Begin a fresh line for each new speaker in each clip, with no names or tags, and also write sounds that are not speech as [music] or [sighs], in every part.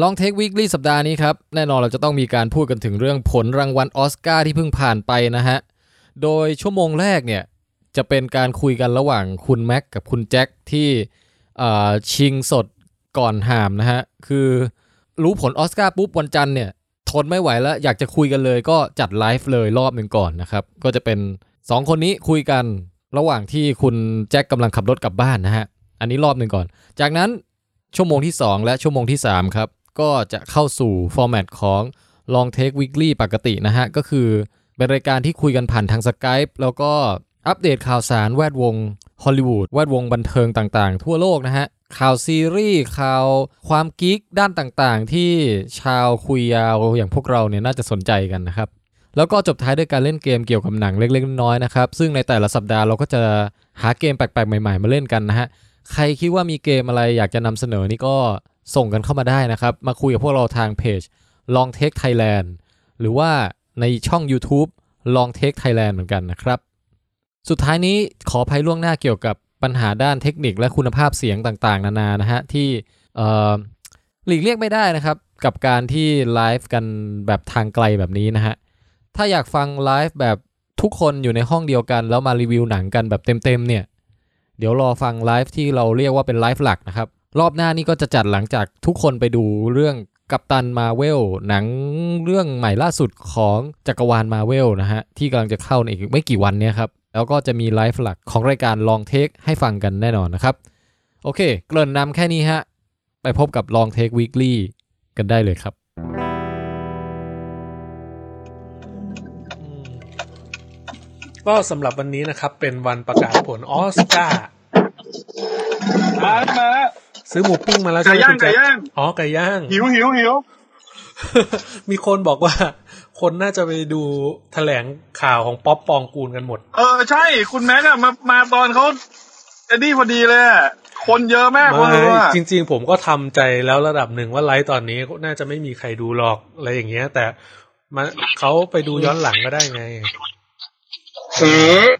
ลองเทควีคลี่สัปดาห์นี้ครับ แน่นอนเราจะต้องมีการพูดกันถึงเรื่องผลรางวัลออสการ์ที่เพิ่งผ่านไปนะฮะ โดยชั่วโมงแรกเนี่ย จะเป็นการคุยกันระหว่างคุณแม็กกับคุณแจ็คที่เอ่อชิงสดก่อนหามนะฮะ คือรู้ผลออสการ์ปุ๊บวันจันทร์เนี่ย ทนไม่ไหวแล้วอยากจะคุยกันเลยก็จัดไลฟ์เลยรอบหนึ่งก่อนนะครับ ก็จะเป็น 2 คนนี้คุยกันระหว่างที่คุณแจ็คกำลังขับรถกลับบ้านนะฮะ อันนี้รอบหนึ่งก่อน จากนั้นชั่วโมงที่ 2 และชั่วโมงที่ 3 ครับ ก็จะเข้าสู่ฟอร์แมตของ Long Take Weekly ปกตินะฮะ ก็คือเป็นรายการที่คุยกันผ่านทาง Skype แล้วก็อัปเดตข่าวสารแวดวงฮอลลีวูดแวดวงบันเทิงต่างๆ ทั่วโลกนะฮะ ข่าวซีรีส์ข่าวความกิ๊กด้านต่างๆ ที่ชาวคุยยาวอย่างพวกเราเนี่ยน่าจะสนใจกันนะครับ แล้วก็จบท้ายด้วยการเล่นเกมเกี่ยวกับหนังเล็กๆน้อยๆนะครับ ซึ่งในแต่ละสัปดาห์เราก็จะหาเกมแปลกๆ ใหม่ๆ มาเล่นกันนะฮะ ใครคิดว่ามีเกมอะไรอยากจะนำเสนอนี่ก็ส่งกันเข้ามาได้นะครับ มาคุยกับพวกเราทางเพจ Long Take Thailand หรือว่าในช่อง YouTube Long Take Thailand เหมือนกันนะครับ สุดท้ายนี้ขออภัยล่วงหน้าเกี่ยวกับปัญหาด้านเทคนิคและคุณภาพเสียงต่างๆ นานานะฮะ ที่เอ่อหลีกเลี่ยงไม่ได้นะครับ กับการที่ไลฟ์กันแบบทางไกลแบบนี้นะฮะ ถ้าอยากฟังไลฟ์แบบทุกคนอยู่ในห้องเดียวกัน แล้วมารีวิวหนังกันแบบเต็มๆเนี่ย เดี๋ยวรอฟังไลฟ์ที่เราเรียกว่าเป็นไลฟ์หลักนะครับ รอบหน้านี่ก็จะจัดหลังจากทุกคนไปดูเรื่องกัปตันมาเวลหนังเรื่องใหม่ล่าสุดของจักรวาลมาเวลนะฮะ ที่กำลังจะเข้าในอีกไม่กี่วันเนี้ยครับ แล้วก็จะมีไลฟ์หลักของรายการลองเทคให้ฟังกันแน่นอนนะครับ โอเค เกริ่นนำแค่นี้ฮะ ไปพบกับลองเทควีคลี่กันได้เลยครับ
ก็สำหรับวันนี้นะครับ เป็นวันประกาศผลออสการ์
มาแล้วมาแล้ว
ซื้อหมูปิ้งมาแล้วใช่ไหม
ไก่ย่าง
คุณแจ็
ไก่
ค
ย่าง
อ๋อไก่ย่าง
หิวหิวหิว
[laughs] มีคนบอกว่า คนน่าจะไปดูแถลงข่าวของป๊อปปองกูลกันหมด
เออใช่ คุณแม็กอะมามาตอนเขาเอ็ดดี้พอดีเลยอะคนเยอะมากคน
ไม่
เยอะอะ
จริง ๆ ผมก็ทำใจแล้วระดับหนึ่งว่าไลฟ์ตอนนี้น่าจะไม่มีใครดูหรอกอะไรอย่างเงี้ย แต่มาเขาไปดูย้อนหลังก็ได้ไง
อืม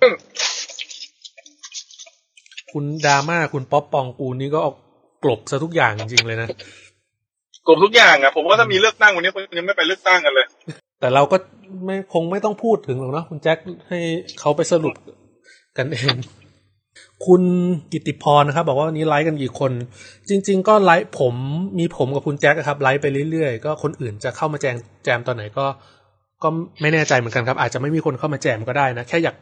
คุณดราม่าคุณป๊อปปองกูลนี่ก็เอากลบซะทุกอย่างจริงๆเลยนะ
กลบทุกอย่างอะผมว่าถ้ามีเลือกตั้งวันนี้คนยังไม่ไปเลือกตั้งกันเลย
แต่เราก็ไม่คงไม่ต้องพูดถึงหรอกเนาะคุณแจ็คให้เขาไปสรุปกันเอง คุณกิติพรนะครับ บอกว่าวันนี้ไลฟ์กันกี่คน จริง ๆ ก็ไลฟ์ผมมีผมกับคุณแจ็คอะครับไลฟ์ไปเรื่อยๆก็คนอื่นจะเข้ามาแจมแจมตอนไหนก็ ก็ไม่แน่ใจเหมือนกันครับ อาจจะไม่มีคนเข้ามาแจมก็ได้นะ แค่อยาก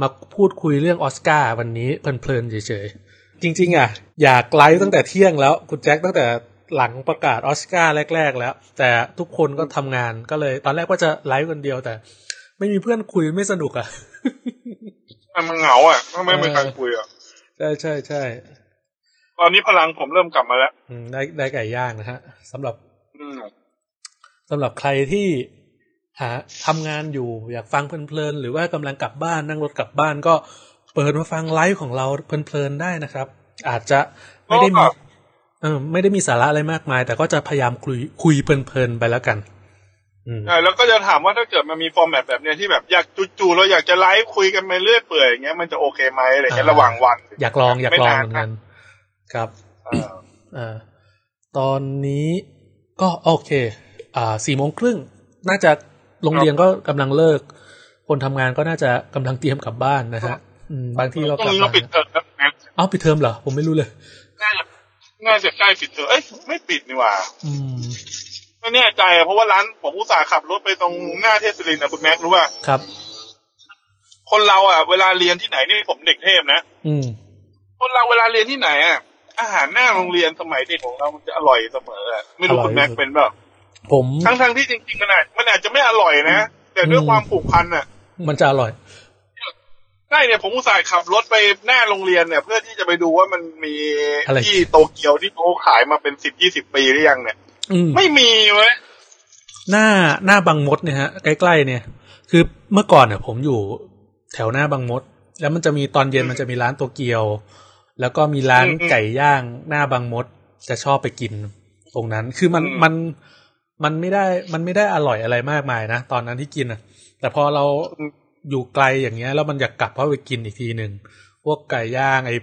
มาพูดคุยเรื่องออสการ์วันนี้เพลินๆเฉยๆจริง ๆ อ่ะ อยากไลฟ์ตั้งแต่เที่ยงแล้วคุณแจ็คตั้งแต่หลังประกาศออสการ์แรก ๆ แล้ว แต่ทุกคนก็ทำงานก็เลย ตอนแรกว่าจะไลฟ์คนเดียวแต่ ไม่มีเพื่อนคุยไม่สนุกอ่ะ [laughs]
มันเหงาอะทำไมไม่มีใครคุยอะ
ใช่ใช่ใช่
ตอนนี้พลังผมเริ่มกลับมาแล้ว
อืมได้ได้ไก่ย่างนะฮะสำหรับ
อืม
สำหรับใครที่หาทำงานอยู่อยากฟังเพลินๆหรือว่ากำลังกลับบ้านนั่งรถกลับบ้านก็เปิดมาฟังไลฟ์ของเราเพลินๆได้นะครับ อาจจะไม่ได้มีเออไม่ได้มีสาระอะไรมากมาย แต่ก็จะพยายามคุยคุยเพลินๆไปแล้วกัน อืม
ใช่แล้วก็จะถามว่าถ้าเกิดมันมีฟอร์แมตแบบเนี้ยที่แบบอยากจู่ๆเราอยากจะไลฟ์คุยกันไปเรื่อยเปื่อยอย่างเงี้ยมันจะโอเคไหมอะไรเงี้ยระหว่างวัน
อยากลองอยากลองเหมือน
กั
กันนครับ
ะ
อ่าตอนนี้ก็โอเค อ่าสี่โมงครึ่งน่าจะโรงเรียนก็กำลังเลิก คนทำงานก็น่าจะกำลังเตรียมกลับบ้านนะฮะอืมบางที่ก็
ตร
กลับ
งนี้
มา
เราปิดเทอมแล้วนะ
เอ้าปิดเทอมเหรอ ผมไม่รู้เลย
น่าจะน่าจะใกล้ปิดเทอมเอ้ยไม่ปิดนี่หว่า
อืม
ไม่แน่ใจอะเพราะว่าร้านผมอุตส่าห์ขับรถไปตรงหน้าเทศรินนะคุณแม็กรู้ป่ะ
ครับ
คนเราอ่ะเวลาเรียนที่ไหนนี่ผมเด็กเทพนะ
อืม
คนเราเวลาเรียนที่ไหนอ่ะอาหารหน้าโรงเรียนสมัยเด็กของเรามันจะอร่อยเสมออะไม่รู้คุณแม็กเป็นเปล่า
ผม
ทั้งทั้งๆที่จริงๆมันอาจมันอาจจะไม่อร่อยนะแต่ด้วยความผูกพันอ่ะ
มันจะอร่อย
ใช่เนี่ยผมอุตส่าห์ขับรถไปหน้าโรงเรียนเนี่ย เพื่อที่จะไปดูว่ามันมี
อะไร
ที่โตเกียวที่เขาขายมาเป็นสิบยี่สิบปีหรือยังเนี่ย
อืม
ไม่มีเว้ย
หน้าหน้าบางมดเนี่ยฮะใกล้ๆเนี่ย คือเมื่อก่อนเนี่ยผมอยู่แถวหน้าบางมด แล้วมันจะมีตอนเย็น
อืม
มันจะมีร้านโตเกียว แล้วก็มีร้าน
อืมอืม
ไก่ย่างหน้าบางมดจะชอบไปกิน ตรงนั้นคือมัน
อืม
มันมันไม่ได้มันไม่ได้อร่อยอะไรมากมายนะตอนนั้นที่กินอ่ะ แต่พอเราอยู่ไกลอย่างเงี้ย แล้วมันอยากกลับเพราะไปกินอีกทีหนึ่งพวกไก่ย่างไอ้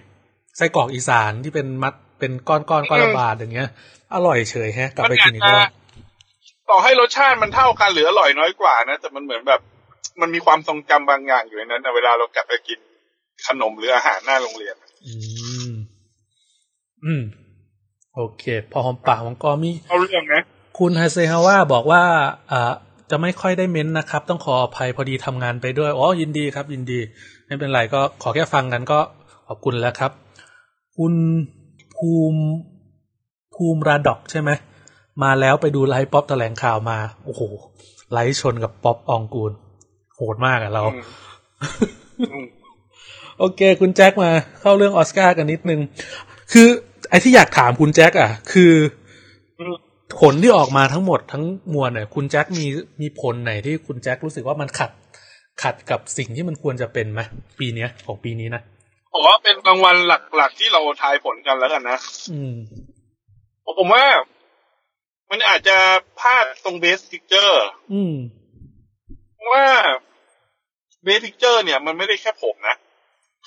ไส้กรอกอีสานที่เป็นมัด เป็นก้อนๆก้อนก้อนละบาทอย่างเงี้ย อร่อยเฉยแฮะ กลับไปกินอีกรอบ
ต่อให้รสชาติมันเท่ากันหรืออร่อยน้อยกว่านะ แต่มันเหมือนแบบ มันมีความทรงจำบางอย่างอยู่ในนั้นนะเวลาเรากลับไปกินขนมหรืออาหารหน้าโรงเรียน
อืม อืม โอเค พอหอมปากหอมคอมี
เอาเรื่องนะ
คุณไฮเซฮาวาบอกว่าเอ่อจะไม่ค่อยได้เม้นต์นะครับ ต้องขออภัยพอดีทำงานไปด้วย อ๋อ ยินดีครับ ยินดี ไม่เป็นไรก็ขอแค่ฟังกันก็ขอบคุณแล้วครับ คุณภูมิภูมิราดอกใช่ไหม มาแล้วไปดูไลฟ์ป๊อปแถลงข่าวมา โอ้โห ไลฟ์ชนกับป๊อปอองกูล โหดมากอะเรา
อืมอืม
โอเค คุณแจ็คมาเข้าเรื่องออสการ์กันนิดนึง คือไอ้ที่อยากถามคุณแจ็คอ่ะ คือผลที่ออกมาทั้งหมดทั้งมวลเนี่ยคุณแจ็คมีมีผลไหนที่คุณแจ็ครู้สึกว่ามันขัด ขัดกับสิ่งที่มันควรจะเป็นไหมปีเนี้ยของปีนี้นะ
ผมว่าเป็นรางวัลหลักๆที่เราทายผลกันแล้วกันนะ
อืม
ผมว่า มันอาจจะพลาดตรงเบสพิกเจอร์
อืม
ว่าเบสพิกเจอร์เนี่ย มันไม่ได้แค่ผมนะ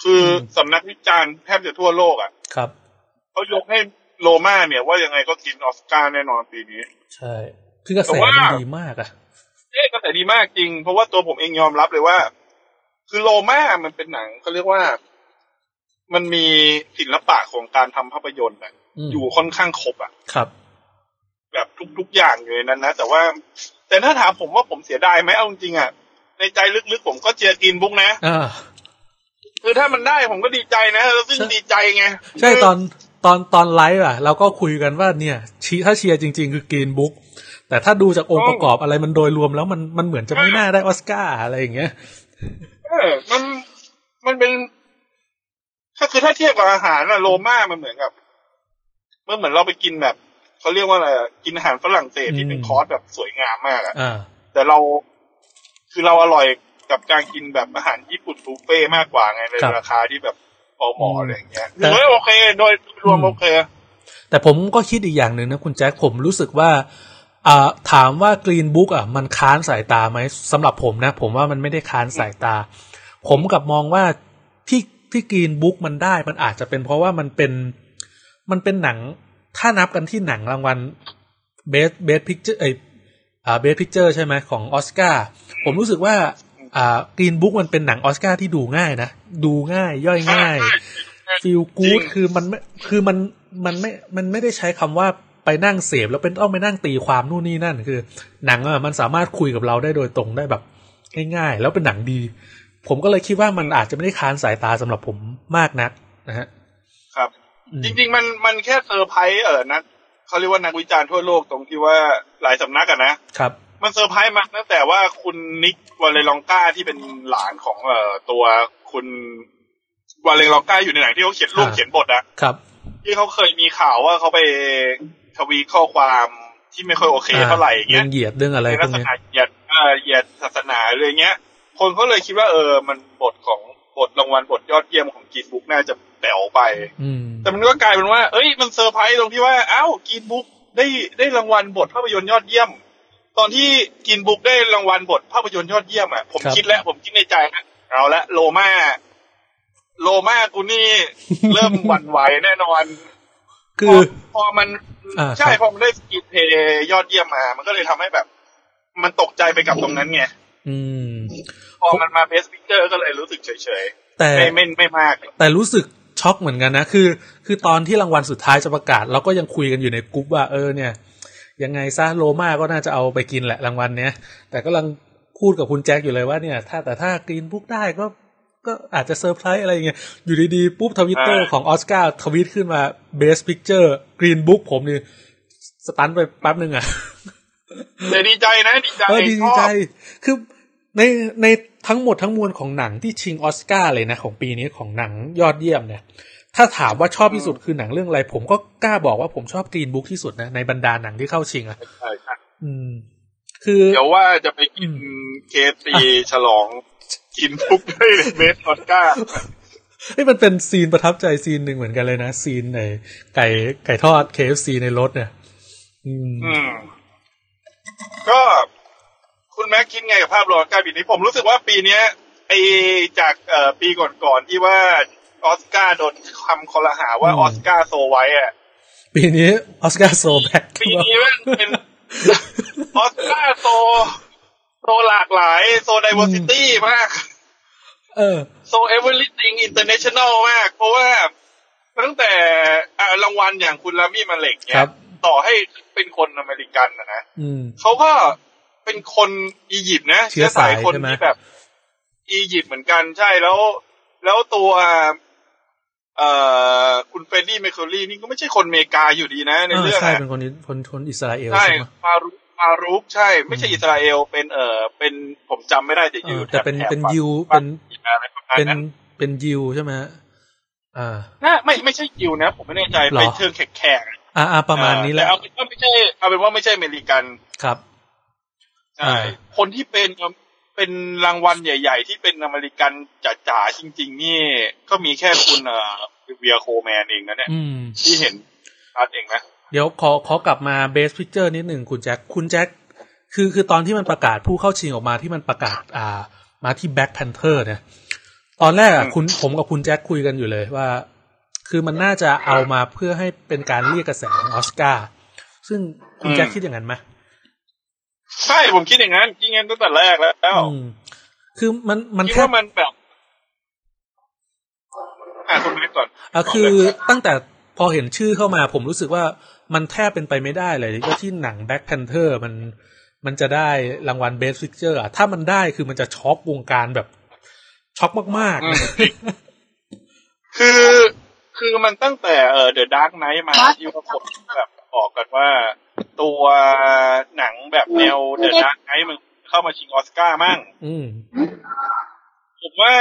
คืออ
ม
สำนักวิจารณ์แทบจะทั่วโลกอะ่ะ
ครับ
เขายกให้โลมาเนี่ย ว่ายังไงก็กินออสการ์แน่นอนปีนี้
ใช่ คือกระแสมันดีมากอ่ะ
เอ๊ะกระแสดีมากจริง เพราะว่าตัวผมเองยอมรับเลยว่า คือโลมามันเป็นหนังเขาเรียกว่า มันมีศิลปะของการทำภาพยนตร์อะ
อืม
อยู่ค่อนข้างครบอ่ะ
ครับ
แบบทุกๆอย่างอยู่ในนั้นนะ แต่ว่า แต่ถ้าถามผมว่าผมเสียดายไหมเอาจริงๆอ่ะ ในใจลึกๆผมก็เจียร์กินบุ๊กนะ
อ่า
คือถ้ามันได้ผมก็ดีใจนะแล้วซึ่ง
ใช่
ดีใจไง
ใช่ตอนตอนตอนไลฟ์อ่ะ เราก็คุยกันว่าเนี่ยชีถ้าเชียร์จริง ๆ คือกรีนบุ๊กแต่ถ้าดูจากองค์ประกอบอะไรมันโดยรวมแล้วมันมันเหมือนจะไม่น่าได้ออสการ์อะไรอย่างเงี้ย
เออมันมันเป็นถ้าคือถ้าเทียบกับอาหารอะโรม่ามันเหมือนกับมันเหมือนเราไปกินแบบเขาเรียกว่าอะไรอะกินอาหารฝรั่งเศสที่เป็น
อืม
คอร์สแบบสวยงามมากอะ
อ่า
แต่เรา คือเราอร่อยกับการกินแบบอาหารญี่ปุ่นบุฟเฟ่ต์มากกว่าไงใน
ครับ
ราคาที่แบบพอเหมาะอะไรอย่างเงี้ย
แต่
ถือว่าโอเค โดยรวมโอเค
แต่ผมก็คิดอีกอย่างหนึ่งนะคุณแจ็คผมรู้สึกว่าอ่าถามว่ากรีนบุ๊กอ่ะมันค้านสายตาไหมสำหรับผมนะ ผมว่ามันไม่ได้ค้านสายตา ผมกลับมองว่าที่ที่กรีนบุ๊กมันได้มันอาจจะเป็นเพราะว่ามันเป็นมันเป็นหนัง ถ้านับกันที่หนังรางวัลเบสเบสพิกเจอร์ไออ่าเบสพิกเจอร์ใช่ไหมของออสการ์ผมรู้สึกว่าอ่ากรีนบุ๊กมันเป็นหนังออสการ์ที่ดูง่ายนะ ดูง่ายย่อยง่าย ฟีล
จริ
กู๊ด
ง
คือมันไม่คือมันมันไม่มันไม่ได้ใช้คำว่าไปนั่งเสพแล้วเป็นต้องไปนั่งตีความนู่นนี่นั่น คือ หนังอะมันสามารถคุยกับเราได้โดยตรงได้แบบง่ายๆ แล้วเป็นหนังดี ผมก็เลยคิดว่ามันอาจจะไม่ได้ค้านสายตาสำหรับผมมากนักนะฮะ
ครับ
อืม
จริงๆ มันมันแค่เซอร์ไพรส์เออนักเขาเรียกว่านักวิจารณ์ทั่วโลกตรงที่ว่าหลายสำนักอะนะ
ครับ
มันเซอร์ไพรส์มากตั้งแต่ว่าคุณนิกวาเลนลองก้าที่เป็นหลานของเอ่อตัวคุณวาเลนลองก้าอยู่ในหนังที่เขาเขียนรูป
อ่า
เขียนบทอะ
ครับ
ที่เขาเคยมีข่าวว่าเขาไปทวีตข้อความที่ไม่ค่อยโอเคเท่าไหร่อย่าง
เรื่
เงี้
อย งเหยียดเรื่องอะไร
ใน
พ
ลั
ว
ก
ก
ษ
เนี้ย
ณะเหยียดเอ่อเหยียดศาสนาเลยเงี้ย คนเขาเลยคิดว่าเออมันบทของบทรางวัลบทยอดเยี่ยมของกีนบุ๊กน่าจะแป๋วไป
อืม
แต่มันก็กลายเป็นว่า เอ้ย มันเซอร์ไพรส์ตรงที่ว่า เอ้าวกินบุ๊กได้ได้รางวัลบทภาพยนตร์ยอดเยี่ยม ตอนที่กินบุ๊กได้รางวัลบทภาพยนตร์ยอดเยี่ยมอ่ะ ผมคิดแล้วผมคิดในใจนะเอาละโลมาโลมากูนี่ เริ่มหวั่นไหวแน่นอน
[laughs] คื
พ
อ
พอมัน
อ่า
ใช่
ครับ
พอมันได้สกินเพลย์ยอดเยี่ยมมา มันก็เลยทำให้แบบ มันตกใจไปกับตรงนั้นไง
อืม
พอมันมาเพสพิเจอร์ก็เลยรู้สึกเฉย
แต่
ๆไม่ไม่ไม่มาก
แต่รู้สึกช็อกเหมือนกันนะ คือ คือตอนที่รางวัลสุดท้ายจะประกาศ เราก็ยังคุยกันอยู่ในกรุ๊ปว่าเออเนี่ย ยังไงซะโลมาก็น่าจะเอาไปกินแหละรางวัลเนี้ย แต่ก็ลังพูดกับคุณแจ็คอยู่เลยว่าเนี่ย ถ้าแต่ถ้ากรีนบุ๊กได้ก็ ก็อาจจะเซอร์ไพรส์อะไรอย่างเงี้ย อยู่ดีๆ ปุ๊บทวิตเตอร์
อ่า
ของออสการ์ทวีตขึ้นมา Best Picture Green Book ผมนี่สตันไปแป๊บหนึ่งอะ
แต่ดีใจนะดีใจ
เออดี
ชอบ
ใจ คือในในทั้งหมดทั้งมวลของหนังที่ชิงออสการ์เลยนะ ของปีนี้ของหนังยอดเยี่ยมเนี่ย ถ้าถามว่าชอบที่สุดคือหนังเรื่องอะไร ผมก็กล้าบอกว่าผมชอบกรีนบุ๊กที่สุดนะ ในบรรดาหนังที่เข้าชิงอ่ะ อืม คือ
เดี๋ยวว่าจะไปกินเคตีฉลอง กินปุ๊บ
[laughs]
ด้วยเมสออสการ์
เอ้ยมันเป็นซีนประทับใจซีนหนึ่งเหมือนกันเลยนะ ซีนในไก่ไก่ทอด KFC ในรถเนี่ย อืม
อืม ก็คุณแม็กคิดไงกับภาพรวมการปีนี้ผมรู้สึกว่าปีเนี้ยไอจากเอ่อปีก่อนๆที่ว่าออสการ์โดนคำคอรหาว่า
อืม
ออสการ์โซไว้อะ
ปีนี้ออสการ์โซแบ็ก
ปีนี้แม่งเป็น
[laughs]
ออสการ์โซโซหลากหลายโซดิเวอร์ซิตี้มาก
เออ
โซเอเวอร์ลิติงอินเตอร์เนชั่นแนลมาก เพราะว่าตั้งแต่อ่ารางวัลอย่างคุณลามี่มาเล็กเนี่
ครั
ย
บ
ต่อให้เป็นคนอเมริกันนะนะ
อืม
เขาก็เป็นคนอียิปต์นะ
เชื้อสาย
คน
ใช่ไหม
ที่แบบ อียิปต์เหมือนกันใช่แล้ว แล้วตัวเอ่อคุณเฟรดดี้เมคเคอรี่นี่ก็ไม่ใช่คนอเมริกาอยู่ดีนะ ใน
เออ
เรื่อง
ใช่
อะ
เป็นคนนี้คนคนอิสราเอล
ใช่
ใช่ไหม
ฟารุกฟารุกใช่ ไม่ใช่อิสราเอลเป็นเออเป็นผมจำไม่ได้แต่
เอ
อยู่
อแต่เป็น
ถบ
เป็น
ฝั่ง
ยิว
ฝั่
เป็
ง
น
อะไรประมาณ
เป็น
นั้น
เป็นยิวใช่ไหมฮะอ่า
น่าไม่ไม่ใช่ยิวนะ ผมไม่แน่ใจ
หรอ
เป็นเชิงแขกๆอะ
อ่าอ่าประมาณนี้แหละ
ต่เอาเป็นว่าไม่ใช่เอาเป็นว่าไม่ใช่อเมริกัน
ครับ
ใช่
อ่า
คนที่เป็นเป็นรางวัลใหญ่ ๆ ที่เป็นอเมริกันจ๋าๆจริง ๆ นี่ ก็มีแค่คุณเอ่อเวียโคแมนเองนะเนี่ย
อืม
ที่เห็นชัดเองนะ
เดี๋ยวขอขอกลับมาเบสพิ i เจอร์นิดหนึ่งคุณแจ็คคุณแจ็คคือคือตอนที่มันประกาศผู้เข้าชิงออกมาที่มันประกาศอ่ามาที่แบ็คแพนเทอร์เนี่ย ตอนแรกอ่ะ
อืม
คุณผมกับคุณแจ็คคุยกันอยู่เลยว่า คือมันน่าจะเอามาเพื่อให้เป็นการเรียกกระแสของออสการ์ซึ่งคุณแจ็คคิดอย่างนั้นไหม
ใช่ผมคิดอย่างนั้นจริงๆตั้งแต่แรกแล้ว
อืมคือมันมัน
คิด
แค่
ว่ามันแบบอ่ะคุณแม่ก่อน
อ่ะคือตั้งแต่พอเห็นชื่อเข้ามา ผมรู้สึกว่ามันแทบเป็นไปไม่ได้เลยว่าที่หนัง Black Panther มันมันจะได้รางวัล Best Picture อ่ะถ้ามันได้คือมันจะช็อกวงการแบบช็อกมากๆนะ
คือคือมันตั้งแต่เออเดอะดาร์กไนท์มาที่ว่าคนแบบออกกันว่า ตัวหนังแบบแนวเดอะดาร์กไนท์มันเข้ามาชิงออสการ์มั่ง
อืม
ผมว่า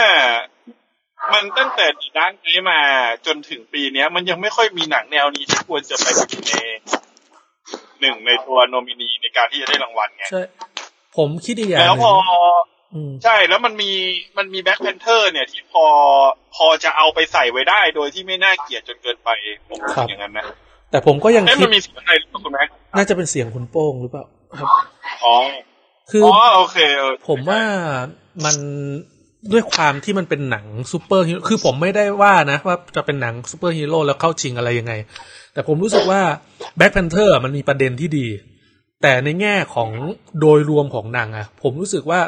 มันตั้งแต่เดอะดาร์กไนท์มาจนถึงปีเนี้ย มันยังไม่ค่อยมีหนังแนวนี้ที่ควรจะไปอยู่ในหนึ่งในตัวโนมินีในการที่จะได้รางวัลไง
ใช่ ผมคิดอีกอย่างห
แล้ว
นึ่ง
พอ
ม
ใช่แล้วมันมีมันมีแบ็คแพนเทอร์เนี่ยที่พอพอจะเอาไปใส่ไว้ได้ โดยที่ไม่น่าเกลียดจนเกินไปผมคิดอย่างนั้นนะ
แต่ผมก็ยัง
เอ้ย
คิ
มั
ด
นมีเสียงอะไรหรือเปล่าคุณแม็ก
น่าจะเป็นเสียงคุณโป้งหรือเปล่าครับ
อ๋อ
คือ
อ๋
อ
อโอเคเออ
ผมว่ามันด้วยความที่มันเป็นหนังซูเปอร์ฮีโร่คือผมไม่ได้ว่านะ ว่าจะเป็นหนังซูเปอร์ฮีโร่แล้วเข้าชิงอะไรยังไง แต่ผมรู้สึกว่า Black Panther มันมีประเด็นที่ดี แต่ในแง่ของโดยรวมของหนังอะผมรู้สึกว่า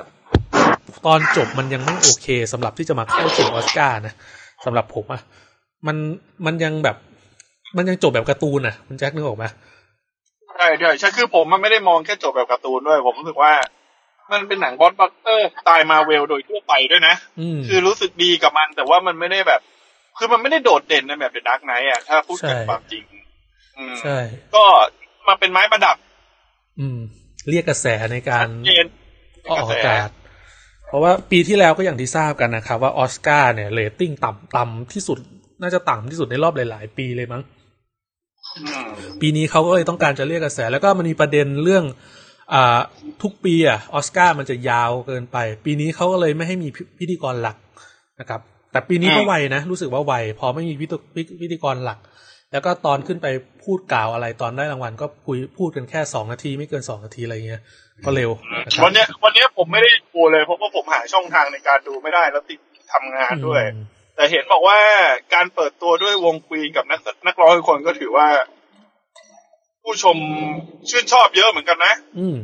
ตอนจบมันยังไม่โอเคสำหรับที่จะมาเข้าถึงออสการ์นะสำหรับผมอะมันมันยังแบบ มันยังจบแบบการ์ตูนอะคุณแจ็คนึกออกไหม
ใช่ใช่ใช่คือผมมันไม่ได้มองแค่จบแบบการ์ตูนด้วย ผมรู้สึกว่า มันเป็นหนังบอสบัคเตอร์สไตล์มาเวลโดยทั่วไปด้วยนะ
อืม
คือรู้สึกดีกับมัน แต่ว่ามันไม่ได้แบบ คือมันไม่ได้โดดเด่นในแบบเดอะดาร์กไนท์อ่ะถ้าพูดกัน
ใช่
ความจริง อืม
ใช่
ก็มาเป็นไม้ประดับ
อืม เรียกกระแสในการ
เกณฑ์
ออกอากาศ เพราะว่าปีที่แล้วก็อย่างที่ทราบกันนะครับ ว่าออสการ์เนี่ยเรตติ้งต่ำต่ำที่สุด น่าจะต่ำที่สุดในรอบหลาย ๆ ปีเลยมั้ง ปีนี้เขาก็เลยต้องการจะเรียกกระแส แล้วก็มันมีประเด็นเรื่องอ่าทุกปีอ่ะออสการ์มันจะยาวเกินไป ปีนี้เขาก็เลยไม่ให้มีพิพิธีกรหลักนะครับ แต่ปีนี้ก็
อืม
ไวนะ รู้สึกว่าไวพอไม่มีพิธีพิพิธีกรหลัก แล้วก็ตอนขึ้นไปพูดกล่าวอะไรตอนได้รางวัล ก็คุยพูดกันแค่สองนาทีไม่เกินสองนาทีอะไรเงี้ยก็เร็วะครับ
วันเนี้ยวันเนี้ยผมไม่ได้ดูเลยเพราะว่าผมหาช่องทางในการดูไม่ได้แล้วติดทำงานด้วย แต่เห็นบอกว่าการเปิดตัวด้วยวงควีนกับนักนักร้องทุกคนก็ถือว่า ผู้ชมชื่นชอบเยอะเหมือนกันนะ
อืม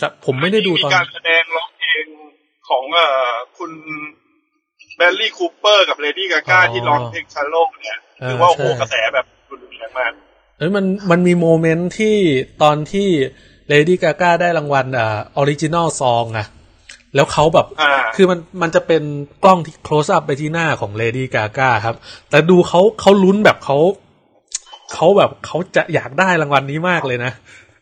ครับผมไม่ได้ดูตอน
มีการแสดงร้องเพลงของเอ่อคุณแบลลี่คูเปอร์กับเลดี้กาก้าที่ร้องเพลงชาโลกเนี่ยคือว่าโอ้โหกระแสแบบรุนแรงมาก
เอ้ยมันมันมีโมเมนต์ที่ตอนที่เลดี้กาก้าได้รางวัลอ่าออริจินอลซองอะแล้วเขาแบบ
อ่า
คือมันมันจะเป็นกล้องที่ close up ไปที่หน้าของเลดี้กาก้าครับ แต่ดูเขาเขาลุ้นแบบเขาเขาแบบเขาจะอยากได้รางวัลนี้มากเลยนะ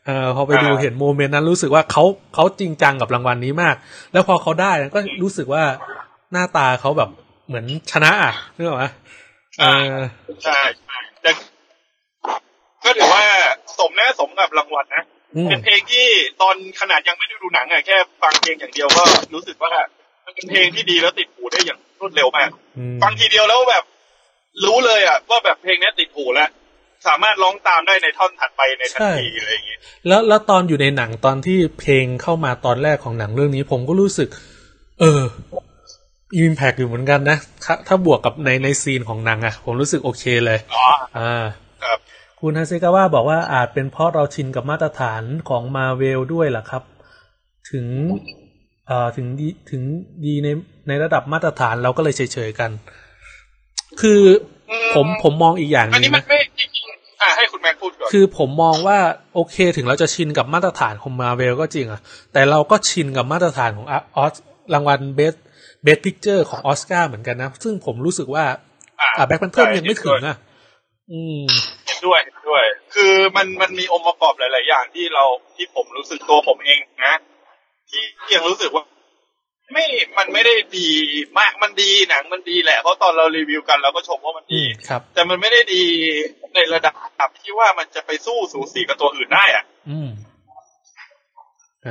เออพอไปดู
อ่า
เห็นโมเมนต์นั้นรู้สึกว่าเขาเขาจริงจังกับรางวัลนี้มาก แล้วพอเขาได้ก็รู้สึกว่าหน้าตาเขาแบบเหมือนชนะอ่ะนึกออกไหมเออ
ใช่ใช่แต่ก็ถือว่าสมแน่สมกับรางวัลนะ
อืม
เป็นเพลงที่ตอนขนาดยังไม่ได้ดูหนังอะแค่ฟังเพลงอย่างเดียวก็รู้สึกว่ามันเป็นเพลงที่ดีแล้วติดหูได้อย่างรวดเร็วมาก ฟังทีเดียวแล้วแบบ รู้เลยอะว่าแบบเพลงเนี้ยติดหูแล้ว สามารถร้องตามได้ในท่อนถัดไปในทันทีอะไรอย่างเงี้ย
แล้วแล้วตอนอยู่ในหนังตอนที่เพลงเข้ามาตอนแรกของหนังเรื่องนี้ ผมก็รู้สึก เอออิมแพกอยู่เหมือนกันนะถ้าถ้าบวกกับในในซีนของหนังอะผมรู้สึกโอเคเลย
อ๋อ
อ่า
ครับ
คุณฮาเซกาวะบอกว่าอาจเป็นเพราะเราชินกับมาตรฐานของมาเวลด้วยล่ะครับ ถึงเอ่อถึงดีถึงดีในในระดับมาตรฐานเราก็เลยเฉยๆกัน คือ
อื
ผมผมมองอีกอย่างห
อัน
นึ
นี้
ง
มัน
นะ
ไม่จริงๆอ่ะให้คุณแม็กพูดก่อน
คือผมมองว่าโอเคถึงเราจะชินกับมาตรฐานของมาเวลก็จริงอะแต่เราก็ชินกับมาตรฐานของออสรางวัลเบสเบสพิกเจอร์ของออสการ์เหมือนกันนะ ซึ่งผมรู้สึกว่าอ่าแบ็คแพนเทอร์ยังไม่ถึงนะอืม
เห็นด้วยเห็นด้วย คือมันมันมีองค์ประกอบหลาย ๆ อย่างที่เราที่ผมรู้สึกตัวผมเองนะ ที่ยังรู้สึกว่า ไม่ มันไม่ได้ดีมากมันดีหนังมันดีแหละ เพราะตอนเรารีวิวกันเราก็ชมว่ามัน
อื
ดี
มครับ
แต่มันไม่ได้ดีในระดับที่ว่ามันจะไปสู้สูสีกับตัวอื่นได้อะ
อืม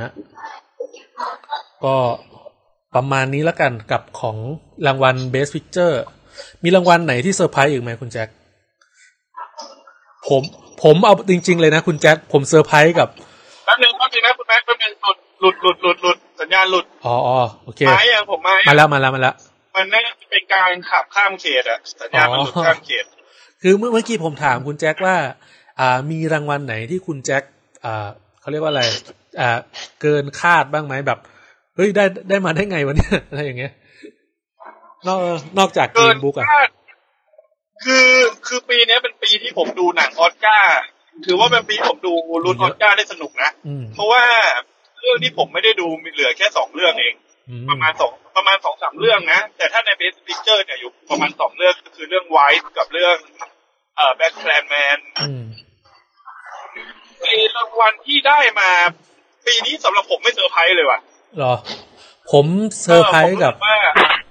นะก็ประมาณนี้แล้วกันกับของรางวัล Best Picture มีรางวัลไหนที่เซอร์ไพรส์อีกไหมคุณแจ็คผมผมเอาจริง ๆ เลยนะคุณแจ็คผมเซอร์ไพรส์กับ
แป๊บนึงแป๊บนึงนะคุณแม็กแป๊บนึงหลุดหลุดหลุดหลุดหลุดสัญญาณหลุด
อ๋ออ๋อโอเค
มาอย่างผมมายั
มาง แล้วมาแล้วมาแล้ว
มันน่าจะเป็นการขับข้ามเขตอะสัญญาณมันหลุดข้ามเขต
คือเมื่อเมื่อกี้ผมถามคุณแจ็คว่า อ่า มีรางวัลไหนที่คุณแจ็คอ่าเขาเรียกว่าอะไร อ่า เกินคาดบ้างไหมแบบ เฮ้ย ได้ได้มาได้ไงวะเนี่ย [laughs] อะไรอย่างเงี้ย นอกนอกจากก
เกิ
รี
น
นบุ๊กอะ
คาดคือคือปีเนี้ยเป็นปีที่ผมดูหนังออสการ์ถือว่าเป็นปีที่ผมดูรุ่นออสการ์ได้สนุกนะ
อืม
เพราะว่าเรื่องที่ผมไม่ได้ดูมีเหลือแค่สองเรื่องเอง
อืม
ประมาณสองประมาณสองสามเรื่องนะ แต่ถ้าในเบสพิ i เ t อร์เนี่ยอยู่ประมาณสองเรื่องก็คือเรื่องไวท์กับเรื่องเอ่อแบ็คแคลนแมน
อืม
ไอรางวัลที่ได้มา ปีนี้สำหรับผมไม่เซอร์ไพรส์เลยว่ะ
เหรอ ผมเซอร์ไพรส์กับ
เออผมรู้สึว่า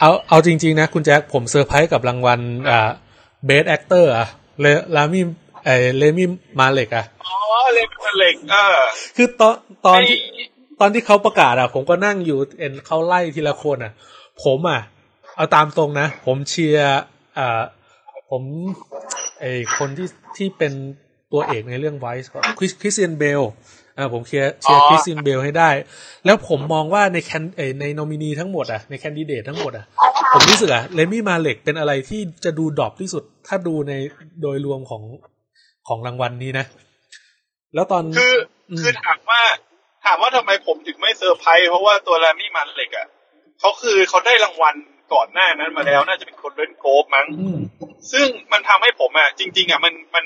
เอาเอาจริง ๆ นะ คุณแจ็คผมเซอร์ไพรส์กับรางวัลอ่าเบสแอคเตอร์อะเลลามิเอเลมิมาเล็กอะ
อ๋อเล็กเล็กเออ
คือตอนตอนที่
ไอ้
ตอนที่เขาประกาศอ่ะ ผมก็นั่งอยู่เอ็นเขาไล่ทีละคนอ่ะ ผมอ่ะ เอาตามตรงนะ ผมเชียร์อ่าผมไอคนที่ที่เป็นตัวเอกในเรื่องไวส์คริสคริสเตียนเบลอ่าผมเชียร์เชียร์
อ๋อ
คริสเตียนเบลให้ได้ แล้วผมมองว่าในแคนเอยในนอมินีทั้งหมดอ่ะ ในแคนดิเดตทั้งหมดอ่ะ ผมรู้สึกอ่ะเลมี่มาเล็กเป็นอะไรที่จะดูดรอปที่สุด ถ้าดูในโดยรวมของของรางวัลนี้นะ แล้วตอน
คือ
อืม
คือถามว่าถามว่าทำไมผมถึงไม่เซอร์ไพรส์เพราะว่าตัวแรมมี่มันเหล็กอ่ะเขาคือเขาได้รางวัลก่อนหน้านั้นมาแล้ว น่าจะเป็นคนเล่นโกบมั้ง
ม
ซึ่งมันทำให้ผมอ่ะจริง ๆอ่ะมันมัน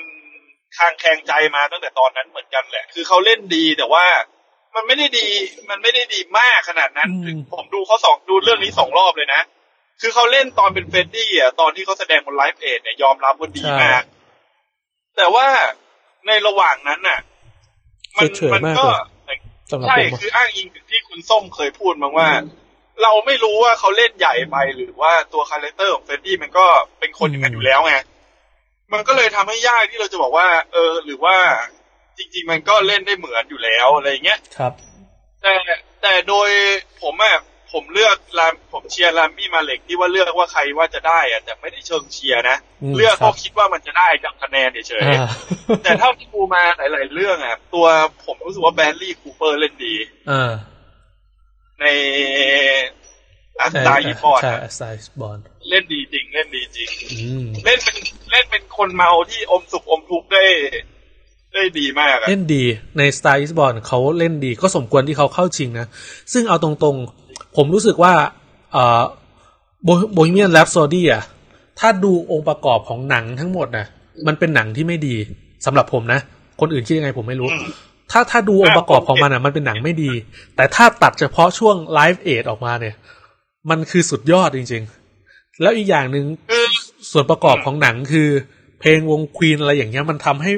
คลางแคลงใจมาตั้งแต่ตอนนั้นเหมือนกันแหละ คือเขาเล่นดีแต่ว่า มันไม่ได้ดีมันไม่ได้ดีมากขนาดนั้นถึงผมดูเขาสองดูเรื่องนี้สองรอบเลยนะ คือเขาเล่นตอนเป็นเฟรดดี้อ่ะตอนที่เขาแสดงบนไลฟ์เอดเนี่ยยอมรับว่าดีมาก แต่ว่าในระหว่างนั้นน่ะ มัน
เฉย
มัน
ๆมาก
ก็
เลยสำหรับ
ใช่
ผมอะ
คืออ้างอิงถึงที่คุณส้มเคยพูดมาว่า เราไม่รู้ว่าเขาเล่นใหญ่ไปหรือว่าตัวคาแรคเตอร์ของเฟรดดี้มันก็เป็นคนอย่างนั้นอยู่แล้วไง มันก็เลยทำให้ยากที่เราจะบอกว่า เออ หรือว่าจริง ๆ มันก็เล่นได้เหมือนอยู่แล้วอะไรอย่างเงี้ย
ครับ
แต่แต่โดยผมอะผมเลือกลามผมเชียร์ลามมี่มาเล็กที่ว่าเลือกว่าใครว่าจะได้อะแต่ไม่ได้เชิงเชียร์นะ
อืม
เลือก
ครั
ก็
บ
คิดว่ามันจะได้จากคะแนนเฉย
อ่า
ๆ แต่เท่าที่ดูมาหลาย ๆ เรื่องอ่ะ ตัวผมรู้สึกว่าแบรนลี่คูเปอร์เล่นดี
อ่า
ในอัสตาอีพอร์ต
[laughs] ใช่ใช่สไตล์บอล
เล่นดีจริง เล่นดีจริง
อืม
เล่นเป็นเล่นเป็นคนเมาที่อมสุขอมทุกข์ได้ ได้ดีมากอะ
เล่นดีในสไตล์บอลเขาเล่นดีก็สมควรที่เขาเข้าชิงนะ ซึ่งเอาตรงๆ ผมรู้สึกว่าเอ่อโบฮีเมียนแรปโซดี้อ่ะ ถ้าดูองค์ประกอบของหนังทั้งหมดนะมันเป็นหนังที่ไม่ดีสำหรับผมนะ คนอื่นคิดยังไงผมไม่รู้ ถ้าถ้าดูองค์ประกอบของมันอ่ะมันเป็นหนังไม่ดี แต่ถ้าตัดเฉพาะช่วงไลฟ์เอทออกมาเนี่ย มันคือสุดยอดจริง ๆ แล้วอีกอย่างหนึ่ง
คือ
ส่วนประกอบของหนังคือเพลงวงควีนอะไรอย่างเงี้ยมันทำให้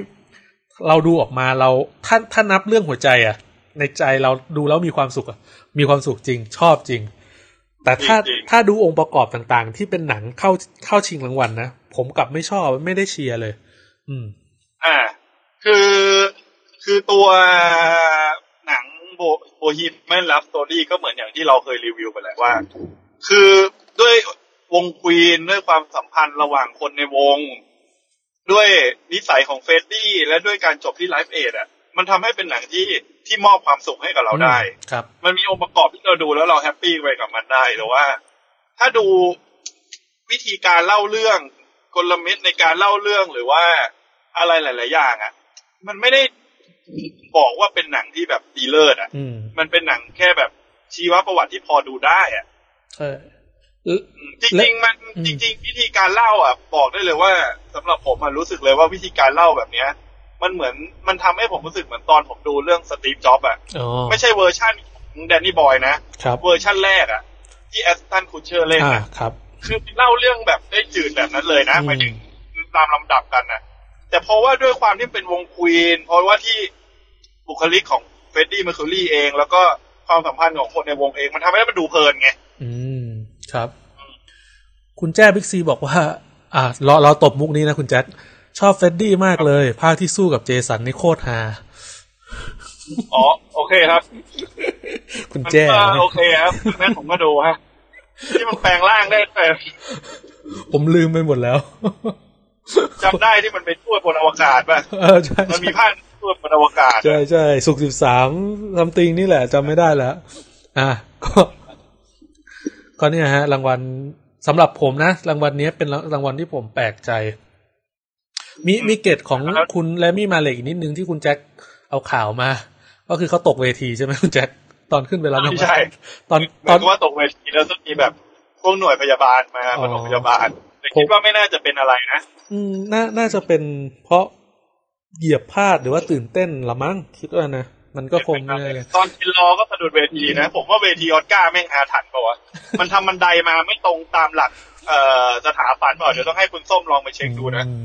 เราดูออกมาเราถ้าถ้านับเรื่องหัวใจอะในใจเราดูแล้วมีความสุขอะมีความสุขจริงชอบจริง แต่ถ้าถ้าดูองค์ประกอบต่างๆ ที่เป็นหนังเข้าเข้าชิงรางวัลนะ ผมกลับไม่ชอบไม่ได้เชียร์เลย อืม
อ่า คือคือตัวหนังโบโบฮีแมนรับสตอรี่ก็เหมือนอย่างที่เราเคยรีวิวไปแหละว่า คือด้วยวงควีนด้วยความสัมพันธ์ระหว่างคนในวง ด้วยนิสัยของเฟรดดี้และด้วยการจบที่ไลฟ์เอดอ่ะ มันทำให้เป็นหนังที่ที่มอบความสุขให้กับเราได้
ครับ
มันมีองค์ประกอบที่เราดูแล้วเราแฮปปี้ไปกับมันได้แต่ว่า ถ้าดูวิธีการเล่าเรื่องกลเม็ดในการเล่าเรื่องหรือว่า อะไรหลาย ๆ อย่างอ่ะ มันไม่ได้บอกว่าเป็นหนังที่แบบดีเลิศอ่ะ
อืม
มันเป็นหนังแค่แบบชีวประวัติที่พอดูได้อ่ะ
ใช่เอ่อ
อืมจริง
และ
จริงๆมัน
อืม
จริง ๆ วิธีการเล่าอ่ะ บอกได้เลยว่าสำหรับผมอ่ะรู้สึกเลยว่าวิธีการเล่าแบบเนี้ย มันเหมือนมันทำให้ผมรู้สึกเหมือนตอนผมดูเรื่องสตีฟจ็อบอ่ะ
อ๋อ
ไม่ใช่เวอร์ชั่นของแดนนี่บอยนะ
ครับ
เวอร์ชั่นแรกอ่ะ ที่แอสตันคูเชอร์เล่น
อ่า
อ่ะ
ครับ
คือเล่าเรื่องแบบได้จืดแบบนั้นเลยนะ
อืม
หมายถึงตามลำดับกันนะแต่เพราะว่าด้วยความที่เป็นวงควีนเพราะว่าที่บุคลิกของเฟรดดี้เมอร์คิวรีเอง แล้วก็ความสัมพันธ์ของคนในวงเองมันทำให้มันดูเพลินไง
อืมครับ คุณแจ้บิ๊กซีบอกว่า อ่าเราเราตบมุกนี้นะคุณแจ๊ดชอบเฟดดี้มากเลย ภาคที่สู้กับเจสันนี่โคตรฮา
อ๋อโอเคครับ
คุณแจ้
อ่า
นะ
โอเคครับแม่ผมก็ดูฮะที่มันแปลงร่างได้แต่
ผมลืมไปหมดแล้ว [laughs]
จำได้ที่มันไปทั่วบนอวกาศป่ะ
เออใช่
มันมีภาคทั่วบนอวกาศ
ใช่ใช่สุกสิบสามซัมติงนี่แหละจำไม่ได้แล้ว อ่ะ [laughs] ก็ก็เนี่ยฮะ รางวัลสำหรับผมนะ รางวัลเนี้ยเป็นรางวัลที่ผมแปลกใจ มีมีเกตของคุณแลมมี่มาเลยอีกนิดนึงที่คุณแจ็คเอาข่าวมา ก็คือเขาตกเวทีใช่ไหมคุณแจ็คตอนขึ้นไปรับรางวัล
ใช่
ตอนต
เหมือ
อน
นกับว่าตกเวทีแล้วต้องมีแบบพวกหน่วยพยาบาลมา
อ๋อ
ปฐมพยาบาลแต่คิดว่าไม่น่าจะเป็นอะไรนะ
อืมน่าน่าจะเป็นเพราะเหยียบพลาดหรือว่าตื่นเต้นละมั้งคิดว่านะมันก็คงไม่ได้เลย
ตอนกินรอก็สะดุดเวทีนะ ผมว่าเวทีออสการ์แม่งอาถรรพ์
[laughs]
ป่าวะมันทำบันไดมาไม่ตรงตามหลัก เอ่อสถาปัตย์เปล่าเดี๋ยวต้องให้คุณส้มลองไปเช็คดูนะ
อืม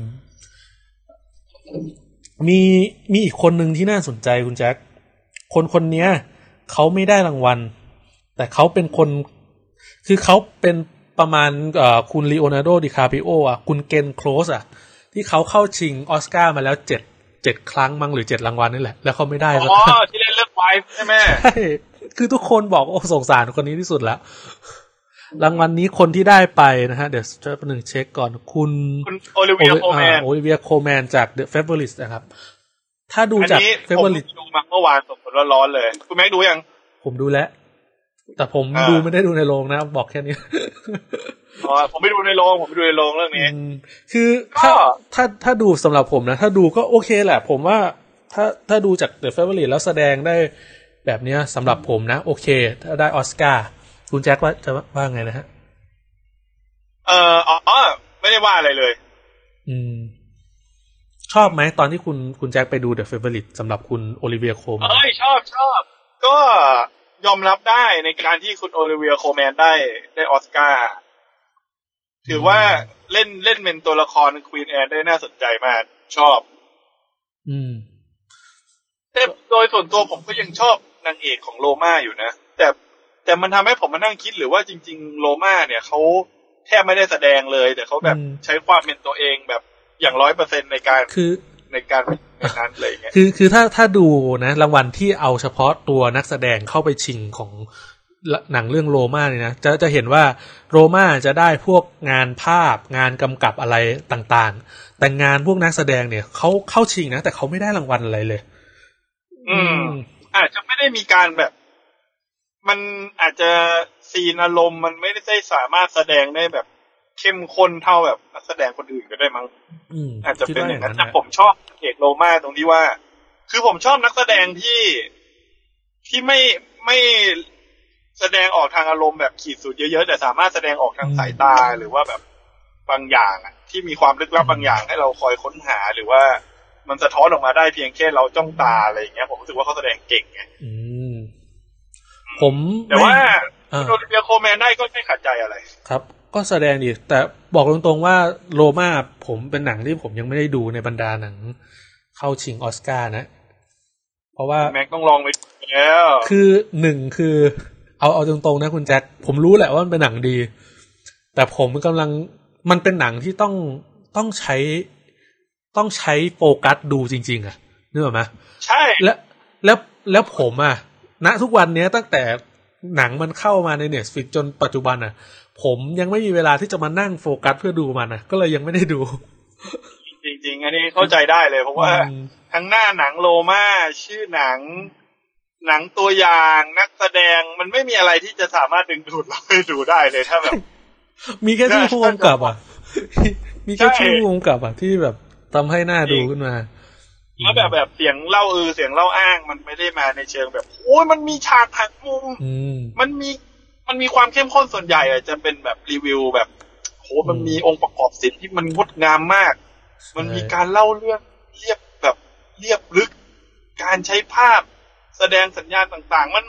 มีมีอีกคนหนึ่งที่น่าสนใจคุณแจ็ค คนคนเนี้ยเขาไม่ได้รางวัล แต่เขาเป็นคน คือเขาเป็นประมาณเอ่อคุณลีโอนาร์โดดิคาปิโออ่ะ คุณเกนโคลสอ่ะ ที่เขาเข้าชิงออสการ์มาแล้วเจ็ดเจ็ดครั้งมั้งหรือเจ็ดรางวัลนี่แหละ แล้วเขาไม่ได้
อ๋
สัก
อ
ครั้ง
ที่เล่นเลือกไวฟ์ใช่ไหม
ใช่คือทุกคนบอกโอ้สงสารคนนี้ที่สุดแล้ว รางวัลนี้คนที่ได้ไปนะฮะ เดี๋ยวแป๊บนึงเช็คก่อนคุณ
คุณโอลิเวียโคแมน
โอลิเวียโคแมนจาก The Favorite นะครับ ถ้าดู
อัน
จาก
นี้ผม
Favorite
ดูมาเมื่อวานสดๆร้อนๆเลย คุณแม็กดูยัง
ผมดูแล้ว แต่ผม
อ่า
ดูไม่ได้ดูในโรงนะ บอกแค่นี้
[laughs] อ๋อผมไปดูในโรงผมไปดูในโรงเรื่องนี้
อืมคือถ้า
ก็
ถ้าถ้าดูสำหรับผมนะ ถ้าดูก็โอเคแหละ ผมว่าถ้าถ้าดูจาก The Favorite แล้วแสดงได้แบบเนี้ยสำหรับผมนะ โอเค ถ้าได้ออสการ์คุณแจ็คว่าจะว่าไงนะฮะ
เอ่ออ๋อไม่ได้ว่าอะไรเลย
อืม ชอบไหมตอนที่คุณคุณแจ็คไปดู The Favorite สำหรับคุณโอลิเวียโคแมน
เอ้ยชอบชอบก็ยอมรับได้ในการที่คุณโอลิเวียโคแมนได้ได้ออสการ์ถือว่าเล่นเล่นเป็นตัวละครควีนแอนได้น่าสนใจมาก ชอบ
อืม
แต่โดยส่วนตัวผมก็ยังชอบนางเอกของโลมาอยู่นะ แต่แต่มันทำให้ผมมานั่งคิดหรือว่าจริง ๆ โลมาเนี่ยเขาแทบไม่ได้แสดงเลย แต่เขาแบบ
อืม
ใช้ความเป็นตัวเองแบบอย่างร้อยเปอร์เซ็นในการ
คือ
ในการในนั้นเลยไงย
คือคือถ้าถ้าดูนะ รางวัลที่เอาเฉพาะตัวนักแสดงเข้าไปชิงของละหนังเรื่องโรมาเนี่ยนะจะจะเห็นว่าโรมาจะได้พวกงานภาพงานกำกับอะไรต่างๆ แต่งานพวกนักแสดงเนี่ยเขาเข้าชิงนะ แต่เขาไม่ได้รางวัลอะไรเลย
อืม อาจจะไม่ได้มีการแบบ มันอาจจะซีนอารมณ์มันไม่ได้สามารถแสดงได้แบบเข้มข้นเท่าแบบนักแสดงคนอื่นก็ได้มั้ง
อืม
อาจจะ
คิด
เป็น
ว่
อย่างนั้น
นะ
แต่ผมชอบเอกโรมาตรงที่ว่า คือผมชอบนักแสดงที่ที่ไม่ไม่แสดงออกทางอารมณ์แบบขีดสุดเยอะๆแต่สามารถแสดงออกทางสายตาหรือว่าแบบบางอย่างอะที่มีความลึกลับบางอย่างให้เราคอยค้นหาหรือว่ามันสะท้อนออกมาได้เพียงแค่เราจ้องตาอะไรอย่างเงี้ยผมรู้สึกว่าเขาแสดงเก่งไง
อืมผม
แต่ว่า
อ่า
โรดิเบียโคแมนได้ก็ไม่ขัดใจอะไร
ครับ ก็แสดงดี แต่บอกตรงๆว่าโรมาผมเป็นหนังที่ผมยังไม่ได้ดูในบรรดาหนัง เข้าชิงออสการ์นะ เพราะว่า
แม็กต้องลองไปดูแล้ว
คือหนึ่งคือเอาเอาตรงๆนะคุณแจ็คผมรู้แหละว่ามันเป็นหนังดี แต่ผมกำลังมันเป็นหนังที่ต้องต้องใช้ต้องใช้โฟกัสดูจริง ๆอะนึกออกไหม
ใช่
และแล้วแล้วผมอะณทุกวันเนี้ยตั้งแต่หนังมันเข้ามาในเน็ตฟิกจนปัจจุบันอะผมยังไม่มีเวลาที่จะมานั่งโฟกัสเพื่อดูมันนะก็เลยยังไม่ได้ดู
จริง ๆ อันนี้เข้าใจได้เลยเพราะว่า
อืม
ทั้งหน้าหนังโลมาชื่อหนัง หนังตัวอย่างนักแสดงมันไม่มีอะไรที่จะสามารถดึงดูดเราไปดูได้เลยถ้า
[laughs]
แบบ
มีแค่ชื่อผู้กำกับอ่ะ มีแค่ชื่อผู้กำกับอ่ะที่แบบ ทำให้หน้าดูขึ้นมา
แล้วแบบแบบเสียงเล่าเออเสียงเล่าอ้างมันไม่ได้มาในเชิงแบบ โอ้ยมันมีฉากหักมุม
อืม
มันมีมันมีความเข้มข้นส่วนใหญ่อะจะเป็นแบบรีวิวแบบโหมัน
อืม
มีองค์ประกอบศิลป์ที่มันงดงามมาก มันมีการเล่าเรื่องเรียบแบบเรียบลึก การใช้ภาพแสดงสัญญาณต่างๆ มัน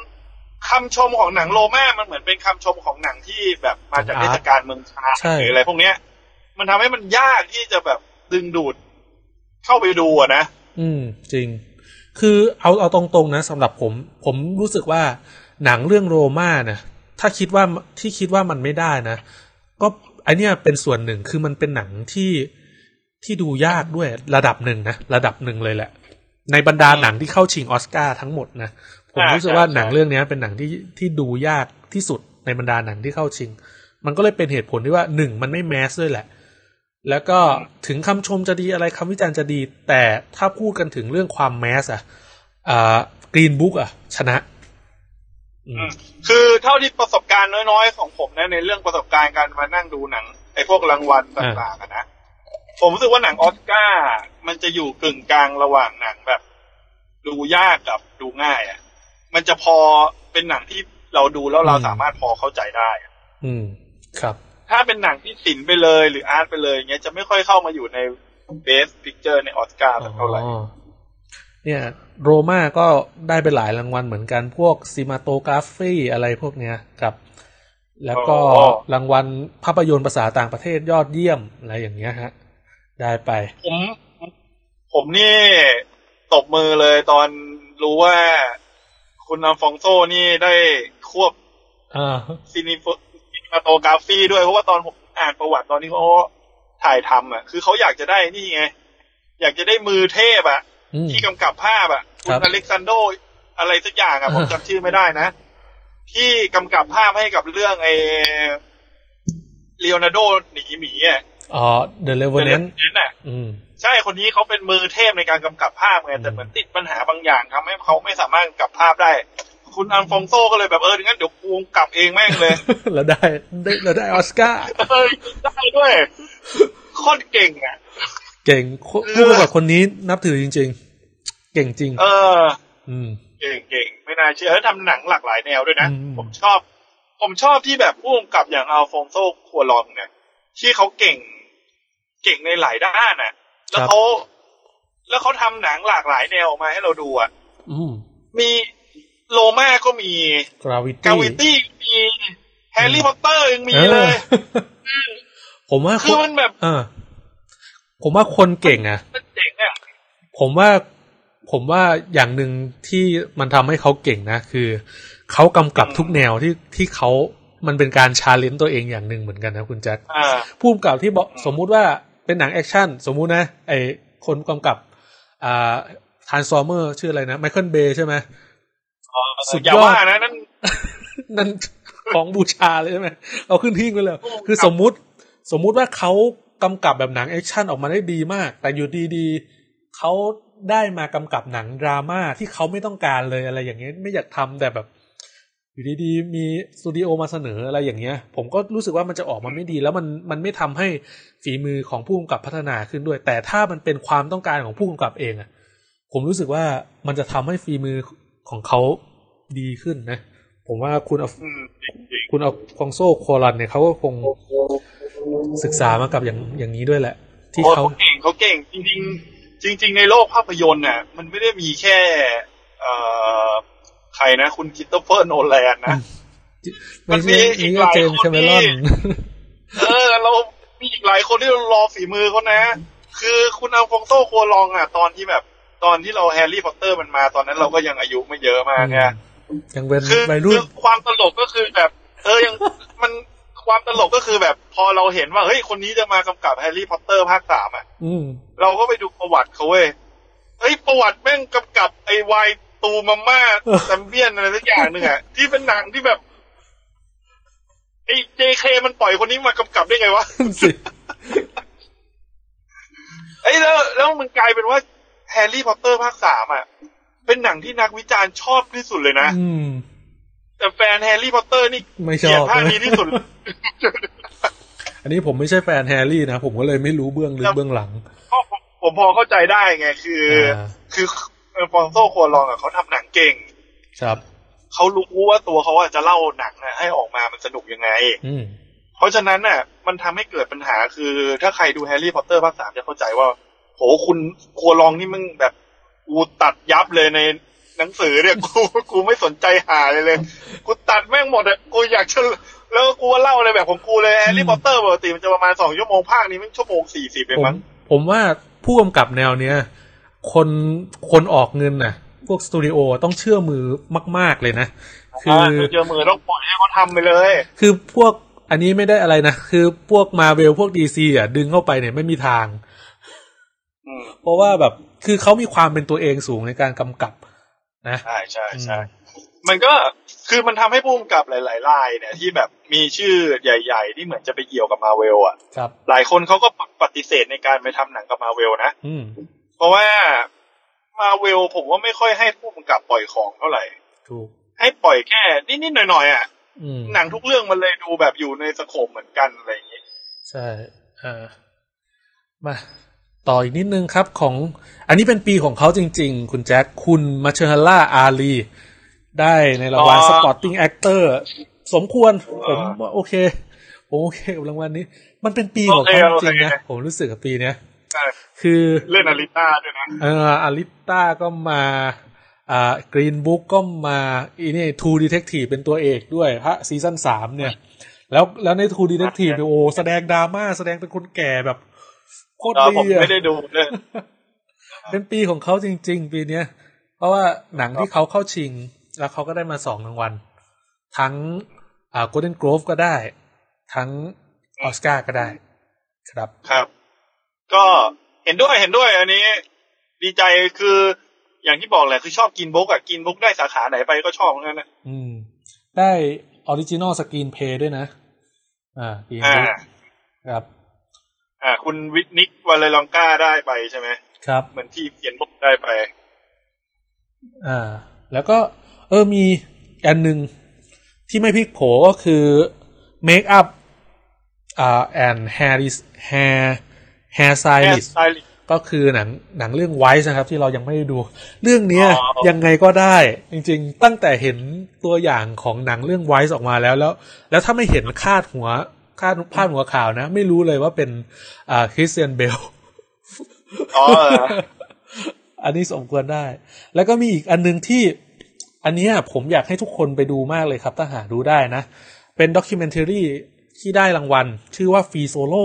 คำชมของหนังโลมามันเหมือนเป็นคำชมของหนังที่แบบมาจาก
อาร์ต
เทศกาลเมืองชา
ใช่
หรืออะไรพวกเนี้ย มันทำให้มันยากที่จะแบบดึงดูดเข้าไปดูอะนะ
อืม จริง คือเอาเอาตรงๆนะสำหรับผม ผมรู้สึกว่าหนังเรื่องโรม่านะถ้าคิดว่าที่คิดว่ามันไม่ได้นะ ก็ไอเนี้ยเป็นส่วนหนึ่งคือมันเป็นหนังที่ที่ดูยากด้วยระดับหนึ่งนะ ระดับหนึ่งเลยแหละ ในบรรดาหนังที่เข้าชิงออสการ์ทั้งหมดนะ ผมรู้สึกว่า
ใช่ใช่
หนังเรื่องเนี้ยเป็นหนังที่ที่ดูยากที่สุดในบรรดาหนังที่เข้าชิง มันก็เลยเป็นเหตุผลที่ว่าหนึ่งมันไม่แมสด้วยแหละ แล้วก็ถึงคำชมจะดีอะไรคำวิจารณ์จะดี แต่ถ้าพูดกันถึงเรื่องความแมสอะอ่ากรีนบุ๊กอะชนะ อืม
คือเท่าที่ประสบการณ์น้อยๆ ของผมนะในเรื่องประสบการณ์การมานั่งดูหนังไอ้พวกรางวัลต่างๆอะนะผมรู้สึกว่าหนังออสการ์มันจะอยู่กึ่งกลางระหว่างหนังแบบ ดูยากกับดูง่ายอ่ะ มันจะพอเป็นหนังที่เราดูแล้วเรา
อืม
สามารถพอเข้าใจได้อะ
อืม ครับ
ถ้าเป็นหนังที่ศิลป์ไปเลย หรืออาร์ตไปเลยเงี้ยจะไม่ค่อยเข้ามาอยู่ในเบสพิกเจอร์ในออสการ์สักเท่าไหร่
อ๋อเนี่ย โรม่าก็ได้ไปหลายรางวัลเหมือนกันพวกซิมาโตกราฟีอะไรพวกเนี้ยครับ แล้วก็
อ๋อ
รางวัลภาพยนตร์ภาษาต่างประเทศยอดเยี่ยมอะไรอย่างเงี้ยฮะ ได้ไป
ผมผมนี่ตบมือเลยตอนรู้ว่าคุณอัลฟองโซนี่ได้ควบ
อ่า
ซินิซินิมาโตกราฟีด้วย เพราะว่าตอนผมอ่านประวัติตอนที่เขาถ่ายทำอ่ะ คือเขาอยากจะได้นี่ไง อยากจะได้มือเทพอ่ะ
อืม
ที่กำกับภาพอ่ะ
ค
คุ
รั
ณ
บ
อเล็กซานโดอะไรสักอย่างอ่ะ ผม
อ่า
จำชื่อไม่ได้นะ ที่กำกับภาพให้กับเรื่องไอ้เลโอนาร์โดหนีหมีอ่ะ
อ๋อเดลเลเวอร์เนน
นั่นน่ะ
อืม [laughs]
ใช่ คนนี้เขาเป็นมือเทพในการกำกับภาพไง แต่เหมือนติดปัญหาบางอย่างทำให้เขาไม่สามารถกำกับภาพได้ คุณอัลฟองโซก็เลยแบบเอองั้นเดี๋ยวกูกำกับเองแม่งเลย
แล้วได้ได้แล้วได้ออสการ์
[laughs] เออได้ด้วยโคตรเก่งอ่ะ
เก่งผู้ผู้กำกับคนนี้นับถือจริง ๆ เก่งจริง
เออ
อืม
เก่งเก่งไม่น่าเชื่อเออทำหนังหลากหลายแนวด้วยนะ
อืม
ผมชอบ ผมชอบที่แบบผู้กำกับอย่างอัลฟองโซคัวลองเนี่ย ที่เขาเก่ง เก่งในหลายด้านอ่ะ แล้วเขาแล้วเขาทำหนังหลากหลายแนวออกมาให้เราดูอ่ะ
อืม
มีโลมาก็มี
กราวิ
กา
ตี้
วิตี้มีแฮร์รี่พอตเตอร์ยังมีเลย
ออ [laughs] ผมว่า
คือมันแบบ
เออผมว่าคนเก่งอะ
มันเจ๋งอ่ะ
ผมว่าผมว่าอย่างหนึ่งที่มันทำให้เขาเก่งนะคือเขากำกับทุกแนวที่ที่เขามันเป็นการชาเลนจ์ตัวเองอย่างหนึ่งเหมือนกันนะคุณแจ็ค
อ่า
ผู้กำกับที่บอกสมมุติว่าเป็นหนังแอคชั่นสมมุตินะไอคนกำกับอ่าทานซอมเมอร์ชื่ออะไรนะไมเคิลเบย์ใช่ไหม สุดยอด
อย่าว่านะนั่น
นั่น [laughs] ของบูชาเลยใช่ไหมเอาขึ้นทิ้งไปเลย
ผู้กำกับ
คือสมมุติสมมุติว่าเขากำกับแบบหนังแอคชั่นออกมาได้ดีมาก แต่อยู่ดีๆเขาได้มากำกับหนังดราม่าที่เขาไม่ต้องการเลยอะไรอย่างเงี้ยไม่อยากทำแต่แบบ อยู่ดีๆ มีสตูดิโอมาเสนออะไรอย่างเงี้ย ผมก็รู้สึกว่ามันจะออกมาไม่ดี แล้วมันมันไม่ทำให้ฝีมือของผู้กำกับพัฒนาขึ้นด้วย แต่ถ้ามันเป็นความต้องการของผู้กำกับเองอะผมรู้สึกว่ามันจะทำให้ฝีมือของเขาดีขึ้นนะ ผมว่าคุณเอา
อืมจริง
คุณเอาคองโซโคลันเนี่ยเขาก็คงศึกษามากับอย่างอย่างนี้ด้วยแหละ
ๆ
ที่
โอ้
เขา
เขาเก่งเขาเก่ง จริง ๆ จริง ๆ ในโลกภาพยนตร์น่ะ มันไม่ได้มีแค่ เอ่อใครนะคุณคิตเตอร์เฟอร์โนแลนนะ มั
ไม่
นมี
ใช่
อี
นี่
ก
ก็
หลาย
เจมส์
คน
แคาเมรอน
ที่ เออ เรามีอีกหลายคนที่เรารอฝีมือเขานะ คือคุณอัลฟองโซคัวลองอ่ะ ตอนที่แบบ ตอนที่เราแฮร์รี่พอตเตอร์มันมาตอนนั้นเราก็ยังอายุไม่เยอะมากไง
ยังเป็น
คือ
วัยรุ่
คื
น
อความตลกก็คือแบบ เออยัง [laughs] มันความตลกก็คือแบบ พอเราเห็นว่าเฮ้ยคนนี้จะมากำกับแฮร์รี่พอตเตอร์ภาคสามอ่ะ
อืม [laughs]
เราก็ไปดูประวัติเขาเว้ยเฮ้ยประวัติแม่งกำกับไอ้วายตูมาม่า
เออ
แซมเบียนอะไรสักอย่างหนึ่ง
[laughs]
อ่ะ ที่เป็นหนังที่แบบไอ้เจเคมันปล่อยคนนี้มากำกับได้ไงวะ
สิ
ไอ้ยแล้วแล้วมันกลายเป็นว่าแฮร์รี่พอตเตอร์ภาคสามอ่ะ เป็นหนังที่นักวิจารณ์ชอบที่สุดเลยนะ
อืม
แต่แฟนแฮร์รี่พอตเตอร์นี่
ไม่
เก
ชอ
ลี
ย
ด
บ
ภาคนี้ที่สุด
อันนี้ผมไม่ใช่แฟนแฮร์รี่นะ ผมก็เลยไม่รู้เบื้องลึกเบื้องหลัง
ผม พอเข้าใจได้ไง คือ คือเออฟอนโซโคลองอะเขาทำหนังเก่ง
ครับ
เขารู้ว่าตัวเขาอะจะเล่าหนังอะให้ออกมามันสนุกยังไง
อืม
เพราะฉะนั้นน่ะ มันทำให้เกิดปัญหาคือ ถ้าใครดูแฮร์รี่พอตเตอร์ภาคสามจะเข้าใจว่า โหคุณครัวลองนี่มึงแบบกูตัดยับเลยในหนังสือเนี่ย [laughs] กูกูไม่สนใจหาเลยเลย กูตัดแม่งหมดอะกูอยากจะแล้วกูก็เล่าเลยแบบของกูเลยแฮร์รี่พอตเตอร์ปกติมันจะประมาณสองชั่วโมงภาคนี้มันชั่วโมงสี่สิบเอง
ผม
มั้ง
ผมว่าผู้กำกับแนวเนี้ยคนคนออกเงินน่ะ พวกสตูดิโอต้องเชื่อมือมาก ๆ เลยนะ คื
อ่า
อ
เจอมือต้องปล่อยให้เขาทำไปเลย
คือพวกอันนี้ไม่ได้อะไรนะ [laughs] คือพวกมาเวลพวกดีซีอ่ะ ดึงเข้าไปเนี่ยไม่มีทาง
อืม
เพราะว่าแบบคือเขามีความเป็นตัวเองสูงในการกำกับ นะ
ใช่ใช่ใช่ มันก็คือมันทำให้ผู้กำกับหลายๆรายเนี่ยที่แบบมีชื่อใหญ่ ๆ ที่เหมือนจะไปเกี่ยวกับมาเวลอ่ะ
ครับ
หลายคนเขาก็ปฏิเสธในการไปทำหนังกับมาเวลนะ
อืม
เพราะว่ามาเวลผมว่าไม่ค่อยให้ผู้กำกับปล่อยของเท่าไหร่
ถูก
ให้ปล่อยแค่นิดๆหน่อยๆอ่ะ
อืม
หนังทุกเรื่องมันเลยดูแบบอยู่ในสโคปเหมือนกันอะไรอย่างเงี้ย
ใช่อ่ามา ต่ออีกนิดนึงครับของ อันนี้เป็นปีของเขาจริง ๆ คุณแจ็คคุณมาเชฮาร่าอาลี ได้ในรางวัลสปอร์ติ้งแอคเตอร์สมควร ผมว่าโอเคผมโอเคกับรางวัลนี้ มันเป็นปีของเขาจริงๆนะ ผมรู้สึกกับปีเนี้ย
ใช่
คือ
เล่นอลิต้าด้วยนะ
เอออาริต้าก็มาอ่ากรีนบุ๊กก็มาอีนี่ทูดีเทคทีเป็นตัวเอกด้วยพระซีซั่นสามเนี่ย แล้วแล้วในทูดีเทคทีเนี่ยโอ้แสดงดราม่าแสดงเป็นคนแก่แบบโคตร
เรา
ดี
ผม
อะ
ไม่ได้ดูเลย
เป็นปีของเขาจริง ๆ ปีเนี้ย เพราะว่าหนังที่เขาเข้าชิง แล้วเขาก็ได้มาสองรางวัล ทั้งอ่าโกลเด้นกรฟก็ได้ ทั้งออสการ์ก็ได้ ครับ
ครับ ก็เห็นด้วยเห็นด้วย อันนี้ ดีใจคืออย่างที่บอกแหละคือชอบกินบุ๊กอะกินบุ๊กได้สาขาไหนไปก็ชอบทั้งนั้นนะ
อืม ได้ออริจินอลสกรีนเพย์ด้วยนะ อ่า Green Book
อ่า
ครับ
อ่า คุณวิทนิกวาเลลองก้าได้ไปใช่ไหม
ครับ
เหมือนที่เขียนบุ๊กได้ไป
อ่า แล้วก็เออมีอันหนึ่งที่ไม่พลิกโผก็คือ Make up อ่า and hair is hair hair
แค่
stylist
สไตลิสต์
ก็คือหนังหนังเรื่องไว s ์นะครับ ที่เรายังไม่ได้ดู เรื่องเนี้ย
อ๋อ
ยังไงก็ได้ จริง ๆ ตั้งแต่เห็นตัวอย่างของหนังเรื่องไว s ์ออกมาแล้วแล้ว แล้วถ้าไม่เห็นคาดหัวคาดพาดหัวข่าวนะ ไม่รู้เลยว่าเป็นอ่าคริสเตียนเบล
อ๋อเหรอ
[laughs] อันนี้สมควรได้ แล้วก็มีอีกอันหนึงที่ อันเนี้ยผมอยากให้ทุกคนไปดูมากเลยครับ ถ้าหาดูได้นะ เป็นด็อกิเมนเทอรี่ที่ได้รางวัล ชื่อว่าฟรีโซโล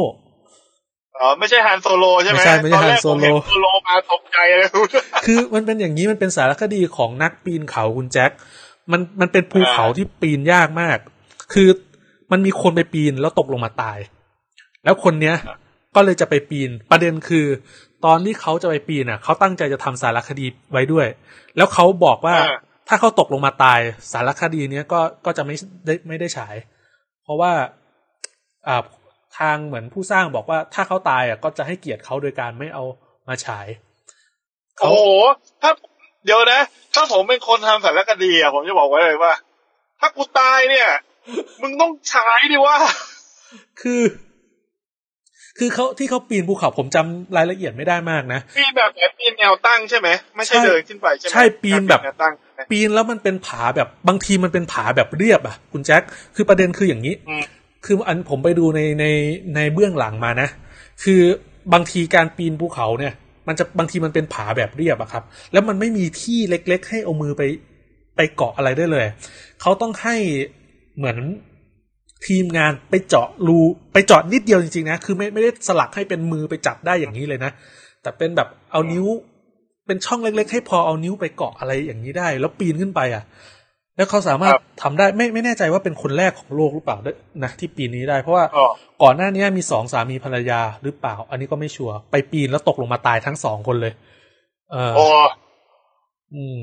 อ๋อไม่ใช่ฮันโซโลใช่ไหม
ไม่ใช่ไม่ใช่
ตอแรก
Han
ผ
Solo
เห็นโซโลมาตกใจเลย [laughs]
คือ [laughs] มันเป็นอย่างนี้มันเป็นสารคดีของนักปีนเขาคุณแจ็ค มันมันเป็นภูเขาที่ปีนยากมาก คือมันมีคนไปปีนแล้วตกลงมาตาย แล้วคนเนี้ย ก็เลยจะไปปีน ประเด็นคือ ตอนที่เขาจะไปปีนอ่ะ เขาตั้งใจจะทำสารคดีไว้ด้วย แล้วเขาบอกว่า
อ่า
ถ้าเขาตกลงมาตาย สารคดีเนี้ยก็ก็จะไม่ได้ไม่ได้ฉาย เพราะว่าอ่าทางเหมือนผู้สร้างบอกว่า ถ้าเขาตายอ่ะก็จะให้เกียรติเขาโดยการไม่เอามาฉาย
โอ้โหถ้าเดี๋ยวนะ ถ้าผมเป็นคนทำสารคดีอ่ะผมจะบอกไว้เลยว่า ถ้ากูตายเนี่ย มึงต้องฉายดิว่า
คือ คือเขาที่เขาปีนภูเขาผมจำรายละเอียดไม่ได้มากนะ
ปีนแบบไหนปีนแนวตั้งใช่ไหมไม่ใช่
ใช่
เดินขึ้นไปใช่ไหม
ใช่ปีนแบบ
แนวตั้ง
ปีนแล้วมันเป็นผาแบบบางทีมันเป็นผาแบบเรียบอ่ะ คุณแจ็คคือประเด็นคืออย่างนี้
อืม
คืออันผมไปดูในในในเบื้องหลังมานะ คือบางทีการปีนภูเขาเนี่ย มันจะบางทีมันเป็นผาแบบเรียบอะครับ แล้วมันไม่มีที่เล็ก ๆ ให้เอามือไปไปเกาะอะไรได้เลย เขาต้องให้เหมือนทีมงานไปเจาะรูไปเจาะนิดเดียวจริงๆนะ คือไม่ไม่ได้สลักให้เป็นมือไปจับได้อย่างนี้เลยนะ แต่เป็นแบบเอานิ้ว เป็นช่องเล็ก ๆ ให้พอเอานิ้วไปเกาะอะไรอย่างนี้ได้ แล้วปีนขึ้นไปอ่ะ แล้วเขาสามารถ
ครับ
ทำได้ไม่ไม่แน่ใจว่าเป็นคนแรกของโลกหรือเปล่าด้วยนะที่ปีนนี้ได้ เพราะว่า
อ๋อ
ก่อนหน้านี้มีสองสามีภรรยาหรือเปล่า อันนี้ก็ไม่ชัวร์ไปปีนแล้วตกลงมาตายทั้งสองคนเลย เออ
โอ้
อืม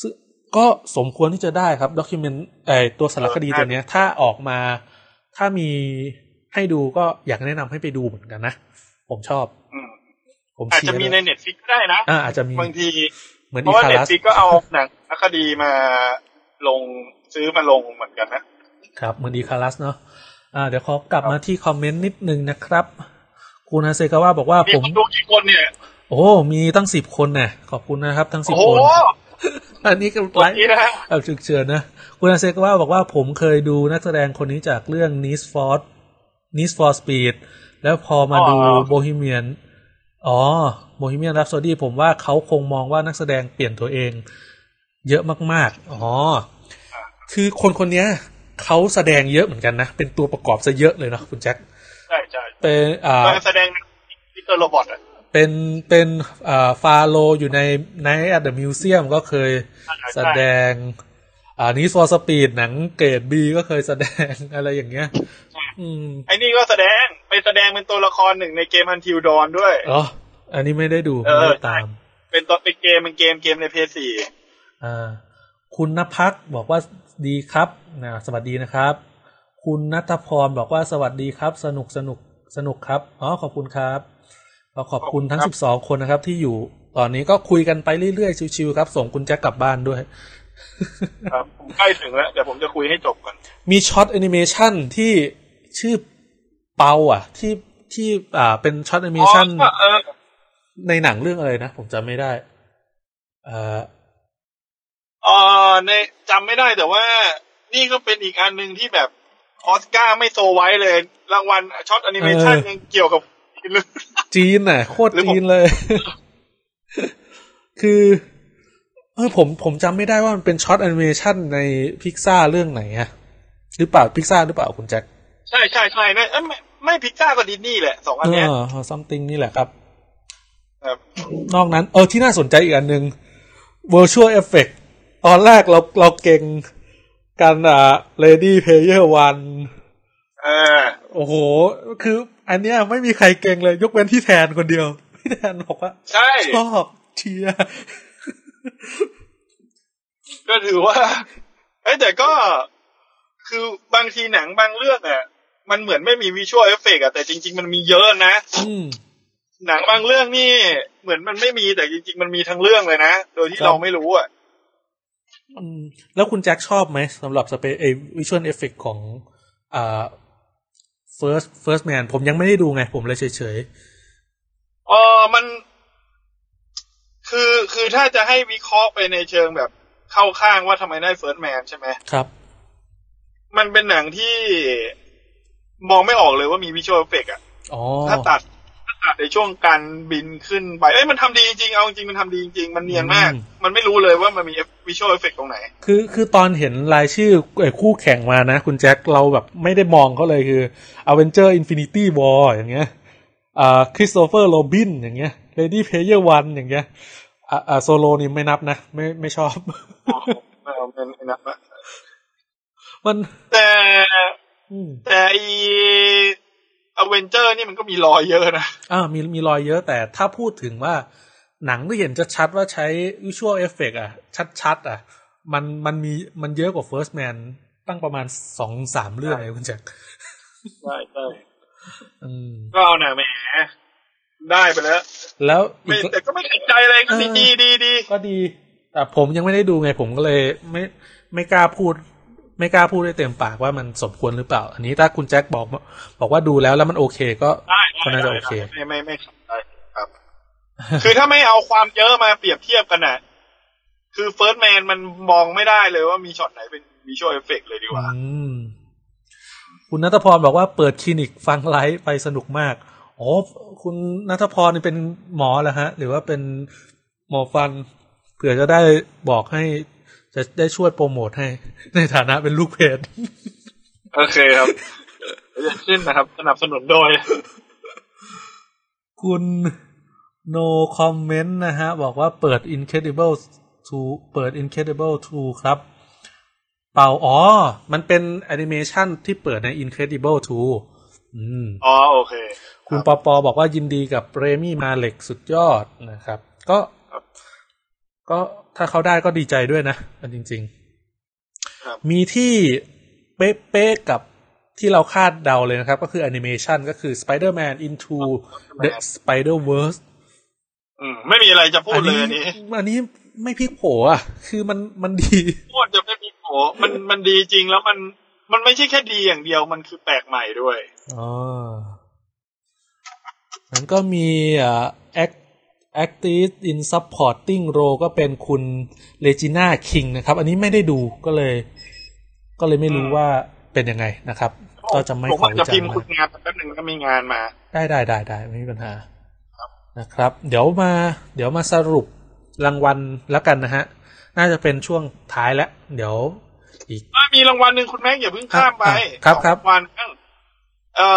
ซึ่งก็สมควรที่จะได้ครับด็อกิเมนไอตัวสารคดีตัวเนี้ย ถ้าออกมาถ้ามีให้ดูก็อยากแนะนำให้ไปดูเหมือนกันนะ ผมชอบ
อืม
ผม
อาจ
เชีย
จะ
ร์
มีใน
เลย
เน็ตฟิกก็ได้นะ
อ่าอาจจะมี
บางที
เหมือน
เพ
อี
ราะว่า
คา
เน็ต
รัส
ฟิกก็เอาหนังสารคดีมาลงซื้อมาลงเหมือนกันนะครับ
เหมือนอีคารัสเนาะอ่า เดี๋ยวขอกลับมาที่คอมเมนต์นิดนึงนะครับ คุณอาเซกาว่าบอกว่า
มี
ผม
คนดูกี่คนเนี่ย
ผ โอ้ มีตั้งสิบคนนะขอบคุณนะครับ ทั้งสิบ
โอ้โห
คน อันนี้ก็
ตอ
ไล
น
ฟ์
นี้นะฮะ
แบบฉุกเฉินนะ คุณอาเซกว่าบอกว่าผมเคยดูนักแสดงคนนี้จากเรื่อง Need for Need for Speed แล้วพอมาดู Bohemian อ๋อ Bohemian Rhapsody ผมว่าเขาคงมองว่านักแสดงเปลี่ยนตัวเอง เยอะมาก ๆ อ๋อ คือคนคนเนี้ยเขาแสดงเยอะเหมือนกันนะ เป็นตัวประกอบซะเยอะเลยเนาะคุณแจ็ค
ใช่ใช่
เป็นอ่า
การแสดงมิสเตอร์โรบอทอะ
เป็นเป็นอ่าฟาโลอยู่ในในแอดเดอะมิวเซียมก็เคยแสดงอ่านี้ฟอร์สปีดหนังเกรดบีก็เคยแสดง อะไรอย่างเงี้ย อืม
ไอ้นี่ก็แสดงไปแสดงเป็นตัวละครหนึ่งในเกมฮันทิวดอนด้วย
อ๋ออันนี้ไม่ได้ดู
เอ
ไม่
อ
ได้ตาม
เป็นตัวเป็นเกมเป็นเกมเกมในเพย์สี่
อ่าคุณนภัสบอกว่าดีครับนะสวัสดีนะครับ คุณนัทพรบอกว่าสวัสดีครับ สนุกสนุกสนุกครับอ๋อขอบคุณครับขอขอบคุณทั้งสิบสองคนนะครับ ที่อยู่ตอนนี้ก็คุยกันไปเรื่อยๆชิวๆครับ ส่งคุณแจ็คกลับบ้านด้วย
ครับผมใกล้ถึงแล้วเดี๋ยวผมจะคุยให้จบก่อน
มีช็อตแอนิเมชันที่ชื่อเปาอ่ะ ที่ที่อ่าเป็นช็อตแอนิเมชัน
อ๋อเออ
ในหนังเรื่องอะไรนะ ผมจำไม่ได้เอ่อ
เออในจำไม่ได้แต่ว่า นี่ก็เป็นอีกอันหนึ่งที่แบบออสการ์ไม่โซไว้เลย รางวัลช็อตแอนิเมชันยังเกี่ยวกับ [laughs]
จีนน่ะ โคตร
หรือผม
จีนเลย [laughs] คือเออผมผมจำไม่ได้ว่ามันเป็นช็อตแอนิเมชันในพิกซ่าเรื่องไหนอะหรือเปล่าพิกซ่าหรือเปล่าคุณแจ็ค
ใช่ใช่ใช่นะเอ้ยไม่ไม่พิกซ่ากับดิสนีย์แหละสองอัน
เอ
เนี้ย
อ something นี่แหละครับ
ครับ
นอกนั้นเออที่น่าสนใจอีกอันหนึ่ง virtual effect ตอนแรกเราเราเก่งกันอ่ะ lady player one
เออ
โอ้โห คืออันเนี้ยไม่มีใครเก่งเลย ยกเว้นที่แทนคนเดียว [laughs] พี่แทนบอกว่า
ใช่
ชอบเชียร์
ก็ถือว่าเอ้ยแต่ก็คือบางทีหนังบางเรื่องอ่ะ มันเหมือนไม่มีวิชวลเอฟเฟกต์อะแต่จริง ๆ มันมีเยอะนะ
อืม
หนังบางเรื่องนี่ เหมือนมันไม่มีแต่จริง ๆ มันมีทั้งเรื่องเลยนะ โดยที่
ครับ
เราไม่รู้อ่ะ
อืม แล้วคุณแจ็คชอบไหมสำหรับสเปเอวิชวลเอฟเฟกของอ่า first first man ผมยังไม่ได้ดูไง ผมเลยเฉย
เออมัน คือ คือถ้าจะให้วิเคราะห์ไปในเชิงแบบเข้าข้างว่าทำไมได้เฟิร์สแมนใช่ไหม
ๆ ครับ
มันเป็นหนังที่มองไม่ออกเลยว่ามีวิชวลเอฟเฟกอะ
อ๋อ
ถ้าตัดถ้าตัดในช่วงการบินขึ้นไป เอ้ยมันทำดีจริง เอาจริงมันทำดีจริง มันเนียนมาก
อืม มัน
ไม่รู้เลยว่ามันมีวิชวลเอฟเฟกตรงไหน
คือคือตอนเห็นรายชื่อไอ้คู่แข่งมานะ คุณแจ็คเราแบบไม่ได้มองเขาเลยคือ a v e n g e r Infinity War อย่างเงี้ยอ่าคริสโตเฟอร์โรบินอย่างเงี้ย Lady Player One อย่างเงี้ยอ่าอ่าโซโลนี่ไม่นับนะ ไม่ไม่ชอบ [laughs]
ไม่เอาเป็นไอ้นับอะ
มัน
แต่
อืม
แต่อีอเวนเจอร์นี่มันก็มีรอยเยอะนะ
อ่ามีมีรอยเยอะแต่ถ้าพูดถึงว่าหนังที่เห็นชัดๆว่าใช้ visual effect อ่ะ ชัดๆ อ่ะ มันมันมีมันเยอะกว่า First Man ตั้งประมาณสองสามเรื่องเลยคุณแจ็ค
ใช่ใช่
อืม
ก็เอาหน่าแหมได้ไปแล้ว
แล้วอี
ไม่
ก
แต่ก็ไม่ขัดใจอะไรก็ดี
เออ
ดีดีดี
ก็ดี แต่ผมยังไม่ได้ดูไงผมก็เลยไม่ไม่กล้าพูด ไม่กล้าพูดได้เต็มปากว่ามันสมควรหรือเปล่า อันนี้ถ้าคุณแจ็คบอกมาบอกว่าดูแล้วแล้วมันโอเคก็
ได้
ก็น่าจะ
ได้
โอเค
ได้ไม่ไม่ไม่ขัดใจ
[laughs]
ครับ คือถ้าไม่เอาความเยอะมาเปรียบเทียบกันน่ะ คือเฟิร์สแมนมันมองไม่ได้เลยว่ามีช็อตไหนเป็นวิชวลเอฟเฟกเลยดีกว่า
อืม คุณนัทพรบอกว่าเปิดคลินิกฟังไลฟ์ไปสนุกมากอ๋อคุณนัทพรนี่เป็นหมอเหรอฮะ หรือว่าเป็นหมอฟันเผื่อจะได้บอกให้ จะได้ช่วยโปรโมทให้ ในฐานะเป็นลูกเพจ
โอเคครับอย่างเช่นนะครับ สนับสนุนโดย
คุณ no comment นะฮะ บอกว่าเปิด incredible 2เปิด incredible 2ครับ เปล่า อ๋อ มันเป็นแอนิเมชันที่เปิดใน incredible 2อืม
อ๋อโอเค
คุณปอปอบอกว่ายินดีกับเรมี่มาเล็กสุดยอดนะครับ ก็
ครับ
ก็ถ้าเขาได้ก็ดีใจด้วยนะอันจริง
ครับ
ๆ มีที่เป๊ะๆกับที่เราคาดเดาเลยนะครับ ก็คือแอนิเมชันก็คือ Spider-Man Into the Spider-Verse
อืมไม่มีอะไรจะพูดเลย
อั
อัน
นี้
นี้
อันนี้ไม่พลิกโผอ่ะ คือมันมันดี
พูดจะไม่มีโผมันมันดีจริงแล้วมันมันไม่ใช่แค่ดีอย่างเดียวมันคือแปลกใหม่ด้วย
อ๋อ มันก็มีอ่า act active in supporting role ก็เป็นคุณเลจิน่าคิงนะครับ อันนี้ไม่ได้ดูก็เลย ก็เลยไม่รู้ว่าเป็นยังไงนะครับ ก็จะไม่
ผม
ขอ
อาจ
วิ
จะ
จาร
พิมพ์
ณ์
คุณ
นะ
งานแป๊บหนึ่งก็มีงานมา
ได้ได้ได้ได้ไม่มีปัญหานะครับ เดี๋ยวมา เดี๋ยวมาสรุปรางวัลแล้วกันนะฮะ น่าจะเป็นช่วงท้ายแล้ว เดี๋ยวอีก
อ่ะมีรางวัลหนึ่งคุณแม็กซ์อย่าเพิ่งข้ามไป
ครับครับ
สองางวัลบ้างเอ่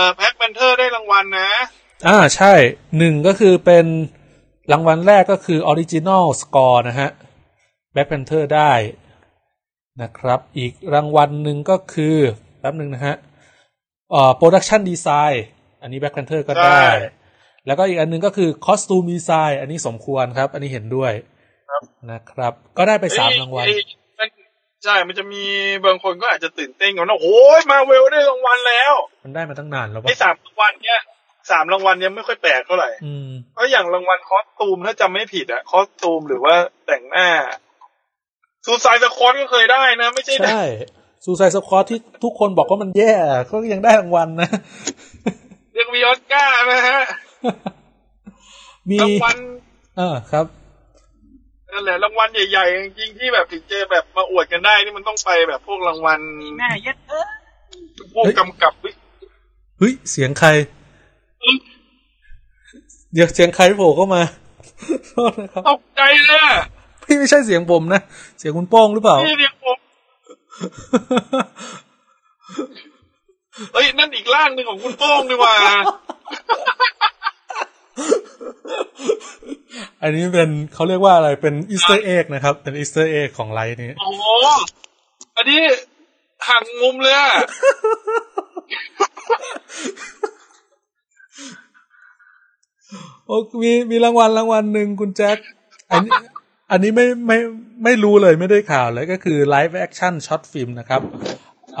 อแพ็กแบนเทอร์ได้รางวัลนะ
อ่าใช่หนึ่งก็คือเป็นรางวัลแรกก็คือ Original Score นะฮะ Black Panther ได้นะครับ อีกรางวัลหนึ่งก็คือแป๊บหนึ่งนะฮะเอ่อ Production Design อันนี้ Black Panther ก็ได้ แล้วก็อีกอันหนึงก็คือ Costume Design อันนี้สมควรครับ อันนี้เห็นด้วยนะครับ ก็ได้ไปสามรางวัล
เอ้ยเอ้ยใช่ มันจะมีบางคนก็อาจจะตื่นเต้นกันว่าโอ้ยมาเวลได้รางวัลแล้ว
มันได้มาตั้งนานแล้ว
ไอ้
ปะ
สามรางวัลเนี้ยสามรางวัลเนี้ยไม่ค่อยแปลกเท่าไหร่
อืม
เพราะอย่างรางวัลคอสตูมถ้าจำไม่ผิดอะคอสตูมหรือว่าแต่งหน้าซูซายสคอตก็เคยได้นะ ไม่ใช่
ใช่ซูไซสคอตที่ทุกคนบอกว่ามันแย่ก็ยังได้รางวัลนะ
เรื่องวีออสการ์นะฮะ
มี
รางวัล
เออครับ
นั่นแหละรางวัลใหญ่ๆจริงๆที่แบบถึงจะแบบมาอวดกันได้นี่มันต้องไปแบบพวกรางวัล
หน้าเย็ดเอ้ย
พวกกำกับ
เฮ้ย เสียงใคร เดี๋ยวเสียงใครโผล่เข้ามา โทษนะครับ
ตกใจเลยอะ
พี่ไม่ใช่เสียงผมนะ เสียงคุณโป้งหรือเปล่า
นี่เรียกผมเฮ้ยนั่นอีกร่างหนึ่งของคุณโป้งดีกว่า
[laughs] อันนี้เป็นเขาเรียกว่าอะไรเป็นอีสเตอร์เอ็กนะครับ เป็นอีสเตอร์เอ็กของไลท์นี้
โอ้โหอันนี้หักมุมเลยอะ
โอ้มีมีรางวัลรางวัลหนึ่งคุณแจ็ค [laughs] อันนี้อันนี้ไม่ไม่ไม่รู้เลยไม่ได้ข่าวเลยก็คือไลฟ์แอคชั่นช็อตฟิล์มนะครับ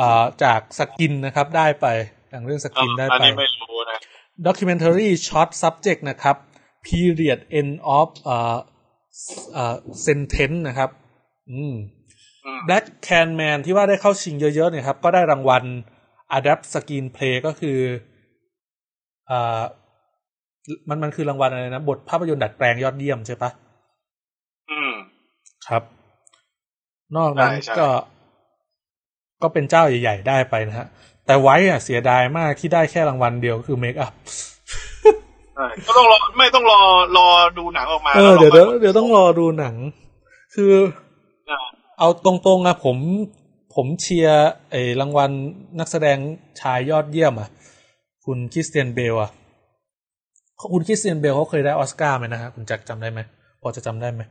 อ่าจากสกินนะครับได้ไปอย่างเรื่องสกินได้ไป
อันนี้ไม่รู้นะ
documentary short subject นะครับ period end of เอ่อเอ่อ sentence นะครับ อืม
อืม
black can man ที่ว่าได้เข้าชิงเยอะๆเนี่ยครับ ก็ได้รางวัล adapt screen play ก็คือเอ่อมันมันคือรางวัลอะไรนะ บทภาพยนตร์ดัดแปลงยอดเยี่ยมใช่ปะ
อืม
ครับ นอกนั้น
ใช่ใช่
ก็ ก็เป็นเจ้าใหญ่ ๆ ได้ไปนะฮะ แต่ไว้อะเสียดายมากที่ได้แค่รางวัลเดียวคือเมคอัพ
ใช่ก็ต้องรอไม่ต้องรอรอดูหนังออกมา
เออ
แล้
เดี๋ยว
รา
เดี๋ยวเดี๋ยวต้องรอดูหนัง คือเอาตรงๆอะผม ผมเชียร์ไอ้รางวัลนักแสดงชายยอดเยี่ยมอะคุณคริสเตียนเบลอะคุณคริสเตียนเบลเขาเคยได้ออสการ์ไหมนะฮะคุณแจ็คจำได้ไหมพอจะจำได้ไหม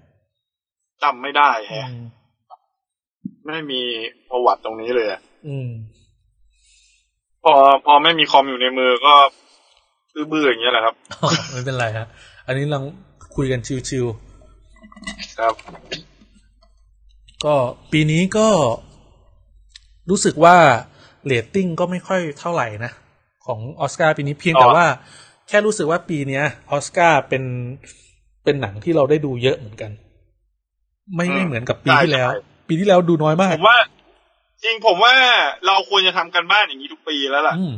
จำไม่ได้
อื
แฮะ
ม
ไม่มีประวัติตรงนี้เลยอะ
อืม [laughs]
พอพอไม่มีคอมอยู่ในมือก็บื้อๆอย่างเงี้ยแหละครับ
อ๋อไม่เป็นไรฮะ อันนี้ลองคุยกันชิว
ครับ
ๆ ก็ปีนี้ก็รู้สึกว่าเรตติ้งก็ไม่ค่อยเท่าไหร่นะ ของออสการ์ปีนี้เพียง
อ๋อ
แต่ว่าแค่รู้สึกว่าปีเนี้ยออสการ์เป็นเป็นหนังที่เราได้ดูเยอะเหมือนกัน ไม่ไม่เหมือนกับปีที่แล้ว ปีที่แล้วดูน้อยมาก
ผมว่า จริงผมว่าเราควรจะทำกันบ้านอย่างนี้ทุกปีแล้วล่ะ
อืม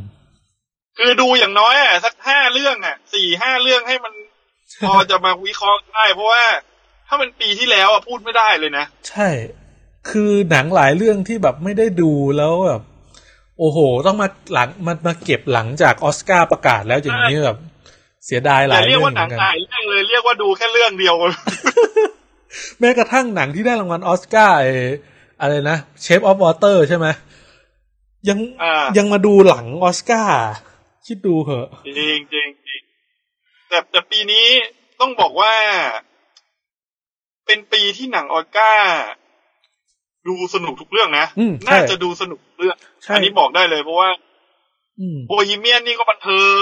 คือดูอย่างน้อยอ่ะสักห้าเรื่องอ่ะสี่ห้าเรื่อง
[laughs]
ให้มัน พอจะมาวิเคราะห์ได้เพราะว่า ถ้ามันปีที่แล้วอ่ะพูดไม่ได้เลยนะ
ใช่ คือหนังหลายเรื่องที่แบบไม่ได้ดูแล้วแบบโอ้โห ต้องมาหลังมันมาเก็บหลังจากออสการ์ประกาศแล้วอย่างนี้แบบเสียดายห
แต่
ลาย
เรี
เรื่
ย
อกง
ว่า
เห
หนั
มือน
ง
กัน
หลายเรื่องเลยเรียกว่าดูแค่เรื่องเดียว [laughs]
แม้กระทั่งหนังที่ได้รางวัลออสการ์ไอ้อะไรนะเชฟออฟวอเตอร์ใช่ไหมยัง
อ่ายั
ยังมาดูหลังออสการ์คิดดูเหอะ
จริงจริงจริงแต่แต่ปีนี้ต้องบอกว่า เป็นปีที่หนังออสการ์ดูสนุกทุกเรื่องนะ
อืมใช่
น่าจะดูสนุกทุกเรื่อง
ใช่
อันนี้บอกได้เลยเพราะว่า
อืม
โบฮีเมียนนี่ก็บันเทิง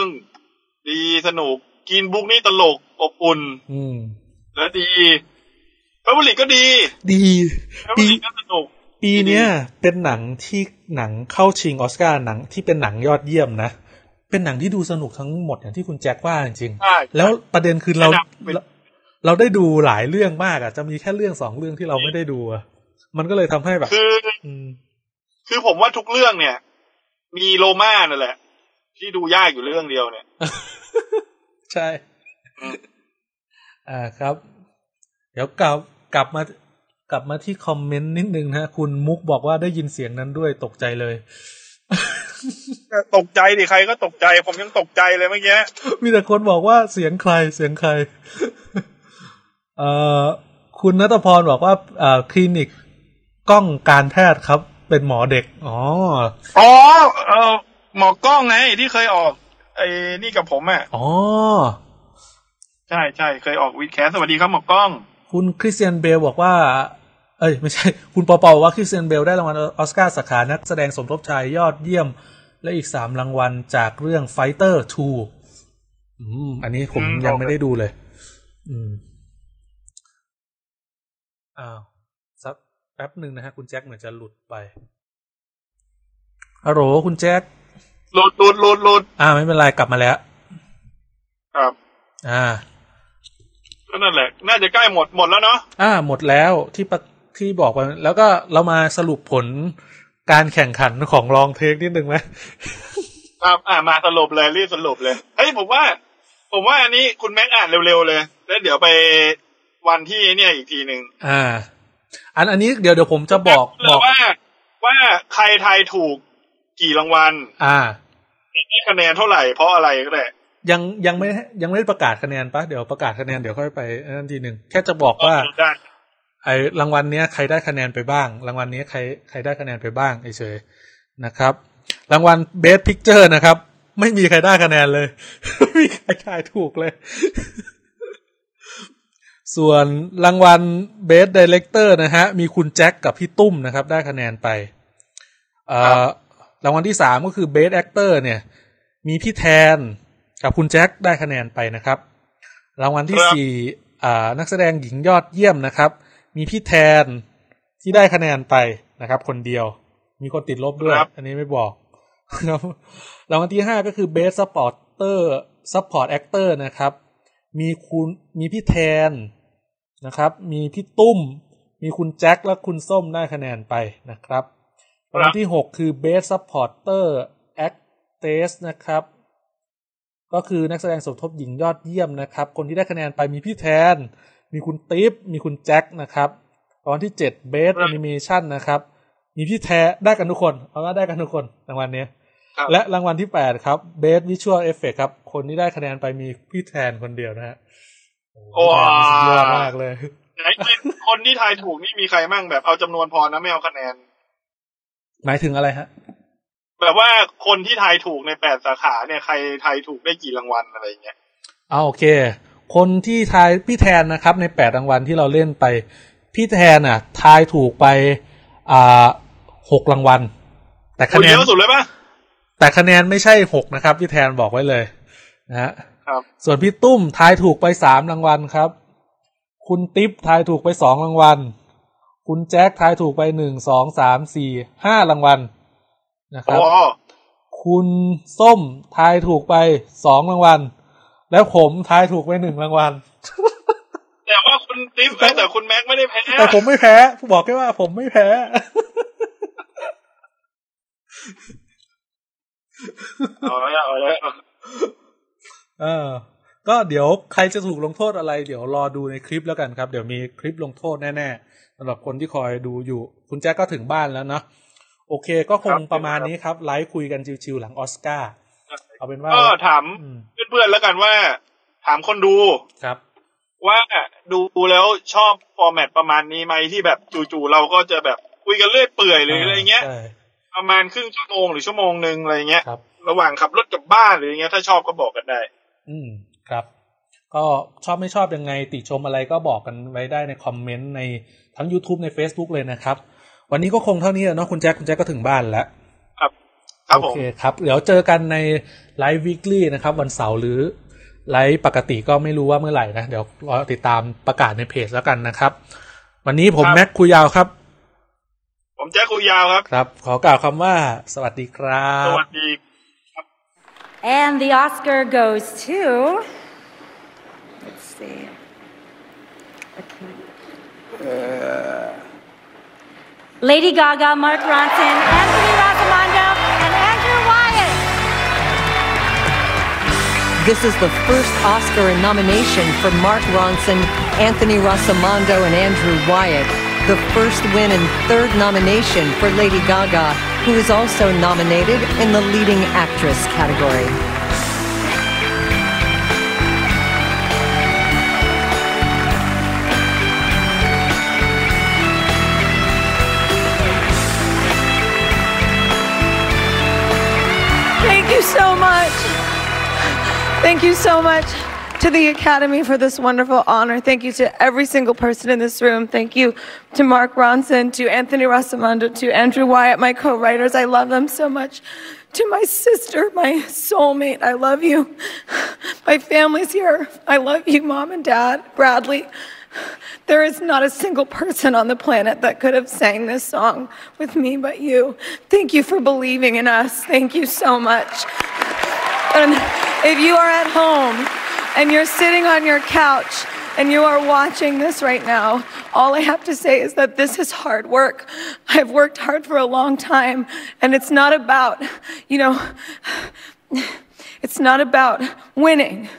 ดีสนุกกินบุ๊กนี่ตลกอบอุ่น
อืม
และดีแฟบริกก็ดี
ดี
แฟบริกก็สนุก
ปีเนี้ยเป็นหนังที่หนังเข้าชิงออสการ์หนังที่เป็นหนังยอดเยี่ยมนะ เป็นหนังที่ดูสนุกทั้งหมดอย่างที่คุณแจ็คว่าจริงๆ
ใช่
แล้วประเด็นคือเรา
ระดับเป็น
เราเราได้ดูหลายเรื่องมากอะจะมีแค่เรื่องสองเรื่องที่เราไม่ได้ดูอะมันก็เลยทำให้แบบ
คือ
ม
คือผมว่าทุกเรื่องเนี่ย มีโลมานั่นแหละ ที่ดูยากอยู่เรื่องเดียวเนี่ย
ใช่
อืม
[laughs] อ่าครับ เดี๋ยวกลับกลับมากลับมาที่คอมเมนต์นิดนึงนะฮะคุณมุกบอกว่าได้ยินเสียงนั้นด้วยตกใจเลย [laughs]
ตกใจดิใครก็ตกใจ ผมยังตกใจเลยเมื่อกี้
มีแต่คนบอกว่าเสียงใครเสียงใคร [laughs] เอ่อคุณนัทพรบอกว่าเอ่อคลินิกกล้องการแพทย์ครับ เป็นหมอเด็ก อ๋อ
อ๋อเออหมอกล้องไงที่เคยออกไอ้นี่กับผมอ่ะ
อ๋อ
ใช่ใช่เคยออกวีดแคสสวัสดีครับหมอกล้อง
คุณคริสเตียนเบลบอกว่า เอ้ย ไม่ใช่ [laughs] คุณปอปอบอกว่าคริสเตียนเบลได้รางวัลออสการ์สาขานักแสดงสมทบชายยอดเยี่ยม และอีกสามรางวัลจากเรื่อง Fighter 2อืม อันนี้ผม
อืม
ยังไม่ได้ดูเลย อืมอ้าวสักแป๊บหนึ่งนะฮะ คุณแจ็คเหมือนจะหลุดไปฮัลโหลคุณแจ็ค
หลุดหลุดหลุดหลุด
อ่า ไม่เป็นไรกลับมาแล้ว
ครับ
อ่า
ก็นั่นแหละ น่าจะใกล้หมดหมดแล้วเนาะ
อ่าหมดแล้วที่ปะที่บอกไปแล้วก็เรามาสรุปผลการแข่งขันของลองเทคนิดนึงไหม
ครับอ่ามาสรุปเลยรีบสรุปเลยเฮ้ยผมว่า ผมว่าอันนี้คุณแม็กอ่านเร็วๆเลย แล้วเดี๋ยวไปวันที่เนี่ยอีกทีหนึ่ง
อ่า อันอันนี้เดี๋ยวเดี๋ยวผมจะบอก
หรื
บอก
ว่าว่าใครทายถูกกี่รางวัล
อ่า
ได้คะแนนเท่าไหร่เพราะอะไรก็ได้
ยังยังไม่ยังไม่ได้ประกาศคะแนนปะเดี๋ยวประกาศคะแนนเดี๋ยวค่อยไปนั่นทีหนึ่งแค่จะบอกว่า
ได้
ไอ้รางวัลเนี้ยใครได้คะแนนไปบ้าง รางวัลเนี้ยใครใครได้คะแนนไปบ้างเฉยๆนะครับ รางวัลเบสพิกเจอร์นะครับ ไม่มีใครได้คะแนนเลย [laughs] ไม่มีใครทายถูกเลย ส่วนรางวัลเบสดีเลกเตอร์นะฮะ มีคุณแจ็คกับพี่ตุ้มนะครับ ได้คะแนนไปเอ่อรางวัลที่สามก็คือเบสแอคเตอร์เนี่ย มีพี่แทนกับคุณแจ็คได้คะแนนไปนะครับ รางวัลที่สี่อ่านักแสดงหญิงยอดเยี่ยมนะครับ มีพี่แทนที่ได้คะแนนไปนะครับ คนเดียว มีคนติดลบด้วย อันนี้ไม่บอก [laughs] ครับรางวัลที่ห้าก็คือเบสซัพพอร์เตอร์ซัพพอร์ตแอคเตอร์นะครับ มีคุณมีพี่แทนนะครับ มีพี่ตุ้ม มีคุณแจ็คและคุณส้มได้คะแนนไปนะครับรางวัลที่หกคือ Best Supporter Actress นะครับ ก็คือนักแสดงสมทบหญิงยอดเยี่ยมนะครับ คนที่ได้คะแนนไปมีพี่แทน มีคุณติ๊บมีคุณแจ็คนะครับรางวัลที่เจ็ด Best Animation นะครับ มีพี่แทนได้กันทุกคนเอาว่าได้กันทุกคนรางวัลเนี้ย
ครับ
และรางวัลที่ 8 ครับ Best Visual Effect ครับ คนที่ได้คะแนนไปมีพี่แทนคนเดียวนะฮะ
โอ้
พี่แทนนี่สุดยอดมากเลย
ไหนคนที่ทายถูกนี่มีใครมั่งแบบเอาจำนวนพอนะไม่เอาคะแนน
หมายถึงอะไรฮะ
แบบว่าคนที่ทายถูกในแปดสาขาเนี่ยใครทายถูกได้กี่รางวัลอะไรอย่างเงี้ย
เอาโอเค คนที่ทายพี่แทนนะครับ ใน 8 รางวัลที่เราเล่นไป พี่แทนอ่ะ ทายถูกไป อ่าหกรางวัล แต่
ค
คะ
น
แน
เย
น
อะสุดเลยปะ
แต่คะแนนไม่ใช่หกนะครับ พี่แทนบอกไว้เลยนะฮะ
ครับ
ส่วนพี่ตุ้มทายถูกไปสามรางวัลครับ คุณติ๊บทายถูกไปสองรางวัล คุณแจ็คทายถูกไปหนึ่งสองสามสี่ห้ารางวัลนะค
โอ้
รับ คุณส้มทายถูกไปสองรางวัล และผมทายถูกไปหนึ่งรางวัล
แต่ว่าคุณติ๊บเอ้ยแต่คุณแม็กไม่ได้แพ้
แต่ผมไม่แพ้ บอกแค่ว่าผมไม่แพ้ [laughs]
เอาละเอาละ
เออ ก็เดี๋ยวใครจะถูกลงโทษอะไร เดี๋ยวรอดูในคลิปแล้วกันครับ เดี๋ยวมีคลิปลงโทษแน่ๆสำหรับคนที่คอยดูอยู่ คุณแจ็คก็ถึงบ้านแล้วเนาะโอเค ก็คงประมาณนี้ครับ ไลฟ์คุยกันชิวๆหลังออสการ์เอาเป็นว่า
ก็ถาม
อืม
เพื่อนๆแล้วกันว่า ถามคนดู
ครับ
ว่าดูแล้วชอบฟอร์แมตประมาณนี้ไหมที่แบบจู่ๆเราก็จะแบบคุยกันเรื่อยเปื่อยหรืออะไรเงี้ย
ใช่
ประมาณครึ่งชั่วโมงหรือชั่วโมงหนึ่งอะไรเงี้ย
ครับ
ระหว่างขับรถกลับบ้านหรืออย่างเงี้ยถ้าชอบก็บอกกันได้
อืมครับ ก็ชอบไม่ชอบยังไง ติชมอะไรก็บอกกันไว้ได้ในคอมเมนต์ในทั้ง YouTube ใน Facebook เลยนะครับ วันนี้ก็คงเท่านี้แหละเนาะคุณแจ็คคุณแจ็คก็ถึงบ้านแล้ว
ครับผ
โอ
ม
เคครับ เดี๋ยวเจอกันในไลฟ์วีคลี่นะครับ วันเสาร์หรือไลฟ์ปกติก็ไม่รู้ว่าเมื่อไหร่นะ เดี๋ยวรอติดตามประกาศในเพจแล้วกันนะครับ วันนี้ผมแม็กคุยยาวครับ
ผมแจ๊คคุยยาวครับ
ครับ ขอกล่าวคำว่าสวัสดีครับ
สวัสดี
And the Oscar goes to. Let's see. Okay. Lady Gaga, Mark Ronson, Anthony Rosamondo, and Andrew Wyatt.
This is the first Oscar in nomination for Mark Ronson, Anthony Rosamondo, and Andrew Wyatt. The first win and third nomination for Lady Gaga, who is also nominated in the leading actress category.
Thank you so much. Thank you so much to the Academy for this wonderful honor. Thank you to every single person in this room. Thank you to Mark Ronson, to Anthony Rosamondo, to Andrew Wyatt, my co-writers. I love them so much. To my sister, my soulmate, I love you. My family's here. I love you, mom and dad, Bradley. There is not a single person on the planet that could have sang this song with me but you. Thank you for believing in us. Thank you so much. And if you are at home and you're sitting on your couch and you are watching this right now, all I have to say is that this is hard work. I've worked hard for a long time and it's not about, you know, [sighs] It's not about winning,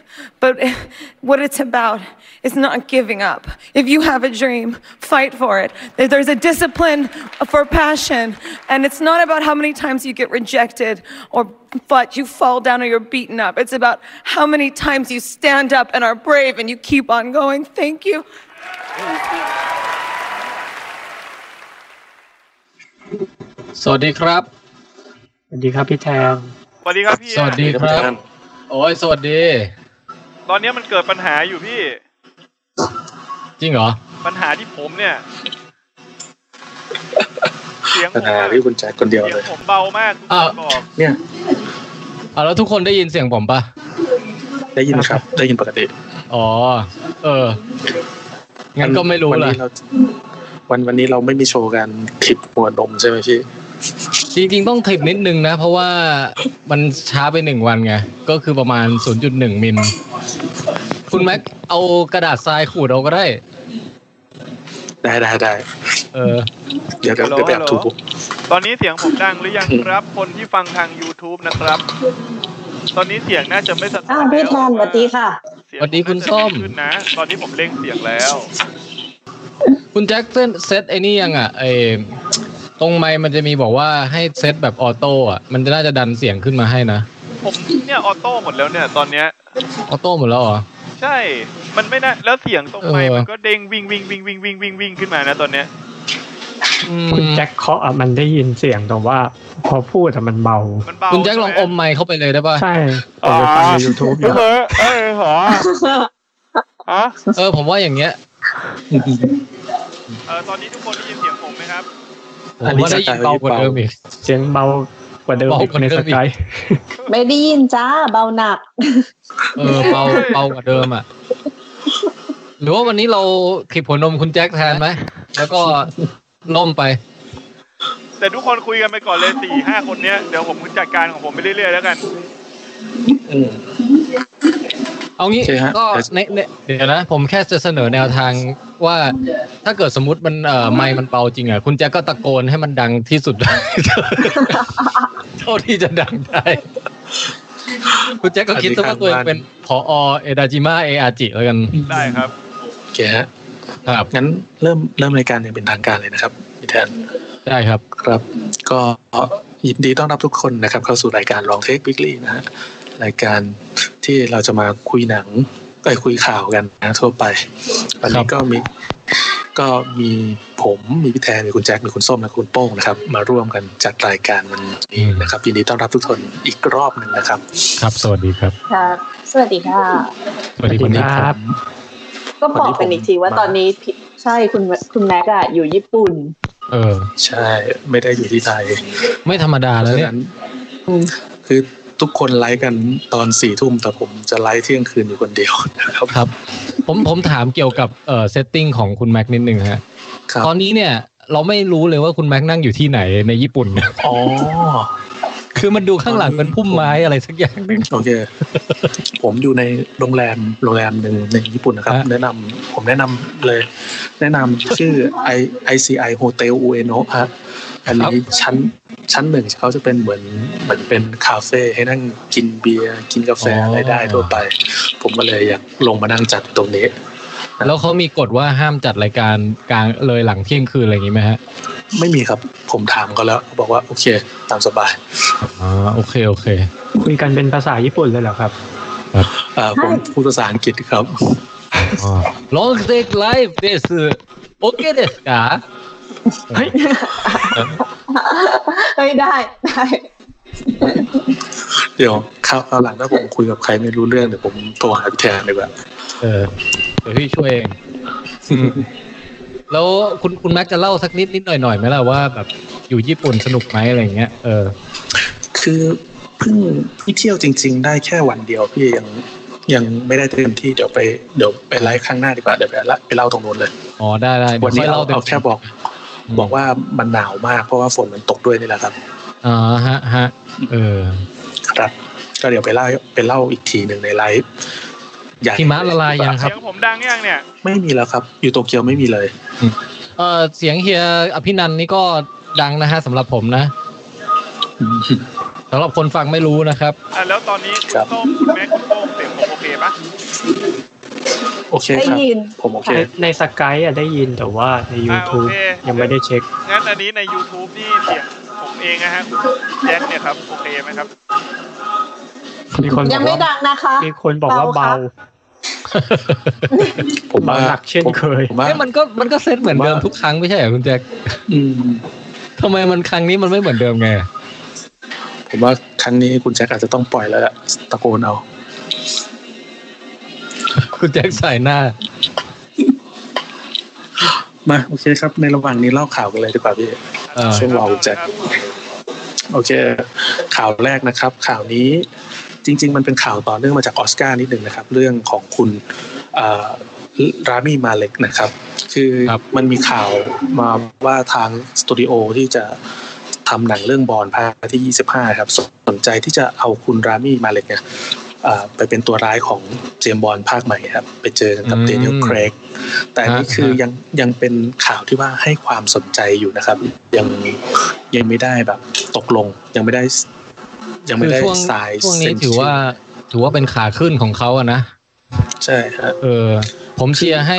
but what it's about is not giving up. If you have a dream, fight for it. There- There's a discipline for passion, and it's not about how many times you get rejected or but you fall down or you're beaten up. It's about how many times you stand up and are brave and you keep on going. Thank you.
สวัสดีครับ
สวัสดีครับพี่แทง
สวัสดีครับพี่
สวัสดีครับ โอ้ยสวัสดี
ตอนเนี้ยมันเกิดปัญหาอยู่พี่
จริงเหรอ
ปัญหาที่ผมเนี่ย เสียงผ
ปัญ
ม
หา
อะ
ที่คุณแจ็คคนเดียว
เสีย
เล
ง
ย
ผมเบามากทุก
อ่า
คนบอก
เนี่ย
เอาแล้วทุกคนได้ยินเสียงผมปะ
ได้ยินครับ ได้ยินปกติ
อ๋อ เออ งั้นก็ไม่รู้
วัน
ละ
นี้เราวันวันนี้เราไม่มีโชว์การคลิปหัวนมใช่ไหมพี่
จริงๆต้องคลิปนิดนึงนะ เพราะว่ามันช้าไปหนึ่งวันไง ก็คือประมาณ 0.1 มิล คุณแม็กเอากระดาษทรายขูดเอาก็ได้
ได้ได้ได้
เออ
เดี๋ยวเดี๋ยวเดี๋ยวไปอัพทูบ
ตอนนี้เสียงผมดังหรือยังครับ คนที่ฟังทาง YouTube นะครับ ตอนนี้เสียงน่าจะไม่สะท้อน
อ้าว
Ah,
พี่แทนสวัสดีค่ะ
เยง
สวัสดีคุณส้ม
น่าจะดีขึ้นนะ ตอนนี้ผมเล่งเสียงแล้ว
คุณแจ็คเซนเซตไอ้นี่ยังอ่ะไอตรงไมค์มันจะมีบอกว่าให้เซตแบบออโต้อ่ะ มันจะน่าจะดันเสียงขึ้นมาให้นะ
ผมเนี่ยออโต้หมดแล้วเนี่ยตอนเนี้ย
ออโต้หมดแล้วเหรอ
ใช่ มันไม่น่าแล้วเสียงตรงไมค์
เออ
มันก็เด้งวิ่งวิ่งวิ่งวิ่งวิ่งวิ่งวิ่งขึ้นมานะตอนเนี้ย
อืม
คุณแจ็คเคาะอะมันได้ยินเสียงแต่ว่าพอพูดอะมันเบา
มันเบา
คุณแจ็คลองอมไมค์เข้าไปเลยได้ป่ะ
ใช่ผมไปฟังใน YouTube อยู่
เออเออหรอฮะ
เออ ผมว่าอย่างเงี้ย
เออตอนนี้ทุกคนได้ยินเสียงผมไหมครับ
ผมว่าได้ยินเบากว่าเดิมอีก
เสียงเบากว่าเดิมอีกในสกาย
ไม่ได้ยินจ้าเบาหนัก
เออเบาเบากว่าเดิมอ่ะ หรือว่าวันนี้เราขีดหัวนมคุณแจ็คแทนไหม แล้วก็ล่มไป
แต่ทุกคนคุยกันไปก่อนเลยสี่ห้าคนเนี้ยเดี๋ยวผมจัดการของผมไปเรื่อยๆแล้วกัน
อืม
เอางี้
โอเคฮะ
ก็ในในเดี๋ยวนะ ผมแค่จะเสนอแนวทางว่าถ้าเกิดสมมติมันเอ่อไมค์มันเบาจริงอ่ะ คุณแจ็คก็ตะโกนให้มันดังที่สุด [laughs] เท่าที่จะดังได้ คุณแจ็คก็คิดซะว่าตัวเองเป็นผอเอดาจิมาเออาจิแล้วกัน
ได้ครับ
โอเคฮะ
ครับ
งั้นเริ่มเริ่มรายการอย่างเป็นทางการเลยนะครับพี่แทน
ได้ครับ
ครับก็ยินดีต้อนรับทุกคนนะครับ เข้าสู่รายการลองเทควิกลี่นะฮะรายการที่เราจะมาคุยหนังไปคุยข่าวกันนะทั่วไปวัน
ครั
นี้
บ
ก็มีก็มีผมมีพี่แทนมีคุณแจ็คมีคุณส้มและคุณโป้งนะครับ มาร่วมกันจัดรายการวันนี้นะครับยินดีต้อนรับทุกคนอีกรอบหนึ่งนะครับ
ครับ สวัสดีครับ
ค่ะ สวัสดีค่ะ
สวัสดี
ส
คุ
วั
ณ
สดี
ค
ครับรับ
ก็บอกกันอีกทีว่าตอนนี้พี่ใช่คุณคุณแม็กอะอยู่ญี่ปุ่น
เออ
ใช่ไม่ได้อยู่ที่ไทย
ไม่ธรรมดาแล้ว
เพราะ
เนี่
ฉะ
ย
นั้นคือทุกคนไลฟ์กันตอนสี่ทุ่มแต่ผมจะไลฟ์เที่ยงคืนอยู่คนเดียวนะครับ
ครับ ผมผมถามเกี่ยวกับเอ่อเซตติ้งของคุณแม็กนิดนึงฮะ
ครับ
ตอนนี้เนี่ย เราไม่รู้เลยว่าคุณแม็กนั่งอยู่ที่ไหนในญี่ปุ่น
อ๋อ ค
[laughs] คือมันดูข้างหลังเป็นพุ่มไม้อะไรสักอย่างหนึ่ง
โอ [laughs] เค ผมอยู่ในโรงแรมโรงแรมหนึ่งในญี่ปุ่นนะครับ แนะนำผมแนะนำเลย แนะนำชื่อ [laughs] I ICI Hotel Ueno ฮะอันนี้ชั้นชั้นหนึ่งเขาจะเป็นเหมือนเหมือนเป็นคาเฟ่ให้นั่งกินเบียร์กินกาแฟอะไรได้ทั่วไป ผมก็เลยอยากลงมานั่งจัดตรงนี้
แล้วเขามีกฎว่าห้ามจัดรายการกลางเลยหลังเที่ยงคืนอะไรอย่างนี้ไหมฮะ
ไม่มีครับผมถามเขาแล้วเขาบอกว่าโอเคตามสบาย
อ๋อโอเคโอ
[laughs]
เค
คุยกันเป็นภาษาญี่ปุ่นเลยเหรอครับ
อ่าผมพูดภาษาอังกฤษครับ
long take live this [laughs] โอเคเดสกา
เฮ้ยได้ได้
เดี๋ยวคราวคราวหลังถ้าผมคุยกับใครไม่รู้เรื่องเดี๋ยวผมโทรหาพี่แทนดีกว่า
เออเดี๋ยวพี่ช่วยเอง [laughs] แล้วคุณคุณแม็กจะเล่าสักนิดนิดหน่อยหน่อยๆไหมล่ะว่าแบบอยู่ญี่ปุ่นสนุกไหมอะไรอย่างเงี้ยเออ
คือเพิ่งที่เที่ยวจริง ๆ ได้แค่วันเดียวพี่ยังยังไม่ได้เต็มที่เดี๋ยวไปเดี๋ยวไปไลฟ์ครั้งหน้าดีกว่าเดี๋ยวไปละไปเล่าตรงนู้นเลย
อ๋อได้ได้ดี๋ย
วันนี้
ค่อย
เอา
ล่ต็ม
เอาแค่บอก บอกว่ามันหนาวมากเพราะว่าฝนมันตกด้วยนี่แหละครับ
อ๋อฮะฮะเออ
ครับ ก็เดี๋ยวไปเล่าไปเล่าอีกทีหนึ่งในไลฟ์อยก
หิมะละลายยังครับ
ผมดังยังเนี่ย
ไม่มีแล้วครับ อยู่โตเกียวไม่มีเลย
เออเสียงเฮียอภินันท์นี่ก็ดังนะฮะสำหรับผมนะสำหรับคนฟังไม่รู้นะครับ
อ่ะแล้วตอนนี้คุณโต้งคุณแม็กคุณโต้งเสียงผมโอเคปะ
โอเค
ค
ได้
รับ
ยิน
ผมโอเค
ในในสกายอะได้ยินแต่ว่าใน YouTube ยังไม่ได้เช็ค
งั้นอันนี้ใน YouTube นี่เสียงผมเองนะฮะแจ็คเนี่ยครับโอเคไหมครับ
มีคนบ
ยั
อง ก
ไม่
ว่า
ดังนะคะ
มีคนบอกว่า
เบา
เบา
ค่ะ
ผมว่า
หนักเช่นเคย
ผมว่า
เอ้ยมันก็มันก็เซตเหมือนเดิมทุกครั้งไม่ใช่เหรอคุณแจ็ค
อืม
ทำไมมันครั้งนี้มันไม่เหมือนเดิมไง
ผมว่าครั้งนี้คุณแจ็คอาจจะต้องปล่อยแล้วล่ะตะโกนเอา
คุณแจ็คใส่หน้า
มาโอเคครับ ในระหว่างนี้เล่าข่าวกันเลยดีกว่าพี่
เออ
ช่วงรอคุณแจ็คโอเค ข่าวแรกนะครับ ข่าวนี้จริง ๆ มันเป็นข่าวต่อเนื่องมาจากออสการ์นิดหนึ่งนะครับ เรื่องของคุณรามีมาเล็กนะครับ คือ
ครับ
มันมีข่าวมาว่าทางสตูดิโอที่จะทำหนังเรื่องบอลภาคที่ 25 ครับ สนใจที่จะเอาคุณรามีมาเล็กเนี่ยเอ่อไปเป็นตัวร้ายของเจมส์บอลภาคใหม่ครับ ไปเจอกันกับ
อืม
เดนิเอลเครก แต่อันนี่คือ
ฮะฮะ
ยังยังเป็นข่าวที่ว่าให้ความสนใจอยู่นะครับ ยังยังไม่ได้แบบตกลง ยังไม่ได้ ยังไม่
คือ
ได้
ช่วง
สาย
ช่วงนี้ถือว่า ถือว่าเป็นขาขึ้นของเขาอะนะ
ใช่ฮะ
เออ ผมเชียร์ให้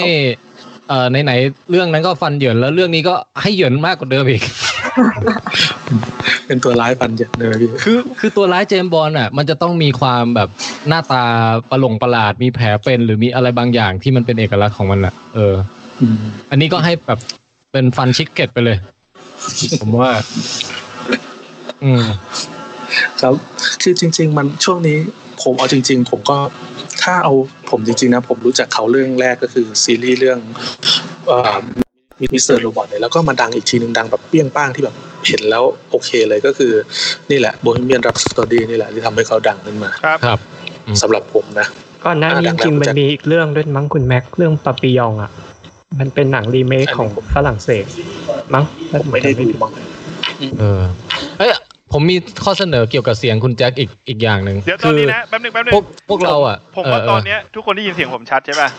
เอ่อไหนๆเรื่องนั้นก็ฟันเหยินแล้วเรื่องนี้ก็ให้เหยินมากกว่าเดิมอีก
เป็นตัวร้ายปันเย็นเลยพี่
คือคือตัวร้ายเจมส์บอลอ่ะ มันจะต้องมีความแบบหน้าตาประหลงประหลาดมีแผลเป็น หรือมีอะไรบางอย่างที่มันเป็นเอกลักษณ์ของมันอ่ะเออ
อืม
อันนี้ก็ให้แบบเป็นฟันชิกเก็ตไปเลย ผมว่า อืม
ครับคือจริง ๆ มันช่วงนี้ผมเอาจริง ๆ ผมก็ถ้าเอาผมจริง ๆ นะ ผมรู้จักเขาเรื่องแรกก็คือซีรีส์เรื่องมิสเตอร์โรบอทเนี่ยแล้วก็มาดังอีกทีหนึ่งดังแบบเปี้ยงป้างที่แบบเห็นแล้วโอเคเลยก็คือ นี่แหละโบฮีเมียนรับสตอรี่นี่แหละที่ทำให้เขาดังขึ้นมา
ครับ
ครับ อืม
สำหรับผมนะ
ก่อนหน้านี้
อ่า
จริงๆ
ดังๆ
มันมีอีกเรื่องด้วยมั้งคุณแม็กเรื่องปาปิยองอ่ะ มันเป็นหนังรีเมค
อันนี้
ของฝรั่งเศส มั้ง
ผมไม่ได้ดูมั้ง
เออเอ้ยผมมีข้อเสนอเกี่ยวกับเสียงคุณแจ็คอีกอีกอย่างหนึ่ง
เดี๋ยวต
คื
อนนี้นะแป๊บนึงแป๊บนึง
พวกพวกเราอ่ะ
ผมว่า
เเ
ตอนเนี้ยทุกคนได้ยินเสียงผมชัดใช่ป่ะ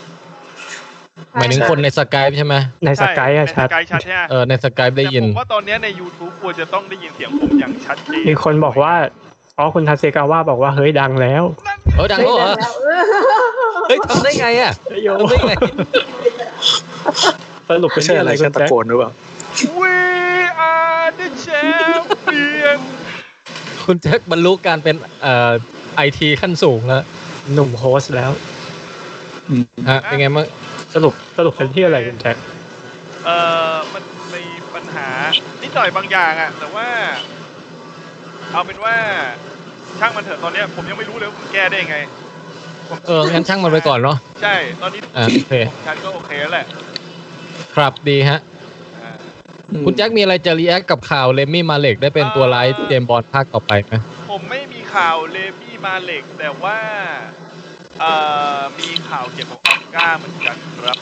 หมายถึงคนในสกายใช่ไหม
ในสกายอะชัด
ใในสกายชัดใช่ไหม
เออในสกายได้ยิน
แต่ผมว่าตอนเนี้ยใน YouTube ควรจะต้องได้ยินเสียงผมอย่างชัดเจน
มีคนบอกว่าอ๋อคุณทาเซกาว่าบอกว่าเฮ้ยดังแล้ว
เออดังแล้วเหรอเฮ้ยทำได้ไงอ่ะ
โย
ทำได้ไง
สรุปเป็น
ไม่ใช่
เรื่อง
อะ
อะไร ไร
แค่
กัน
ตะ
แจ๊ค
โกนหรือเปล่า
วีอาร์เดแชมเปียน
คุณแจ็คบรรลุการเป็นเอ่อไอทีขั้นสูงแล้ว
หนุ่มโฮสต์แล้ว
ฮะเป็นไงบ้าง
สรุปสรุปเป็นที่อะไรกันแจ๊ค
เอ่อมันมีปัญหานิดหน่อยบางอย่างอ่ะ แต่ว่า เอาเป็นว่าช่างมันเถอะตอนเนี้ยผมยังไม่รู้เลยว่าผมแก้ได้ยังไงผม
เอองั้นช่างมันไปก่อนเนาะ
ใช่ ตอนนี้ทุกคน
อ่าโอเค
ชัดก็โอเคแล้วแหละ
ครับดีฮะ
อ่า
คุณแจ็คมีอะไรจะรีแอคกับข่าวเลมมี่มาเล็กได้เป็นตัวร้ายเจมส์บอลภาคต่อไปไหม
ผมไม่มีข่าวเลมี่มาเล็ก แต่ว่าเอ่อมีข่าวเกี่ยวกับออสการ์เหมือนกันครับ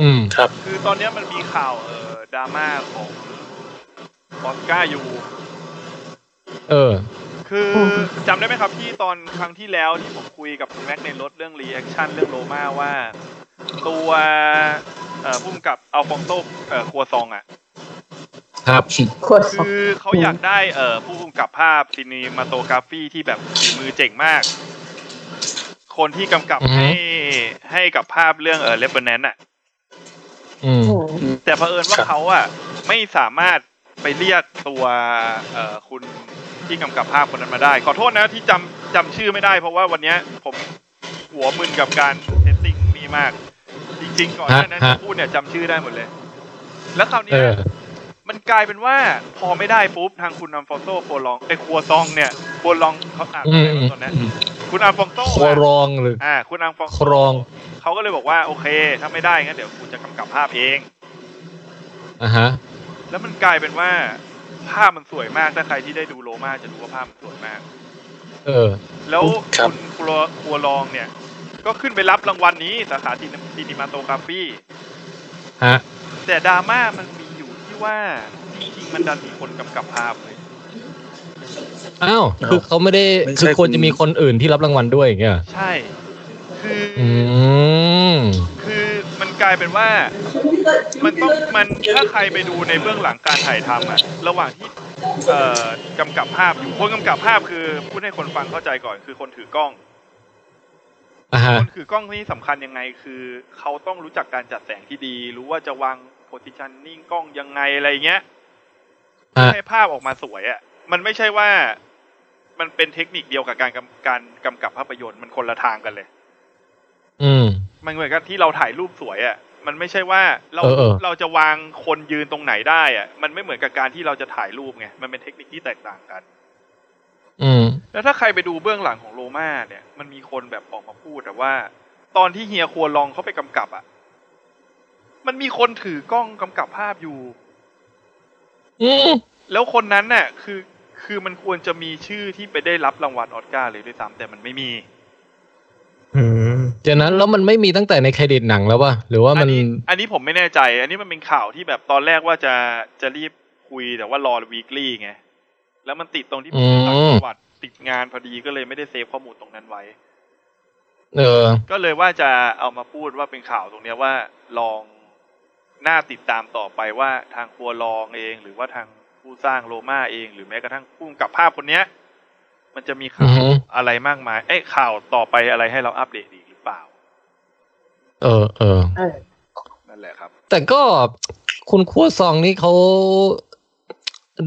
อืม
ครับ
คือตอนเนี้ยมันมีข่าวเอ่อดราม่าของออสการ์อยู่
เออ
คือจำได้ไหมครับที่ตอนครั้งที่แล้วที่ผมคุยกับคุณแม็กในรถเรื่องรีแอคชั่นเรื่องโลมาว่า ตัวเอ่อพุ่มกับอัลฟองโตเอ่อครัวซองอ่ะ
ครับ
คือเขาอยากได้เอ่อผู้กำกับภาพซินีมาโตกราฟีที่แบบฝีมือเจ๋งมาก คนที่กำกับ
อือฮึ
ให้ให้กับภาพเรื่องเอ่อเลเบอร์แนนน่ะ
อืม
แต่เผอิญว่าเขาอ่ะไม่สามารถไปเรียกตัวเอ่อคุณที่กำกับภาพคนนั้นมาได้ ขอโทษนะที่จำจำชื่อไม่ได้ เพราะว่าวันเนี้ยผมหัวมึนกับการเซตติ้งนี่มาก จริงๆก่อนหน้านั้น
ฮะฮะ
ที่พูดเนี่ยจำชื่อได้หมดเลย แล้วคราวเนี้
เอย อ
มันกลายเป็นว่าพอไม่ได้ปุ๊บ ทางคุณอัมฟองโตโปรลองไอ้ครัวซองเนี่ยโปรลองเขาอ่าน
อืม
อะไร
อืม
มาตอนเนี้ยคุณอัมฟองโต
ครัวรองหรือ
อ่า คุณอัมฟอง
ครอง
เขาก็เลยบอกว่า โอเค ถ้าไม่ได้งั้นเดี๋ยวกูจะกำกับภาพเอง
อ่ะฮะ
แล้วมันกลายเป็นว่า ภาพมันสวยมากถ้าใครที่ได้ดูโลมาจะรู้ว่าภาพมันสวยมาก
เออ
แล้วคุณครัวครัวรองเนี่ย ก็ขึ้นไปรับรางวัลนี้สาขาซีนิมาโตกราฟี
ฮะ
แต่ดราม่ามันมีอยู่ที่ว่าจริงๆมันดันมีคนกำกับภาพเลย
อ้าว คือเขาไม่ได้
ไม่ใช่
คือควรจะมีคนอื่นที่รับรางวัลด้วยอย่างเงี้ย
ใช่ คือ
อืม
คือมันกลายเป็นว่า มันต้องมันถ้าใครไปดูในเบื้องหลังการถ่ายทำอะระหว่างที่เอ่อกำกับภาพอยู่คนกำกับภาพคือพูดให้คนฟังเข้าใจก่อน คือคนถือกล้อง
อ่ะฮะ
คนถือกล้องนี่สำคัญยังไง คือเขาต้องรู้จักการจัดแสงที่ดี รู้ว่าจะวางโพสิชันนิ่งกล้องยังไงอะไรเงี้ย
ฮะ
ให้ภาพออกมาสวยอะมันไม่ใช่ว่า มันเป็นเทคนิคเดียวกับการกำการกำกับภาพยนตร์มันคนละทางกันเลย
อืม
มันเหมือนกับที่เราถ่ายรูปสวยอะ่ะ มันไม่ใช่ว่าเรา
เออเออ
เราจะวางคนยืนตรงไหนได้อะ่ะ มันไม่เหมือนกับการที่เราจะถ่ายรูปไง มันเป็นเทคนิคที่แตกต่างกัน
อืม
แล้วถ้าใครไปดูเบื้องหลังของโลมาเนี่ย มันมีคนแบบออกมาพูดแต่ว่า ตอนที่เฮียครัวลองเขาไปกำกับอะ่ะ มันมีคนถือกล้องกำกับภาพอยู่ แล้วคนนั้นน่ะ คือ คือมันควรจะมีชื่อที่ไปได้รับรางวัลออสการ์เลยด้วยซ้ำแต่มันไม่มี
จากนั้นแล้วมันไม่มีตั้งแต่ในเครดิตหนังแล้วป่ะ หรือว่ามัน
อันนี้ผมไม่แน่ใจ อันนี้มันเป็นข่าวที่แบบตอนแรกว่าจะจะรีบคุยแต่ว่ารอวีคลี่ไง แล้วมันติดตรงที่ผมไปต่างจังหวัดติดงานพอดีก็เลยไม่ได้เซฟข้อมูลตรงนั้นไว้
เออ
ก็เลยว่าจะเอามาพูดว่าเป็นข่าวตรงเนี้ยว่าลองน่าติดตามต่อไปว่าทางครัวลองเอง หรือว่าทางผู้สร้างโลมาเอง หรือแม้กระทั่งผู้กำกับภาพคนเนี้ย มันจะมีข่า
อื
ว
อฮึ
อะไรมากมาย เอ้ยข่าวต่อไปอะไรให้เราอัปเดตอีกหรือเปล่า
เออ เออ
นั่นแหละครับ
แต่ก็คุณครัวซองนี่เขา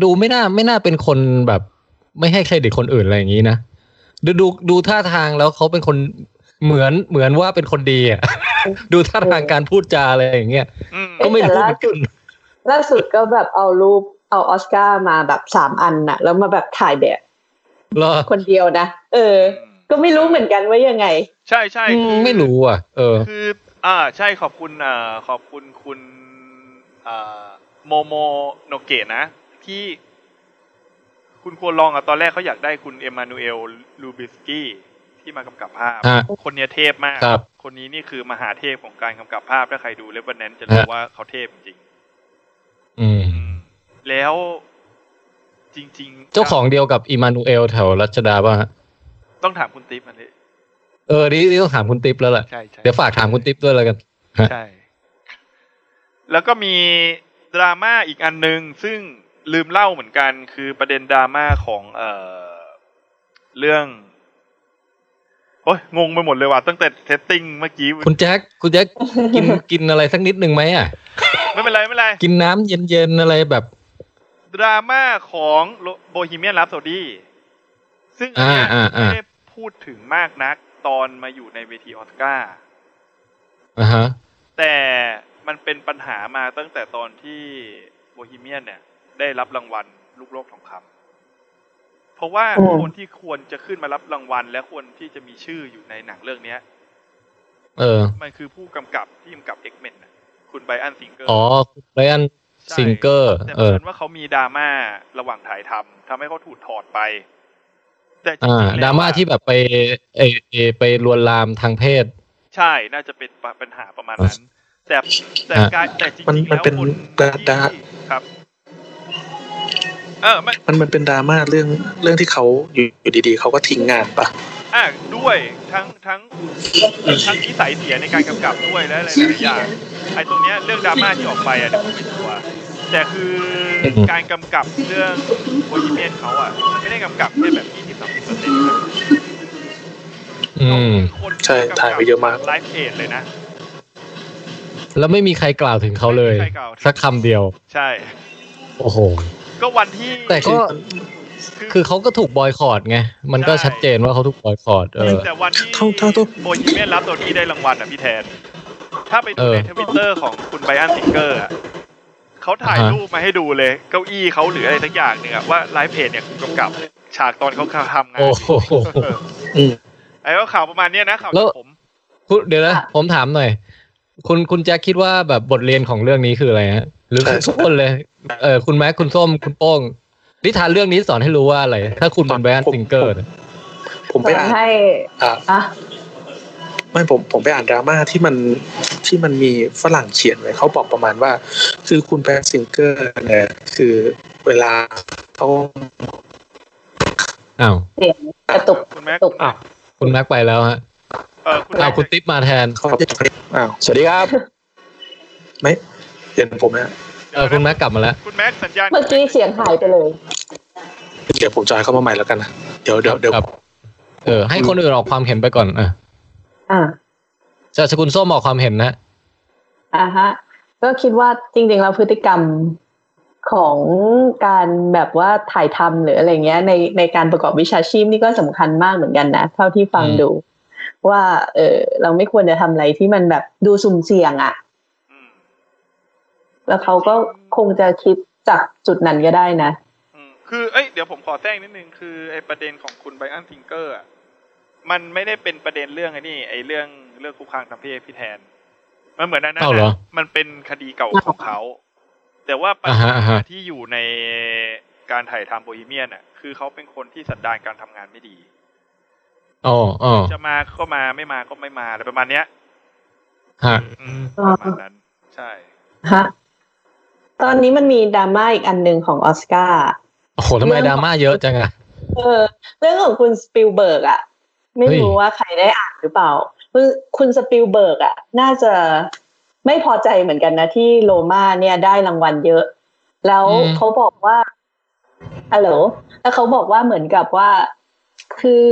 ดูไม่น่าไม่น่าเป็นคนแบบ ไม่ให้เครดิตคนอื่นอะไรอย่างนี้นะดูดูดูท่าทางแล้วเขาเป็นคนเหมือนเหมือนว่าเป็นคนดีอ่ะ [laughs] ดูท่าทางการพูดจาอะไรอย่างเงี้ยก็ไม่รู้เหมือนกัน
ล่าสุดก็แบบเอารูปเอาออสการ์มาแบบสามอันน่ะ แล้วมาแบบถ่ายแบบ
เหรอ
คนเดียวนะ เออ ก็ไม่รู้เหมือนกันว่ายังไง
ใช่ใช่
อื
คือ
มไม่รู้อ่ะ เออ
คือ อ่า ใช่ ขอบคุณอ่าขอบคุณคุณอ่าโมโมโนเกะนะ ที่ คุณควรลองอะตอนแรกเขาอยากได้คุณเอมานูเอล ลูบิสกี้ ที่มากำกับภาพ
ฮะ
คนเนี้ยเทพมาก
ครับ
คนนี้นี่คือมหาเทพของการกำกับภาพ ถ้าใครดูเลเวอร์แนนจะรู้
ฮะ
ว่าเขาเทพจริง
อืม
แล้วจริง
เจ้าของเดียวกับอิมานูเอลแถวรัชดาป่ะฮะ
ๆ ต้องถามคุณติ๊บอันนี้
เออนี่นี่ต้องถามคุณติ๊บแล้วแหละ
ใช่ใช่
เดี๋ยวฝากถามคุณติ๊บด้วยแล้วกันฮะ
ใช่ แล้วก็มีดราม่าอีกอันหนึ่งซึ่งลืมเล่าเหมือนกัน คือประเด็นดราม่าของเอ่อเรื่องโอ้ยงงไปหมดเลยว่ะตั้งแต่เซตติ้งเมื่อกี้
คุณแจ็คคุณแจ็คกิน [laughs] กินอะไรสักนิดหนึ่งไหมอ่ะ
ไม่เป็นไรไม่เป็นไร
กินน้ำเย็นๆอะไรแบบ
ดราม่าของโบฮีเมียนรับโซดี้ซึ่งอัน
อ่า
เนี้ย
อ่าอ่า
ไม่ได้พูดถึงมากนัก ตอนมาอยู่ในเวทีออสการ์
อ่าฮะ
แต่มันเป็นปัญหามาตั้งแต่ตอนที่โบฮีเมียนเนี่ย ได้รับรางวัลลูกโลกทองคำเพราะว่า
อืม
คนที่ควรจะขึ้นมารับรางวัล และควรที่จะมีชื่ออยู่ในหนังเรื่องเนี้ย
เออ
มันคือผู้กำกับที่กำกับเอ็กเมนะคุณไบรอันซิงเกอร์
อ๋อไบรอันซิงเกอร์
แต่
เอ
เพื่
อ
อนว่าเขามีดราม่าระหว่างถ่ายทำทำให้เขาถูกถอดไป แต่จริ
อ่าง
ๆแล้ว
ดราม่าที่แบบไปเอเอไปลวนลามทางเพศ
ใช่น่าจะเป็นปัญหาประมาณนั้น แต่แต่
อ่ะ
การแต่จริงๆ
มัน
แล้ว
มันเป็น
คน
ดราดรา
ครับ เออไม่
มันมันเป็นดราม่าเรื่องเรื่องที่เขาอยู่อยู่ดีๆเขาก็ทิ้งงานปะ
อ่ะด้วยทั้งทั้งทั้งนิสัยเสียในการกำกับด้วยและหลายๆอย่างไอ้ตรงเนี้ยเรื่องดราม่าที่ออกไปอ่ะเดี๋ยวผมไม่ชัวร์แต่คือการกำกับเรื่องโบฮีเมียนเขาอ่ะมันไม่ได้กำกับแค่แบบ20-30%เปอร์เซ็นต์
อืม
ใช่ถ่ายไปเยอะมาก
ไลฟ์เอทเลยนะ
แล้วไม่มีใครกล่าวถึงเขาเลย
ไม่มีใครกล่าวถึง
สักคำเดียว
ใช่
โอ้โห
ก็วันที่
แต่ก็คือเขาก็ถูกบอยคอรดไง มันก็ชัดเจนว่าเขาถูกบอยคอรดเออ
แต่วันที่โบฮีเมียนรับตัวที่ได้รางวัลอ่ะพี่แทน ถ้าไป
เอ
ดู
อ
ในทวิตเตอร์ของคุณไบรอันซิงเกอร์อ่ะเขาถ่ายรูปมาให้ดูเลย เก้าอี้เขาหรืออะไรสักอย่างหนึ่งอ่ะว่าไลฟ์เพจเนี่ยคุณกำกับ ฉากตอนเขาทำงาน
โอ้โห
อืม
ไอ้ก็ข่าวประมาณเนี้ยนะข่าว
แล้ว
ผม
คุณเดี๋ยวนะผมถามหน่อย คุณคุณแจ็คคิดว่าแบบบทเรียนของเรื่องนี้คืออะไรฮะ หรือทุกคนเลย เออคุณแม็กคุณส้มคุณโป้งนิทานเรื่องนี้สอนให้รู้ว่าอะไร ถ้าคุณเป็นแบรนด์ซิงเกอร์เนี่ย
ผมไป
สอน
อ่าน
ให้
อ่ะ
อ่ะ
ไม่ผมผมไปอ่านดราม่าที่มันที่มันมีฝรั่งเขียนไว้เขาบอกประมาณว่า คือคุณแบรนด์ซิงเกอร์เนี่ยคือเวลาเขา
อ้าว
เสียงกระตุก
คุณแม็ก
ตุก
อ้าวคุณแม็กไปแล้วฮะ
เออคุณ
อ้าวคุณติ๊บมาแทน
เขาอ้าว
สวัสดีครับ
ไม่เห็นผมนะ
เออคุณแม็กกลับมาแล้ว
คุณแม็กสัญญาณ
เมื่อกี้เสียงหายไปเลย
เดี๋ยวผมจอยเข้ามาใหม่แล้วกันนะเดี๋ยวเดี๋ยวเดี๋ยว
ครับ เออ ให้คนอื่นออกความเห็นไปก่อนอ่ะ
อ่ะ
จะสกุลส้มออกความเห็นนะ
อ่าฮะก็คิดว่าจริงๆแล้วพฤติกรรมของการแบบว่าถ่ายทำหรืออะไรเงี้ย ในในการประกอบวิชาชีพนี่ก็สำคัญมากเหมือนกันนะ เท่าที่ฟัง
อืม
ดู ว่า เออเราไม่ควรจะทำอะไรที่มันแบบดูสุ่มเสี่ยงอะ่ะ แล้วเขาก็คงจะคิดจากจุดนั้นก็ได้นะ
คือเอ้ยเดี๋ยวผมขอแทรกนิดนึงคือไอ้ประเด็นของคุณไบรอันซิงเกอร์อ่ะมันไม่ได้เป็นประเด็นเรื่องไอ้นี่ไอ้เรื่องเรื่องคุกคามทางเพศพี่แทน มันเหมือนอันนั้น
เอ้าเหรอ
น่ะมันเป็นคดีเก่าของเขา แต่ว่าปัญ
อ่าฮะ
หา
อ่าฮะ
ที่อยู่ในการถ่ายทำโบฮีเมียนอ่ะคือเขาเป็นคนที่สันดานการทำงานไม่ดี
อ๋ออ๋อ
จะมาก็มาไม่มาก็ไม่มาอะไรประมาณเนี้ย
ฮะ
อืมประมาณนั้น ใช่
ฮะ ตอนนี้มันมีดราม่าอีกอันหนึ่งของออสการ์
โอ้โหทำไมดราม่าเยอะจังอ่ะ
เออเรื่องของคุณสปิลเบิร์กอะไม่รู้ว่าใครได้อ่านหรือเปล่า คือคุณสปิลเบิร์กอะน่าจะไม่พอใจเหมือนกันนะที่โลมาเนี่ยได้รางวัลเยอะ แล้ว
อืม
เขาบอกว่าฮัลโหลแล้วเขาบอกว่าเหมือนกับว่า คือ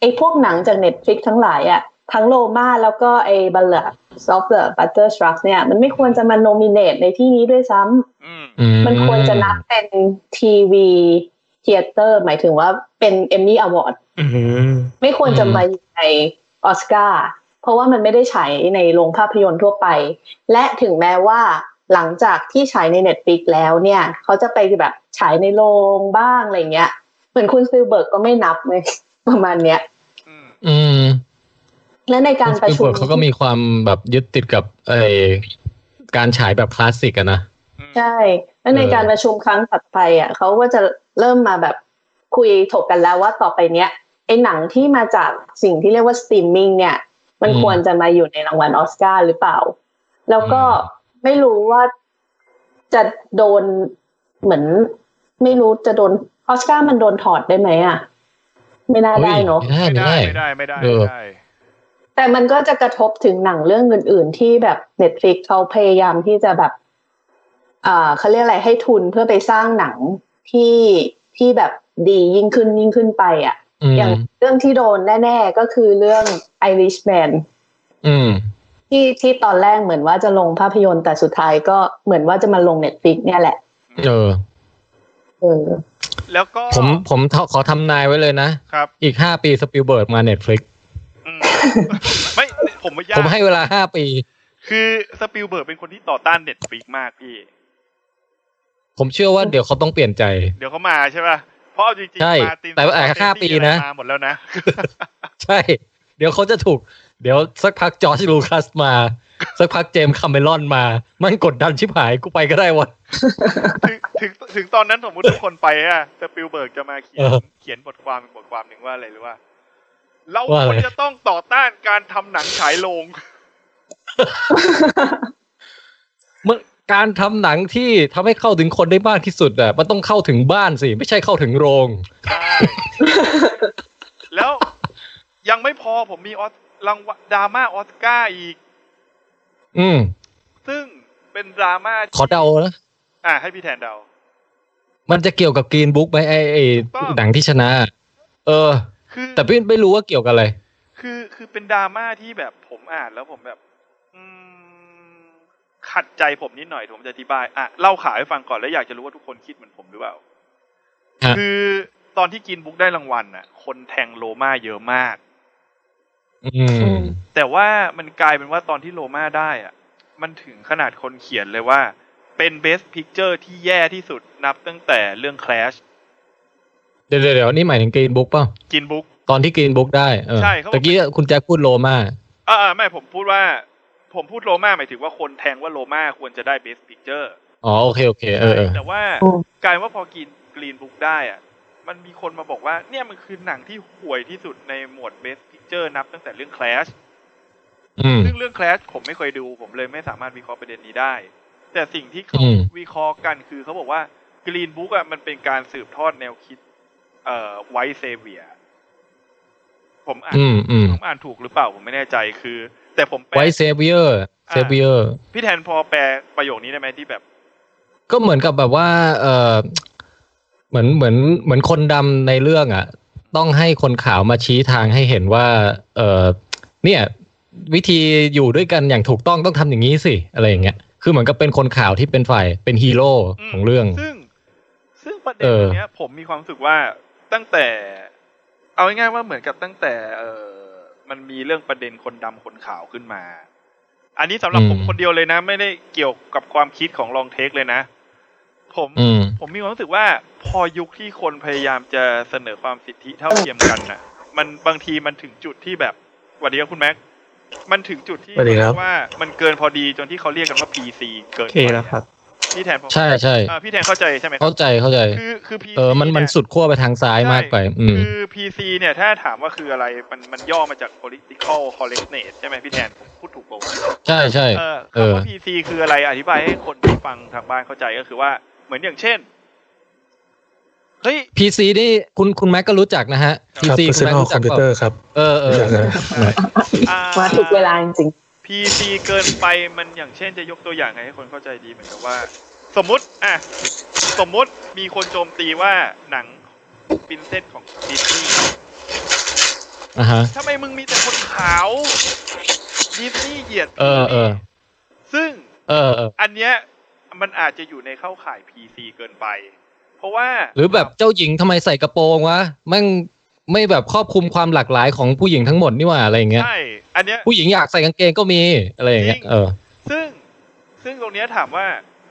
ไอ้พวกหนังจากเน็ตฟลิกทั้งหลายอะทั้งโลมาแล้วก็ไอ้บัลเลอร์ซอฟเดอร์บัตเตอร์สตรัคเนี่ยมันไม่ควรจะมาโนมิเนตในที่นี้ด้วยซ้ำ
อืม
อื
มันควรจะนับเป็นทีวีเทเตอร์หมายถึงว่าเป็นเอมมี่อวอร์ด
อืม
ไม่ควรจะมาอยู่ในออสการ์เพราะว่ามันไม่ได้ฉายในโรงภาพยนตร์ทั่วไป และถึงแม้ว่าหลังจากที่ฉายใน Netflix แล้วเนี่ย เขาจะไปแบบฉายในโรงบ้างอะไรเงี้ย เหมือนคุณซิลเบิร์กก็ไม่นับเลย [laughs] ประมาณเนี้ย
อืม
และในการประ
คือ
ชุม
เขาก็มีความแบบยึดติดกับไอการฉายแบบคลาสสิกอะนะ
ใช่ แล้วใน
เออ
การประชุมครั้งถัดไปอ่ะเขาก็จะเริ่มมาแบบคุยถกกันแล้วว่าต่อไปเนี้ยไอ้หนังที่มาจากสิ่งที่เรียกว่าสตรีมมิ่งเนี่ย มันควรจะมาอยู่ในรางวัลออสการ์หรือเปล่า แล้วก็ไม่รู้ว่าจะโดนเหมือน ไม่รู้จะโดนออสการ์มันโดนถอดได้ไหมอ่ะ ไม่น่าได้เนาะ
ไม่ได้ไม่ได้
ไม่ได้ไม่ได้
เออ
ไม่ได้
แต่มันก็จะกระทบถึงหนังเรื่องอื่น ๆ ที่แบบ Netflix เขาพยายามที่จะแบบ อ่าเขาเรียกอะไรให้ทุนเพื่อไปสร้างหนังที่ที่แบบดียิ่งขึ้นยิ่งขึ้นไปอะ่ะ
อืม
อย่างเรื่องที่โดนแน่ ๆ ก็คือเรื่อง Irishman
อืม
ที่ที่ตอนแรกเหมือนว่าจะลงภาพยนตร์แต่สุดท้ายก็เหมือนว่าจะมาลง Netflix เนี่ยแหละ
เออ
เออ
แล้วก็
ผมผมขอทำนายไว้เลยนะ
ครับ
อีกห้าปีสปิลเบิร์กมาเน็ตฟลิก
อืม [coughs] ไม่ผมไม่ยา
ผ
ก
มให้เวลาห้าปี
คือสปิลเบิร์กเป็นคนที่ต่อต้านเน็ตฟลิกมากพี่
ผมเชื่อว่าเดี๋ยวเขาต้องเปลี่ยนใจ
เดี๋ยวเขามาใช่ป่ะ เพราะเอาจริง
ใช่
ๆมาติน
แต่ว่า
สกอร์เซ
ห้า
ซี่
ปี
อะไร
นะ
มาหมดแล้วนะ
ใช่ เดี๋ยวเขาจะถูก เดี๋ยวสักพักจอร์จลูคัสมา สักพักเจมส์คาเมรอนมา มันกดดันชิบหายกูไปก็ได้วะ
ถึงถึงถึงตอนนั้นสมมติทุกคนไปอะสปิลเบิร์กจะมาเขียน
เออ
เขียนบทความบทความหนึ่งว่าอะไรหรือว่า เรา
ว่าอะ
ค
ไร
วรจะต้องต่อต้านการทำหนังฉายโรง
มัน การทำหนังที่ทำให้เข้าถึงคนได้มากที่สุดอ่ะมันต้องเข้าถึงบ้านสิ ไม่ใช่เข้าถึงโรง
แล้วยังไม่พอผมมีออสรางวัลดราม่าออสการ์อีก
อืม
ซึ่งเป็นดราม่า
ขอเดานะ
อ่า ให้พี่แทนเดา
มันจะเกี่ยวกับกรีนบุ๊กไหมไอไอหนังที่ชนะ เออ แต่พี่ไม่รู้ว่าเกี่ยวกับอะไร
คือคือเป็นดราม่าที่แบบผมอ่านแล้วผมแบบ อืมขัดใจผมนิดหน่อยเดี๋ยวผมจะอธิบาย อ่ะ เล่าข่าวให้ฟังก่อนแล้วอยากจะรู้ว่าทุกคนคิดเหมือนผมหรือเปล่า
ฮะ
คือตอนที่กินบุ๊กได้รางวัลน่ะ คนแทงโลมาเยอะมาก
อืม
แต่ว่ามันกลายเป็นว่าตอนที่โลมาได้อะมันถึงขนาดคนเขียนเลยว่า เป็นเบสพิกเจอร์ที่แย่ที่สุดนับตั้งแต่เรื่อง Clash
เดี๋ยวเดี๋ยวเดี๋ยวนี่หมายถึงกรีนบุ๊กเปล่า
กินบุ๊ก
ตอนที่กรีนบุ๊กได้เออ
ใช่เขาบอก
ตะกี้คุณแจ็คพูดโลมา
อ่าไม่ผมพูดว่า ผมพูดโลมาหมายถึงว่าคนแทงว่าโลมาควรจะได้เบสพิกเจอร์
อ๋อโอเค โอเค เออเออ
แต่ว่า
อืม
กลายว่าพอกินกรีนบุ๊กได้อะมันมีคนมาบอกว่า เนี่ยมันคือหนังที่ห่วยที่สุดในหมวดเบสพิกเจอร์นับตั้งแต่เรื่อง Clash
อืม
ซึ่งเรื่อง Clash ผมไม่เคยดู ผมเลยไม่สามารถวิเคราะห์ประเด็นนี้ได้ แต่สิ่งที่เขา
อืม
วิเคราะห์กันคือเขาบอกว่ากรีนบุ๊กอ่ะมันเป็นการสืบทอดแนวคิด เอ่อไวเซเวียผมอ่าน
อืมอืม
ผมอ่านถูกหรือเปล่าผมไม่แน่ใจคือ แต่ผมแปล
ไว้เซเวียร์เซเวียร์
พี่แทนพอแปลประโยคนี้ได้ไหมที่แบบ
ก็เหมือนกับแบบว่า เออเหมือนเหมือนเหมือนคนดำในเรื่องอ่ะ ต้องให้คนขาวมาชี้ทางให้เห็นว่า เออเนี่ย วิธีอยู่ด้วยกันอย่างถูกต้องต้องทำอย่างนี้สิอะไรอย่างเงี้ยคือเหมือนกับเป็นคนขาวที่เป็นฝ่ายเป็นฮีโร่ของเรื่อง
ซึ่งซึ่งประเด็น
เออ
ตรงเนี้ย ผมมีความรู้สึกว่าตั้งแต่ เอาง่ายๆว่าเหมือนกับตั้งแต่ เออมันมีเรื่องประเด็นคนดำคนขาวขึ้นมา อันนี้สำหรับ
อืม
ผมคนเดียวเลยนะ ไม่ได้เกี่ยวกับความคิดของลองเทคเลยนะ ผม
อืม
ผมมีความรู้สึกว่า พอยุคที่คนพยายามจะเสนอความสิทธิเท่าเทียมกันน่ะ มันบางทีมันถึงจุดที่แบบสวัสดีครับคุณแม็กมันถึงจุดที่
สวัสดีครับ
ว่ามันเกินพอดีจนที่เขาเรียกกันว่า PC เกิ
โอน เคแล้วครับ
พี่แทนพอ
ใช่ใช่
อ่าพี่แทนเข้าใจใช่ไหมครับ
เข้าใจเข้าใจ
คือคือ PC
เออมันมันสุดขั้วไปทางซ้ายมากไป อืม
คือ PC เนี่ยถ้าถามว่าคืออะไรมันมันย่อมาจาก political correctness ใช่ไหมพี่แทนผมพูดถูกป่าวะ
ใช่ใช่
เออ
เออ
คำว่า PC คืออะไรอธิบายให้คนที่ฟังทางบ้านเข้าใจก็คือว่าเหมือนอย่างเช่น เฮ้ย
PC นี่คุณคุณแม็กก็รู้จักนะฮะ
ครับ
PC คุณแม็ก
personal
รู้จักเปล่า
computer ครับ
เออเออ
รู้จักนะ
มาถูกเวลาจริง
PC เกินไปมันอย่างเช่นจะยกตัวอย่างให้คนเข้าใจดีเหมือนกับว่า สมมติอ่ะสมมติมีคนโจมตีว่าหนังปินเซตของดิสนีย์
อ่ะฮะ
ทำไมมึงมีแต่คนขาว ดิสนีย์เหยียด
เออเออ
ซึ่ง
เออเออ
อันเนี้ยมันอาจจะอยู่ในเข้าข่ายพีซีเกินไป เพราะว่า
หรือแบบเจ้าหญิงทำไมใส่กระโปรงวะแม่งไม่แบบครอบคลุมความหลากหลายของผู้หญิงทั้งหมดนี่หว่าอะไรอย่างเงี้ย
ใช่อันเนี้ย
ผู้หญิงอยากใส่กางเกงก็มีอะไรอย่างเงี้ย เออ
ซึ่งซึ่งตรงเนี้ยถามว่า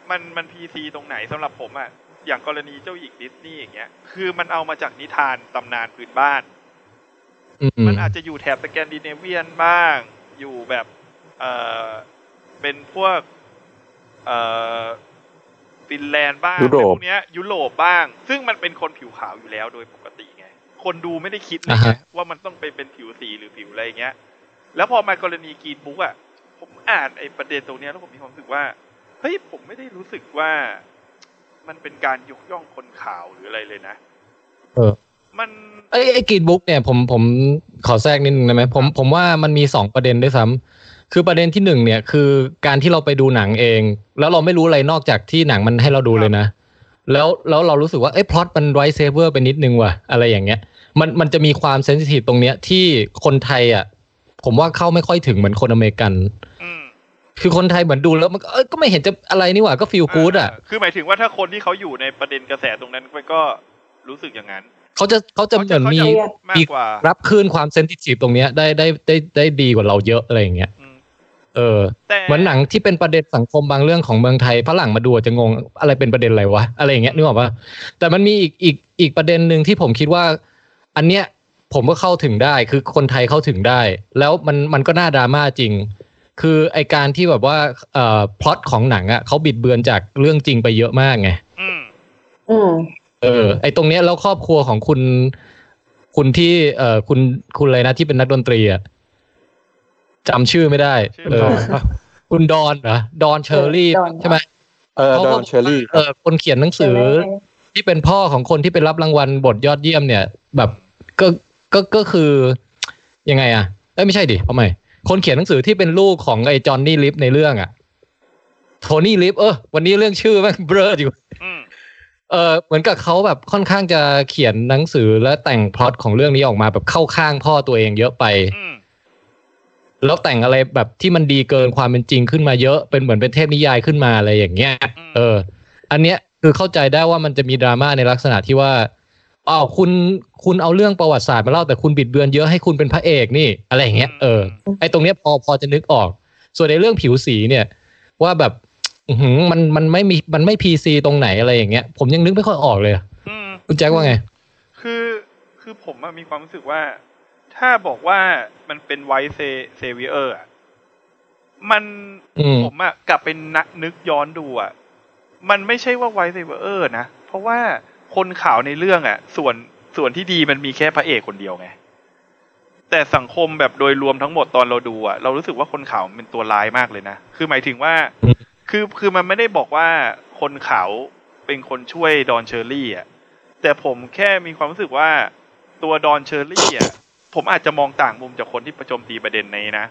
มันมันพีซีตรงไหนสำหรับผมอะ่ะอย่างกรณีเจ้าหญิงดิสนีย์อย่างเงี้ยคือมันเอามาจากนิทานตำนานพื้นบ้าน
อืม
มันอาจจะอยู่แถบสแกนดิเนเวียนบ้าง อยู่แบบเออเป็นพวกเออฟินแลนด์บ้าง
ยุโรป
พวกเนี้ยยุโรปบ้าง ซึ่งมันเป็นคนผิวขาวอยู่แล้วโดยปกติไง คนดูไม่ได้คิดเลย
อ่า
ไง
ฮะ
ว่ามันต้องไปเป็นผิวสีหรือผิวอะไรอย่างเงี้ย แล้วพอมากรณีกรีนบุ๊กอ่ะ ผมอ่านไอ้ประเด็นตรงเนี้ยแล้วผมมีความรู้สึกว่า เฮ้ยผมไม่ได้รู้สึกว่ามันเป็นการยกย่องคนขาวหรืออะไรเลยนะ
เออ
มัน
ไอ้ไอ้กรีดบุ๊กเนี่ยผมผมขอแทรกนิดนึงได้ไหมผมผมว่ามันมีสองประเด็นด้วยซ้ำคือประเด็นที่หนึ่งเนี่ยคือการที่เราไปดูหนังเอง แล้วเราไม่รู้อะไรนอกจากที่หนังมันให้เราดูเลยนะ แล้วแล้วเรารู้สึกว่าเอ้พล็อตมันไวเซเวอร์ไปนิดนึงว่ะอะไรอย่างเงี้ยมันมันจะมีความเซนซิทีฟตรงเนี้ยที่คนไทยอ่ะผมว่าเข้าไม่ค่อยถึงเหมือนคนอเมริกัน คือคนไทยเหมือนดูแล้วมันก็เอ้ยก็ไม่เห็นจะอะไรนี่หว่าก็ฟีลกู๊ดอ่ะ
คือหมายถึงว่าถ้าคนที่เขาอยู่ในประเด็นกระแสตรงนั้นมันก็รู้สึกอย่างนั้น
เขาจะเขาจะเหมือนมี
เขาจะมากกว่า
รับคลืนความเซนซิทีฟตรงเนี้ยได้ได้ได้ได้ดีกว่าเราเยอะอะไรอย่างเงี้ยเออ เหมือนหนังที่เป็นประเด็นสังคมบางเรื่องของเมืองไทยฝรั่งมาดูอาจจะงงอะไรเป็นประเด็นอะไรวะอะไรอย่างเงี้ยนึกออกปะแต่มันมีอีกอีกอีกประเด็นหนึ่งที่ผมคิดว่า อันเนี้ยผมก็เข้าถึงได้คือคนไทยเข้าถึงได้ แล้วมันมันก็น่าดราม่าจริง คือไอการที่แบบว่าเอ่อพล็อตของหนังอ่ะเขาบิดเบือนจากเรื่องจริงไปเยอะมากไง
อืม
เออไอตรงเนี้ยแล้วครอบครัวของคุณ คุณที่เอ่อคุณคุณอะไรนะที่เป็นนักดนตรีอ่ะจำชื่อไม่ได้เออคุณดอนเหรอดอนเชอร์รี่
เออดอน
ใช่ไหม
เออ
เพราะ
ดอ
ว่า
นเชอรี่
เออคนเขียนหนังสือที่เป็นพ่อของคนที่ไปรับรางวัลบทยอดเยี่ยมเนี่ย แบบก็ก็ก็คือยังไงอ่ะเอ้ยไม่ใช่ดิทำไมคนเขียนหนังสือที่เป็นลูกของไอ้จอห์นนี่ลิฟในเรื่องอ่ะโทนี่ลิฟเออวันนี้เรื่องชื่อแม่งเบลออยู่เออเหมือนกับเขาแบบค่อนข้างจะเขียนหนังสือและแต่งพล็อตของเรื่องนี้ออกมาแบบเข้าข้างพ่อตัวเองเยอะไป แล้วแต่งอะไรแบบที่มันดีเกินความเป็นจริงขึ้นมาเยอะเป็นเหมือนเป็นเทพนิยายขึ้นมาอะไรอย่างเงี้ย เออ อันเนี้ยคือเข้าใจได้ว่ามันจะมีดราม่าในลักษณะที่ว่าอ้าวคุณคุณเอาเรื่องประวัติศาสตร์มาเล่าแต่คุณบิดเบือนเยอะให้คุณเป็นพระเอกนี่ อะไรอย่างเงี้ยเออไอตรงเนี้ยพอพอจะนึกออก ส่วนในเรื่องผิวสีเนี่ย ว่าแบบ อื้อหือมันมันไม่มีมันไม่พีซีตรงไหนอะไรอย่างเงี้ยผมยังนึกไม่ค่อยออกเลยอะคุณแจ็คว่าไง
คือคือผมอะมีความรู้สึกว่า ถ้าบอกว่ามันเป็นไวเซเซเวียร์อะมัน
อืม
ผมอะกลับเป็นนักนึกย้อนดูอะมันไม่ใช่ว่าไวเซเวียร์นะ เพราะว่าคนข่าวในเรื่องอะส่วนส่วนที่ดีมันมีแค่พระเอกคนเดียวไง แต่สังคมแบบโดยรวมทั้งหมดตอนเราดูอะเรารู้สึกว่าคนข่าวมันเป็นตัวร้ายมากเลยนะ คือหมายถึงว่า คือคือมันไม่ได้บอกว่าคนขาวเป็นคนช่วยดอนเชอร์รี่อ่ะแต่ผมแค่มีความรู้สึกว่าตัวดอนเชอร์รี่อ่ะผมอาจจะมองต่างมุมจากคนที่ประโจมตีประเด็นนี้นะ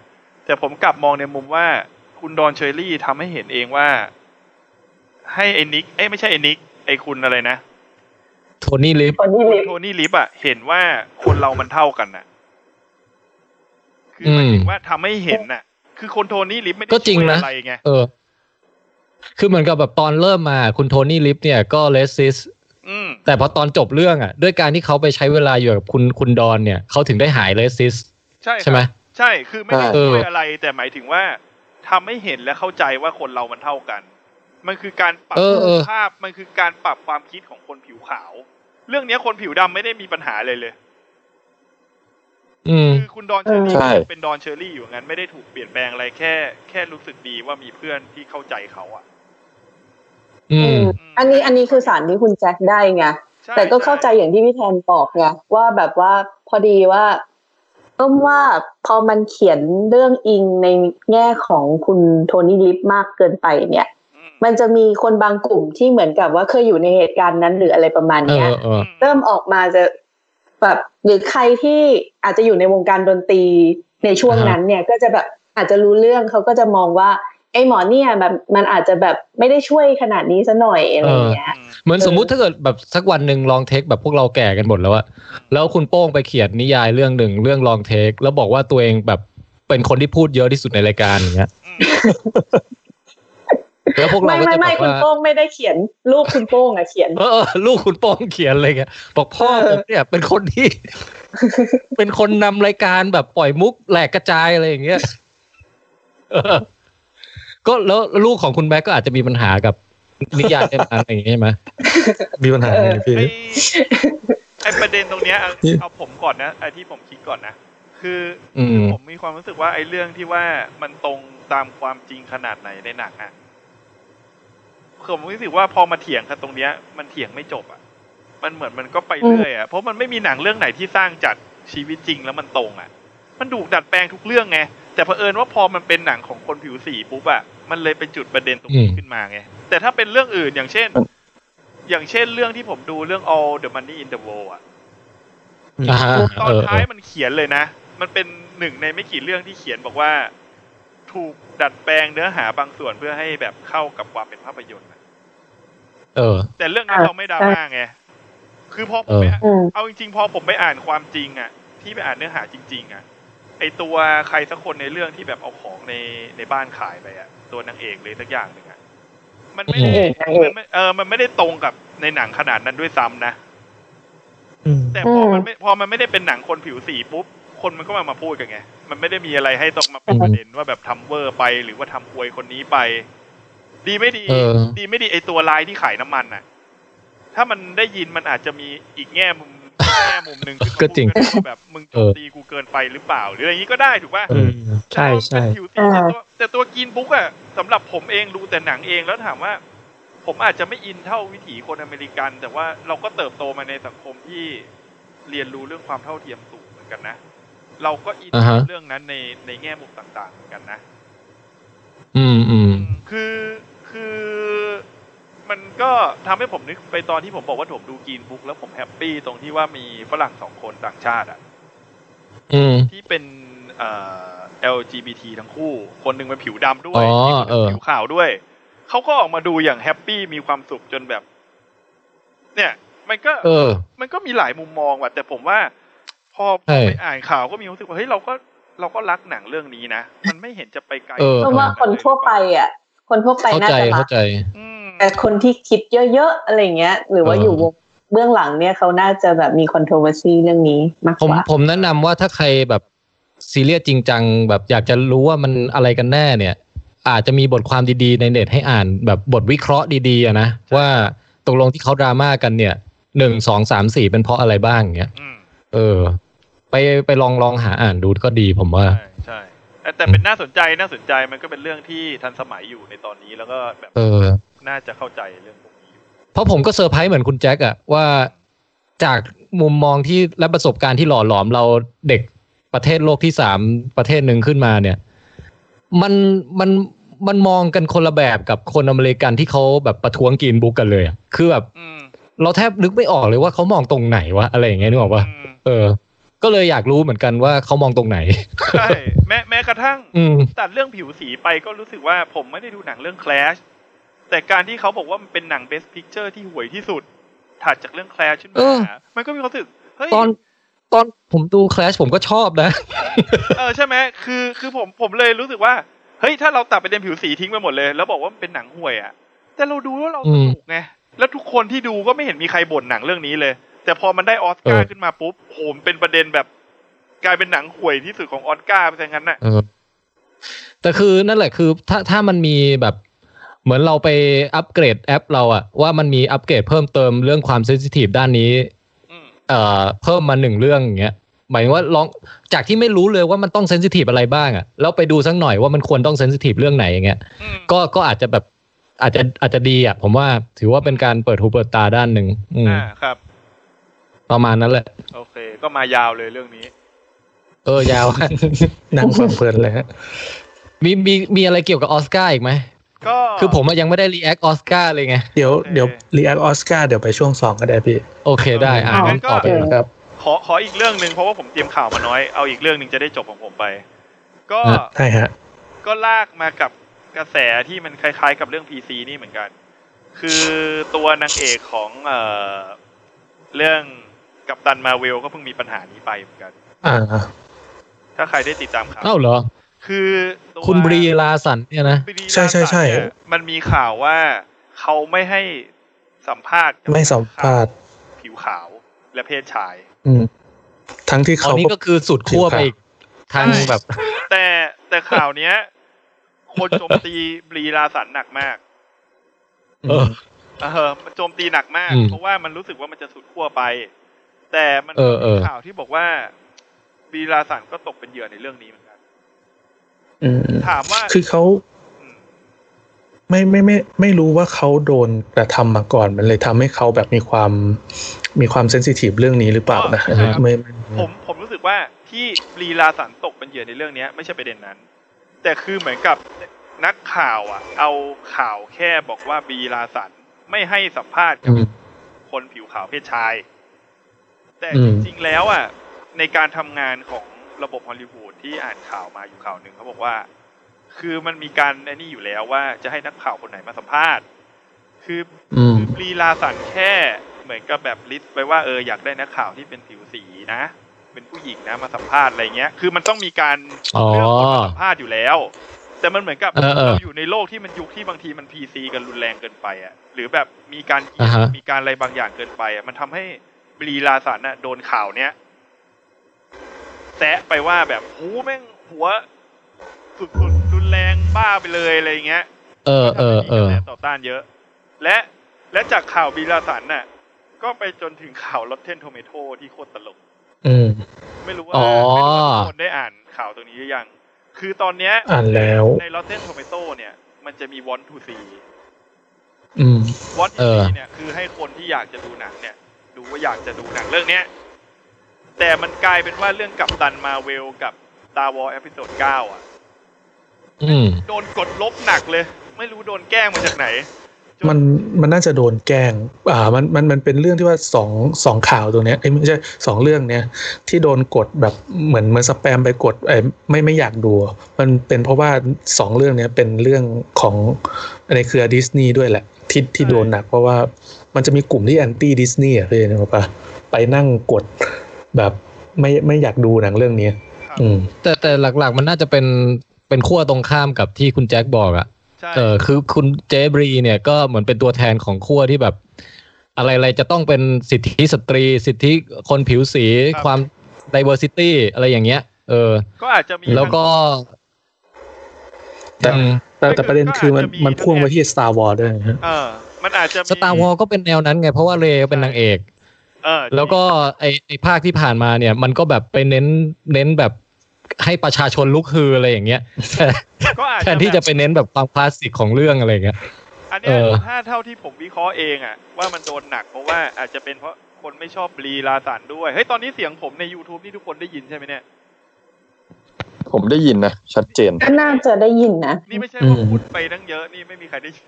แต่ผมกลับมองในมุมว่าคุณดอนเชอร์รี่ทำให้เห็นเองว่า ให้ไอ้นิกเอ้ยไม่ใช่ไอ้นิกไอ้คุณอะไรนะ
โทนี่ลิฟ
คุณโทนี่ลิฟต์อะเห็นว่าคนเรามันเท่ากันน่ะ คือหมายถึงว่าทำให้เห็นน่ะ คือคนโทนี่ลิฟต์ไม่ได้
ก็จริง
ช่วย
นะ
อะไรไง
เออ คือเหมือนกับแบบตอนเริ่มมาคุณโทนี่ลิฟเนี่ยก็เลสซิส
อืม
แต่พอตอนจบเรื่องอ่ะ ด้วยการที่เขาไปใช้เวลาอยู่กับคุณคุณดอนเนี่ยเขาถึงได้หายเลสซิส
ใช่ครับ
ใช่ไหม
ใช่คือไม่ได้
เออ
ช่วยอะไร แต่หมายถึงว่าทำให้เห็นและเข้าใจว่าคนเรามันเท่ากัน มันคือการปรับ
เออเออ
ภาพมันคือการปรับความคิดของคนผิวขาว เรื่องเนี้ยคนผิวดำไม่ได้มีปัญหาเลยเลย
อืม
คือคุณดอนเชอรี่
ใช่
เป็นดอนเชอรี่อยู่งั้นไม่ได้ถูกเปลี่ยนแปลงอะไรแค่แค่รู้สึกดีว่ามีเพื่อนที่เข้าใจเขาอะ
อืม
อันนี้อันนี้คือสารที่คุณแจ็คได้ไงแต่ก็เข้าใจอย่างที่พี่แทนบอกไงว่าแบบว่าพอดีว่าต้มว่าพอมันเขียนเรื่องอิงในแง่ของคุณโทนี่ลิฟมากเกินไปเนี่ย มันจะมีคนบางกลุ่มที่เหมือนกับว่าเคยอยู่ในเหตุการณ์นั้นหรืออะไรประมาณเนี้ย
เออเออ
เริ่มออกมาจะแบบหรือใครที่อาจจะอยู่ในวงการดนตรีในช่วงนั้นเนี่ย ก็จะแบบอาจจะรู้เรื่องเขาก็จะมองว่าไอ้หมอเนี่ยแบบมันอาจจะแบบไม่ได้ช่วยขนาดนี้ซะหน่อยอะไรอย่างเงี้ย
เหมือนสมมุติถ้าเกิดแบบสักวันหนึ่งลองเทคแบบพวกเราแก่กันหมดแล้วอะแล้วคุณโป้งไปเขียนนิยายเรื่องหนึ่งเรื่องลองเทค แล้วบอกว่าตัวเองแบบเป็นคนที่พูดเยอะที่สุดในรายการอย่างเงี้ยแล้วพวกเราก็
ไม่ไม่
จะบ
ไม่
อก
คุณ
ว่า
โป้งไม่ได้เขียนรูปคุณโป้งอะเขียน
เออเออลูกคุณโป้องเขียนอะไรเงี้ยบอกพ่อผมเนี่ย เป็นคนที่ เป็นคนนำรายการแบบปล่อยมุกแหลกกระจายอะไรอย่างเงี้ย [laughs] เออก็แล้วลูกของคุณแบ็กก็อาจจะมีปัญหากับนิยายเล่มนั้นอะไรอย่างเงี้ยใช่ไหมมีปัญหาอะไรพี่
ไอประเด็นตรงเนี้ยเอา
นี่
เอาผมก่อนนะไอที่ผมคิดก่อนนะ คือ
อืม
ผมมีความรู้สึกว่าไอเรื่องที่ว่ามันตรงตามความจริงขนาดไหนในหนังอะผมรู้สึกว่าพอมาเถียงกันตรงเนี้ย มันเถียงไม่จบอะมันเหมือนมันก็ไปเรื่อยอะเพราะมันไม่มีหนังเรื่องไหนที่สร้างจากชีวิตจริงแล้วมันตรงอะมันถูกดัดแปลงทุกเรื่องไงแต่เผอิญว่าพอมันเป็นหนังของคนผิวสีปุ๊บอะมันเลยเป็นจุดประเด็นตรงนี้
อืม
ขึ้นมาไงแต่ถ้าเป็นเรื่องอื่นอย่างเช่น อย่างเช่นเรื่องที่ผมดูเรื่อง all the money in the world อะ
อ่า
ตอ
เอน อ
ท้ายมันเขียนเลยนะ มันเป็นหนึ่งในไม่กี่เรื่องที่เขียนบอกว่า ถูกดัดแปลงเนื้อหาบางส่วนเพื่อให้แบบเข้ากับความเป็นภาพยนตร์อะ
เออ
แต่เรื่องนั้นเราไม่ดราม่าไง คือพอผมไปอ่ะ
เออ
เอาจริงๆพอผมไปอ่านความจริงอ่ะ ที่ไปอ่านเนื้อหาจริง ๆ อ่ะ ไอตัวใครสักคนในเรื่องที่แบบเอาของในในบ้านขายไปอ่ะ ตัวนางเอกเลยสักอย่างหนึ่งอ่ะ มันไม่ได้มันไม่เออ มันไม่ได้ตรงกับในหนังขนาดนั้นด้วยซ้ำนะ แต่พอมันไม่พอมันไม่ได้เป็นหนังคนผิวสีปุ๊บ คนมันก็มามาพูดกันไง มันไม่ได้มีอะไรให้ต้องมาเป็นประเด็นว่าแบบทำเวอร์ไปหรือว่าทำอวยคนนี้ไป ดีไม่ดี
เออ
ดีไม่ดีไอตัวลายที่ขายน้ำมันน่ะ ถ้ามันได้ยินมันอาจจะมีอีกแง่มุมแง่มุมหนึ่งที่เขา
ก็จริง
พูดกันว่าแบบมึงโจ
เอ
ม
อ
ตีกูเกินไปหรือเปล่า หรืออะไรอย่างนี้ก็ได้ถูกป่ะ
อืมใช่ใช่
แต่ตัวเป็นผิวสีแต่ตัวแต่ตัวกินบุ๊กอะสำหรับผมเองดูแต่หนังเองแล้วถามว่า ผมอาจจะไม่อินเท่าวิถีคนอเมริกัน แต่ว่าเราก็เติบโตมาในสังคมที่เรียนรู้เรื่องความเท่าเทียมสูงเหมือนกันนะ เราก็อิน
อ่าฮะ
เรื่องนั้นในในแง่มุมต่างๆเหมือนกันนะ
อืมอืม
คือคือ มันก็ทำให้ผมนึกไปตอนที่ผมบอกว่าผมดูกรีนบุ๊กแล้วผมแฮปปี้ตรงที่ว่ามีฝรั่งสองคนต่างชาติอะ
อืม
ที่เป็นเอ่อ LGBT ทั้งคู่ คนหนึ่งเป็นผิวดำด้ว
อ๋
ย
อ
อีกคนหนึ่ง
เออ
เป็นผิวขาวด้วย เขาก็ออกมาดูอย่างแฮปปี้มีความสุขจนแบบ เนี่ย มันก็
เออ
มันก็มีหลายมุมมองว่ะแต่ผมว่า พอ
ใช่
ไปอ่านข่าวก็มีความรู้สึกว่าเฮ้ยเราก็เราก็รักหนังเรื่องนี้นะมันไม่เห็นจะไปไกล
เออ
เพราะว่าคนทั่วไปอ่ะ คนทั่วไป
เข้า
น่า
ใจ
จะรั
เข้าก ใจ
แต่คนที่คิดเยอะๆอะไรเงี้ย หรือว่า
เออ
อ
อ
ยู่วงเบื้องหลังเนี่ยเขาน่าจะแบบมี controversy เรื่องนี้มาก
ผม
กว่า
ผมแนะนำว่าถ้าใครแบบซีเรียสจริงจังแบบอยากจะรู้ว่ามันอะไรกันแน่เนี่ย อาจจะมีบทความดีๆในเน็ตให้อ่านแบบบทวิเคราะห์ดีๆอะนะว่าตกลงที่เขาดราม่ากันเนี่ยหนึ่งสองสามสี่เป็นเพราะอะไรบ้างอย่างเงี้ยเออ ไปไปลองลองหาอ่านดูก็ดีผมว่า
ใช่แต่แต่เป็นน่าสนใจน่าสนใจมันก็เป็นเรื่องที่ทันสมัยอยู่ในตอนนี้แล้วก็แบบ
เออ
น่าจะเข้าใจเรื่องพวกนี้
เพราะผมก็เซอร์ไพรส์เหมือนคุณแจ็คอะว่าจากมุมมองที่และประสบการณ์ที่หล่อหลอมเราเด็กประเทศโลกที่สามประเทศหนึ่งขึ้นมาเนี่ย มันมันมันมองกันคนละแบบกับคนอเมริกันที่เขาแบบประท้วงกรีนบุ๊กกันเลยอะคือแบบเราแทบนึกไม่ออกเลยว่าเขามองตรงไหนวะอะไรอย่างเงี้ยนึกออกปะเออ ก็เลยอยากรู้เหมือนกันว่าเขามองตรงไหน
ใช่แม้แม้กระทั่ง
อืม
ตัดเรื่องผิวสีไปก็รู้สึกว่าผมไม่ได้ดูหนังเรื่อง Clash แต่การที่เขาบอกว่ามันเป็นหนัง Best Picture ที่ห่วยที่สุดถัดจากเรื่อง Clash ขึ้น
เอ
มา
อ
มันก็มีความรู้สึกเฮ้ย
ตอนตอนผมดูคลชผมก็ชอบนะ
เออใช่ไหมคือคือผมผมเลยรู้สึกว่า เฮ้ยถ้าเราตัดประเด็นผิวสีทิ้งไปหมดเลย แล้วบอกว่ามันเป็นหนังห่วยอ่ะ แต่เราดูแล้วเรา
อื
ส
ม
นุกไง แล้วทุกคนที่ดูก็ไม่เห็นมีใครบ่นหนังเรื่องนี้เลย แต่พอมันได้ออสการ์
เออ
ขึ้นมาปุ๊บโหมนเป็นประเด็นแบบ กลายเป็นหนังห่วยที่สุดของออสการ์ไปซะงั้นน่ะ
เออแต่คือนั่นแหละคือถ้าถ้ามันมีแบบเหมือนเราไปอัปเกรดแอปเราอะว่ามันมีอัปเกรดเพิ่มเติมเรื่องความเซนซิทีฟด้านนี้เอ่อเพิ่มมาหนึ่งเรื่องอย่างเงี้ยหมายถึงว่าลองจากที่ไม่รู้เลยว่ามันต้องเซนซิทีฟอะไรบ้างอะแล้วไปดูสักหน่อยว่ามันควรต้องเซนซิทีฟเรื่องไหนอย่างเงี้ยก็ก็อาจจะแบบอาจจะอาจจะดีอะผมว่าถือว่าเป็นการเปิดหูเปิดตาด้านหนึ่งอืม
อ่าครับ
ประมาณนั้นแหละ
โอเค ก็มายาวเลยเรื่องนี้
เออยาว [laughs]
นั่งฟังเพลินเลยฮะ
มีมีมีอะไรเกี่ยวกับออสการ์อีกไหม
ก็
คือผมอะยังไม่ได้รีแอคออสการ์เลยไง
เดี๋ยวเดี๋ยวรีแอคออสการ์เดี๋ยวไปช่วงสองก็ได้พี่
โอเคได้อ่าน
งั้นก็
ต่อไป
ครับ
ขอขออีกเรื่องหนึ่งเพราะว่าผมเตรียมข่าวมาน้อย เอาอีกเรื่องหนึ่งจะได้จบของผมไป ก็
ใช่ฮะ
ก็ลากมากับกระแสที่มันคล้ายๆ กับเรื่อง PC นี่เหมือนกัน คือตัวนางเอกของเอ่อเรื่องกัปตันมาเวลก็เพิ่งมีปัญหานี้ไปเหมือนกัน
อ่า
ถ้าใครได้ติดตามข่าว
เอ้าเหรอ
คือตัว
คุณบรีลาสันเนี่ยนะ
ใช่ใช่ใช่
เนี่ยมันมีข่าวว่าเขาไม่ให้สัมภาษณ์กับ
ไม่สัมภาษณ์
ผิวขาวและเพศชาย
อืม ทั้งที่เขา
อ๋อนี่ก็คือสุดขั้วไปอีก ทางแบบ
แต่แต่ข่าวเนี้ย คนโจมตีบรีลาสันหนักมาก
เออ
เออมันโจมตีหนักมาก
อืม
เพราะว่ามันรู้สึกว่ามันจะสุดขั้วไป แต่มัน
เออเอ
มี
อ
ข่าวที่บอกว่าบีลาสันก็ตกเป็นเหยื่อในเรื่องนี้เหมือนกัน
อืม
ถามว่า
คือเขาไม่ไม่ไม่ ไม่รู้ว่าเขาโดนกระทำมาก่อน มันเลยทำให้เขาแบบมีความมีความเซนซิทีฟเรื่องนี้หรือเปล่านะอันนี้ไม่ไม่
ผมผมรู้สึกว่าที่บรีลาสันตกเป็นเหยื่อในเรื่องเนี้ย ไม่ใช่ประเด็นนั้น แต่คือเหมือนกับนักข่าวอ่ะ เอาข่าวแค่บอกว่าบรีลาสันไม่ให้สัมภาษณ์กับคนผิวขาวเพศชาย แต่
อื
จ
ม
ริงๆแล้วอ่ะในการทำงานของระบบฮอลลีวูดที่อ่านข่าวมาอยู่ข่าวหนึ่งเขาบอกว่า คือมันมีการไอ้นี่อยู่แล้วว่าจะให้นักข่าวคนไหนมาสัมภาษณ์ คือ
อืม
บรีลาสันแค่เหมือนกับแบบลิสต์ไว้ว่าเอออยากได้นักข่าวที่เป็นผิวสีนะ เป็นผู้หญิงนะมาสัมภาษณ์อะไรเงี้ย คือมันต้องมีการ
อ๋อ
เลือกคนมาสัมภาษณ์อยู่แล้ว แต่มันเหมือนกับ
เออเออ
อยู่ในโลกที่มันยุคที่บางทีมันพีซีกันรุนแรงเกินไปอ่ะ หรือแบบมีการ
อ่าฮะ
มีการอะไรบางอย่างเกินไปอ่ะ มันทำให้บรีลาสันน่ะโดนข่าวเนี้ยแซะไปว่าแบบโอ้แม่งหัวสุดๆรุนแรงบ้าไปเลยอะไรเงี้ย
เออเออเออ
ต่อต้านเยอะ และและจากข่าวบีลาสันน่ะ ก็ไปจนถึงข่าวลอตเทนโทเมโตที่โคตรตลก
อืม
ไม่รู้ว่า
อ๋อ
ไม่รู้ว่าทุกคนได้อ่านข่าวตรงนี้หรือยัง คือตอนเนี้ย
อ่านแล้ว
ในลอตเทนโทเมโตเนี่ย มันจะมีวอนทูซี
อืม
วอนทู
เออ
ซีเนี่ยคือให้คนที่อยากจะดูหนังเนี่ย ดูว่าอยากจะดูหนังเรื่องเนี้ย แต่มันกลายเป็นว่าเรื่องกับตันมาเวลกับตาวอลเอพิโซดเก้าอ่ะ
อืม
โดนกดลบหนักเลย ไม่รู้โดนแกล้งมาจากไหน
มันมันน่าจะโดนแกล้ง อ่า มันมันมันเป็นเรื่องที่ว่าสองสองข่าวตัวเนี้ยเอ้ยไม่ใช่สองเรื่องเนี้ยที่โดนกดแบบเหมือนเหมือนสแปมไปกดไอ้ยไม่ไม่อยากดูอะมันเป็นเพราะว่าสองเรื่องเนี้ยเป็นเรื่องของในเครือดิสนีย์ด้วยแหละ ที่ที่โดนหนัก เพราะว่ามันจะมีกลุ่มที่แอนตี้ดิสนีย์อะพี่นึกออกปะไปนั่งกดแบบไม่ไม่อยากดูหนังเรื่องเนี้ยอืม
แต่แต่หลักๆ มันน่าจะเป็นเป็นขั้วตรงข้ามกับที่คุณแจ็คบอกอะเออคือคุณเจบรีเนี่ยก็เหมือนเป็นตัวแทนของขั้วที่แบบ อะไรๆจะต้องเป็นสิทธิสตรี สิทธิคนผิวสีความ diversity อะไรอย่างเงี้ย เออ
ก็อาจจะมี
แล้วก็
แต่แต่แต่ประเด็นคือมันมันพ่วงไปที่ Star Wars ด้วยนะฮะ
เออ มันอาจจะ
สตาร์วอลก็เป็นแนวนั้นไง เพราะว่าเรย์เป็นนางเอก
เออ
แล้วก็ไอไอภาคที่ผ่านมาเนี่ย มันก็แบบไปเน้นเน้นแบบให้ประชาชนลุกฮืออะไรอย่างเงี้ยแต่
ก็อาจจะ
แทนที่จะไปเน้นแบบความคลาสสิกของเรื่องอะไรอย่างเงี้ย
อันเนี้ย
เออ
ถ้าเท่าที่ผมวิเคราะห์เองอะว่ามันโดนหนักเพราะว่าอาจจะเป็นเพราะคนไม่ชอบบลีลาสันด้วย เฮ้ย ตอนนี้เสียงผมใน YouTube นี่ทุกคนได้ยินใช่ไหมเนี่ย
ผมได้ยินนะชัดเจน
ก็น่าจะได้ยินนะ
นี่ไม่ใช่ว่าพูดไปตั้งเยอะนี่ไม่มีใครได้ยิน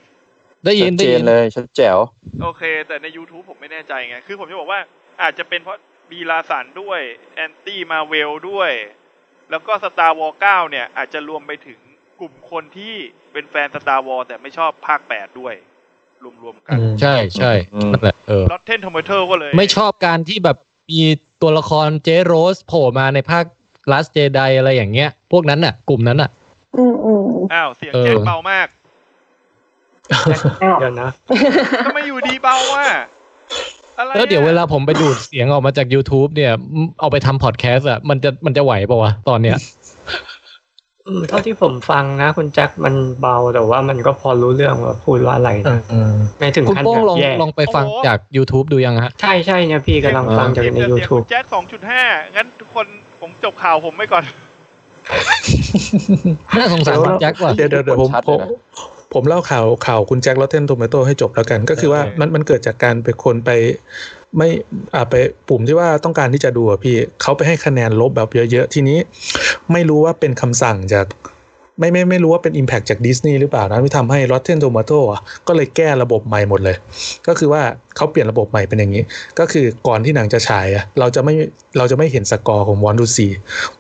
ได้
ยินได้ยินเลยชัดแจ๋ว
โอเค แต่ใน YouTube ผมไม่แน่ใจไง คือผมจะบอกว่าอาจจะเป็นเพราะบีลาสันด้วยแอนตี้มาเวลด้วย แล้วก็สตาร์วอลเก้าเนี่ย อาจจะรวมไปถึงกลุ่มคนที่เป็นแฟนสตาร์วอลแต่ไม่ชอบภาคแปดด้วย รวมๆกัน
ใช่ใช่นั่นแหละเออ
ลอตเทนทอมเทอร์ก็เลย
ไม่ชอบการที่แบบมีตัวละครเจโรสโผล่มาในภาค Last Jedi อะไรอย่างเงี้ย พวกนั้นน่ะ กลุ่มนั้นน่ะ
อืมอืม
อ้าว เสียง
เออ
แจ็คเบามาก
เดี๋ยวนะ
ทำไมอยู่ดีเบาว่ะอะไร
แล้วเดี๋ยวเวลาผมไปดูดเสียงออกมาจาก YouTube เนี่ยอืมเอาไปทำพอดแคสต์อ่ะมันจะมันจะไหวป่าวะตอนเนี้ย
อืมเท่าที่ผมฟังนะ คุณแจ็คมันเบาแต่ว่ามันก็พอรู้เรื่องว่าพูดว่าอะไรนะไม่ถึง
คุณ
ขั้น
โป้ง
แบบ
ลอง
แย่
ลองไปฟังจาก YouTube ดูยังฮะ
ใช่ใช่เนี่ยพี่กำลังฟังจากใน YouTube
แจ็คสองจุดห้างั้นทุกคนผมจบข่าวผมไว้ก่อน
น่าสงสารคุณแจ็คว่ะ
เดี๋ยวเดี๋ยวเดี๋ยวผมผมผมเล่าข่าวข่าวคุณแจ็คลอตเทนโทมโตให้จบแล้วกัน ก็คือว่ามันมันเกิดจากการไปคนไป ไม่อ่าไปปุ่มที่ว่าต้องการที่จะดูอะพี่เขาไปให้คะแนนลบแบบเยอะๆ ทีนี้ ไม่รู้ว่าเป็นคำสั่งจาก ไม่ไม่ไม่รู้ว่าเป็น Impact จากดิสนีย์หรือเปล่านะที่ทำให้ Rotten Tomato อ่ะก็เลยแก้ระบบใหม่หมดเลย ก็คือว่าเขาเปลี่ยนระบบใหม่เป็นอย่างนี้ ก็คือก่อนที่หนังจะฉายอ่ะเราจะไม่เราจะไม่เห็นสกอร์ของวอนดูซี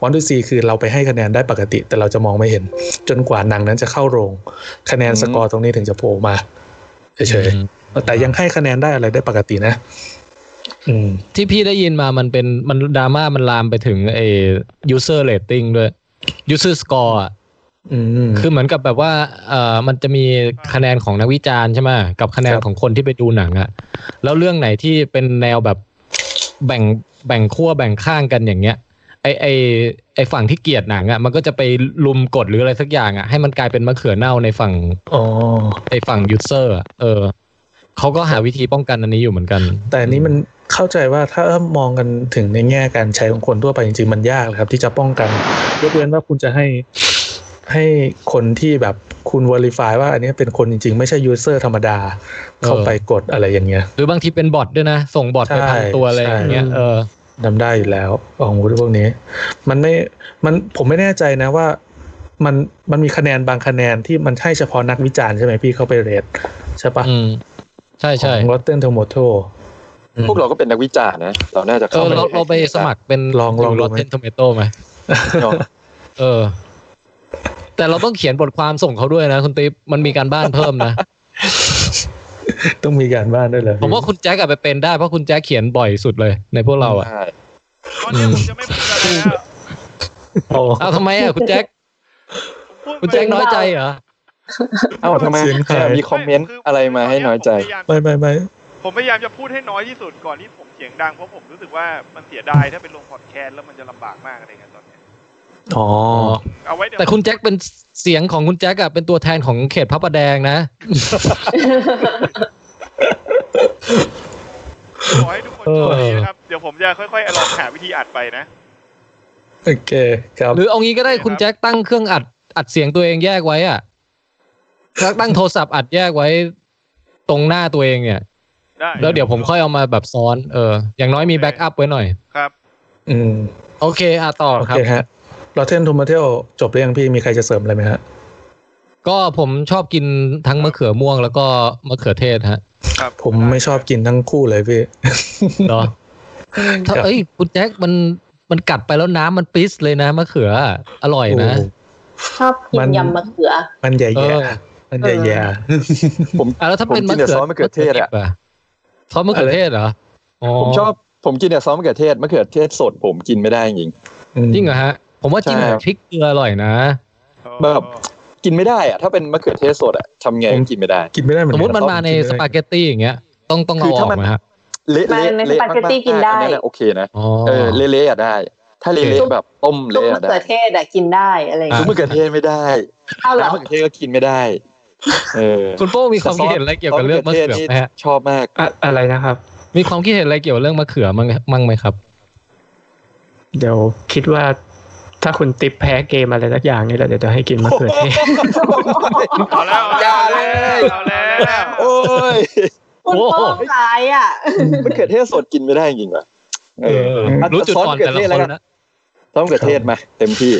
วอนดูซีคือเราไปให้คะแนนได้ปกติ แต่เราจะมองไม่เห็น จนกว่าหนังนั้นจะเข้าโรง คะแนนสกอร์ตรงนี้ถึงจะโผล่มาเฉยๆแต่ยังให้คะแนนได้อะไรได้ปกตินะ อืม
ที่พี่ได้ยินมามันเป็นมันดราม่ามันลามไปถึงไอ้ user rating ด้วย user score อ่ะคือเหมือนกับแบบว่าเออมันจะมีคะแนนของนักวิจารณ์ใช่ไหมกับคะแนนของคนที่ไปดูหนังอะแล้วเรื่องไหนที่เป็นแนวแบบแบ่งแบ่งขั้วแบ่งข้างกันอย่างเงี้ย ไอไอไอฝั่งที่เกลียดหนังอะมันก็จะไปลุมกดหรืออะไรสักอย่างอะให้มันกลายเป็นมะเขือเน่าในฝั่งไอฝั่งยูเซอร์เออเขาก็หาวิธีป้องกันอันนี้อยู่เหมือนกัน
แต่อันนี้มันเข้าใจว่าถ้ามองกันถึงในแง่การใช้ของคนทั่วไปจริงๆ มันยากเลยครับ ที่จะป้องกันยกเว้นว่าคุณจะให้ให้คนที่แบบคุณวอลิฟายว่าอันนี้เป็นคนจริงๆ ไม่ใช่ยูเซอร์ธรรมดา เข้าไปกดอะไรอย่างเงี้ย
หรือบางทีเป็นบอทด้วยนะ ส่งบอทไปพันตัวอะไรอย่างเงี้ย
ใช่
เออ
ทำได้อยู่แล้วของวุธพวกนี้ มันไม่มันผมไม่แน่ใจนะว่า มันมันมีคะแนนบางคะแนนที่มันให้เฉพาะนักวิจารณ์ใช่ไหมพี่เข้าไปเรทใช่ปะ
ใช่ใช่
ของ Rotten Tomato
พวกเราก็เป็นนักวิจารณ์นะ เราน่าจะ
เอ
เข้า
อ
ไป
เราเราไปสมัครเป็น
ลองลองดู
รถ
ไหม
เทนทอมโต้ไหมเออ แต่เราต้องเขียนบทความส่งเขาด้วยนะ คุณติ๊บมันมีการบ้านเพิ่มนะ
ต้องมีการบ้านด้วยเหรอ
ผมว่าคุณแจ็คอะไปเป็นได้เพราะคุณแจ็คเขียนบ่อยสุดเลย ในพวกเราอะ
โอ้
เอาทำไมอะคุณแจ็คคุณแจ็คน้อยใจเหรอ
เอ้าทำไมมีคอมเมนต์อะไรมาให้น้อยใจ
ไม่ไม่ไม่
ผมพยายามจะพูดให้น้อยที่สุดก่อนที่ผมเสียงดัง เพราะผมรู้สึกว่ามันเสียดายถ้าเป็นลงพอดแคสต์แล้วมันจะลำบากมากอะไรเงี้ยตอนเนี้ย
อ๋อ
เอาไว้เดี๋ยว
แต่คุณแจ็คเป็นเสียงของคุณแจ็คอะเป็นตัวแทนของเขตพระประแดงนะ
ขอให้ทุกคนโชคดีนะครับ เดี๋ยวผมจะค่อยๆลองหาวิธีอัดไปนะ
โอเคครับ
หรือเอางี้ก็ได้คุณแจ็คตั้งเครื่องอัดอัดเสียงตัวเองแยกไว้อะตั้งโทรศัพท์อัดแยกไว้ตรงหน้าตัวเองเนี่ย
ได้
แล้วเดี๋ยวผมค่อยเอามาแบบซ้อน เออ อย่างน้อยมีแบ็กอัพไว้หน่อย
ครับ
อืม
โอเคอ่ะต่อ
โอ
ครับ
เคฮะ Rotten Tomato จบเรื่องพี่มีใครจะเสริมอะไรไหมฮะ
ก็ผมชอบกินทั้งมะเขือม่วงแล้วก็มะเขือเทศฮะ [laughs]
ผมไม่ชอบกินทั้งคู่เลยพี่
เหรอ ถ้า
ครับ
เอ้ยคุณแจ็คมันมันกัดไปแล้วน้ำมันปิสเลยนะมะเขืออะอร่อยนะ
ชอบกิ
มัน น
ยำมะเขือ
มันใหญ่
เออ
ๆมันใหญ่ๆผม
แล้วถ้าเป็น
กิ
มะ
นแต่
เขือ
ซอสมะเขือเทศอะ
ซอสมะเขือเทศเหรอ อ๋อ
ผมชอบผมกินแต่ซอสมะเขือเทศมะเขือเทศสดผมกินไม่ได้จริง
จริงเหรอฮะ ผมว่าจิ้มกับพริกเกลืออร่อยนะ
แบบกินไม่ได้อะถ้าเป็นมะเขือเทศสดอะทำไงก็กินไม่ได้
กินไม่ได้
สมมติมันมาในสปาเกตตี้อย่างเงี้ย ต้องต้องเอาออกไหมฮะ
เละๆ
มันใน
เละ
สปาเกตตี้
มๆ
กินได้
อันนั้นอะโอเคนะเออเละๆอะได้ ถ้าเละๆแบบต้ม
ซุป
เละ
มะ
อะได้
เขือเทศอะกินได้อะไรอย่าง
ซุป
เงี้ย
มะเขือเทศไม่ได้
อ้าวเหรอ
น้ำมะเขือเทศก็กินไม่ได้ เออ
คุณโป้มีความคิดเห็นอะไรเกี่ยวกับเรื่องมะเขือไหมฮะ
ชอบมาก
อะไรนะครับ
มีความคิดเห็นอะไรเกี่ยวกับเรื่องมะเขือมั่งมั่งไหมครับ
เดี๋ยวคิดว่าถ้าคุณติปแพ้เกมอะไรสักอย่างนี่แหละเดี๋ยวจะให้กินมะเขือเทศ
เอาแล้วเอาแล้วเอาแล้วเอาแล้ว
โอ้ย
คุณโป้งร้ายอ่ะ
มะเขือเทศสดกินไม่ได้จริงๆว่ะเออ
อรู้จุดอ่อนแต่ละคนนะ
ซอสมะเขือเทศมาเต็มที่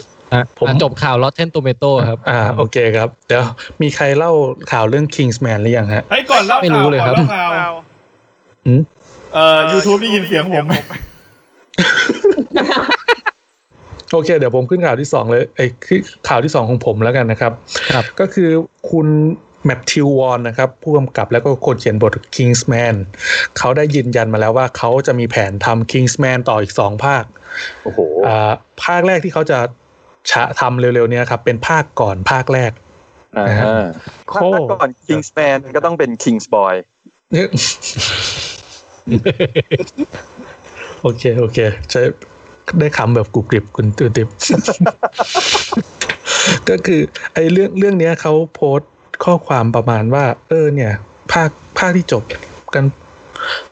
ผมจบข่าวลอตเทนโตเมโต้ครับ
อ่าโอเคครับ เดี๋ยวมีใครเล่าข่าวเรื่อง Kingsman หรือยังฮะ
เฮ้ยก่อนเล่า
ไม่รู้
ข่าว
เลย
ก่อน
ครับ
เล่าข่าว
หืม
เอ่อ YouTube ได้ยินเสียงผมไหม
โอเค เดี๋ยวผมขึ้นข่าวที่สองเลยไอ้ยขึ้นข่าวที่สองของผมแล้วกันนะครับ ก็คือคุณแมทธิววอนนะครับ ผู้กำกับแล้วก็คนเขียนบท Kingsman เขาได้ยืนยันมาแล้วว่าเขาจะมีแผนทำ Kingsman ต่ออีกสองภาค
โอ้โห
อ่าภาคแรกที่เขาจะชะทำเร็วๆเนี้ยครับเป็นภาคก่อนภาคแรก
อ่า
นะฮะ
ภาคก่อน Kingsman ก็ต้องเป็น Kings Boy
เนี่ย [laughs] โอเค โอเค ใช้ได้คำแบบกรุบกริบคุณตื่นติบ [laughs] ก็คือไอ้เรื่องเรื่องเนี้ยเขาโพสต์ข้อความประมาณว่า เออเนี่ย ภาคภาคที่จบกัน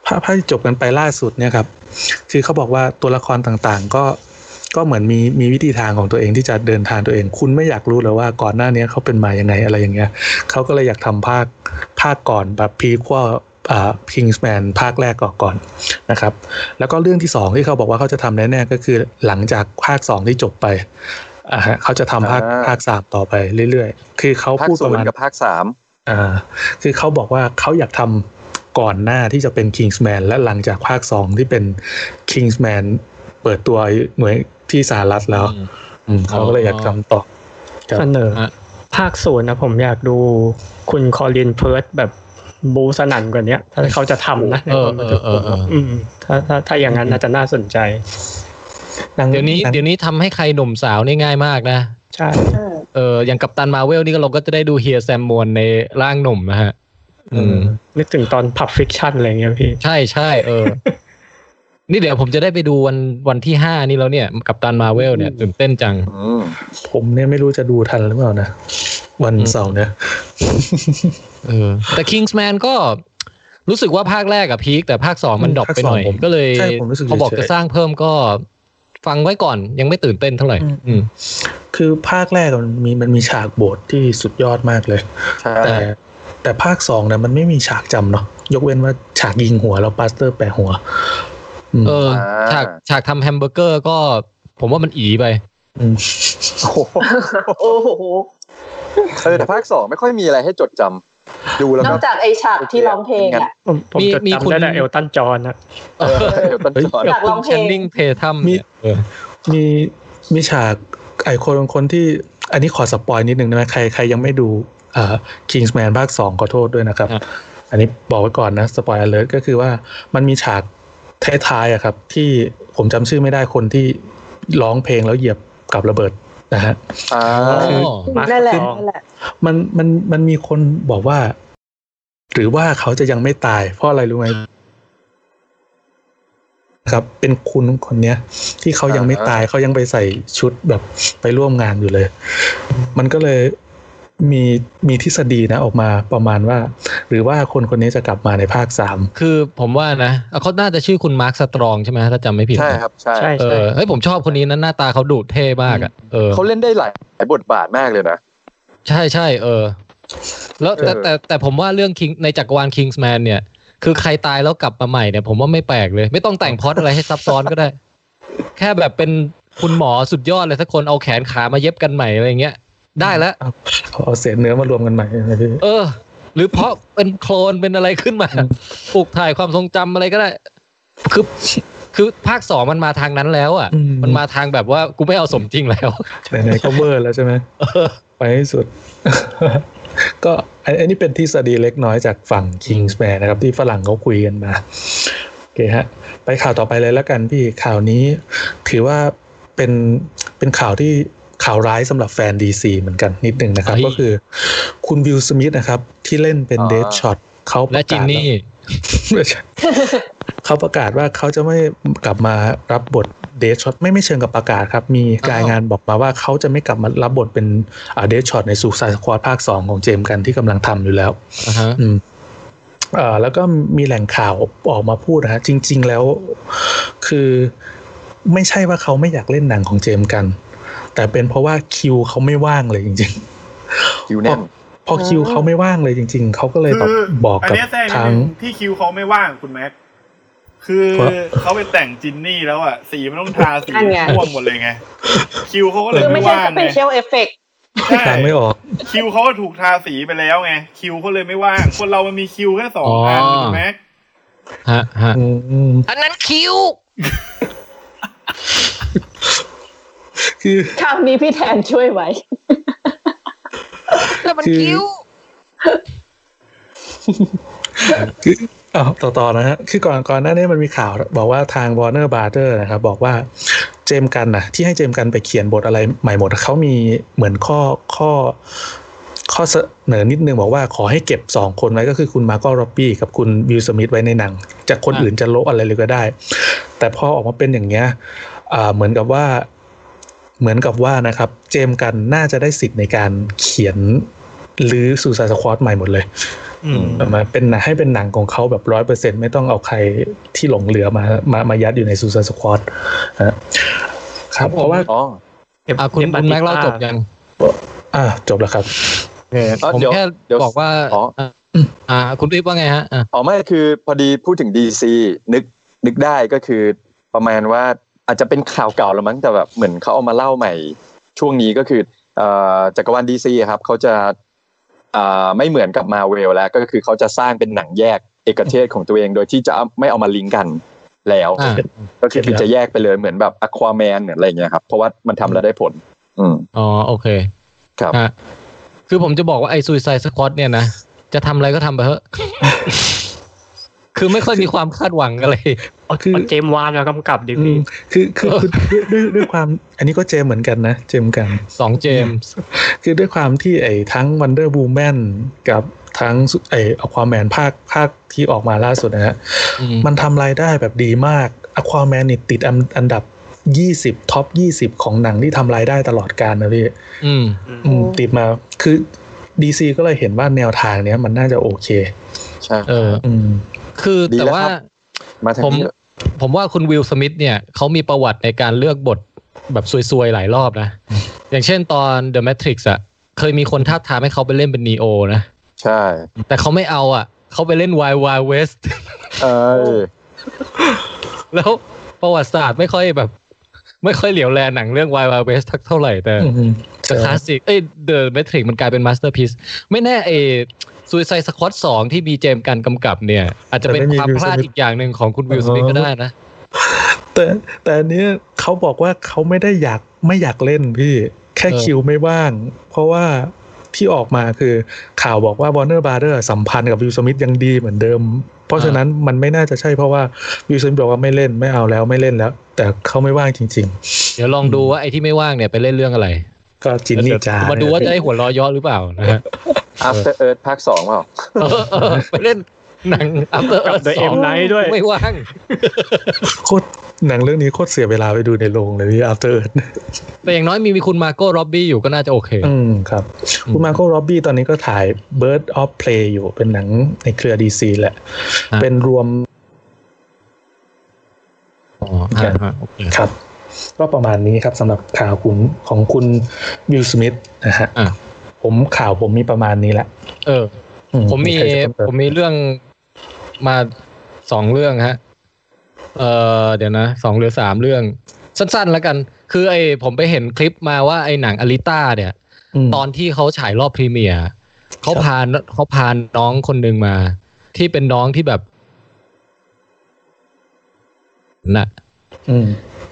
ภาคภาคที่จบกันไปล่าสุดเนี่ยครับ คือเขาบอกว่าตัวละครต่างๆ ก็ก็เหมือนมีมีวิธีทางของตัวเองที่จะเดินทางตัวเอง คุณไม่อยากรู้เหรอว่าก่อนหน้าเนี้ยเขาเป็นมายังไงอะไรอย่างเงี้ยเขาก็เลยอยากทำภาคภาคก่อนแบบพีควออ่าคิงส์แมนภาคแรกก่อนก่อนนะครับ แล้วก็เรื่องที่สองที่เขาบอกว่าเขาจะทำแน่ๆก็คือหลังจากภาคสองที่จบไปอ่าฮะเขาจะทำภาค
อ่า
ภาคสามต่อไปเรื่อยๆ คือเขา
ภาค
พูด
ศู
ประ
น
มาณ
ย์กับภาคสาม
อ่าคือเขาบอกว่าเขาอยากทำก่อนหน้าที่จะเป็น Kingsman และหลังจากภาคสองที่เป็น Kingsman เปิดตัวหน่วยที่สหรัฐแล้วอืมเขาก็เลยอยากทำต่อ
เสนอภาคศูนย์นะผมอยากดูคุณคอลินเพิร์ดแบบบูสนั่นกว่าเนี้ย ถ้าเขาจะทำนะในความรู้สึกผม
เออเออเออเอออื
มถ้าถ้าถ้าอย่างนั้นน่าจะน่าสนใจ
เดี๋ยวนี้เดี๋ยวนี้ทำให้ใครหนุ่มสาวนี่ง่ายมากนะ
ใช่
เอออย่างกัปตันมาเวลนี่ก็เราก็จะได้ดูเฮียแซมมวนในร่างหนุ่มนะฮะ อืม
นึกถึงตอนพับฟิกชั่นอะไรเงี้ยพี่
ใช่ใช่
[laughs]
เออ นี่เดี๋ยวผมจะได้ไปดูวันวันที่ห้านี่แล้วเนี่ย กัปตันมาเวลเนี่ยตื่นเต้นจัง
ผมเนี่ยไม่รู้จะดูทันหรือเปล่านะ วันเสาร์เนี่ย
เออ แต่ Kingsman ก็รู้สึกว่าภาคแรกอะพีคแต่ภาคสองมันดรอปไปหน่อย
ภาคสองผม
ก็เลย
ใช่ผมรู้สึกเฉย
พ
ๆ
อบอกจะสร้างเพิ่มก็ฟังไว้ก่อนยังไม่ตื่นเต้นเท่าไหร่ อืม
คือภาคแรกมันมีมันมีฉากโบสถ์ที่สุดยอดมากเลย แต่แต่ภาคสองเนี่ยมันไม่มีฉากจำเนาะยกเว้นว่าฉากยิงหัวแล้วปาสเตอร์แปะหัว
เอ [laughs] อฉากฉากทำแฮมเบอร์เกอร์ก็ผมว่ามันอีไป
โอ้โห
เออแต่ภาคสองไม่ค่อยมีอะไรให้จดจำดูแล้ว
น
ก็
อกจากไอฉากที่ร้องเพลงอ่ะ
ผมผม
มี
จด
มีคุ
จำ
ณ
ได้แต่เอลตันจอนนะ
เออ
เฮ้ย
อยากลองเพลง
แชนนิงเททัมเนี่ยเออ
มีมีฉากไอคนคนที่ อันนี้ขอสปอยนิดนึงนะใครใครยังไม่ดูเอ่อ Kingsman ภาคสองขอโทษด้วยนะครับ อันนี้บอกไว้ก่อนนะสปอยเลยก็คือว่ามันมีฉากท้ายๆอะครับ ที่ผมจำชื่อไม่ได้คนที่ร้องเพลงแล้วเหยียบกับระเบิดนะฮะ คือ
นั่นแหละ
คือ
นั่นแหละ
มันมันมันมีคนบอกว่า หรือว่าเขาจะยังไม่ตาย เพราะอะไรรู้ไหมครับ เป็นคุณคนเนี้ย ที่เขายังไม่ตายเขายังไปใส่ชุดแบบไปร่วมงานอยู่เลย มันก็เลยมีมีทฤษฎีนะออกมาประมาณว่า หรือว่าคนคนนี้จะกลับมาในภาคสาม
คือผมว่านะเอาเขาน่าจะชื่อคุณมาร์คสตรองใช่ไหมถ้าจำไม่ผิด
ใช่ครับใช่ใช่
เออเฮ้ยผมชอบคนนี้นะหน้าตาเขาดูเท่มากอ่ะเออ
เขาเล่นได้หลายหลายบทบาทมากเลยนะ
ใช่ใช่เออ แล้วแต่
เออ
แต่แต่ผมว่าเรื่องคิงในจักรวาลคิงส์แมนเนี่ย คือใครตายแล้วกลับมาใหม่เนี่ยผมว่าไม่แปลกเลย ไม่ต้องแต่งพล็อดอะไรให้ซับซ้อนก็ได้ แค่แบบเป็นคุณหมอสุดยอดเลยสักคนเอาแขนขามาเย็บกันใหม่อะไรเงี้ย ได้แล้ว
เอาเศษเนื้อมารวมกันใหม่นะพี่
เออ หรือเพราะเป็นโคลนเป็นอะไรขึ้นมาปลูกถ่ายความทรงจำอะไรก็ได้ คือคือภาคสองมันมาทางนั้นแล้ว อ่ะ มันมาทางแบบว่ากูไม่เอาสมจริงแล้ว
ไหนๆก็เวอร์แล้วใช่ไหมไปให้สุด ก็อันอันนี้เป็นทฤษฎีเล็กน้อยจากฝั่ง Kingsman นะครับ ที่ฝรั่งเขาคุยกันมา โอเคฮะ ไปข่าวต่อไปเลยแล้วกันพี่ข่าวนี้ ถือว่าเป็นเป็นข่าวที่ข่าวร้ายสำหรับแฟน DC เหมือนกันนิดนึงนะครับ ก็คือคุณวิลสมิธนะครับ ที่เล่นเป็น
อ๋อ
เด h ช็อตเขาประกาศ
และจินนี่
ไม่ใช่ [laughs] เขาประกาศว่าเขาจะไม่กลับมารับบทเดชช็อตไม่ไม่เชิงกับประกาศครับ มีรายงานบอกมาว่าเขาจะไม่กลับมารับบทเป็นเดชช็อตในสุสานควอดภาคสองของเจมส์กันที่กำลังทำอยู่แล้ว อืมเอ่อแล้วก็มีแหล่งข่าวออกมาพูดนะฮะจริง ๆ แล้วคือไม่ใช่ว่าเขาไม่อยากเล่นหนังของเจมส์กัน แต่เป็นเพราะว่าคิวเขาไม่ว่างเลยจริงๆ
คิวแน่น
พอคิวเขาไม่ว่างเลยจริง ๆ เขาก็เลยแบบ
คือ
บอก
อัน
กับ
เนี้ยแทรกนิด
ทาง
นึงที่คิวเขาไม่ว่างคุณแม็ก คือ
ครับ
เขาไปแต่งจินนี่แล้วอ่ะ สีมันต้องทาสี
นั่นไง
ม่วงหมดเลยไง คิวเขาก็เลย
คือไม่
ไม่ว่างไง
ใช่สเปเชียลเอฟเฟกต์
ใช่
ทางไม่ออก
คิวเขาก็ถูกทาสีไปแล้วไง คิวเขาเลยไม่ว่าง คนเรามันมีคิวแค่สองอัน
อ๋อ
คุณแม็ก
ฮะฮะ
อันนั้นคิว
คือ
คราวนี้พี่แทนช่วยไว้
แล้วมัน
คือ
คิว
คืออ้าวต่อต่อนะฮะ คือก่อนก่อนหน้านี้มันมีข่าว บอกว่าทาง Warner b r o t h e r นะครับ บอกว่าเจมส์กันนะที่ให้เจมส์กันไปเขียนบทอะไรใหม่หมด เขามีเหมือนข้อข้อ ข้อเสนอนิดนึงบอกว่าขอให้เก็บ 2 คนไว้ก็คือคุณมาร์กโรบบี้กับคุณวิลสมิธไว้ในหนัง จากคนอื่นจะโละอะไรเลยก็ได้ แต่พอออกมาเป็นอย่างเงี้ยอ่าเหมือนกับว่า เหมือนกับว่านะครับ เจมส์กันน่าจะได้สิทธิ์ในการเขียนหรือสูซาสควอตใหม่หมดเลย
อืม
เอามาเป็นหนังให้เป็นหนังของเขาแบบร้อยเปอร์เซ็นไม่ต้องเอาใครที่หลงเหลือมามามายัดอยู่ในซูซานสควอตครับเพราะว่า
อ่ะคุณคุณแม็กเล่าจบยัง
อ่าจบแล้วครับ
ผมแค่บอกว่าอ่า คุณรีบว่าไงฮะอ่ะ
อ๋อไม่คือพอดีพูดถึงดีซีนึกนึกได้ก็คือประมาณว่าอาจจะเป็นข่าวเก่าแล้วมั้งแต่แบบเหมือนเขาเอามาเล่าใหม่ ช่วงนี้ก็คือเอ่อจักรวาลดีซีครับเขาจะอ่าไม่เหมือนกับมาเวลแล้ว ก็คือเขาจะสร้างเป็นหนังแยกเอกเทศของตัวเองโดยที่จะเอาไม่เอามาลิงก์กันแล้ว
อ่า
ก็คือจะแยกไปเลยเหมือนแบบอควาแมนเหมือนอะไรเงี้ยครับเพราะว่ามันทำแล้วได้ผล อืม
อ๋อโอเค
ครับ
ฮะคือผมจะบอกว่าไอ้ซูซายสควอตเนี่ยนะ จะทำอะไรก็ทำไปเถอะ [laughs] คือไม่ค่อยมีความคาดหวังอะไร
คือ
เจมวานมากำกับดิพี่
คือคือคือด้วยด้วยด้วยความอันนี้ก็เจมเหมือนกันนะ เจมกัน
สองเจม
คือด้วยความที่ไอ้ทั้งวันเดอร์บูแมนกับทั้งไอ้อควาแมนภาคภาคที่ออกมาล่าสุดนะฮะมันทำรายได้แบบดีมากอควาแมนนี่ติดอันอันดับ 20ท็อป20 ของหนังที่ทำรายได้ตลอดกาลนะพี่
อืม
อืมติดมาคือดีซีก็เลยเห็นว่าแนวทางเนี้ยมันน่าจะโอเค
ใช่
เออ
อืม
คือ
ดี
แต่
แล้ว
ว่า
ครับมาทาง
ผม
นี้เถอะ
ผมว่าคุณวิลสมิธเนี่ยเขามีประวัติในการเลือกบทแบบซวยๆ หลายรอบนะ อย่างเช่นตอน The Matrix อะเคยมีคนท้าบทามให้เขาไปเล่นเป็นนีโอนะ
ใช่
แต่เขาไม่เอาอะเขาไปเล่น Wild Wild West
เออ
แล้วประวัติศาสตร์ไม่ค่อยแบบ ไม่ค่อยเหลียวแลหนังเรื่อง Wild Wild West ทักเท่าไหร่แต่ แต่คลาสสิกเอ้ย The Matrix มันกลายเป็น masterpiece ไม่แน่เอซูซายสควอตสองที่มีเจมส์กันกำกับเนี่ย อาจจะเป็น
แต่ไม่มี
ความพลาด
Will Smith
อีกอย่างหนึ่งของคุณวิลสมิธก็ได้นะ
แต่แต่อันเนี้ยเขาบอกว่าเขาไม่ได้อยากไม่อยากเล่นพี่ แค่
เออ
คิวไม่ว่าง เพราะว่าที่ออกมาคือข่าวบอกว่า Warner b r o t h e r สัมพันธ์กับวิลสมิธยังดีเหมือนเดิม เพราะฉะนั้นมันไม่น่าจะใช่เพราะว่าวิลสมิธบอกว่าไม่เล่นไม่เอาแล้วไม่เล่นแล้ว แต่เขาไม่ว่างจริง
เดี๋ยวลองดูว่าไอ้ที่ไม่ว่างเนี่ยไปเล่นเรื่องอะไร
ๆ ก็จินนี่จา
มาดูว่าจะได้หัวเร้อยย่อหรือเปล่านะฮะ
[laughs] After Earth ภาคสองเปล่า
เออเออ [laughs] ไปเล่นหนัง After
กับ
Earth
The
สอง
M Night ด้วย
ไม่ว่าง
โคตรหนังเรื่องนี้โคตรเสียเวลาไปดูในโรงเลยพี่ After Earth
แต่อย่างน้อยมีมีคุณมาโก้ร็อบบี้อยู่ก็น่าจะโอเค
อืมครับ คุณมาโก r ร็อบบี้ตอนนี้ก็ถ่าย Bird of Prey อยู่เป็นหนังในเครือดีซีแหละ เป็นรวม
อ๋อฮะฮะโอเค
ครับ ก็ประมาณนี้ครับสำหรับข่าวคุณของคุณวิลสมิธนะฮะผมข่าวผมมีประมาณนี้แหละ
เออ
อืม
ผมมี
มีใครจะเพิ่มเติม
ผมมีเรื่องมาสองเรื่องฮะ เออเดี๋ยวนะสองหรือสามเรื่อง สั้นๆแล้วกัน คือไอผมไปเห็นคลิปมาว่าไอหนังอลิต้าเนี่ย ตอนที่เขาฉายรอบพรีเมียร์เขาพาเขาพาน้องคนหนึ่งมา ที่เป็นน้องที่แบบนะ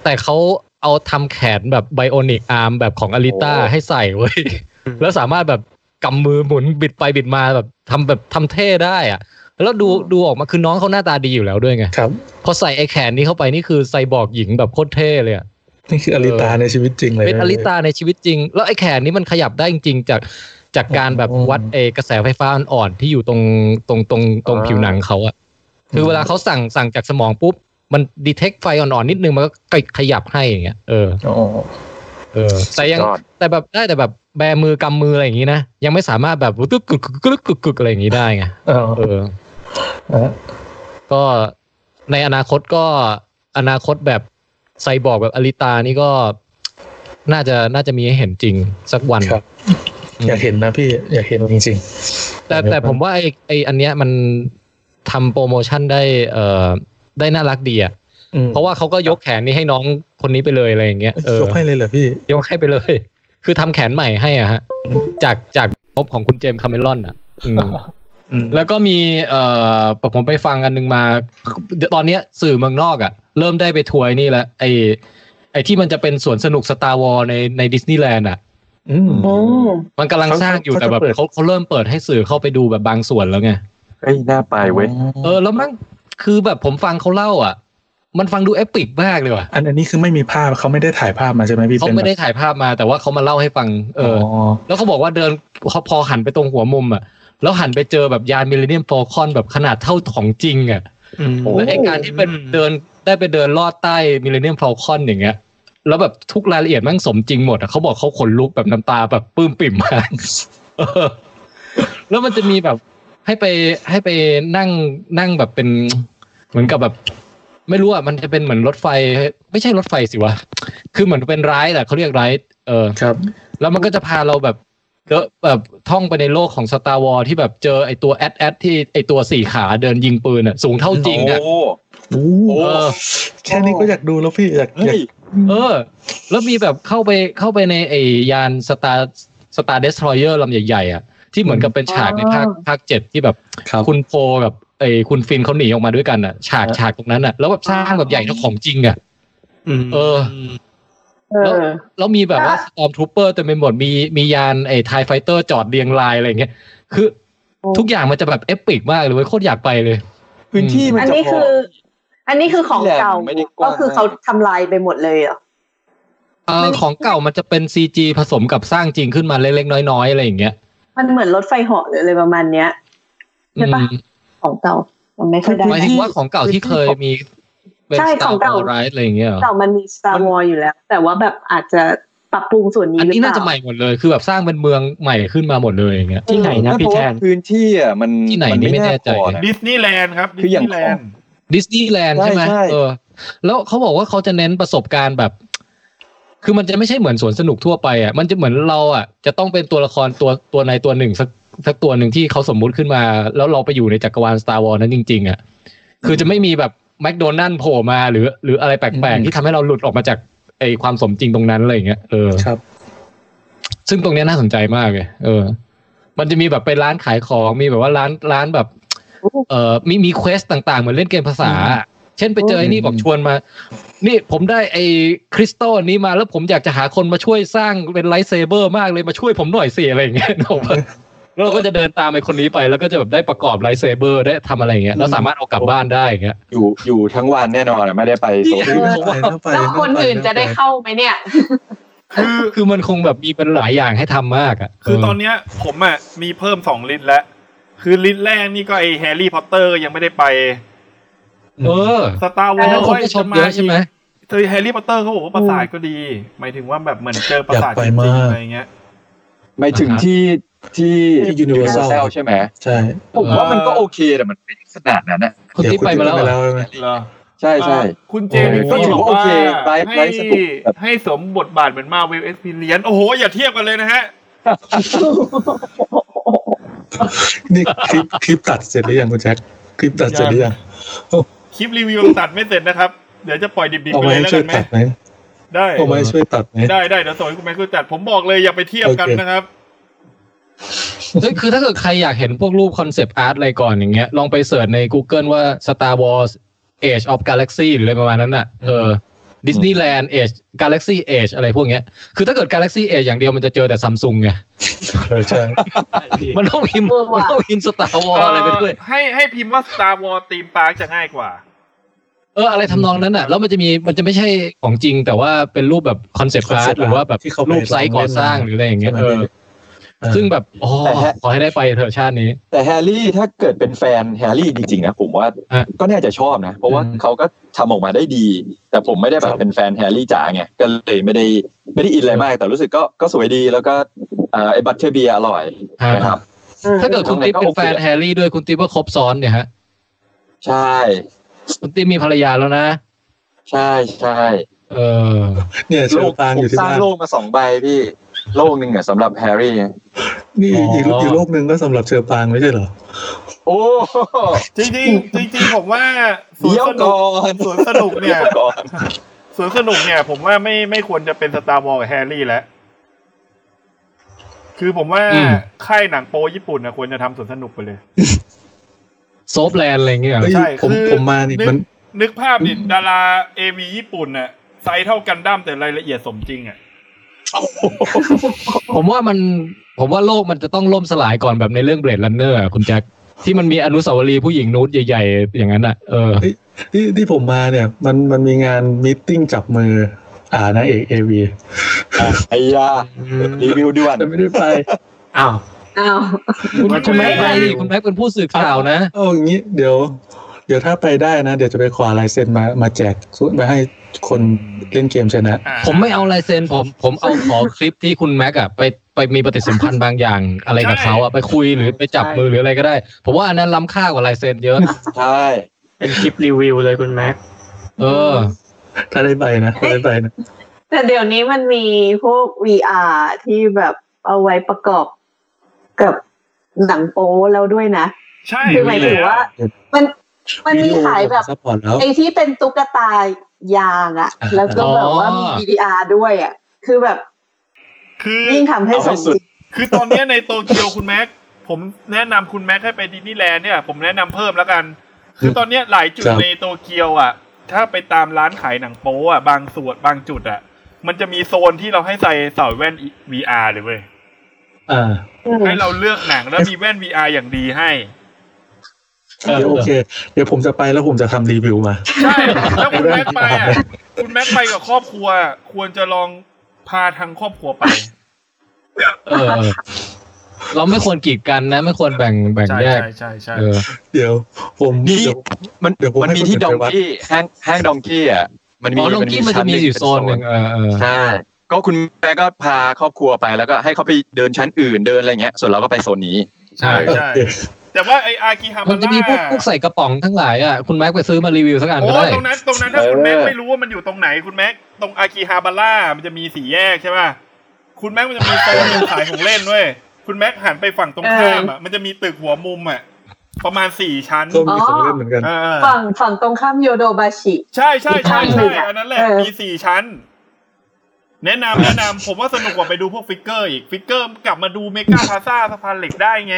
แต่เขาเอาทำแขนแบบไบโอนิกอาร์มแบบของอลิต้า
โอ้
ให้ใส่เว้ย แล้วสามารถแบบกำมือหมุนบิดไปบิดมาแบบทำแบบทำเท่ได้อะแล้วดูดูออกมาคือน้องเขาหน้าตาดีอยู่แล้วด้วยไงพอใส่ไอแขนนี้เข้าไปนี่คือไซบอร์กหญิงแบบโคตรเท่เลยอะ
นี่คืออลิตาในชีวิตจริงเลย
เป็นอลิตาในชีวิตจริง แล้วไอ้แขนนี้มันขยับได้จริงๆจากจากการแบบวัดเอกระแสไฟฟ้าอ่อนๆที่อยู่ตรงตรงตรงตรง
อ่า
ผิวหนังเขาอะคือเวลาเขาสั่งสั่งจากสมองปุ๊บ มันดีเทคไฟอ่อนๆนิดนึงมันก็ขยับให้อย่างเงี้ยเออ
อ๋อ
เออแต่ยังแต่แบบได้แต่แบบแบมือกำมืออะไรอย่างงี้นะยังไม่สามารถแบบกึกกึกกึกกึกกึกกึกอะไรอย่างงี้ได้ไง
เออ
ก็ในอนาคตก็อนาคตแบบไซบอร์กแบบอลิตานี่ก็น่าจะน่าจะมีให้เห็นจริงสักวัน
อยากเห็นนะพี่อยากเห็นจริงๆ
แต่แต่ผมว่าไอไออันเนี้ยมันทำโปรโมชั่นได้เอ่อได้น่ารักดีอ่ะ
อืม
เพราะว่าเขาก็ยกแขนนี้ให้น้องคนนี้ไปเลยอะไรอย่างเงี้ยเออ
ยกให้เลยเหรอพี่
ยกให้ไปเลย คือทำแขนใหม่ให้อ่ะฮะ จากจากงบของคุณเจมส์คาเมรอนอ่ะอืมแล้วก็มีเอ่อผมไปฟังอันหนึงมา ตอนเนี้ยสื่อเมืองนอกอ่ะ เริ่มได้ไปทัวร์ไอ้นี่แล้วไอไอที่มันจะเป็นสวนสนุกสตาร์วอลในในดิสนีย์แลนด์อ่ะ
อืม
มันกำลังสร้างอยู่แต่แบบเขาเขาเริ่มเปิดให้สื่อเข้าไปดูแบบบางส่วนแล้วไง
เอ้ยน่าไปเว้ย
เออแล้วมั่งคือแบบผมฟังเขาเล่าอ่ะ มันฟังดูเอปิกมากเลยว่ะ
อันอันนี้คือไม่มีภาพเขาไม่ได้ถ่ายภาพมาใช่ไหมพี่
เขาไม่ได้ถ่ายภาพมาแต่ว่าเขามาเล่าให้ฟัง เอออแล้วเขาบอกว่าเดินพอพอหันไปตรงหัวมุมอ่ะ แล้วหันไปเจอแบบยานมิลเลนเนียมโฟลคอนแบบขนาดเท่าของจริงอ่ะแล้วไอการที่เป็นเดินได้ไปเดินลอดใต้มิลเลนเนียมโฟลคอนอย่างเงี้ย แล้วแบบทุกรายละเอียดแมันสมจริงหมดอ่ะเขาบอกเขาขนลุกแบบน้ำตาแบบปลื้มปิ่มมาก [laughs] เออแล้วมันจะมีแบบให้ไปให้ไปนั่งนั่งแบบเป็นเหมือนกับแบบ ไม่รู้อ่ะมันจะเป็นเหมือนรถไฟ ไม่ใช่รถไฟสิวะ คือเหมือนเป็นร้ายแหละเขาเรียกร้ายเออ
ครับ
แล้วมันก็จะพาเราแบบเดอะแบบท่องไปในโลกของสตาร์วอลที่แบบเจอไอตัวแอดแอดที่ไอตัวสี่ขาเดินยิงปืนอ่ะ สูงเท่าจริงอ่ะ
โอ้แค่นี้ก็อยากดูแล้วพี่อยากอยาก
เออ แล้วมีแบบเข้าไปเข้าไปในไอยานสตาร์สตาร์เดสทรอยเออร์ลำใหญ่ๆอ่ะที่เหมือนกับเป็นฉากในภาคภาคเจ็ดที่แบบคุณโพกับไอคุณฟินเขาหนีออกมาด้วยกันอ่ะ ฉากฉากตรงนั้นอ่ะ แล้วแบบสร้างแบบใหญ่เท่าของจริงอ่ะเออ แล้วแล้วมีแบบว่าสตอมทรูเปอร์เต็มไปหมดมีมียานไอ้ทายไฟเตอร์จอดเรียงรายอะไรอย่างเงี้ยคือทุกอย่างมันจะแบบเอปิกมากเลยเว้ยโคตรอยากไปเลย
พื้นที่
อันนี้คือ อันนี้คือของเก่า
ไม่ได้กว้าง
ก็คือเขาทำลายไปหมดเลยเหรอ
เออของเก่ามันจะเป็น CG ผสมกับสร้างจริงขึ้นมาเล็กๆน้อยๆอะไรอย่างเงี้ย
มันเหมือนรถไฟเหาะหรืออะไรประมาณเนี้ย ใช่ปะ
อืม
ของเก่ามันไม่ค่อยได้
หมายถึงว่าของเก่าที่เคยมีเป็น
ใช่
สตา
ของ
ร์
เก่า
วอลไรอะไรอย่างเงี้ยเหรอ
เก่ามันมี Star War อยู่แล้ว แต่ว่าแบบอาจจะปรับปรุงส่วนนี้
อัน
หรือ
นี้
เป
น่า
ล่า
จะใหม่หมดเลยคือแบบสร้างเป็นเมืองใหม่ขึ้นมาหมดเลยอย่างเงี้ย
เออเพราะว่าพื้นที่อ่ะมัน
ที่ไหนนี่ไม่แน่ใจ
พอนะ
ดิสนีย์แลนด์ครับดิ
คือ
ส
อย่าง
นีย์แลน
ข
ด์
อง
ดิสนีย์แลนด์ใช่ไหม
ใช่ใช่
เออ แล้วเขาบอกว่าเขาจะเน้นประสบการณ์แบบ คือมันจะไม่ใช่เหมือนสวนสนุกทั่วไปอ่ะ มันจะเหมือนเราอ่ะ จะต้องเป็นตัวละครตัวตัวในตัวหนึ่งสักสักตัวหนึ่งที่เขาสมมุติขึ้นมา แล้วเราไปอยู่ในจักรวาล Star Wars นั้นจริง ๆ อ่ะ คือจะไม่มีแบบแม d โดนัลโผล่มาหรือ หรืออะไรแปลก ๆ ที่ทำให้เราหลุดออกมาจากไอความสมจริงตรงนั้นอะไรอย่างเงี้ยเออ
ครับ
ซึ่งตรงเนี้ยน่าสนใจมากเลยเออ มันจะมีแบบไปร้านขายของมีแบบว่าร้านร้านแบบ เอ่อมีมีเควสต่างๆ เหมือนเล่นเกมภาษา เช่นไปเจอไอ้นี่บอกชวนมา นี่ผมได้ไอ้คริสตัลอันนี้มาแล้วผมอยากจะหาคนมาช่วยสร้างเป็นไลท์เซเบอร์มากเลยมาช่วยผมหน่อยสิอะไรอย่างเงี้ย [laughs] นึกออกปะแล้วเราก็จะเดินตามไอ้คนนี้ไป แล้วก็จะแบบได้ประกอบไลท์เซเบอร์ได้ทำอะไรอย่างเงี้ยแล้วสามารถเอากลับบ้านได้อย่างเงี้ย
อยู่อยู่ทั้งวันแน่นอนอะไม่ได้ไปโซน
แล้วคนอื่นจะได้เข้าไหมเนี่ย
คือคือมันคงแบบมีเป็นหลายอย่างให้ทำมากอ่ะ
คือตอนเนี้ยผมอ่ะมีเพิ่มสองลิตรแล้ว คือลิตรแรกนี่ก็ไอแฮร์รี่พอตเตอร์ยังไม่ได้ไป
เออ
สตาร์วอล
แล้วคนก็ชมเยอะใช่ไหม
เธอแฮร์รี่พอตเตอร์เขาบอกว่าประสาทก็ดี หมายถึงว่าแบบเหมือนเจอประสาท
อยากไป
จริง
มา
ๆ
ก
อะไรเงี้ย
ไม่ถึงที่ที่
ที่ Universal
Universal ใช่ไหม
ใช่
ผมว่ามันก็โอเคแต่มันไม่ได้ขนาดนั้นอะ
คนที่ไปมาแล้วเหรอ
เหรอ
ใช่ใช่
เอ่อคุณเจม
เออ
ส์
ก็ถือว่าโอเคไลฟ์
ให้
ไลฟ์สนุกแบบ
ให้สมบทบาทเหมือนมาเวลเอ็กซ์เพรียนโอ้โห อย่าเทียบกันเลยนะฮะ
นี่คลิปคลิปตัดเสร็จหรือยังคุณแจ็คคลิปตัดเสร็จหรือยัง
คลิปรีวิวตัดไม่เสร็จนะครับ เดี๋ยวจะปล่อยดิบๆ
เอา
ไป
ไว้
เลยแล้ว
ช่ว
กันไหม
ยตัดไหม
ได้
เอาไว้ช่วยตัดไหม
ได้ได้เดี๋ยวส่งให้คุณแม่คุณจัดผมบอกเลยอย่าไปเทียบกัน
โอเค
นะครับ
เฮ้ยคือถ้าเกิดใครอยากเห็นพวกรูปคอนเซปต์อาร์ตอะไรก่อนอย่างเงี้ยลองไปเสิร์ชใน Google ว่า Star Wars Age of Galaxy หรืออะไรประมาณนั้นอ่ะเออดิสนีย์แลนด์เอชกาแล็กซี่เอชอะไรพวกเนี้ย คือถ้าเกิดกาแล็กซี่เอชอย่างเดียวมันจะเจอแต่ซัมซุง [laughs] ไงเออใช่มันต้องพิมพ์มันต้องพิมพ์สตาร์วอลอะไรไปด้วย
เให้ให้พิมพ์ว่า Star Wars ตีมปาร์จะง่ายกว่า
เอออะไรทำนองนั้นอ่ะแล้วมันจะมีมันจะไม่ใช่ของจริง แต่ว่าเป็นรูปแบบคอนเซปต์อาร์ต
concept art
หรือว่าแบบ
ที่เขาไป
รูปไซต์ก่อสร้างหรืออะไรอย่างเงี้ย
ใช่
เอ
ไหม
อซึ่งแบบอ๋อขอให้ได้ไปเถอะชาตินี้
แต่แฮร์รี่ถ้าเกิดเป็นแฟนแฮร์รี่จริงๆนะผมว่าก็น่าจะชอบนะ เพราะว่าเขาก็ทำออกมาได้ดี แต่ผมไม่ได้แบบเป็นแฟนแฮร์รี่จ๋าไงก็เลยไม่ได้ไม่ได้อินอะไรมาก แต่รู้สึกก็ก็สวยดีแล้วก็เอ่อไอ้บัตเทอร์เบียอร่อยนะครับ
ถ้าเกิดคุณติ๊บเป็นแฟนแฮร์รี่ด้วยคุณติ๊บก็ครบซ้อนเนี่ยฮะ
ใช่
คุณติ๊บมีภรรยาแล้วนะ
ใช่ใช่
เออ
เนี่ยเช
โล
ล
ก
ตาง
ผ
อ
ม
ยู่ที่
สร้าง
บ้าน
โลกมาสองใบพี่โลกหนึ่งอ่ะสำหรับแฮร์รี่
นี่อีกรูปอีกโลกหนึ่งก็สำหรับเชอปางไม่ใช่เหรอ
โอ้
จริงๆจริงๆผมว่าสวนสนุกสวนสนุกเนี่ยสวนสนุกเนี่ย ผมว่าไม่ไม่ควรจะเป็นสตาร์วอลกับแฮร์รี่แล้ว คือผมว่า
อืม
ค่ายหนังโปญี่ปุ่นนะควรจะทำสวนสนุกไปเลย
โซฟแลนด์อะไรเงี้ยเหรอ
ใช่คือนึก [laughs] นึกภาพดิดาราเอวีญี่ปุ่นน่ะไซส์เท่ากันดั้มแต่รายละเอียดสมจริงอ่ะ
ผมว่ามันผมว่าโลกมันจะต้องล่มสลายก่อนแบบในเรื่องเบรด e ันเนอร์คุณแจ็คที่มันมีอนุสาวรีย์ผู้หญิงนูดใหญ่ๆ อย่างนั้นอ่ะเออ
ที่ที่ผมมาเนี่ย มันมันมีงานมิทติ้งจับมือ อ่านางเอกเอวี
ไอ้ยารีวิวด่วน
ไม่ได้ไป
อ้าว
อ้าว
คุณคุณแม็กซ์ไปดิคุณแม็กซ์เป็นผู้สื่อข่าวนะ
เอาอย่างนี้เดี๋ยว เดี๋ยวถ้าไปได้นะ เดี๋ยวจะไปขอลายเซ็นมามาแจกไปให้คนเล่นเกมชนะ
ผมไม่เอาลายเซ็นผมผมเอาขอคลิปที่คุณแม็กซ์อะไปไปมีปฏิสัมพันธ์บางอย่างอะไรกับเขาอะไปคุยหรือไปจับมือหรืออะไรก็ได้ ผมว่าอันนั้นล้ำค่ากว่าลายเซ็นเย [laughs] อะ
ใช่
เป็นคลิปรีวิวเลยคุณแม็ก
เออ
ถ้าได้ไปนะถ้าได้ไปนะ
แต่เดี๋ยวนี้มันมีพวก VR ที่แบบเอาไว้ประกอบกับหนังโป๊แล้วด้วยนะ
ใช่
คือหมายถึงว่า มันมันมีขายแบบ
วิดีโอแบบซัพพอร์ตแล้ว
ไอ้ที่เป็นตุ๊กตายางอะ
อ่า
แล้วก็แบบว่ามี VR ด้วยอะคือแบบ
คือ
ยิ่งทำให้สมจริง
คือตอนเนี้ยในโตเกียวคุณแม็ก ผมแนะนำคุณแม็กให้ไปดิสนีย์แลนด์เนี่ย ผมแนะนำเพิ่มแล้วกัน คือตอนเนี้ยหลายจุด
ครับ
ในโตเกียวอ่ะ ถ้าไปตามร้านขายหนังโป๊อ่ะบางส่วนบางจุดอ่ะ มันจะมีโซนที่เราให้ใส่ใส่แว่น VR เลยเว้ย
อ่า
ให้เราเลือกหนังแล้วมีแว่น VR อย่างดีให้
เดี๋ยวโอเค เดี๋ยวผมจะไปแล้วผมจะทำรีวิวมา
ใช่แล้วคุณแม็กไปอ่ะคุณแม็กไปกับครอบครัว ควรจะลองพาทางครอบครัวไป
เออ เราไม่ควรกีดกันนะ ไม่ควรแบ่งแบ่ง
ใช่
แยก
ใช่ใช่ใช่
เออ
เดี๋ยวผมเดี๋ยว
มัน
เดี๋ยวผม
มัน
ให้
มี
คน
ที่
อื่น
ดอ
ไป
ง
วัด
กี้ห้างห้างดองกี้อ่ะมันมี
อ๋อ Donkey มันจะมีอยู่โซนหนึ่งเออเออ
ใช่ก็คุณแม่ก็พาครอบครัวไปแล้วก็ให้เขาไปเดินชั้นอื่นเดินอะไรเงี้ย ส่วนเราก็ไปโซนนี้
ใช่ใช่แต่ว่าไออากิฮา
มั
มาน
จะมีพวก
ร่า
พวกใส่กระป๋องทั้งหลายอ่ะคุณแม็กซ์ไปซื้อมารีวิวสักอัน
โอ้
ก็ได้
ตรงนั้นตรงนั้นถ้าคุณแม็ก
เออ
ไม่รู้ว่ามันอยู่ตรงไหนคุณแม็กตรงอากิฮาบาร่ามันจะมีสี่แยกใช่ป่ะคุณแม็กมันจะมีโซนหนึ่งขายของเล่นด้วยคุณแม็กหันไปฝั่งตรงข้ามอ่ะมันจะมีตึกหัวมุมอ่ะประมาณสี่ชั้น
ก็มีของเล่นเหมือนกัน
เอ
ฝั่งฝั่งตรงข้ามโยโดบาชิ
ใช่ใช่ใช่
อีกทางหนึ่
ใช่
งอะ
อันนั้นแหละ
เออ
มีสี่ชั้น แนะนำแนะนำผมว่าสนุกกว่าไปดูพวกฟิกเกอร์อีกฟิกเกอร์กลับมาดูเมกาพาซาสะพานเหล็กได้ไง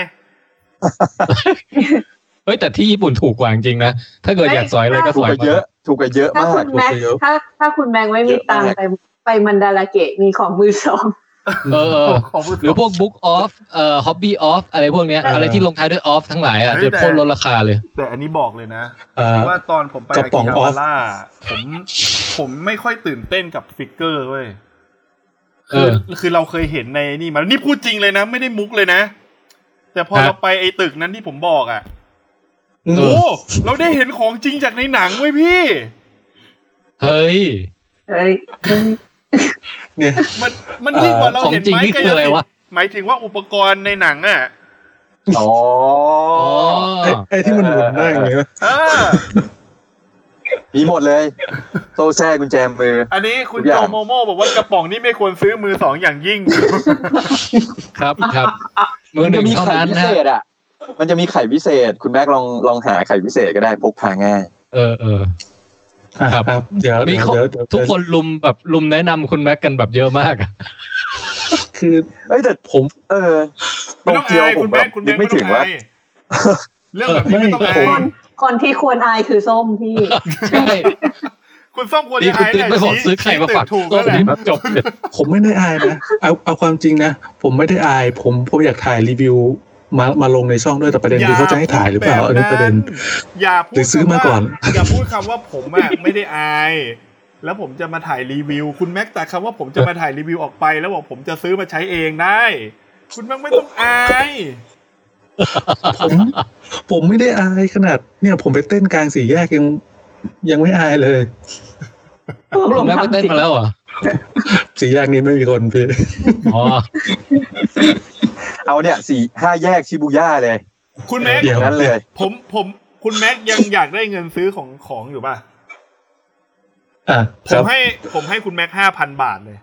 เฮ้ยแต่ที่ญี่ปุ่นถูกกว่าจริงๆนะถ้าเกิดอยากสอยอะไรก็สอยมา
เยอะถูกกว่าเยอะ
ถ้าม
าก
คุณแม็กซ์ถ้าถ้าคุณแม็กซ์ไม่มีตังค์ไปไปมันดาราเกะมีของมือสอง
เออเออหรือพวก book off เอ่อ hobby off อะไรพวกเนี้ย
เอออ
อะไรที่ลงท้ายด้วย off ทั้งหลายอ่ะจะโคตรลดราคาเลย
แต่อันนี้บอกเลยนะ
เออ
ว่าตอนผมไป
กระป๋อง
กิน
off
ฮาวาล่าผมผมไม่ค่อยตื่นเต้นกับฟิกเกอร์เว้ย
เอ
คือ
อ
คือเราเคยเห็นในนี่มานี่พูดจริงเลยนะ ไม่ได้มุกเลยนะ แต่พอ
ฮะ
เราไปไอ้ตึกนั้นที่ผมบอกอ่ะ
เออ
โอ้เราได้เห็นของจริงจากในหนังเว้ยพี่
เฮ้ย
เฮ้ย
เนี่ย
มันมันยิ่งกว่าเรา
ของ
เห็น
จริง
ไม้
นี่
กา
คื
ย
ออะไร
สิท
วะ
ธิ์หมายถึงว่าอุปกรณ์ในหนังอ่ะ
อ๋อ
ไอ้ไอ้ที่มันหมุนได้อย่างเงี้ย
มีหมดเลยโซ่แช่กุญแจมือ
อั
อั
นนี้คุณโจโมโม่บอกว่ากระป๋องนี่ไม่ควรซื้อมือสองอย่างยิ่ง
ครับครับ มือหนึ่ง
มี
เท่า
ไข่
นั้น
พิ
นะ
เศษอ่ะ มันจะมีไข่พิเศษ คุณแม็กลองลองหาไข่พิเศษก็ได้พกพาง่าย
เออเออ
ครับ เดี๋ยว
มี
เดี๋ยว
เขา
เดี๋ยวเดี๋ยว
ทุกคนลุมแบบลุมแนะนำคุณแม็กกันแบบเยอะมากอะ
คือ
เอ้ยแต่
ผม
เออ โตเกียวผมแบบนึกไม่ถึงว่า
เรื่องแบบนี้ไม่ต้องอาย
คนที่ควรอายคือส้มพี่
คุณส้มควร
นี่
จะ
คุณ
อาย
ติ๊ก
ห
ไป
น่อย
บอก
สิ
ซื้อไข่มาฝาก
ถูก
ก็
แล้วแหละ
นี้มาจบเลย
ผมไม่ได้อายนะเอาเอาความจริงนะ ผมไม่ได้อาย ผมผมอยากถ่ายรีวิวมามาลงในช่องด้วยแต่ประเด็นคือเขาจะให้ถ่ายหรือเปล่าอันนี้ประเด็น
อย่าพูด
หรือซื้อมาก่อน
คำว่อย่าพูดคำว่าผมอะไม่ได้อาย แล้วผมจะมาถ่ายรีวิว คุณแม็กแต่คำว่าผมจะมาถ่ายรีวิวออกไป แล้วบอกผมจะซื้อมาใช้เองได้ คุณแม็กไม่ต้องอาย
ผมผมไม่ได้อายขนาด เนี่ย ผมไปเต้นกลางสี่แยกยังยังไม่อายเลย
แล้วไปเต้นมาแล้วเหรอ่ะ
สี่แยกนี้ไม่มีคนพี่
อ๋อ
[laughs] เอาเนี่ยสี่ห้าแยกชิบูย่าเลย
คุณแม็ก
เดี๋ยวนั้นเลย
ผมผมคุณแม็กยังอยากได้เงินซื้อของของอยู่ป่ะ
อ่ะ
ผ
ครั
ม
บ
ให้ผมให้คุณแม็กห้าพันบาทเลย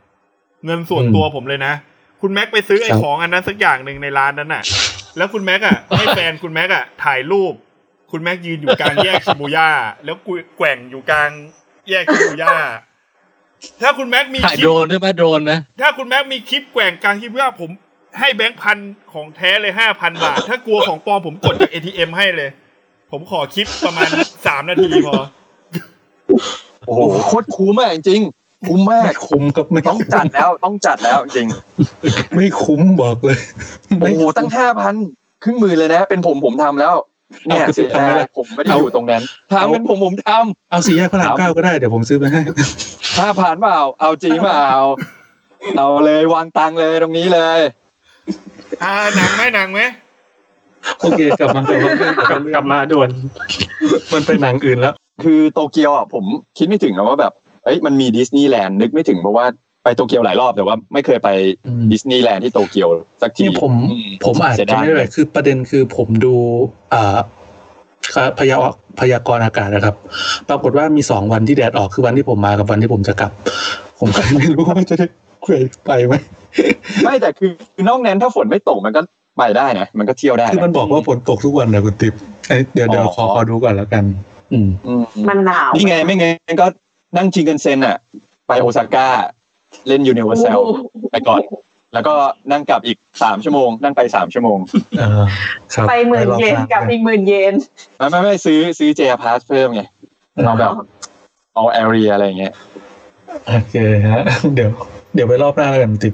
เงินส่วนตัวผมเลยนะ คุณแม็กไปซื้อไอ้
ครับ
ของอันนั้นสักอย่างหนึ่งในร้านนั้นน่ะ แล้วคุณแม็กอ่ะให้แฟนคุณแม็กอ่ะถ่ายรูป คุณแม็กยืนอยู่กลางแยกชิบูย่าแล้วกูแกว่งอยู่กลางแยกชิบูย่าถ้าคุณแม็กมี
ถ่าย
คลิ
โด
ป
รนด้วยไหมโดรนนะ
ถ้าคุณแม็กมีคลิปแกว่งกลางชิบูย่าผมให้แบงค์พันของแท้เลยห้าพันบาท ถ้ากลัวของปลอมผมกดจากเอทีเอ็มให้เลย ผมขอคลิปประมาณสามนาทีพอ
โอ้โหโคตรคุ้มมากจริงๆคุ้มมาก
คุ้มกับไม่
ต้องจัดแล้วต้องจัดแล้วจริง
ไม่คุ้มบอกเลย
โอ้โหตั้งห้าพันครึ่งหมือเลยนะ เป็นผมผมทำแล้ว เนี่ยเสียดายผมไม่ได้อยู่ตรงนั้นถามเป็นผมผมทำ
เอาสี่แยกพระรามเก้าก็ได้เดี๋ยวผมซื้อไปให้ [laughs]
ห้าผ่านเปล่า เอาจริงเป [laughs] ล่า เอาเลยวางตังเลยตรงนี้เลย
อ่าหนังไหมหนังไหม
โอเคกลับมากลับมากลับมากลับมาด่วน มันไปหนังอื่นแล้ว
คือโตเกียวอ่ะผมคิดไม่ถึงนะว่าแบบ เอ้ยมันมีดิสนีย์แลนด์นึกไม่ถึงเพราะว่าไปโตเกียวหลายรอบแต่ว่าไม่เคยไปดิสนีย์แลนด์ที่โตเกียวสักที
นี่ผม
อื
ผมอาจ
เสีย
จะ
ดาย
ไม่ได้เลยคือประเด็นคือผมดูอ่าครับพยาพยากรณ์อากาศนะครับ ปรากฏว่ามีสองวันที่แดดออกคือวันที่ผมมากับวันที่ผมจะกลับ ผมก็เลยไม่รู้ว่าจะได้เคยไปไหม
ไม่แต่คือนอกนั้นถ้าฝนไม่ตกมันก็ไปได้นะมันก็เที่ยวได้นะ
คือมันบอกว่าฝนตกทุกวันนะคุณติ๊บเอ้ยเดี๋ยวเดี๋ยว
อ๋อ
ขอขอดูก่อนแล้วกัน อืม
อื
มันหนาว
นี่ไงไม่ไงนก็นั่งชิงกันเซนอ่ะ ไปโอซาก้าเล่นยูนิเวอร์แซลไปก่อน แล้วก็นั่งกลับอีกสามชั่วโมง นั่งไปสามชั่วโมง
เออครับ
ไปหมื่นเยนกับอีกหมื่นเยน
ไม่ไม่ไม่ซื้อซื้อเจพาสเพิ่มไงเราแบบ all area อะไรเงี้ย
โอเคฮะ [laughs] เดี๋ยว เดี๋ยวไปรอบหน้าแล้วกันคุณติ๊บ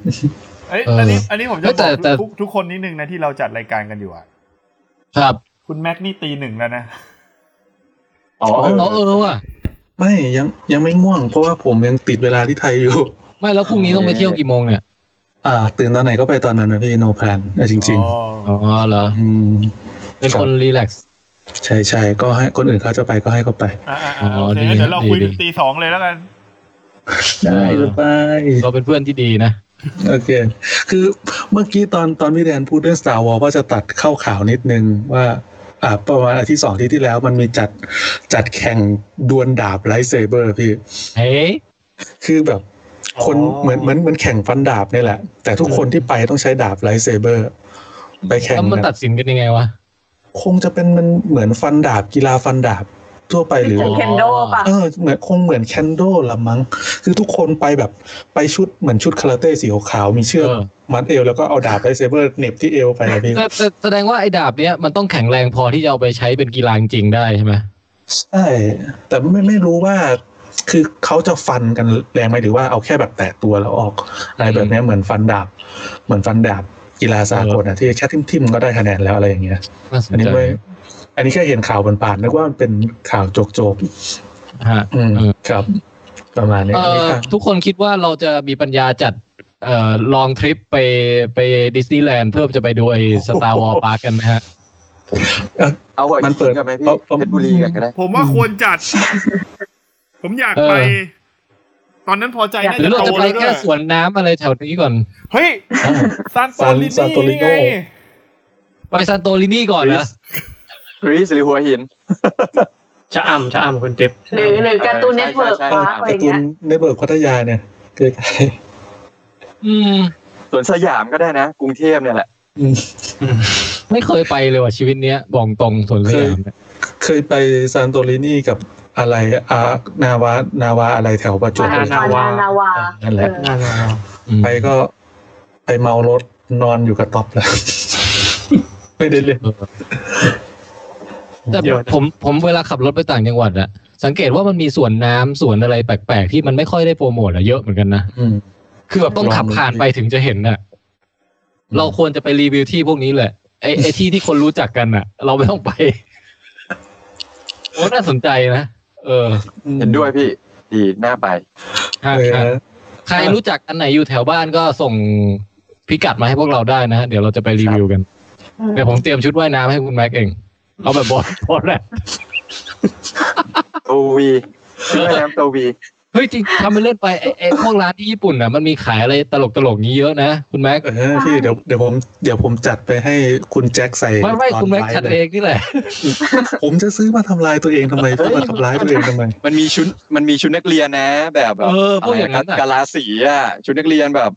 เอ้ย
เอออั
อันนี้อันนี้ผมจะ
เอ้ยแต่
บอก
แต่
ทุกทุกคนนิดนึงนะที่เราจัดรายการกันอยู่อะ
ครับ
คุณแม็กนี่ตีหนึ่งแล้วนะ
อ๋อ
เออเออว่ะ
ไม่ยังยังไม่ง่วง เพราะว่าผมยังติดเวลาที่ไทยอยู่ [laughs]
ไม่แล้วพรุ่งนี้ต้องไปเที่ยวกี่โมงเนี่ย
อ่า ตื่นตอนไหนก็ไปตอนนั้นนะพี่โนแพลนจริง ๆ
อ๋อเหรอ
อืม
เป็นคนรีแลกซ์
ใช่ใช่ก็ให้คนอื่นเขาจะไปก็ให้เขาไป
อ่าอ่า
อ๋อ
โอเค
ดี
งั้นเดี๋ยวเราคุย
ดี
ถึงตีสองเลยแล้วกัน
ได้
เออ
ไป
เราเป็นเพื่อนที่ดีนะ
โอเค คือเมื่อกี้ตอนตอนพี่แดนพูดเรื่อง Star Wars ว่าจะตัดเข้าข่าวนิดนึงว่า อ่า ประมาณอาทิตย์สองอาที่ที่แล้วมันมีจัดจัดแข่งดวลดาบไ i เซเบอร์พี่
เฮ้ย
คือแบบ คน
อ๋อ
เหมือนเหมือนเหมือนแข่งฟันดาบเนี่ยแหละ แต่ทุกคนที่ไปต้องใช้ดาบไ i เซเบอร์ไปแข่ง
แล้วมัน
แบบ
ตัดสินกันยังไงวะ
คงจะเป็นมันเหมือนฟันดาบกีฬาฟันดาบทั่วไปหรือ
เคนโดป่ะ
เออเหมือนคงเหมือนแคนโดละมั้งคือทุกคนไปแบบไปชุดเหมือนชุดคาราเต้สีขาวๆมีเชือก
เออ
มัดเอวแล้วก็เอาดาบไลท์เซเบอร์เหน็บที่เอวไปอะพี่
แต่แต่แสดงว่าไอ้ดาบเนี้ยมันต้องแข็งแรงพอที่จะเอาไปใช้เป็นกีฬาจริงๆได้ใช่ไหม
ใช่แต่ไม่ไม่รู้ว่า คือเขาจะฟันกันแรงไหมหรือว่าเอาแค่แบบแตะตัวแล้วออก อะไรแบบเนี้ยเหมือนฟันดาบ เหมือนฟันดาบกีฬาสากลอะที่แค่ทิมๆก็ได้คะแนนแล้วอะไรอย่างเงี้ย
น่าสน
อันนี้
ใจ
ไม่อันนี้แค่เห็นข่าวผ่านๆนึกว่ามันเป็นข่าวโจก
ฮะ
ๆอืมครับ ประมาณนี้
เอ่
อันนี้
อ
ค่ะ
ทุกคนคิดว่าเราจะมีปัญญาจัดเอ่อลองทริปไปไปดิสนีย์แลนด์เพื่อจะไปดูไอ้สตาร์วอ [laughs] ลพาร์กันไหมฮะ
เอาหัว
มันเปิด
กันไหมพี่
เอาเอา
เพชรบุรีกันก็ได้
ผมว่าควรจัด ผมอยากไป
เอ
ตอนนั้นพอใจน่า
หรือ
จะ
เรา
โต
จะไป
แล้วด้
แค่
วย
สวนน้ำอะไรแถวนี้ก่อน
เฮ้ยซานโต
ซาน
ลิน
ซานโตลิ
นี่
โน่
ไง
ไปซานโตลินีก่อนนะ
กรีซหรือหัวหิน
ชะอ่ำชะอ่ำคุณติ๊บ
หรือหรือการ์ตูน
ใช่
เน็ตเวิร์ก
ใช่ใช่
ปะอะไร
การ์ตูน
เงี้ย
ในเบิร์กพัทยาเนี่ยใกล้
อืม
สวนสยามก็ได้นะ กรุงเทพเนี่ยแหละ
ๆอืม
ไม่เคยไปเลยว่ะชีวิตเนี้ยบอกตรงสวนสยามเนี่ย
เคยไปซานโตลินีกับอะไรอานาวานาวาอะไรแถวประจวบ
ปานานาวา
นั่นแหละ
เออ
น่า
ไปก็ไปเมารถนอนอยู่กับท็อปแล้ว [laughs] ไม่ได้เล่น
แต่ผมผมผมเวลาขับรถไปต่างจังหวัดอะสังเกตว่ามันมีสวนน้ำสวนอะไรแปลกๆ ที่มันไม่ค่อยได้โปรโมทอะเยอะเหมือนกันนะคือแบบต้องขับผ่านไปถึงจะเห็นน่ะ เราควรจะไปรีวิวที่พวกนี้แหละไอ [laughs] ไอที่ที่คนรู้จักกันน่ะ เราไม่ต้องไปโอ้น่าสนใจนะเออ
เห็นด้วยพี่ดีหน้าไป
ใครรู้จักอันไหนอยู่แถวบ้านก็ส่งพิกัดมาให้พวกเราได้นะฮะเดี๋ยวเราจะไปรีวิวกันเดี๋ยวผมเตรียมชุดว่ายน้ำให้คุณแม็กเองเอาแบบบอส [laughs] บอสแหละ
โตวีชื่อแอมโตวี
เฮ้ยจริงทำไปเล่นไปไอ้ไอ้พวกร้านที่ญี่ปุ่นอ่ะมันมีขายอะไรตลกตลกๆนี้เยอะนะคุณแม็ก
เออพี่เดี๋ยวเดี๋ยวผมเดี๋ยวผมจัดไปให้คุณแจ็คใส่
ไม่ไม่
ตอน
คุณแม็ก
ไลฟ์
ชัด
เลย
เองนี่แหละ
ผมจะซื้อมาทำลายตัวเองทำไมซื้อมาทำลายตัวเองทำไม
มันมีชุดมันมีชุดนักเรียนนะ แบบแบบ
เออพวกอย่างนั้นอะ
ะไรกะลาสีอ่ะชุดนักเรียนแบบ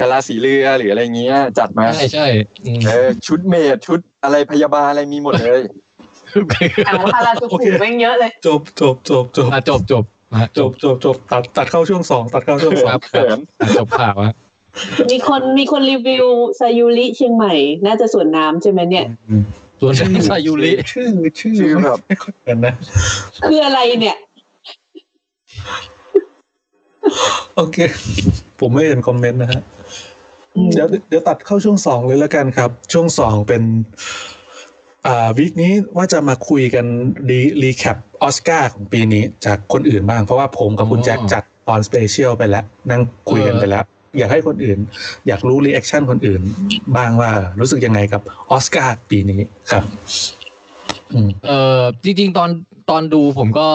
กะลาสีเรือหรืออะไรเงี้ย จัดมา
ใช่ใช่อืม
เออชุดเมดชุดอะไรพยาบาลอะไรมีหมดเลย
แต่ว่าพาราจูกุแม่งเยอะเลย
จบจบจบจบ
จบจบ
จบจบจบตัดตัดเข้าช่วงสองตัดเข้าช่วงสอง
จบข่าวฮะ
มีคนมีคนรีวิวซายุริเชียงใหม่ น่าจะสวนน้ำใช่ไหมเนี่ย
ส่วนซายุริ
ชื่อชื่อ
ชื่อแบบ
ไม่ค่อยเหมือนนะ
คืออะไรเนี่ย
โอเค ผมไม่เห็นคอมเมนต์นะฮะ เดี๋ยวเดี๋ยวตัดเข้าช่วงสองเลยแล้วกันครับ ช่วงสองเป็น อ่าวีคนี้ว่าจะมาคุยกันรีรีแคปออสการ์ของปีนี้จากคนอื่นบ้าง เพราะว่าผมกับคุณแจ็คจัดออนสเปเชียลไปแล้ว นั่งคุยกันไปแล้ว อยากให้คนอื่น อยากรู้รีแอคชั่นคนอื่น บ้างว่ารู้สึกยังไงกับออสการ์ปีนี้ครับ อืม
เออจริง ๆ ตอนตอนดูผมก็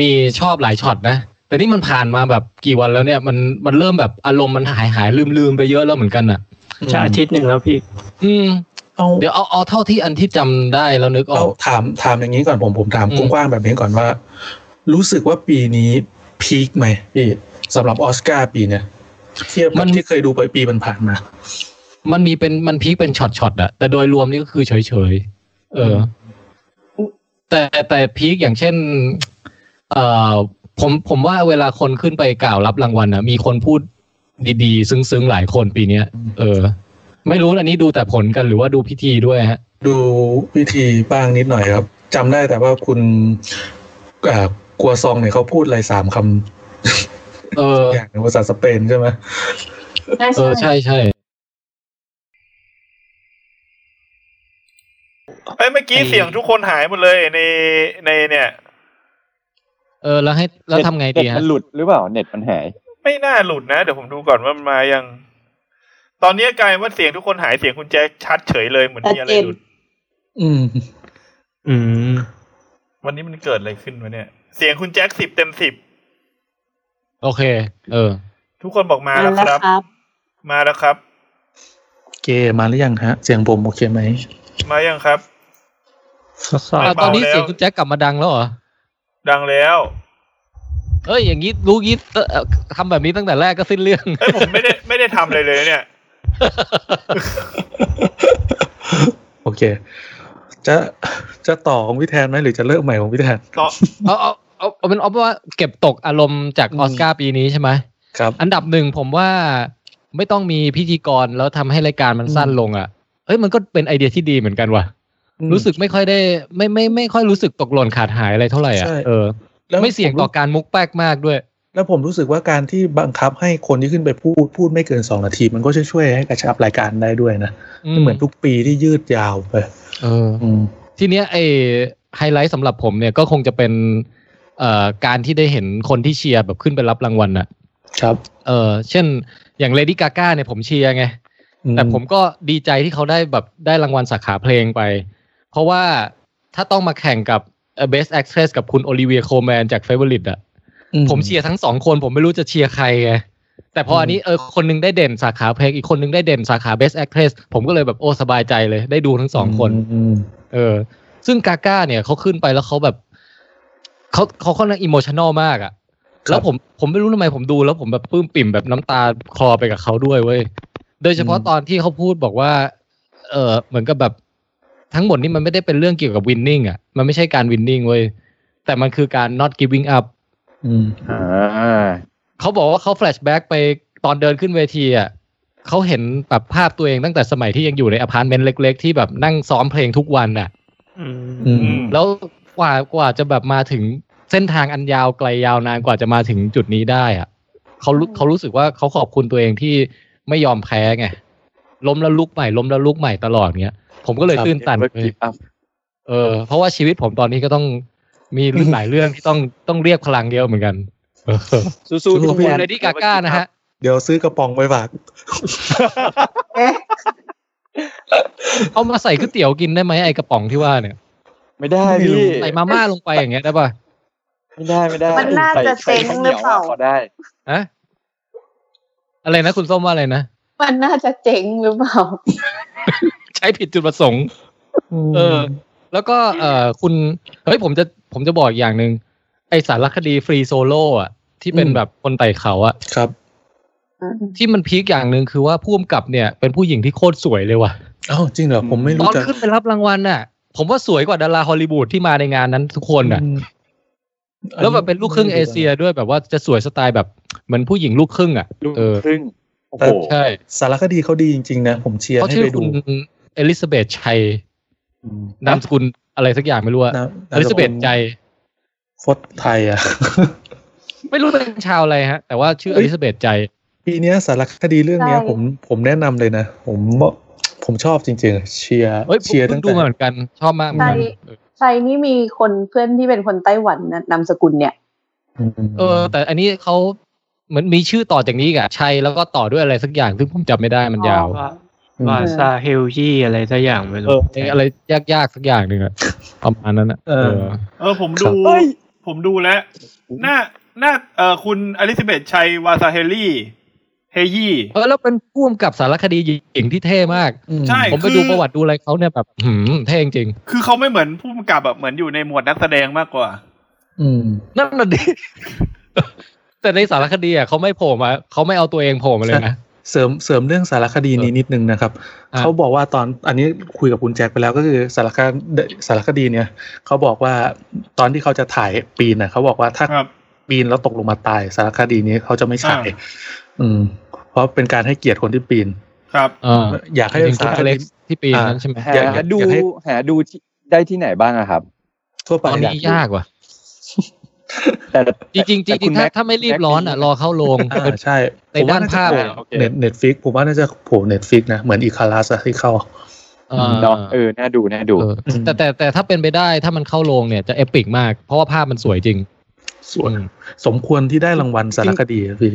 มีชอบหลายช็อตนะ แต่นี่มันผ่านมาแบบกี่วันแล้วเนี่ยมันมันเริ่มแบบอารมณ์มันหายหายลืมลืมไปเยอะแล้วเหมือนกันอ่ะ
ใช่อาทิตย์หนึ่งแล้วพี่
อืม
เอา
เดี๋ยวเอาเอาเท่าที่อันที่จำได้แล้วนึกออ
เอา
ก
ถามถามอย่างนี้ก่อนผมผมถาม
อืม
กว้างๆแบบนี้ก่อนว่า รู้สึกว่าปีนี้พีคไหมพี่สำหรับออสการ์ปีเนี้ยเทียบกับที่เคยดูไปปีผ่านๆมา
มันมีเป็นมันพีคเป็นช็อตช็อตๆอะแต่โดยรวมนี่ก็คือเฉยเฉยๆเออ แต่แต่พีคอย่างเช่น เอ่อผมผมว่าเวลาคนขึ้นไปกล่าวรับรางวัลนะมีคนพูดดีๆ ซึ้งๆหลายคนปีเนี้ยเออ ไม่รู้อันนี้ดูแต่ผลกันหรือว่าดูพิธีด้วยฮะ
ดูวิธีบ้างนิดหน่อยครับจำได้แต่ว่าคุณอ่ากัวซองเนี่ยเขาพูดอะไรสามค
เออ
ำอย่างในภาษาสเปนใช่ไหม
เออใช่ใช่
เอ้ยเมื่อกี้เสียงทุกคนหายหมดเลยในในเนี่ย
เออ แล้วให้แล้วทำไงดีฮะ
มันหลุดหรือเปล่าเน็ตมันหาย
ไม่น่าหลุดนะ เดี๋ยวผมดูก่อนว่ามันมายัง ตอนนี้กลายว่าเสียงทุกคนหายเสียงคุณแจ็คชัดเฉยเลยเหมือนมีอะไรหลุด
อืม
อืม
วันนี้มันเกิดอะไรขึ้นวะเนี่ย เสียงคุณแจ็คสิบเต็มสิบ
โอเค เออ
ทุกคนบอกมาแล้วครับ มาแล้วครับ
โอเคมาหรือยังฮะ เสียงผมโอเคไหม
มายังครับ
อ่ะตอนนี้
เบาแล้ว
เสียงคุณแจ็คกลับมาดังแล้วเหรอ
ดังแล้ว
เอ้ยอย่างนี้รู้งี้เอ่อเอ่อทำแบบนี้ตั้งแต่แรกก็สิ้นเรื่อง
เอ้ยผมไม่ได้ไม่ได้ทำอะไรเลยเนี่ย
โอเค จะจะต่อของพี่แทนไหมหรือจะเลิกใหม่ของพี่แทน
ต่อ
เอาเอาเอาเอาเป็นเอาเป็นว่าเก็บตกอารมณ์จากออสการ์ปีนี้ใช่ไหม
ครับ
อันดับหนึ่งผมว่าไม่ต้องมีพิธีกรแล้วทำให้รายการมันสั้นลงอ่ะเอ้ยมันก็เป็นไอเดียที่ดีเหมือนกันว่ะ
อืม
รู้สึกไม่ค่อยได้ ไม่ไม่ไม่ค่อยรู้สึกตกหล่นขาดหายอะไรเท่าไหร่อ่ะ
ใช่
เออ
แล้ว
ไม่เสี่ยง
ผมรู้
ต่อการมุกแป๊กมากด้วย
แล้วผมรู้สึกว่าการที่บังคับให้คนที่ขึ้นไปพูดพูดไม่เกินสองนาที มันก็จะช่วยให้กระชับรายการได้ด้วยนะ
อืม
ไม่เหมือนทุกปีที่ยืดยาวไป
เออ
อืม
ทีเนี้ยไอไฮไลท์สำหรับผมเนี่ยก็คงจะเป็นเอ่อการที่ได้เห็นคนที่เชียร์แบบขึ้นไปรับรางวัลน่ะ
ครับ
เออเช่นอย่างเลดี้กาก้าเนี่ยผมเชียร์ไง
อื
แต่ผมก็ดีใจที่เขาได้แบบได้รางวัลสาขาเพลงไป เพราะว่าถ้าต้องมาแข่งกับเอ่อ Best Actress กับคุณโอลิเวียโคแมนจาก Favorite อ่ะ
อื
ผมเชียร์ทั้งสองคนผมไม่รู้จะเชียร์ใครไงแต่พออันนี้เออคนหนึงได้เด่นสาขาเพลงอีกคนหนึงได้เด่นสาขา Best Actress ผมก็เลยแบบโอ้สบายใจเลยได้ดูทั้งสองคน
อืม
เออ ซึ่งกาก้าเนี่ยเขาขึ้นไปแล้วเขาแบบเขาเขาค่อนข้างอิโมชันอลมากอะแล้วผมผมไม่รู้ทำไมผมดูแล้วผมแบบปลื้มปิ่มแบบน้ำตาคลอไปกับเขาด้วยเว้ย โดยเฉพาะตอนที่เขาพูดบอกว่า เออเหมือนกับแบบ ทั้งหมดนี่มันไม่ได้เป็นเรื่องเกี่ยวกับวินนิ่งอะมันไม่ใช่การวินนิ่งเว้ย แต่มันคือการ not giving up
อืม
อ่า
เขาบอกว่าเขาแฟลชแบ็กไปตอนเดินขึ้นเวทีอะ เขาเห็นแบบภาพตัวเองตั้งแต่สมัยที่ยังอยู่ในอพาร์ตเมนต์เล็ก ๆ ที่แบบนั่งซ้อมเพลงทุกวันอ่ะแล้วกว่ากว่าจะแบบมาถึงเส้นทางอันยาวไกลยาวนานกว่าจะมาถึงจุดนี้ได้อ่ะเขารู้เขารู้สึกว่าเขาขอบคุณตัวเองที่ไม่ยอมแพ้ไงล้มแล้วลุกใหม่ล้มแล้วลุกใหม่ตลอดเงี้ย ผมก็เลย
ครับ
ตื้นตัน
Never
เลยเออ เพราะว่าชีวิตผมตอนนี้ก็ต้องมีเรื่องหลายเรื่องที่ต้องต้องเรียกพลังเดียวเหมือนกันสู้ๆทุกคนเลยที่กาก้านะฮะ
เดี๋ยวซื้อกระป๋องไปฝาก
เอามาใส่ก๋วยเตี๋ยวกินได้ไหมไอกระป๋องที่ว่าเนี่ย
ไม่ได้พี่
ใส่มาม่าลงไปอย่างเงี้ยได้ป่ะ
ไม่ได้ไม่ได้
มันน่าจะ
ใส่
เจ๊งหรือเปล่า
ใส่ข้วหนียวะพอได้
ฮะอะไรนะคุณส้มว่าอะไรนะ
มันน่าจะเจ๋งหรือเปล่า
ใช้ผิดจุดประสงค์ เออ แล้วก็เออคุณ เฮ้ยผมจะผมจะบอกอย่างหนึ่งไอสารคดีฟรีโซโล่อะที่เป็นแบบคนไต่เขาอะ
ครับ
ที่มันพีคอย่างหนึ่งคือว่าผู้กำกับเนี่ย เป็นผู้หญิงที่โคตรสวยเลยว่ะ
อ้าวจริงเหรอผมไม่
ต
รู้
อน
จัก
ขึ้นไปรับรางวัลน่ะ ผมว่าสวยกว่าดาราฮอลลีวูดที่มาในงานนั้นทุกคนน่ะ แล้วแบบเป็นลูกครึ่งเอเชียด้วยแบบว่าจะสวยสไตล์แบบเหมือนผู้หญิงลูกครึ่งอ่ะเออ
ครึ่ง
โอ้โหใช่
สารคดีเขาดีจริงๆนะ ผมเชียร์
เขา
ให้
ชื่อ
ไปดู
คุณเอลิซาเบธชัยนามสกุลอะไรสักอย่างไม่รู้อะ
นาม
เอลิซาเบธ
นามสกุล
ใจ
โคตรไทยอ่ะ
ไม่รู้เป็นชาวอะไรฮะ แต่ว่าชื่ออลิซาเบธใจ
ปีเนี้ยสารคดีเรื่องเนี้ย
ใช่
ผมผมแนะนำเลยนะ ผมผมชอบจริงๆ เชียร์
เฮ้ยผม
เชียร์
เพิ่
ตั้
ง
ง
ดู
แต่
มาเหมือนกัน ชอบมากเหมื
ใค
อ
ร
นกัน
ใครนี่มีคนเพื่อนที่เป็นคนไต้หวันนะนามสกุลเนี่ย
เออ แต่อันนี้เขาเหมือนมีชื่อต่อจากนี้อีกอะชัยแล้วก็ต่อด้วยอะไรสักอย่างซึ่งผมจำไม่ได้มันยาว
วาซาเฮลยี่อะไรสักอย่างไม่
เอ
รู้
ออะไรยากๆสักอย่างหนึ่งอะ [laughs] ประมาณนั้นอะเออ
เออผมดูผมดูแล้ว หน้าหน้าเออคุณอลิซาเบธชัยวาซาเฮลลี่เฮยี่
เออแล้วเป็นพ่วงกับสารคดีหญิงที่เท่มาก
ใช่
ผมไป
คือ
ดูประวัติดูอะไรเขาเนี่ยแบบหืมเท่จริง
คือเขาไม่เหมือนผู้กำกับแบบเหมือนอยู่ในหมวดนักแสดงมากกว่า
นั่นน่ะดิ [laughs] แต่ในสารคดีอ่ะเขาไม่โผล่มาเขาไม่เอาตัวเองโผล่มาเลยนะ
เสริมเสริมเรื่องสารคดีนี้นิดนึงนะครับ เขาบอกว่าตอนอันนี้คุยกับคุณแจ็คไปแล้วก็คือสารคดีสารคดีเนี่ยเขาบอกว่าตอนที่เขาจะถ่ายปีนนะเขาบอกว่าถ้าปีนแล้วตกลงมาตายสารคดีนี้เขาจะไม่ฉาย
อ่า
อืม เพราะเป็นการให้เกียรติคนที่ปีน
ครับ
อยากให้
เป็น
สารค
คุณอเล็
ดี
กซ์ที่ปีน
อ่า
นั้นใช่ไหม
อยากอยาก
หาดู
อยากให้
หาดูที่ได้ที่ไหนบ้างอะครับ
ทั่วไป
ตอนนี้ยากว่ะ
แต่
จริงๆจริงๆถ้าถ้าไม่รีบร้อนอ่ะ รอเข้าโรง
อ่าใช่
ในด้านภาพอะ
เน็ตเน็ตฟิกผมว่าน่าจะโผล่เน็ตฟิกนะเหมือนอีคาลัสที่เข้า
เออ
เนาะเออน่าดูน่าดู
แต่แต่แต่ถ้าเป็นไปได้ถ้ามันเข้าโรงเนี่ยจะเอปิกมาก เพราะว่าภาพมันสวยจริง
สวยสมควรที่ได้รางวัลสารคดีอะพี่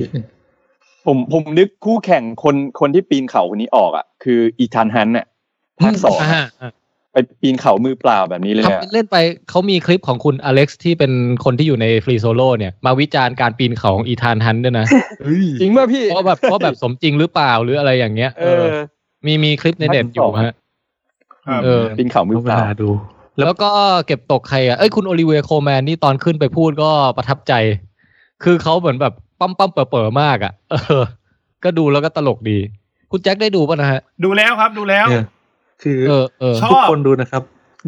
ผมผมนึกคู่แข่งคนคนที่ปีนเขาคนนี้ออกอ่ะ คืออีธานฮันน่ะภาคสองอะไปปีนเขามือเปล่าแบบนี้เลยอะ
เล่นไปเขามีคลิปของคุณอเล็กซ์ที่เป็นคนที่อยู่ในฟรีโซโล่เนี่ย มาวิจารณ์การปีนเขาของอีธานฮันต์ด้วยนะ
จริงป่ะพี่
ว่าแบบว่าแบบสมจริงหรือเปล่าหรืออะไรอย่างเงี้ย
เออ
มีมีคลิปในเน็ตอยู่ฮะ
ครับ
เออ
ปีนเขามือเปล่า
ดู
แล้วก็เก็บตกใครอ่ะเอ้ยคุณโอลิเวียโคแมนนี่ตอนขึ้นไปพูดก็ประทับใจ คือเขาเหมือนแบบปั๊มปั๊มเป๋อเป๋อๆมากอ่ะ [laughs] เออ ก็ดูแล้วก็ตลกดี คุณแจ็คได้ดูป่ะนะฮะ
ดูแล้วครับดูแล้ว
เนี่ยคือ
เออ
ทุกคนดูนะครับ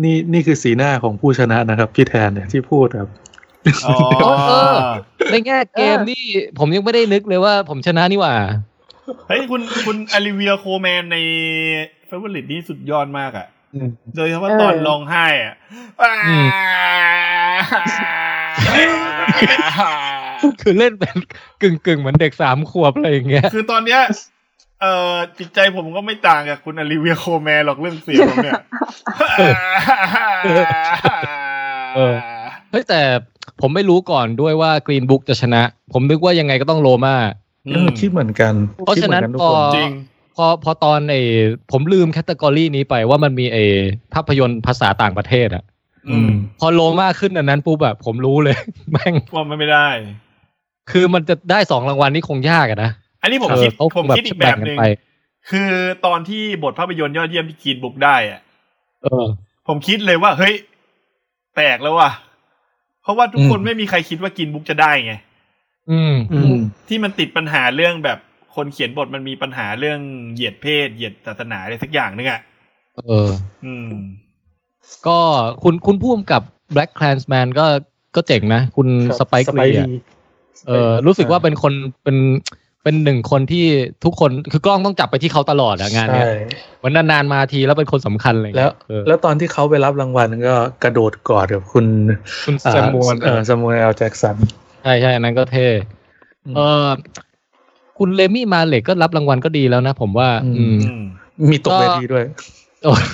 นี่นี่คือสีหน้าของผู้ชนะนะครับ พี่แทนเนี่ยที่พูดครับ
เออเออในแง่เกมนี่ผมยังไม่ได้นึกเลยว่าผมชนะนี่หว่า [laughs]
เฮ้ยคุณคุณอลิเวียโคแมนในเฟเวอร์ลิตนี่สุดยอดมากอ่ะโดยเฉพาะตอน
เออ
ร้องไห้อ่ะ
คือเล่นเป็นกึ่งกึ่งๆเหมือนเด็กสามขวบอะไรอย่างเงี้ย
คือตอนเนี้ยเอ่อจิตใจผมก็ไม่ต่างกับคุณอลิเวียโคแมนหรอกเรื่องเสียงผมเนี่ย
เออเฮ้ยแต่ผมไม่รู้ก่อนด้วยว่ากรีนบุ๊กจะชนะ ผมนึกว่ายังไงก็ต้องโลมา
เออคิดเหมือนกัน
เพราะฉะนั้น
คิดเหมื
พ
อ
อ
กัทุกค
จริง
พอพอตอนไอ้ผมลืมแคตตากรีนี้ไปว่ามันมีไอ้ภาพยนตร์ภาษาต่างประเทศอะพอโลมาขึ้นอันนั้นปุ๊บแบบผมรู้เลย [laughs] แม่ง
ว่ามันไม่ได้
คือมันจะได้สองรางวัลนี่คงยากอะนะ
อันนี้ผม
เ
คิด
เขา
ผมคิดอีกแบบหนึ่ง
ไป
คือตอนที่บทภาพยนตร์ยอดเยี่ยมที่กรีนบุกได้อ่ะ
เออ
ผมคิดเลยว่า เฮ้ย แตกแล้วว่ะ เพราะว่าทุกคน
อืม
ไม่มีใครคิดว่ากินบุ๊กจะได้ไง
อืม
ที่มันติดปัญหาเรื่องแบบคนเขียนบทมันมีปัญหาเรื่องเหยียดเพศ เหยียดศาสนาอะไรสักอย่างนึงอ่ะ
เออ
อืม
ก็คุณคุณผู้กำกับ Black Clansman ก็ก็เจ๋งนะ คุณ
ครับ
สไปค์ลี
Spike Lee
เออรู้สึกว่าเป็นคนเป็น เป็นหนึ่งคนที่ทุกคนคือกล้องต้องจับไปที่เขาตลอดอะงานเนี้ย
ใช่
เหมือนนานๆมาทีแล้วเป็นคนสำคัญอะไรอย่าง
แล้
เงี้
วย
เออ
แล้วตอนที่เขาไปรับรางวัลก็กระโดดกอดกับคุณ
คุณ
อ่า
แซมมวล
เออแซมมูเอลแจ็กสัน
ใช่ใช่อันนั้นก็เท่เออคุณเลมี่มาเล็กก็รับรางวัลก็ดีแล้วนะผมว่า อืม
มีตกเวทีด้วย
โอ้ [laughs]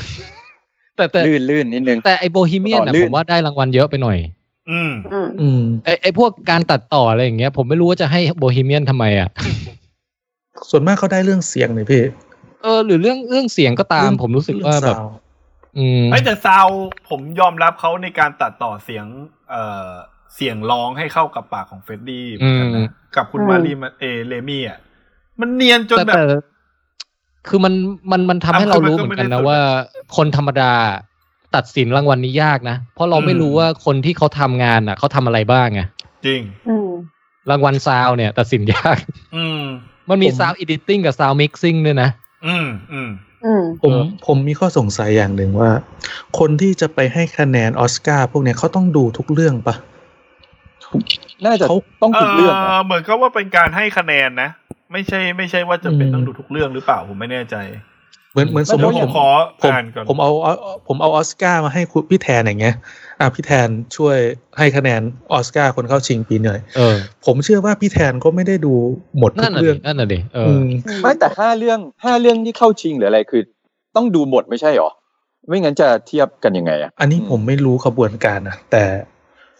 แต่แต่
ลื่นลื่นนิดนึง
แต่ไอโบฮีเมียนนะ
ต่อลื่
ผ
น
มว่าได้รางวัลเยอะไปหน่อย
อืม
อืม
ไอไอพวกการตัดต่ออะไรอย่างเงี้ยผมไม่รู้ว่าจะให้โบฮีเมียนทำไมอ่ะ
ส่วนมากเขาได้เรื่องเสียงนี่พี่
เออหรือเรื่องเรื่องเสียงก็ตาม ผมรู้สึกว่าแบบ อืม
ไอ้ยแต่ซาวด์ผมยอมรับเขาในการตัดต่อเสียง เอ่อเสียงร้องให้เข้ากับปากของเฟรดดี้เหมือนกัน
อืม
นะกับคุณมารีมาเอเลมี่อ่ะ มันเนียนจนแบบ
แต่แต่คือมันมันมันทำให้เรารู้เหมือนกันนะว่า คนธรรมดาตัดสินรางวัลนี้ยากนะ เพราะเราไม่
อืม
รู้ว่าคนที่เขาทำงานอ่ะเขาทำอะไรบ้างไง
จริง
อืม
รางวัลซาวเนี่ย ตัดสินยาก [laughs]
อืม
มันมี
ผม
ซาวอิดิติ้งกับซาวมิกซิ่งด้วยนะ
อืม อืม
อืม
ผมผมมีข้อสงสัยอย่างหนึ่งว่า คนที่จะไปให้คะแนนออสการ์พวกเนี้ยเขาต้องดูทุกเรื่องปะ
น่าจะ
ต้องทุกเรื่อง
เอ่อเหมือนกับว่าเป็นการให้คะแนนนะ ไม่ใช่ไม่ใช่ว่าจะเป็น
อืม
ต้องดูทุกเรื่องหรือเปล่าผมไม่แน่ใจ
เหมือนเหมือน
แล้
ส
ว
มมติ
ผม
ผม
ขอ
ผม
อ่านก่อน
ผมเอาเอาผมเอาออสการ์มาให้คุณพี่แทนอย่างเงี้ยอ่ะพี่แทนช่วยให้คะแนนออสการ์คนเข้าชิงปีหน่อย
เออ
ผมเชื่อว่าพี่แทนก็ไม่ได้ดูหมดทุ
นั่น
ก
น่ะ
เรื่
ดิ
อง
นั่นน่ะดิเอออ
อืม
ไม่แต่ห้าเรื่องห้าเรื่องที่เข้าชิงหรืออะไรคือ ต้องดูหมดไม่ใช่หรอ ไม่งั้นจะเทียบกันยังไงอ่ะ
อันนี้ผมไม่รู้ขบวนการนะแต่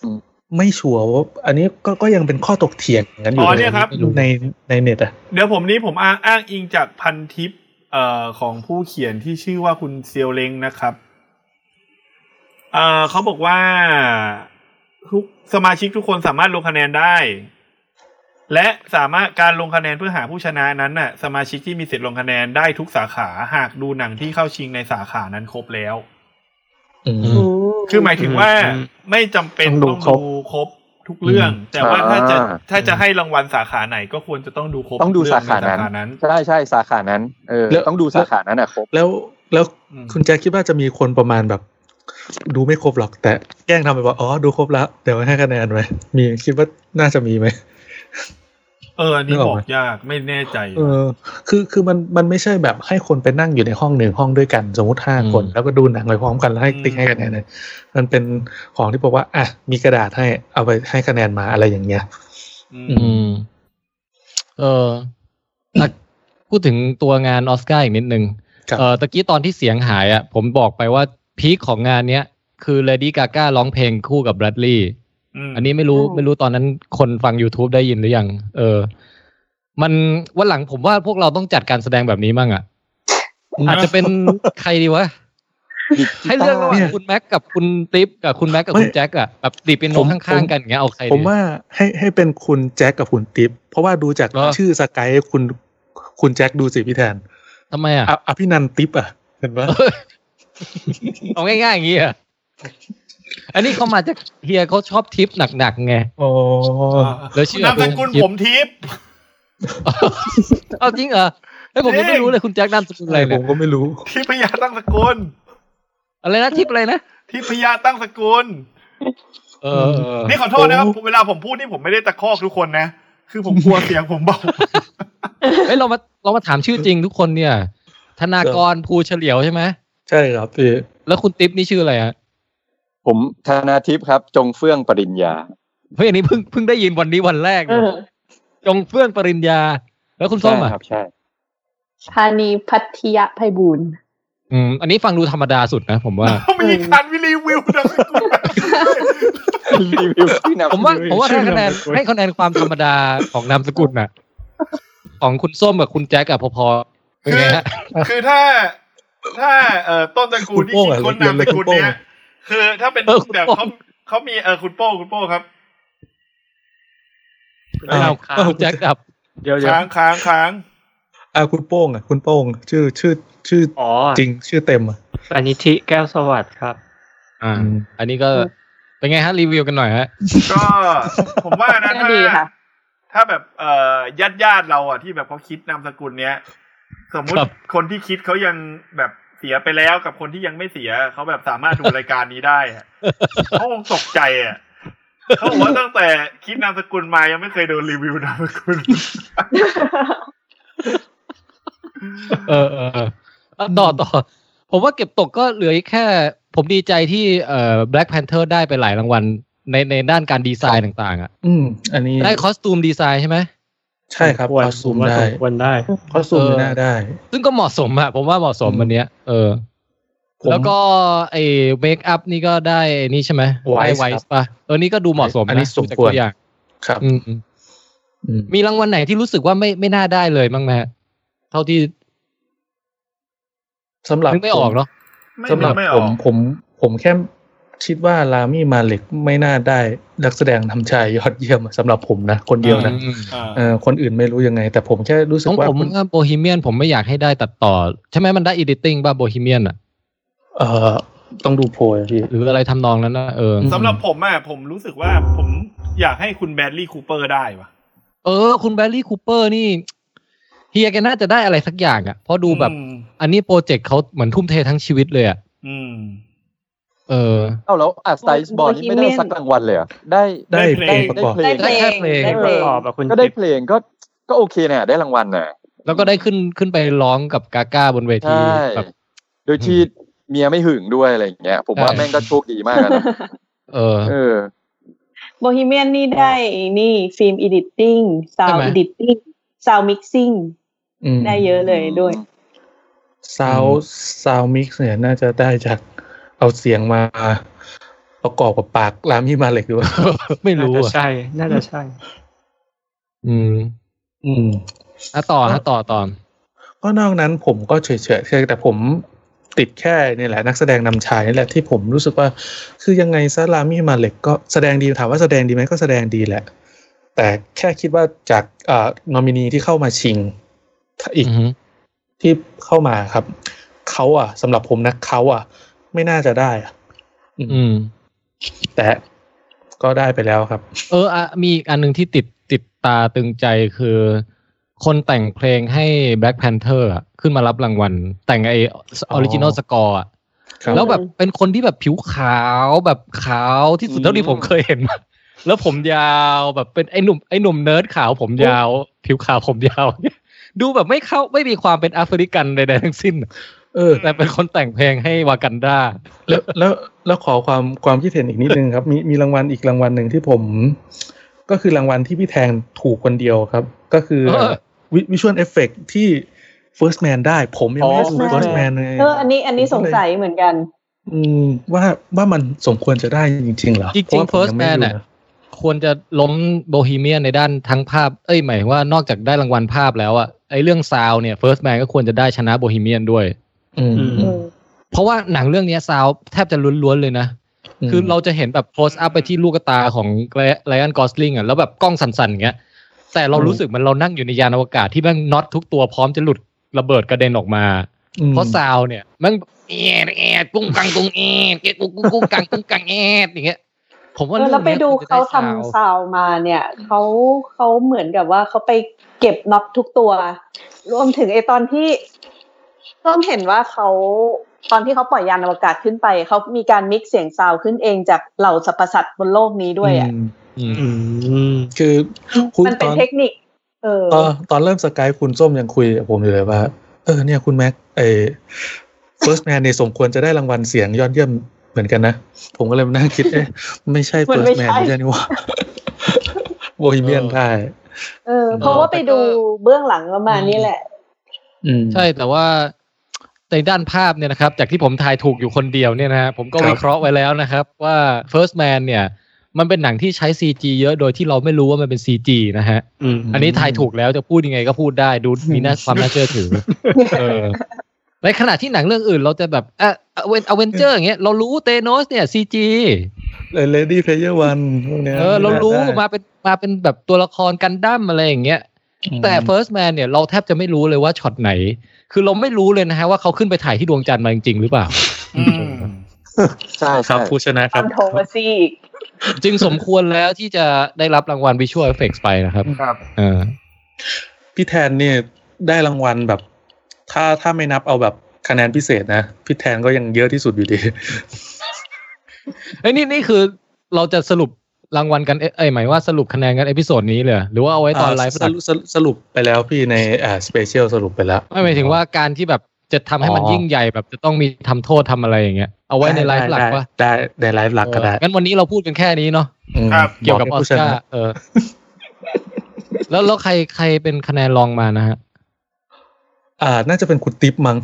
อืม
ไม่ชัวร์ว่าอันนี้ก็ก็ยังเป็นข้อตกเถียงกันอยู่
อ๋อเนี่ยครับ
ในในเน็ตอ่ะ
เดี๋ยวผมนี้ผมอ้างอ้างอิงจากพันทิปเอ่อของผู้เขียนที่ชื่อว่าคุณเซียวเล้งนะครับเอ่อเขาบอกว่าทุกสมาชิกทุกคนสามารถลงคะแนนได้ และสามารถการลงคะแนนเพื่อหาผู้ชนะนั้นน่ะ สมาชิกที่มีสิทธิ์ลงคะแนนได้ทุกสาขาหากดูหนังที่เข้าชิงในสาขานั้นครบแล้ว คือหมายถึงว่า
อืม
ไม่จำเป็น
ต้องดู
ต้อ
คร
ง
บ
ดูครบทุกเรื่อง แต่ว่าถ้าจะ
อ่า
ถ้าจะให้รางวัลสาขาไหนก็ควรจะต้องดูครบ
ต้องดู
ทุกเรื่
สาขา
ใ
นั้นใช่ใช่สาขานั้นเออ
แล้ว
ต้องดูสาขานั้นอ่ะครบ
แล้วแล้วคุณแจ็คคิดว่าจะมีคนประมาณแบบ ดูไม่ครบหรอก แต่แกล้งทำไปนว่าอ๋อดูครบแล้วเดี๋ยวให้คะแนนไหมมีคิดว่าน่าจะมีไหม
เอออันนี้
นึกอ
บอก อ
ไหม
กยากไม่แน่ใจ
เออ คือคือมันมันไม่ใช่แบบให้คนไปนั่งอยู่ในห้องหนึ่งห้องด้วยกัน สมมติห้าคน แล้วก็ดูหนังไปพร้อมกันแล้วให้ติ๊กให้คะแนนเลยมันเป็นของที่บอกว่าอ่ะมีกระดาษให้เอาไปให้คะแนนมาอะไรอย่างเงี้ย
อืม เอออ่ะพูดถึงตัวงานออสการ์อีกนิดนึง
ครับ
เออตะกี้ตอนที่เสียงหายอ่ะ ผมบอกไปว่าพีคของงานเนี้ย คือเลดี้กาก้าร้องเพลงคู่กับแบรดลีย์
อืม
อันนี้ไม่รู้ไม่รู้ตอนนั้นคนฟัง YouTube ได้ยินหรือยัง เออ มันวันหลังผมว่าพวกเราต้องจัดการแสดงแบบนี้มั่งอ่ะ อาจจะเป็นใครดีวะ ให้เลือกระหว่างคุณแม็กกับคุณติ๊บกับคุณแม็กกับคุณแจ็คอะแบบตีเป็นโน
ผม
ข้างๆกันอย่างเงี้ยเอาใครดี
ผมว่าให้ให้เป็นคุณแจ็คกับคุณติ๊บเพราะว่าดูจาก
เหรอ
ชื่อสกายคุณคุณแจ็คดูสิพี่แทน
ทำไมอ่ะ
อ่ะอภินันท์ติ๊บอ่ะ เห็นปะ
เอาง่ายๆอย่างนี้อ่ะ อันนี้เขามาจากเฮียเขาชอบทิปหนักๆไง
โอ้
แล้วชื่อ
คุณนามสกุล
ทิป
ผมทิพย์
เอาจริงเหรอไอ้ยผมยังไม่รู้เลยคุณแจ็คนามสกุลอะไร
ผ
เนี่ย
มก็ไม่รู้
ทิพยาตั้งสกุล
อะไรนะทิปอะไรนะ
ทิพยาตั้งสกุล
เออเออ
นี่ขอโทษนะครับเวลาผมพูดนี่ผมไม่ได้ตะคอกทุกคนนะ คือผมกลัวเสียงผมเบา [laughs]
เฮ้ยเรามาเรามาถามชื่อจริงทุกคนเนี่ย ธนากรภูเฉลียวใช่ไหม
ใช่ครับพี่
แล้วคุณติ๊บนี่ชื่ออะไรอ่ะ
ผมธนาทิพย์ครับ จงเฟื่องปริญญา
เฮ้ยอันนี้เพิ่งเพิ่งได้ยินวันนี้วันแรกเลยจงเฟื่องปริญญา แล้วคุณส้มอ่ะ
ใช่ครับใช่
พานีพัทยะไพบูลย์
อืมอันนี้ฟังดูธรรมดาสุดนะผมว่า
มีการวิรีวิวนะ
รีวิวที่นำ
ผมว่าผมว่าให้คะแนนให้คะแนนความธรรมดาของนามสกุลน่ะ ของคุณส้มกับคุณแจ็คอะพอๆเป็นไงฮะ
คือถ้าถ้าเอ่อต้นตระกูลที่
คุณโป้งอะ
คิดค้นนามสกุล
เรียนเลยคุณโป้ง
เนี้ยคือถ้าเป็นแบบเขาเขามีเออคุณโป้งคุณโป้งครับ
อ้าวคุณแจ็คดับ
เดี๋ยวเดี๋ยว
ค้างค้างค้าง
[laughs] อ่ะคุณโป้งอ่ะคุณโป้งชื่อชื่อชื่อ
อ๋อ
จริงชื่อเต็มอ่ะ
ปณิธิแก้วสวัสดิ์ครับ
อ่า อันนี้ก็เป็นไงฮะรีวิวกันหน่อยฮะ
ก็ผมว่า
[laughs]
นะถ้า
ดีค่ะ
ถ้าแบบเอ่อญาติญาติๆเราอ่ะที่แบบเขาคิดนามสกุลเนี้ย สมมุติ
ครับ
คนที่คิดเขายังแบบเสียไปแล้ว
[laughs]
กับคนที่ยังไม่เสียเขาแบบสามารถดูรายการนี้ได้อะเขาคงตกใจอ่ะ
เขาบอกว่าตั้งแต่คิดนามสกุลมายังไม่เคยโดนรีวิวนามสกุล
เออเออเอออ่ะต่อต่อ ผมว่าเก็บตกก็เหลืออีกแค่ ผมดีใจที่เอ่อ Black Panther ได้ไปหลายรางวัล ในในด้านการดีไซน์ต่างๆอ่ะ
อืม อันนี้
ได้คอสตูมดีไซน์ใช่ไหม
ใช่ครับคอสตูม
ว่า
ได้
สมควรได้
คอสตูม
เออ
น่าได้
ซึ่งก็เหมาะสมอะผมว่าเหมาะสมวันเนี้ย เออ
ผม
แล้วก็ไอ้เมคอัพนี่ก็ได้ไอ้นี่ใช่ไหม
Wise
ไว
ครับ
ส์ป่ะเออนี่ก็ดูเหมาะสม
อัน
นะ
นี้ส
ดู
ม
จาก
ควร
ตัวอย่าง
ครับ
อืมอืม มีรางวัลไหนที่รู้สึกว่าไม่ไม่น่าได้เลยบ้างไหมฮะเท่าที่
สำหรับ
นึกไม่ออกเนอะ
ผมสำหรับ
ไม่อ
ผ
อก
มผมผมแค่คิดว่าลามี่มาเล็กไม่น่าได้นักแสดงนำชายยอดเยี่ยมสำหรับผมนะ คนเดียวนะ
อืม
เออคนอื่นไม่รู้ยังไง แต่ผมแค่รู้สึ
ข
ก
อง
ว่า
ผม
คุณ
โบฮีเมียนผมไม่อยากให้ได้ตัดต่อ ใช่ไหมมันได้อีดิติ้งป่ะโบฮีเมียนอ่ะ
เออต้องดูโพยอะพี่
หรืออะไรทำนองนั้นนะเออ
สำหรับผมอ่ะผมรู้สึกว่าผมอยากให้คุณแบดลี่คูเปอร์ได้ว่ะ
เออ คุณแบรรี่คูเปอร์นี่ เฮียแกน่าจะได้อะไรสักอย่างอ่ะเพราะดูแบบ
อืม
อันนี้โปรเจกต์เขาเหมือนทุ่มเททั้งชีวิตเลยอ่ะ
อืม
เออ
เอาแล้วอาร์สไตล์บอลนี่ไม่ได้สักรางวัลเลยเหรอได้
ได้
ได้
เพลงประกอบ
ได้เพลง
ได้เพลง
ได้เพลงก็ได้เพลงก็ก็โอเคเนี่ยได้รางวัลน่ะ
แล้วก็ได้ขึ้นขึ้นไปร้องกับกาก้าบนเวที
ใช่
แบบ
โดยที่เมียไม่หึงด้วยอะไรอย่างเงี้ย ผมว่า
ใช่
แม่งก็โชคดีมากอะนะ
เออ
เออ
โบฮีเมียนนี่ได้นี่ฟิล์มอีดิตติ้งซาว
ใช่ไหม
อีดิตติ้งซาวมิกซิ่ง
อืม
ได้เยอะเลยด้วย
ซาวซาวมิกซ์เนี่ยน่าจะได้จากเอาเสียงมาประกอบกับปากลามี่มาเล็กหรือเปล่า
ไม่รู้
น่าจะ
อ่ะ
ใช่
น่าจะใช่
อืม
อืม
อ่ะต่อฮะต่อต่อ
ก็นอกนั้นผมก็เฉยๆคือแต่ผมติดแค่นี่แหละนักแสดงนำชายนี่แหละที่ผมรู้สึกว่า คือยังไงซาลามี่มาเล็กก็แสดงดีถามว่าแสดงดีไหมก็แสดงดีแหละ แต่แค่คิดว่าจากเอ่อนอมินีที่เข้ามาชิงอีกที่เข้ามาครับ เขาอ่ะสำหรับผมนะเขาอ่ะ ไม่น่าจะได้อะ
อืม
แต่ก็ได้ไปแล้วครับ
เอออะมีอีกอันหนึ่งที่ติดติดตาตึงใจคือ คนแต่งเพลงให้ Black Panther อะขึ้นมารับรางวัล แต่งไอออริจินอลสกอร์
ครับ
แล้วแบบเป็นคนที่แบบผิวขาวแบบขาวที่สุดเท่าที่ผมเคยเห็นมาแล้วผมยาวแบบเป็นไอหนุ่มไอหนุ่มเนิร์ดขาวผมยาว ผิวขาวผมยาว ดูแบบไม่เข้าไม่มีความเป็นแอฟริกันใดๆทั้งสิ้น
เออ
แต่เป็นคนแต่งเพลงให้วากันดา
แล้วแล้วแล้วขอความความคิดเห็นอีกนิดนึงครับ มีมีรางวัลอีกรางวัลหนึ่งที่ผม [laughs] ก็คือรางวัลที่พี่แทงถูกคนเดียวครับ ก็คือ
เออ
วิชวลเอฟเฟกที่ First Man ได้ ผมยังไม่ได้
First Man
First Man เลย
เอออันนี้อันนี้สงสัยเหมือนกัน
อืมว่าว่ามันสมควรจะได้จริงๆเหรอ
จริงๆ
พาะว่า
First
ผมยั
Man
ไรู้
น่ะควรจะล้มโบฮีเมียนในด้านทั้งภาพ เอ้ยหมายว่านอกจากได้รางวัลภาพแล้วอะไอเรื่องซาวเนี่ย First Man ก็ควรจะได้ชนะโบฮีเมียนด้วย
อืม
เพราะว่าหนังเรื่องเนี้ยซาวแทบจะล้วนๆเลยนะ
อืม
คือเราจะเห็นแบบโ o สอัพไปที่ลูกตาของไลออนกอสลิงอะแล้วแบบกล้องสั่นๆอย่างเงี้ย แต่เรารู้สึกเหมันเรานั่งอยู่ในยานอวกาศที่แม่งน็อตทุกตัวพร้อมจะหลุดระเบิดกระเด็นออกมา
อืม
เพราะซาวเนี่ยแมันเอ็ดเอ็ดกุ้งกังกุ้งเอ็ดเอ็ดกุ้งกุ้งกุ้งกังกุ้งกังเอ็ดอย่างเงี้ย ผมว่า
เออแล้วไป
นี้ย
ดู
ควรจะ
เขาทำ
ซว
ซาวมาเนี่ยเขาเขาเหมือนกับว่าเขาไปเก็บน็อตทุกตัว รวมถึงไอตอนที่ต้องเห็นว่าเขาตอนที่เขาปล่อยยานอวกาศขึ้นไป เขามีการมิกซ์เสียงซาวขึ้นเองจากเหล่าสรรพสัตว์บนโลกนี้ด้วยอ่ะ
คือคุณ
มัน
ต
เป็น
อน
เทคนิค เออ
ตอนตอนเริ่มสกายคุณส้มยังคุยกับผมอยู่เลยว่า เออเนี่ยคุณแม็กไอ First Man เนี่ยสมควรจะได้รางวัลเสียงยอดเยี่ยมเหมือนกันนะ ผมก็เลยมานั่งคิดเอ๊ะไม่ใช่
[laughs] มันไม่
First Man
ใช่
ไม่ใช่นี่หว่า [laughs] โบฮีเมียนได้
เออ เพราะว่าไปดูเบื้องหลังประมาณนี้แหละ
ใช่แต่ว่าในด้านภาพเนี่ยนะครับ จากที่ผมทายถูกอยู่คนเดียวเนี่ยนะฮะผมก็
ครับ
วิเคราะห์ไว้แล้วนะครับ ว่า First Man เนี่ย มันเป็นหนังที่ใช้ CG เยอะโดยที่เราไม่รู้ว่ามันเป็น CG นะฮะอันนี้ทายถูกแล้วจะพูดยังไงก็พูดได้ดูมีน่าความน่าเชื่อถือ เออ ในขณะที่หนังเรื่องอื่นเราจะแบบเอเวนเอเวนเจอร์อย่างเงี้ยเรารู้เตโนสเนี่ย CG
เลยเลดี้เพลเยอร์วันพวกเนี้ย
เออเรารู้
ได้
มาเป็นมาเป็นแบบตัวละครกันดั้มอะไรอย่างเงี้ย
อืม
แต่ First Man เนี่ยเราแทบจะไม่รู้เลยว่าช็อตไหน คือเราไม่รู้เลยนะฮะว่าเขาขึ้นไปถ่ายที่ดวงจันทร์มาจริงๆหรือเปล่า
ใช่
ครับผู้ชนะค
ค
รั
อบ นโทรเวอร์ซีอีก
จึงสมควรแล้วที่จะได้รับรางวัล Visual Effects ไปนะครับ
ครับ
เออ
พี่แทนเนี่ยได้รางวัลแบบ ถ้าถ้าไม่นับเอาแบบคะแนนพิเศษนะพี่แทนก็ยังเยอะที่สุดอยู่ดี
ไอ้ยนี่นี่คือเราจะสรุป รางวัลกันเอ้ยเอ้ยหมายว่าสรุปคะแนนกันเอพิโซดนี้เลยเหรอหรือว่าเอาไว้ตอนไลฟ์
สรุปสรุปสรุปไปแล้วพี่ในอ่าสเปเชียลสรุปไปแล้ว
ไม่หมายถึงว่าการที่แบบจะทำให้มัน
อ๋อ
ยิ่งใหญ่แบบจะต้องมีทำโทษทำอะไรอย่างเงี้ยเอาไว้ในไลฟ์หลักว่า
ได้ได้ไลฟ์หลักก็ได้
งั้นวันนี้เราพูดกันแค่นี้เนาะ
อืม
เกี่ยวกับอ
ให้
อ
ผู้
ส
ช
กา
นะ
ร์เออ แล้วแล้วใครใครเป็นคะแนนรองมานะฮะ
อ่า น่าจะเป็นคุณติ๊บมั้ง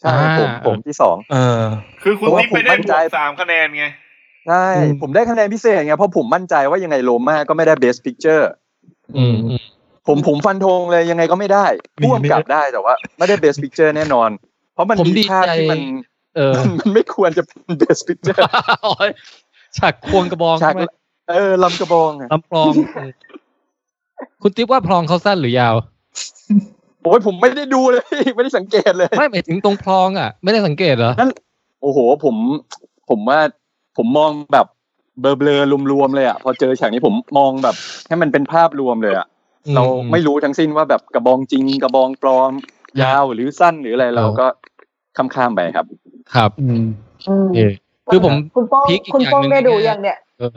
ใช่ผม
อ่า
ผมที่สอง
เออ
คือคุณ
เพราะว่า
ติ๊กไป
ผม
ได้
มั่น
บ
ใจ
วกสามคะแนนไง
ใช่ผมได้คะแนนพิเศษไงเพราะผมมั่นใจว่ายังไงโรม่าก็ไม่ได้ best picture
อืม
ผมผมฟันธงเลยยังไงก็ไม่ได้พ่วงกับได้แต่ว่า ไม่ได้ best picture แน่นอน เพราะมัน
ผม
มี
ดี
ภาพ
ใจ
ที่มัน
เออ
มันมันไม่ควรจะเป็น best picture
ฉากควงกระบอง
ฉา
ใช่
ก
ไหม
เออลำกระบองอะ
ลำพลอง [laughs] คุณติ๊บว่าพลองเขาสั้นหรือยาว
โอ้ยผมไม่ได้ดูเลย [laughs] ไม่ได้สังเกตเลย
ไม่หมายถึงตรงพลองอ่ะ ไม่ได้สังเกตเหรอ
นั่นโอ้โหผม ผมว่าผมมองแบบเบลอๆรวมๆเลยอ่ะพอเจอฉากนี้ผมมองแบบ ให้มันเป็นภาพรวมเลยอ่ะ
อืม
เราไม่รู้ทั้งสิ้นว่าแบบกระบองจริง กระบองปลอม ยาวหรือสั้นหรืออะไรเราก็ข้ามๆไปครับ
ครับ
อืม
โอเคคือผม
คุณโป้ง
พีคอีก
คุณ
อย่าง
โป้
ห
ง
นึ่ง
ได้ดู
เนี่ย
ยังเนี่ย
เออ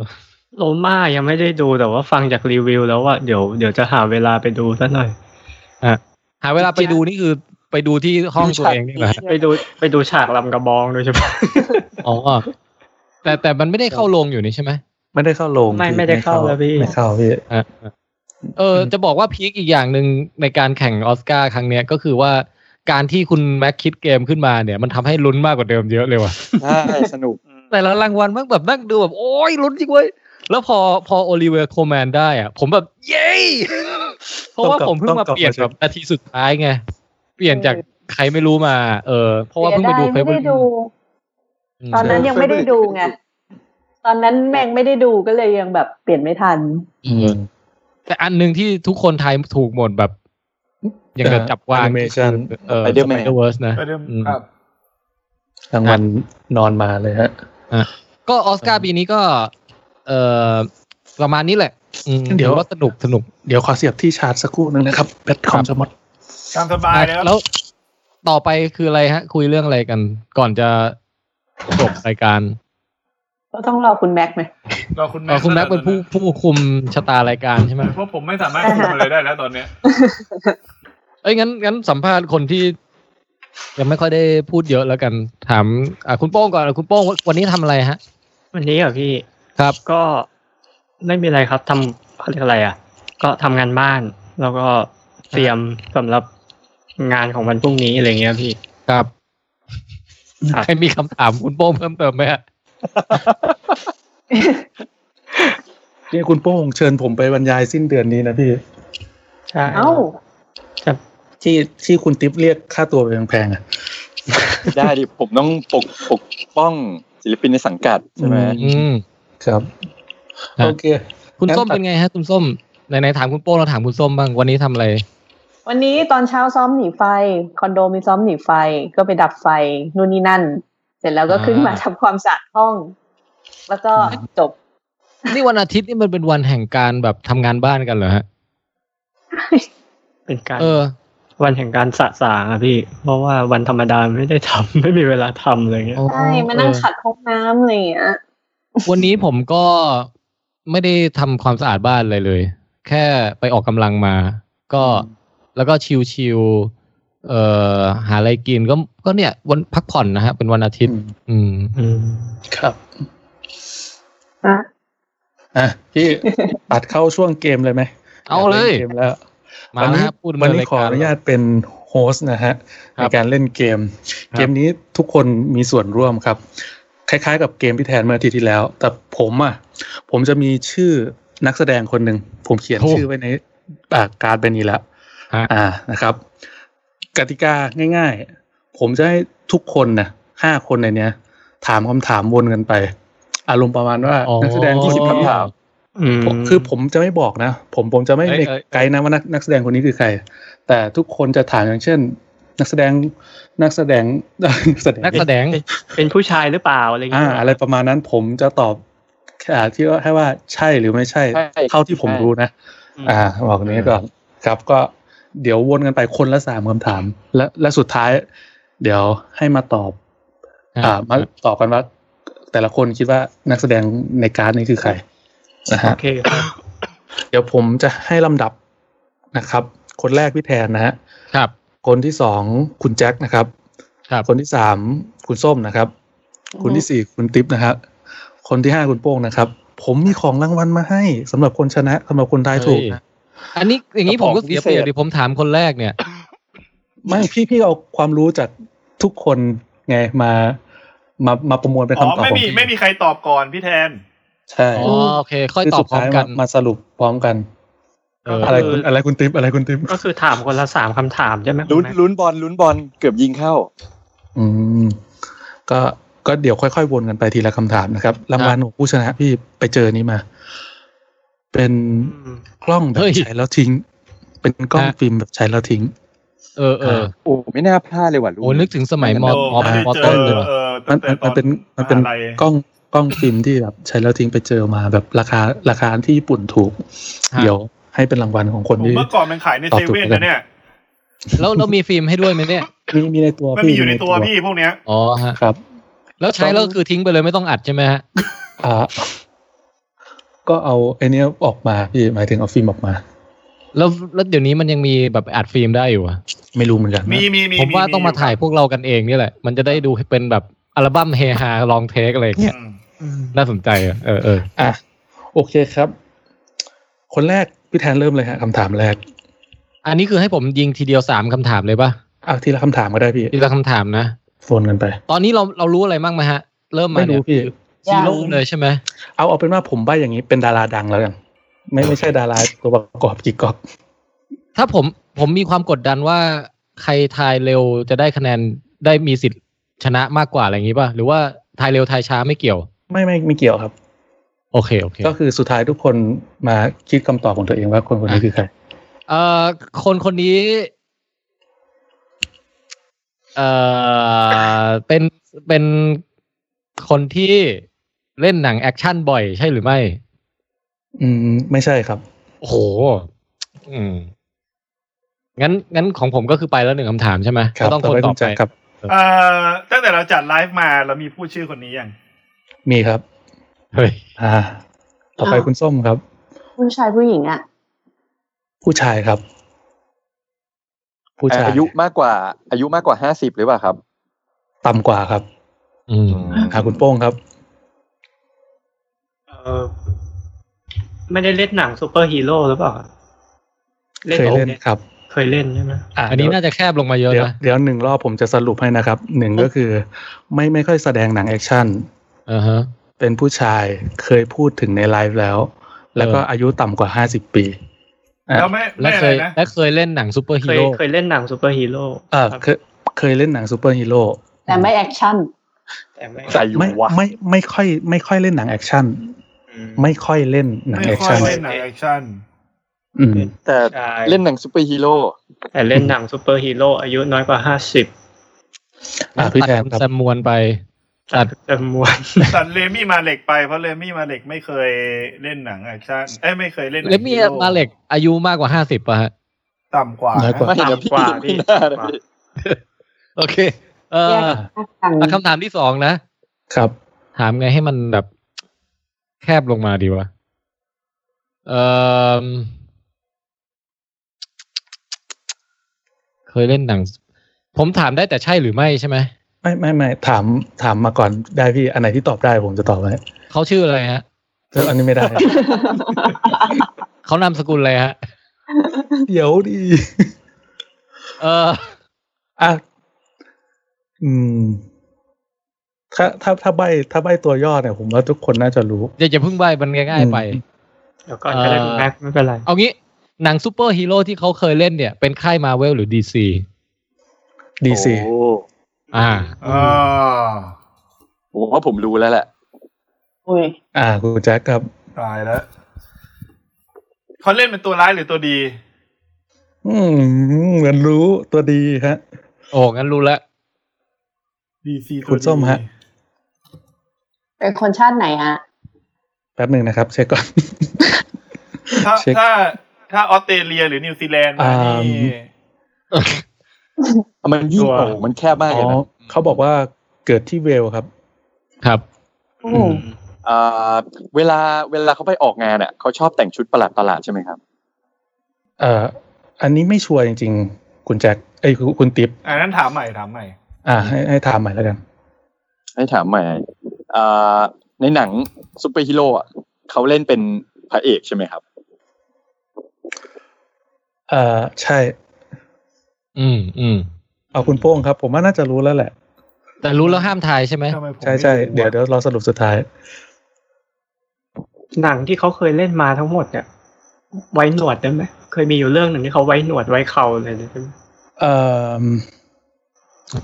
โลมายังไม่ได้ดูแต่ว่าฟังจากรีวิวแล้วว่าเดี๋ยวเดี๋ยวจะหาเวลาไปดูซะหน่อย
หาเวลาไปดูนี่คือไปดูที่ห้องตัวเองนี่แหละ
ไปดูไปดูฉากลำกระบองโดยเฉพาะ
อ๋อแต่แต่มันไม่ได้เข้าโรงอยู่นี่ใช่ไหม
ไม่ได้เข้าโรง
ไม่
พี่
ไม่ได้เข้าแล้วพี่
ไม่เข้าพี่
เออจะบอกว่าพีคอีกอย่างหนึ่งในการแข่งออสการ์ครั้งเนี้ยก็คือว่าการที่คุณแม็กคิดเกมขึ้นมาเนี่ย มันทำให้ลุ้นมากกว่าเดิมเยอะเลยว่ะ
ใช่สนุก
[laughs] แต่ละรางวัลมันแบบนั่งดูแบบโอ้ยลุ้นจริงเว้ยแล้วพอพอโอลิเวอร์โคแมนได้อ่ะ ผมแบบเย้ [laughs] เพราะว่าผมเพิ่งมาเปลี่ยนแบบนาทีสุดท้ายไง เปลี่ยนจากใครไม่รู้มา เออ เพราะว่าเพิ่งไปดู
สียดยไม่ได้ดู
Favourite
ตอนนั้นยังไม่ได้ดูไง ตอนนั้นแม่งไม่ได้ดูก็เลยยังแบบเปลี่ยนไม่ทัน
แต่อันหนึ่งที่ทุกคนทายถูกหมดแบบ อย่างกับจับวาง
Animation
เออ
Spider-Man
เดอร์เวิร์สนะ
ครับ
รางวัลนอนมาเลยฮะ
ก็ออสการ์ปีนี้ก็ เออประมาณนี้แหละ อืม
เดี๋ยว
ถือว่าสนุกสนุก
เดี๋ยวขอเสียบที่ชาร์จสักครู่หนึ่งนะครับแบตคอมจะหมด
ตามสบายแล้ว
แล้วต่อไปคืออะไรฮะ คุยเรื่องอะไรกัน ก่อนจะจบรายการ
ก็ต้องรอคุณแม็กไหม
รอคุณ
เอ่
แม่
อคุณแม็กเป็นผู้ผู้คุมชะตารายการใช่ไหม
เพราะผมไม่สา
[laughs]
มารถคุมอะไรได้แล้วตอนเนี้ย
เอ้ยงั้นงั้นสัมภาษณ์คนที่ ยังไม่ค่อยได้พูดเยอะแล้วกัน ถามอ่ะคุณโป้งก่อนอ่ะคุณโป้งวันนี้ทำอะไรฮะ
วันนี้เหรอพี่
ครับ
ก็ไม่มีอะไรครับทำเขาเรียกอะไรอ่ะ ก็ทำงานบ้าน แล้วก็เตรียมสำหรับงานของวันพรุ่งนี้อะไรเงี้ยพี่
ครับ
ครับ
ใครมีคำถามคุณโป้งเพิ่มเติมไหมฮะ
นี่คุณโป้งเชิญผมไปบรรยายสิ้นเดือนนี้นะพี่
ใช่
เอ้า
ที่ที่คุณติ๊บเรียกค่าตัวไปแพงๆอ่ะ
[laughs] ได้ดิผมต้องปกปกป้องศิลปินในสังกัดใช่ไหม
อืม
ครับ
ฮะ
โอเค
คุณส้ม
งั้นตัด
เป็นไงฮะ คุณส้มไหนๆถามคุณโป้งเราถามคุณส้มบ้างวันนี้ทำอะไร
วันนี้ตอนเช้าซ้อมหนีไฟ คอนโดมีซ้อมหนีไฟ ก็ไปดับไฟนู่นนี่นั่น เสร็จแล้วก็
อ่า
ขึ้นมาทำความสะอาดห้อง แล้วก็จบ
นี่วันอาทิตย์นี่มันเป็นวันแห่งการแบบทำงานบ้านกันเหรอฮะ
เป็นการ
เออ
วันแห่งการสะสางอ่ะพี่ เพราะว่าวันธรรมดาไม่ได้ทำ [laughs] ไม่มีเวลาทำอะไรเงี้ย
ใช่มานั่งขัดห้องน้ำอะไรอย่างเงี้ย
วันนี้ผมก็ไม่ได้ทำความสะอาดบ้านเลยเลย แค่ไปออกกำลังมา ก็แล้วก็ชิลๆเอ่อหาอะไรกินก็ก็เนี่ย วันพักผ่อนนะฮะ เป็นวันอาทิตย์ อืม
อืม
ครับอ่ะพี่ ตัดเข้าช่วงเกมเลยไหม
เอาเลย
กนเกมแล้ว
มา
วันนี้
ฮะพูดดำเนิน
วันนี้
ราย
ขอ
การ
อนุญาตเป็นโฮสต์นะฮะ
ครั
ใน
บ
การเล่นเกม
ครับ
เกมนี้ทุกคนมีส่วนร่วมครับ คล้ายๆ กับเกมที่แทนเมื่ออาทิตย์ที่แล้ว แต่ผมอ่ะผมจะมีชื่อนักแสดงคนหนึ่งผมเขียนชื่อไว้ในอ่าการ์ดใบนี้แล้ว อ่านะครับ กติกาง่าย ๆ ผมจะให้ทุกคนนะห้าคนในเนี้ย ถามคำถามวนกันไป อารมณ์ประมาณว่า
อ๋อ
นักแสดงคนนี้
คำถาม
อืม
ผมคือผมจะไม่บอกนะ ผมผมจะไม่
เอ้ย
ใน
เอ้ย
ไกด์นะว่านักนักแสดงคนนี้คือใคร แต่ทุกคนจะถามอย่างเช่น นักแสดงนักแสดง [laughs] นักแสดง
นักแสดง
เป็นเป็นผู้ชายหรือเปล่าอะไร
อ่า
เงี้ย
อะไรประมาณนั้นผมจะตอบอ่าที่ว่าให้ว่าใช่หรือไม่ใช่
ใช่
เท่าที่ผม
ใช่
รู้นะ อ่าบอกนี้ก่อนครับก็เดี๋ยววนกันไปคนละสามคำถาม และและสุดท้าย เดี๋ยวให้มาตอบ
ครับ
อ่า มาตอบกันว่า แต่ละคนคิดว่านักแสดงในการ์ดนี้คือใคร นะฮะเดี๋ยวผมจะให้ลำดับนะครับ คนแรกพี่แทนนะฮะ
ครับ
คนที่สองคุณแจ็คนะครับ
ครับ
คนที่สามคุณส้มนะครับ คนที่สี่คุณติ๊บนะครับ คนที่ห้าคุณโป้งนะครับ ผมมีของรางวัลมาให้สำหรับคนชนะสำหรับคนทายถูกนะ
อันนี้อย่างนี้ผมก็เสียเปรียบดิผมถามคนแรกเนี่ย
ไม่พี่พี่เอาความรู้จากทุกคนไงมามามาประมวลเป็น
อ๋อ
คำตอบ
ไม่
ของ
มี
พี่
ไม่มีใครตอบก่อนพี่แทน
ใช่
อ๋อโอเคค่อยตอบ
สุดท้า
พร้อมกัน
ามาสรุปพร้อมกันอะไรคุณอะไรคุณติ๊บอะไรคุณติ๊บ
ก็คือถามคนละสามคำถามใช่ไหม
ลุ้นลุ้นบอลลุ้นบอลเกือบยิงเข้า
อืมก็ก็เดี๋ยวค่อยๆวนกันไปทีละคำถามนะครับรางวัลของผู้ชนะพี่ไปเจอนี้มา เป็นกล้องแบบใช้แล้วทิ้ง เป็นกล้องฟิล์มแบบใช้แล้วทิ้ง
เออเออ
โอ้ไม่น่าพลาดเลยว่ะลูก
โอ้นึกถึงสมัยมอมอ
ไม่ได้
มอ
เจอ
ต้นเลยว่ะ
เออ มันมันมันเป็นมันเป็นกล้องกล้องฟิล์มที่แบบใช้แล้วทิ้งไปเจอมาแบบราคาราคาที่ญี่ปุ่นถูก เดี๋ยวให้เป็นรางวัลของคนที่
เมื่อก่อนมันขายใน
ตอบ
เซ
ถูก
เว่น
กั
นะเนี่ย
แล้วเรามีฟิล์มให้ด้วยไหมเนี่ย
มีมีในตัว
มัน
พี่
มีอยู่ในตัวพี่พวกเนี้ย
อ๋อฮะ
ครับ
แล้วใช้แล้วก็คือทิ้งไปเลยไม่ต้องอัดใช่ไหมฮะ
อ่าก็เอาไอเนี้ยออกมาพี่หมายถึงเอาฟิล์มออกมา
แล้วแล้วเดี๋ยวนี้มันยังมีแบบอัดฟิล์มได้อยู่อะ
ไม่รู้เหมือนกัน
มีมีมี
ผมว่าต้องมาถ่ายพวกเรากันเองนี่แหละ มันจะได้ดูเป็นแบบอัลบั้มเฮฮาลองเทคอะไรอย่างเงี้ยน่าสนใจอะเออเออ
อ่ะโอเคครับ คนแรกพี่แทนเริ่มเลยฮะคำถามแรก
อันนี้คือให้ผมยิงทีเดียวสามคำถามเลยป่ะ
เอาทีละคำถามก็ได้พี่
ทีละคำถามนะ
โฟนกันไป
ตอนนี้เราเรารู้อะไรบ้างไหมฮะ เริ่มมา
ไม่
เนี่ย
รู้พี่
ซีโร่เลยใช่ไหม
เอาเอาเป็นว่าผมใบอย่างนี้เป็นดาราดังแล้วกันไม่ไม่ใช่ดาราตัวประกอบกิกกอก
ถ้าผมผมมีความกดดันว่าใครทายเร็วจะได้คะแนนได้มีสิทธิ์ชนะมากกว่าอะไรอย่างงี้ป่ะหรือว่าทายเร็วทายช้าไม่เกี่ยว
ไม่ไม่ไม่เกี่ยวครับ
โอเคโอเค
ก็คือสุดท้ายทุกคนมาคิดคำตอบของตัวเองว่าคนคนนี้คือใคร
เอ่อคนคนนี้ เอ่อเป็นเป็นคนที่เล่นหนังแอคชั่นบ่อยใช่หรือไม่
อืม ไม่ใช่ครับ
โอ้โห อืม งั้นงั้นของผมก็คือไปแล้วหนึ่งคำถามใช่ไหม
ครับ
ก็ต้องคนต่อ
ต่
ไป
อไปคุณแจ็คครับ
เอ่อตั้งแต่เราจัดไลฟ์มาเรามีพูดชื่อคนนี้ยัง
มีครับ
เฮ้ย
อ่า ต่อไป
อ้าว
คุณส้มครับ
ผู้ชายผู้หญิงอ่ะ
ผู้ชายครับ ผู้ชาย
อายุมากกว่า อายุมากกว่าห้าสิบหรือเปล่าครับ
ต่ำกว่าครับ
อืม
อ่าคุณโป้งครับ
เออไม่ได้เล่นหนังซูเปอร์ฮีโร่หรือเปล่า
เคยเล่น
โอ
ครับ
เคยเล่นใช่ไหม
ะ
อันนี้น่าจะแคบลงมาเยอะ
เดี๋ยว
นะ
เดี๋ยวหนึ่งรอบผมจะสรุปให้นะครับหนึ่งก็คือ ไม่ไม่ค่อยแสดงหนังแอคชั่น
อ่าฮะ
เป็นผู้ชายเคยพูดถึงในไลฟ์แล้ว แล้วก็อายุต่ำกว่าห้าสิบปี อ่ะ
แล้วไม่
และ
ไม่อะ
เค
ไร
ย
นะ
และเคยเล่นหนังซูเปอร์ฮี
เคย
โร่
เคยเล่นหนังซูเปอร์ฮีโร่
เออเคยเคยเล่นหนังซูเปอร์ฮีโร่
แต่ไม่แอคชั่น
แต่ไม่
ใส่อยู่
ไม่
วะ
ไม่ไม่ค่อย ไม่ค่อยเล่นหนังแอคชั่นไม่ค่อยเล่นหนัง
ไม่
แอค
ค่อย
ชั่น
เล่นหนังแอคชั่น
อืม
แต่เล่นหนังซูเปอร์ฮีโร่
แต่เล่นหนังซูเปอร์ฮีโร่อายุน้อยกว่าห้าสิบ
อ่ะพี่แทน
คุณ
ครับ
แซมมวนไป ตัด
จำนวน
ตัดเลมี่มาเหล็กไปเพราะเลมี่มาเหล็กไม่เคยเล่นหนังแอคชั่นเอ้ยไม่เคยเล่นหนัง
เลมี่
ฮีโร่
มาเหล็กอายุมากกว่าห้าสิบป่ะฮะ
ต่ำกว่า
น้อยกว่า
ไม่นะพี่
ต่ำกว่าพี่
ไม่น่านะพี่
โอเค เอออ่ะคำถามที่สองนะ
ครับ
ถามไงให้มันแบบ แคบลงมาดีวะ เออเคยเล่นหนัง ผมถามได้แต่ใช่หรือไม่ใช่ไหม
ไม่ไม่ไม่ถามถามมาก่อนได้พี่อันไหนที่ตอบได้ผมจะตอบไว้
เขาชื่ออะไรฮะ
เอออันนี้ไม่ [laughs] ได้
เขานามสกุลอะไรฮะ
เดี๋ยวดี
เออ
อ่ะอืม ถ้าถ้าถ้าใบถ้าใบตัวย่อเนี่ยผมว่าทุกคนน่าจะรู้
อย่าอย่าเพิ่งใบมันง่ายๆไป
เดี๋ยวก่อนก็ได้คุณแม็กซ์ไม่เป็นไร
เอางี้ หนังซูเปอร์ฮีโร่ที่เขาเคยเล่นเนี่ย เป็นค่ายมาเวลหรือดีซี
ดีซี
โอ้
อ่า
อ่า
ผมว่าผมรู้แล้วแหละ
อุ้ย
อ่าคุณแจ็คครับ
ตายแล้วเขาเล่นเป็นตัวร้ายหรือตัวดี
อืมเหมือนรู้ตัวดีฮะ
โอ้งั้นรู้แล้ว
ดีซีตัวดี
คุณส้มฮะ
เป็นคนชาติไหนฮะ
แป๊บหนึ่งนะครับ เช็คก่อน
ถ้า
เช็ค
ถ้าถ้าออสเตรเลียหรือนิวซีแลนด์นะนี่
[laughs] มันยิ่ง
ตัว
โอ้โหมันแคบมาก
อ๋
เลย
อ
นะ
เขาบอกว่าเกิดที่เวลส์ครับ
ครับ
โอ้
เอ่อเวลาเวลาเขาไปออกงานอ่ะเขาชอบแต่งชุดประหลาดประหลาดๆใช่ไหมครับ
เอ่ออันนี้ไม่ชัวร์จริง ๆ คุณแจ็คเอ้ยคุณคุณติ๊บ
อันนั้นถามใหม่ถามใหม่
อ่าให้ให้ถามใหม่แล้วกัน
ให้ถามใหม่เอ่อในหนังซูเปอร์ฮีโร่อะเขาเล่นเป็นพระเอกใช่ไหมครับ
เอ่อใช่
อืมอืม
เอาคุณโป้งครับ ผมว่าน่าจะรู้แล้วแหละ
แต่รู้แล้วห้ามทายใช่ไหม
ใช่ใช่เดี๋ยวเดี๋ยวเราสรุปสุดท้าย
หนังที่เขาเคยเล่นมาทั้งหมดเนี่ย ไว้หนวดได้ไหมเคยมีอยู่เรื่องหนึ่งที่เขาไว้หนวดไว้เข่าเลยใช่ไหม
เอ่อ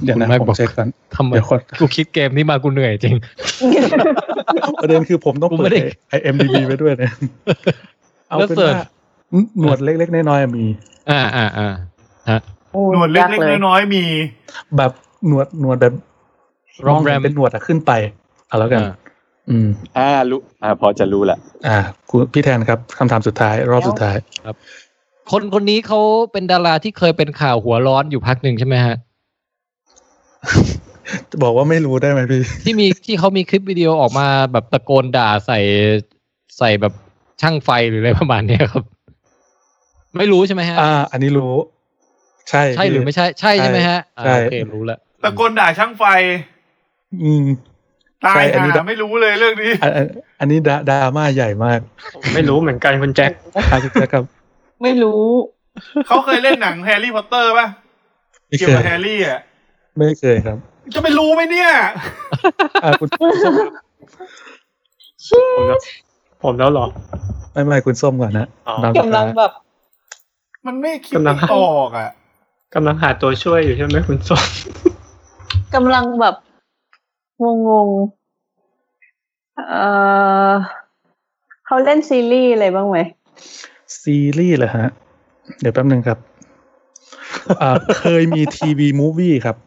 เดี๋ยวนะผมเช็คก่อน
ทำไม
เดี๋ยวคน
กูคิดเกมนี้มากูเหนื่อยจริง
ประเด็นคือผมต้อง
กูไม่
เปิด
ได้
ไอเอ็มดีบีไว้ด้วยเนี่ยเอา
แล้ว
เป็น
เสิร์ช
ว่าหนวดเล็กๆน้อยๆมี
อ่าอ่าอ่าฮะ
หนวดเล็กๆน้อยๆมี
แบบหนวดหนวดแบบ
ร
ร้
อ
อง ง
แรม
เป็นหนวดอะขึ้นไปเอาแล้วกัน อืม
อ่ารู้อ่าพอจะรู้แหละ
อ่าคุณพี่แทนครับคำถามสุดท้าย รอบสุดท้าย
คนคนนี้เขาเป็นดาราที่เคยเป็นข่าวหัวร้อนอยู่พักหนึ่งใช่ไหมฮะ
บอกว่าไม่รู้ได้ไหมพี่
ที่มีที่เขามีคลิปวิดีโอออกมาแบบตะโกนด่าใส่ใส่แบบช่างไฟหรืออะไรประมาณเนี้ยครับ ไม่รู้ใช่ไหมฮะ
อ่า อันนี้รู้ ใช่
ใช่หรือไม่ใช่ใช่ใช่ไหมฮะอ่า
ใช่
โอเครู้ละ
ตะโกนด่าช่างไฟ
อืม
ตาย
ใช่อันนี้ดะ
หาไม่รู้เลยเรื่องนี้
อันอันอันนี้ดราดราม่าใหญ่มาก
ไม่รู้เหมือนกันคุณแจ็ค
ครับคุณแจ็คครับ
ไม่รู้
เขาเคยเล่นหนังแฮร์รี่พอตเตอร์ป่ะ
ไม่
เกี่ย
เคว
กั
ย
บแฮร์รี่อ่ะ
ไม่เคยครับ
จะไปรู้ไหมเนี่ย
อ่าคุณส้มครับ
ผมแล้วเหรอ
ไม่ไม่คุณส้มก่อนนะ
อ๋อ
น้ำตา
กำลังแบบ
มันไม่คิด
กำลัง
ไม่ออกอ่ะ
กำลังหาตัวช่วยอยู่ใช่ไหมคุณส้ม
กำลังแบบงงๆเออเขาเล่นซีรีส์อะไรบ้างไหม
ซีรีส์เหรอฮะ เดี๋ยวแป๊บหนึ่งครับอ่า เคยมีทีวีมูฟวี่ครับ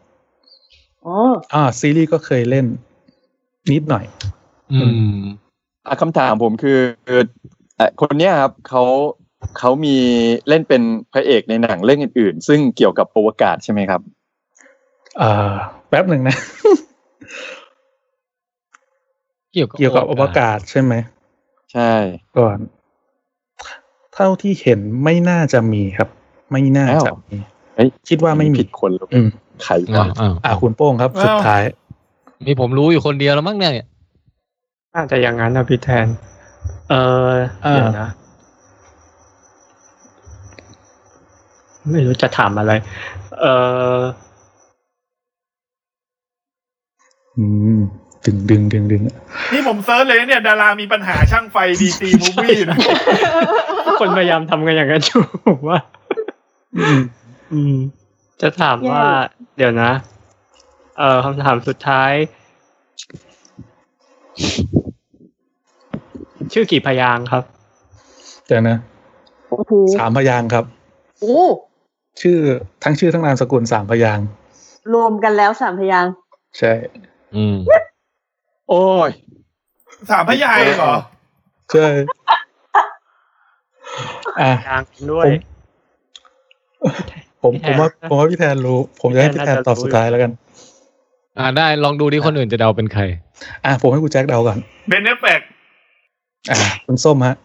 อ๋อ
อ่าซีรีส์ก็เคยเล่น นิดหน่อย
อืม
อ่ะคำถามผมคือเอ่อคนเนี้ยครับเขาเขามีเล่นเป็นพระเอกในหนังเรื่องอื่นๆ ซึ่งเกี่ยวกับอวกาศใช่ไหมครับ
อ่า แป๊บหนึ่งนะ
เกี่ยวกับ
เกี่ยวกับอวกาศใช่ไหม
ใช่
ก่อน เท่าที่เห็นไม่น่าจะมีครับ ไม่น่าจะมี
เอ้ย
คิดว่าไม่มี
ผิดคนแล้ว
อืม
ใครวะ
อ้าว
อ่าคุณโป้งครับ สุดท้าย
มีผมรู้อยู่คนเดียวแล้วมั้งเนี่ยเนี่ย
อาจจะอย่างนั้นนะพี่แทน เออ
เออ
เดี๋ยวนะ ไม่รู้จะถามอะไร เออ
อืม ดึงดึงดึงดึง
นี่ผมเซิร์ชเลยเนี่ย ดารามีปัญหาช่างไฟดีซีมูฟี่นะ
คนพยายามทำกันอย่างนั้นอยู่ผมว่า
อืม
อืม จะถามว่า เดี๋ยวนะ เออคำถามสุดท้าย ชื่อกี่พยางค์ครับ
เดี๋ยวนะ
โอ้โห
สามพยางค์ครับ
โอ้
ชื่อทั้งชื่อทั้งนามสกุลสามพยางค์
รวมกันแล้วสามพยางค์
ใช่
อืม
โอ้ย
สามพยายค์เหรอ
ใช่อ่ะ
พยางค์ด้วย
ผม ผม
พี่แทน
ผมว่า
นะ
ผมว่าพี่แทนรู้ ผมจะให้
พี่
พี่แท
แทน
น
น่าจะ
ตอบ
รู้
สุดท้ายแล้วกัน
อ่าได้ลองดูดิคนอื่นจะเดาเป็นใคร
อ่ะผมให้คุณแจ็คเดาก่อน
เบนเนฟแฟก
อ่ะคุณส้มฮะ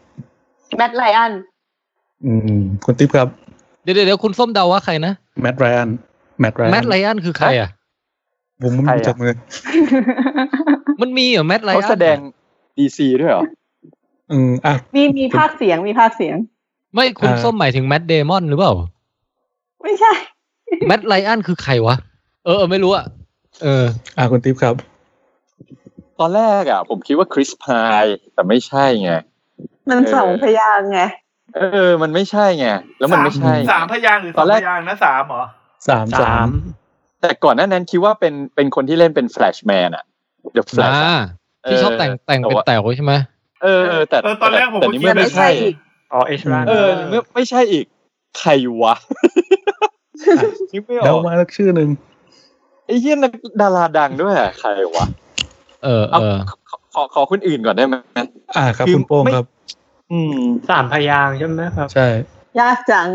แมทไลอัน
อืม คุณติ๊บครับ
เดี๋ยวเดี๋ยวเดี๋ยวคุณส้มเดาว่าใครนะ
แมตต์ไรอันแมตต์ไรอัน
แมทไลออนคือใครอ่ะ
ผมไม่รู้จักมือ
มันมีเหรอแมทไลออน
เขาแสดงดีซีด้วยเหรอ
อืมอ่ะ
มีมีภาคเสียงมีภาคเสียง
ไม่คุณ
อ่า
ส้มหมายถึงแมทเดมอนหรือเปล่า
ไม่ใช่
แมทไลออนคือใครวะ เออเออไม่รู้อะเออ
อ่ะคุณติ๊บครับ
ตอนแรกอ่ะ ผมคิดว่าคริสพายแต่ไม่ใช่ไง
มันสองพยางค์ไง
เออ มันไม่ใช่ไง แล้วมันไม่ใช่ไง
สามพยางค์หรือ
ต
สา
อ
ม
นแร
พ
ก
ยางค์นะสามเหรอ
สามสาม
แต่ก่อนหน้านั้นคิดว่าเป็นเป็นคนที่เล่นเป็นแฟลชแมนอ่ะเดอะแฟลช
อ่าที่ชอบแต่งแต่งเป็น
ว่า
แต๋วใช่ไหม
เออเออแต่
เออตอนแรกผมก็
แต่นี่
คิดว่า
ไม่ใช่
อีก
อ๋อเอชรา
เออเมื่อไม่ใช่อีก ใครวะ
อ่ะ
คิดไม่อ
เดา
อก
มาสักชื่อหนึ่ง
ไอ้เหี้ยนักดาราดังด้วยอะใครวะ
เออ
เอา
เออ
ขอขอขอคนอื่นก่อนได้ไหม
อ่ะครับ
คือ
คุณโป้ง
ไม่
ครับ
อืม
สามพยางค์ใช่ไหมครับ
ใช่
ยากจัง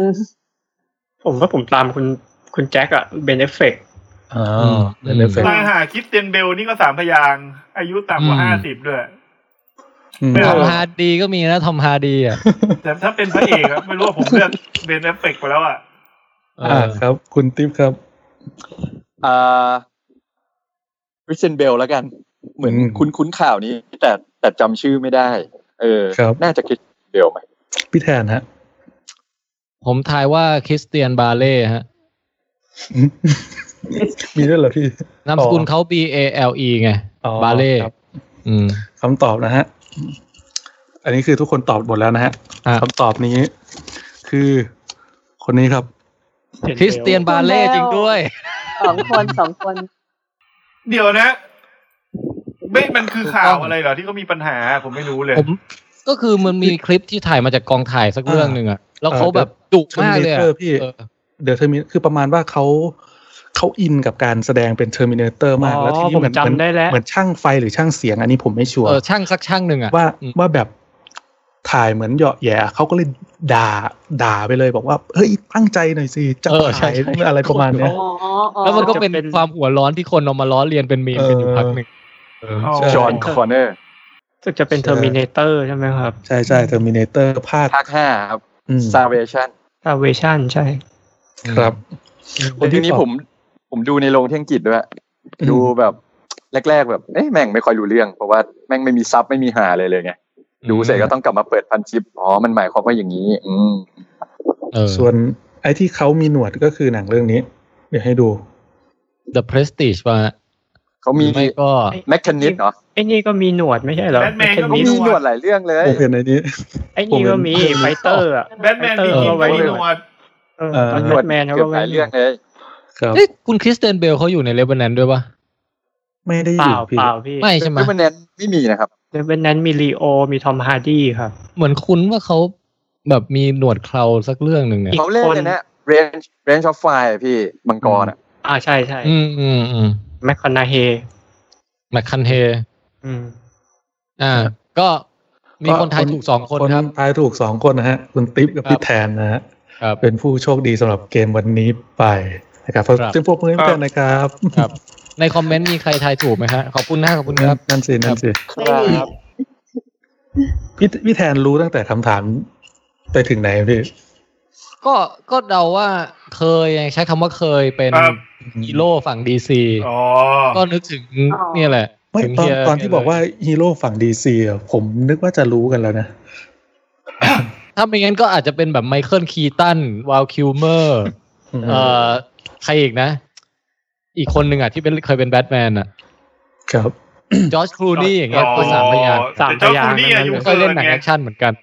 ผมว่าผมตามคุณคุณแจ็คอะเบนเอฟเฟก
อ๋อเป็นเอฟเฟก
ตายหาคิดเตียนเบลนี่ก็สามพยางค์อายุต่ำกว่าห้าสิบด้วย
ทอมฮาร์ดีก็มีนะทอมฮาร์ดีอ่ะ
แต่ถ้าเป็นพระเอกครับไม่รู้ว่าผมเลือกเบนเอฟเฟกไปแล้วอ่ะ
เอออ่
อ่าครับ คุณติ๊บครับ
อ่าริเชนเบลแล้วกัน เหมือนคุ้นคุ้นๆข่าวนี้ แต่แต่จำชื่อไม่ได้ เออ
ครับ
น่าจะคิดเบลไหม
พี่แทนฮะ
ผมทายว่าคริสเตียนบาเล่ฮะ
[laughs] มีด้วยเหรอพี่
นามสกุลเขา B A L E ไง
อ๋อบ
าเล่
ครับ
อืม
คำตอบนะฮะ อันนี้คือทุกคนตอบหมดแล้วนะฮะคำตอบนี้ คือ คนนี้ครับ
คริสเตียนบาเล่จริงด้วย
สองคนสองคน
เดี๋ยวนะ ไม่มันคือข่าวอะไรเหรอที่เขามีปัญหาผมไม่รู้เลย
ผม ก็คือมันมีคลิปที่ถ่ายมาจากกองถ่ายสักเรื่องหนึ่งอ่ะ แล้วเขาแบบ
อ่อ
ดุมากเลยอะ
ทอร์มินตอร์พี่
เออ
เดี๋ยวเทอร์มินคือประมาณว่าเขาเขาอินกับการแสดงเป็นเทอร์มินเตอร์มาก
อ๋อ
แล้วทีนี้เหมือน
ผมจำได้แล้ว
เหมือนช่างไฟหรือช่างเสียง อันนี้ผมไม่ชัวร์
เออช่างสักช่างหนึ่งอ่ะ
ว่าว่าแบบถ่ายเหมือนเหยาะแหย่เขาก็เลยด่าด่าไปเลยบอกว่า เฮ้ยตั้งใจหน่อยสิจะถ่ายอะไรประมาณเนี้ย
แล้วมันก็เป็นความหัวร้อนที่คนเอามาล้อเลียนเป็นมีมกันอยู่พักหนึ่ง
จอห์นคอร์เนอร์
รู้สึกจะเป็น Terminator ใช่ไหมครับ
ใช่ใช่ Terminator ภาค
ภาคห้าครับ
อืม
ซาเวชั่น
Salvation ใช่
ครับ
คนที่นี้ผมผมดูในโรงที่อังกฤษด้วย
อืม
ดูแบบแรก ๆ แบบเอ๊ะแม่งไม่ค่อยรู้เรื่อง เพราะว่าแม่งไม่มีซับไม่มีหาเลยเลยไง ดูเสร็จก็ต้องกลับมาเปิดพันชิป อ๋อ มันหมายความว่าอย่างนี้ อืม
ส่วนไอ้ที่เขามีหนวดก็คือหนังเรื่องนี้ เดี๋ยวให้ดู
The Prestige ป่ะ
เขามี
ไม่ก็
แมคคานิสเหรอ
ไอ้นี่ก็มีหนวดไม่ใช่เหรอ
Batman ก็
เขามีหนวดหลายเรื่องเลย
ผมเห็นในนี้
ไอ้นี่ก็มีไฟเตอร์อะ
แบทแมน
ไฟเต
มี
อร์ก็
กินไว้
ไว้ห
ห
น
น
ว
ว
ด
ด
เออตอนแบทแมนเขาก็ไว้หนวด
ครับ
เอ๊ะคุณคริสเตียนเบลเขาอยู่ในเลบานอนด้วยป่ะ
ไม่ได้
อยู่พี่เปล่าๆพี่
ไม่ใช่ไหม
เลบานอนไม่มีนะครับ
เดวนนั้นมีลีโอ มีทอมฮาร์ดี้ครับ
เหมือนคุ้นว่าเขาแบบมีหนวดเคราสักเรื่องหนึ่งเนี่ย
เขาเล่นเลยนะ Range Range of Fire พี่มังกรอ่ะ
อ่าใช่ใช่
อืมอืมอืม
แมคคอนาเฮ
แมคคันเฮ
อืม
อ่า ก็มีคนทายถูกสองคนครับ
นทายถูกสองคนนะฮะ คุณติ๊บกับพี่แทนนะฮะเป็นผู้โชคดีสำหรับเกมวันนี้ไปนะครับเพราะ
ครับ
ซึ่งพวกเพื่อนๆนะครับ
ครับในคอมเมนต์มีใครทายถูกไหมฮะขอบคุณนะขอบคุณครับ
นั่นสินั่นสิ
ครับ
พี่พี่แทนรู้ตั้งแต่คำถามไปถึงไหนพี่
ก็ก็เดาว่าเคยใช้คำว่าเคยเป็นฮีโร่ฝั่งดีซีก็นึกถึงเนี่ยแหละ
ไม่
ถึง
ตอน
เฮีย
ตอนที่บอกว่าฮีโร่ฝั่งดีซีผมนึกว่าจะรู้กันแล้วนะ
ถ้าไม่งั้นก็อาจจะเป็นแบบไมเคิลคีตันวาลคิวเมอร์เอ่อใครอีกนะ อีกคนหนึ่งอ่ะที่เป็นเคยเป็นแบทแมนอ่ะ
ครับ
จอร์จครูนี่อย่างเงี้ยตัวสามพยางค์
แต่จอร์จคลูนี่อายุ
ก็เล่นหนัง
เกินไง
แอคชั่นเหมือนกัน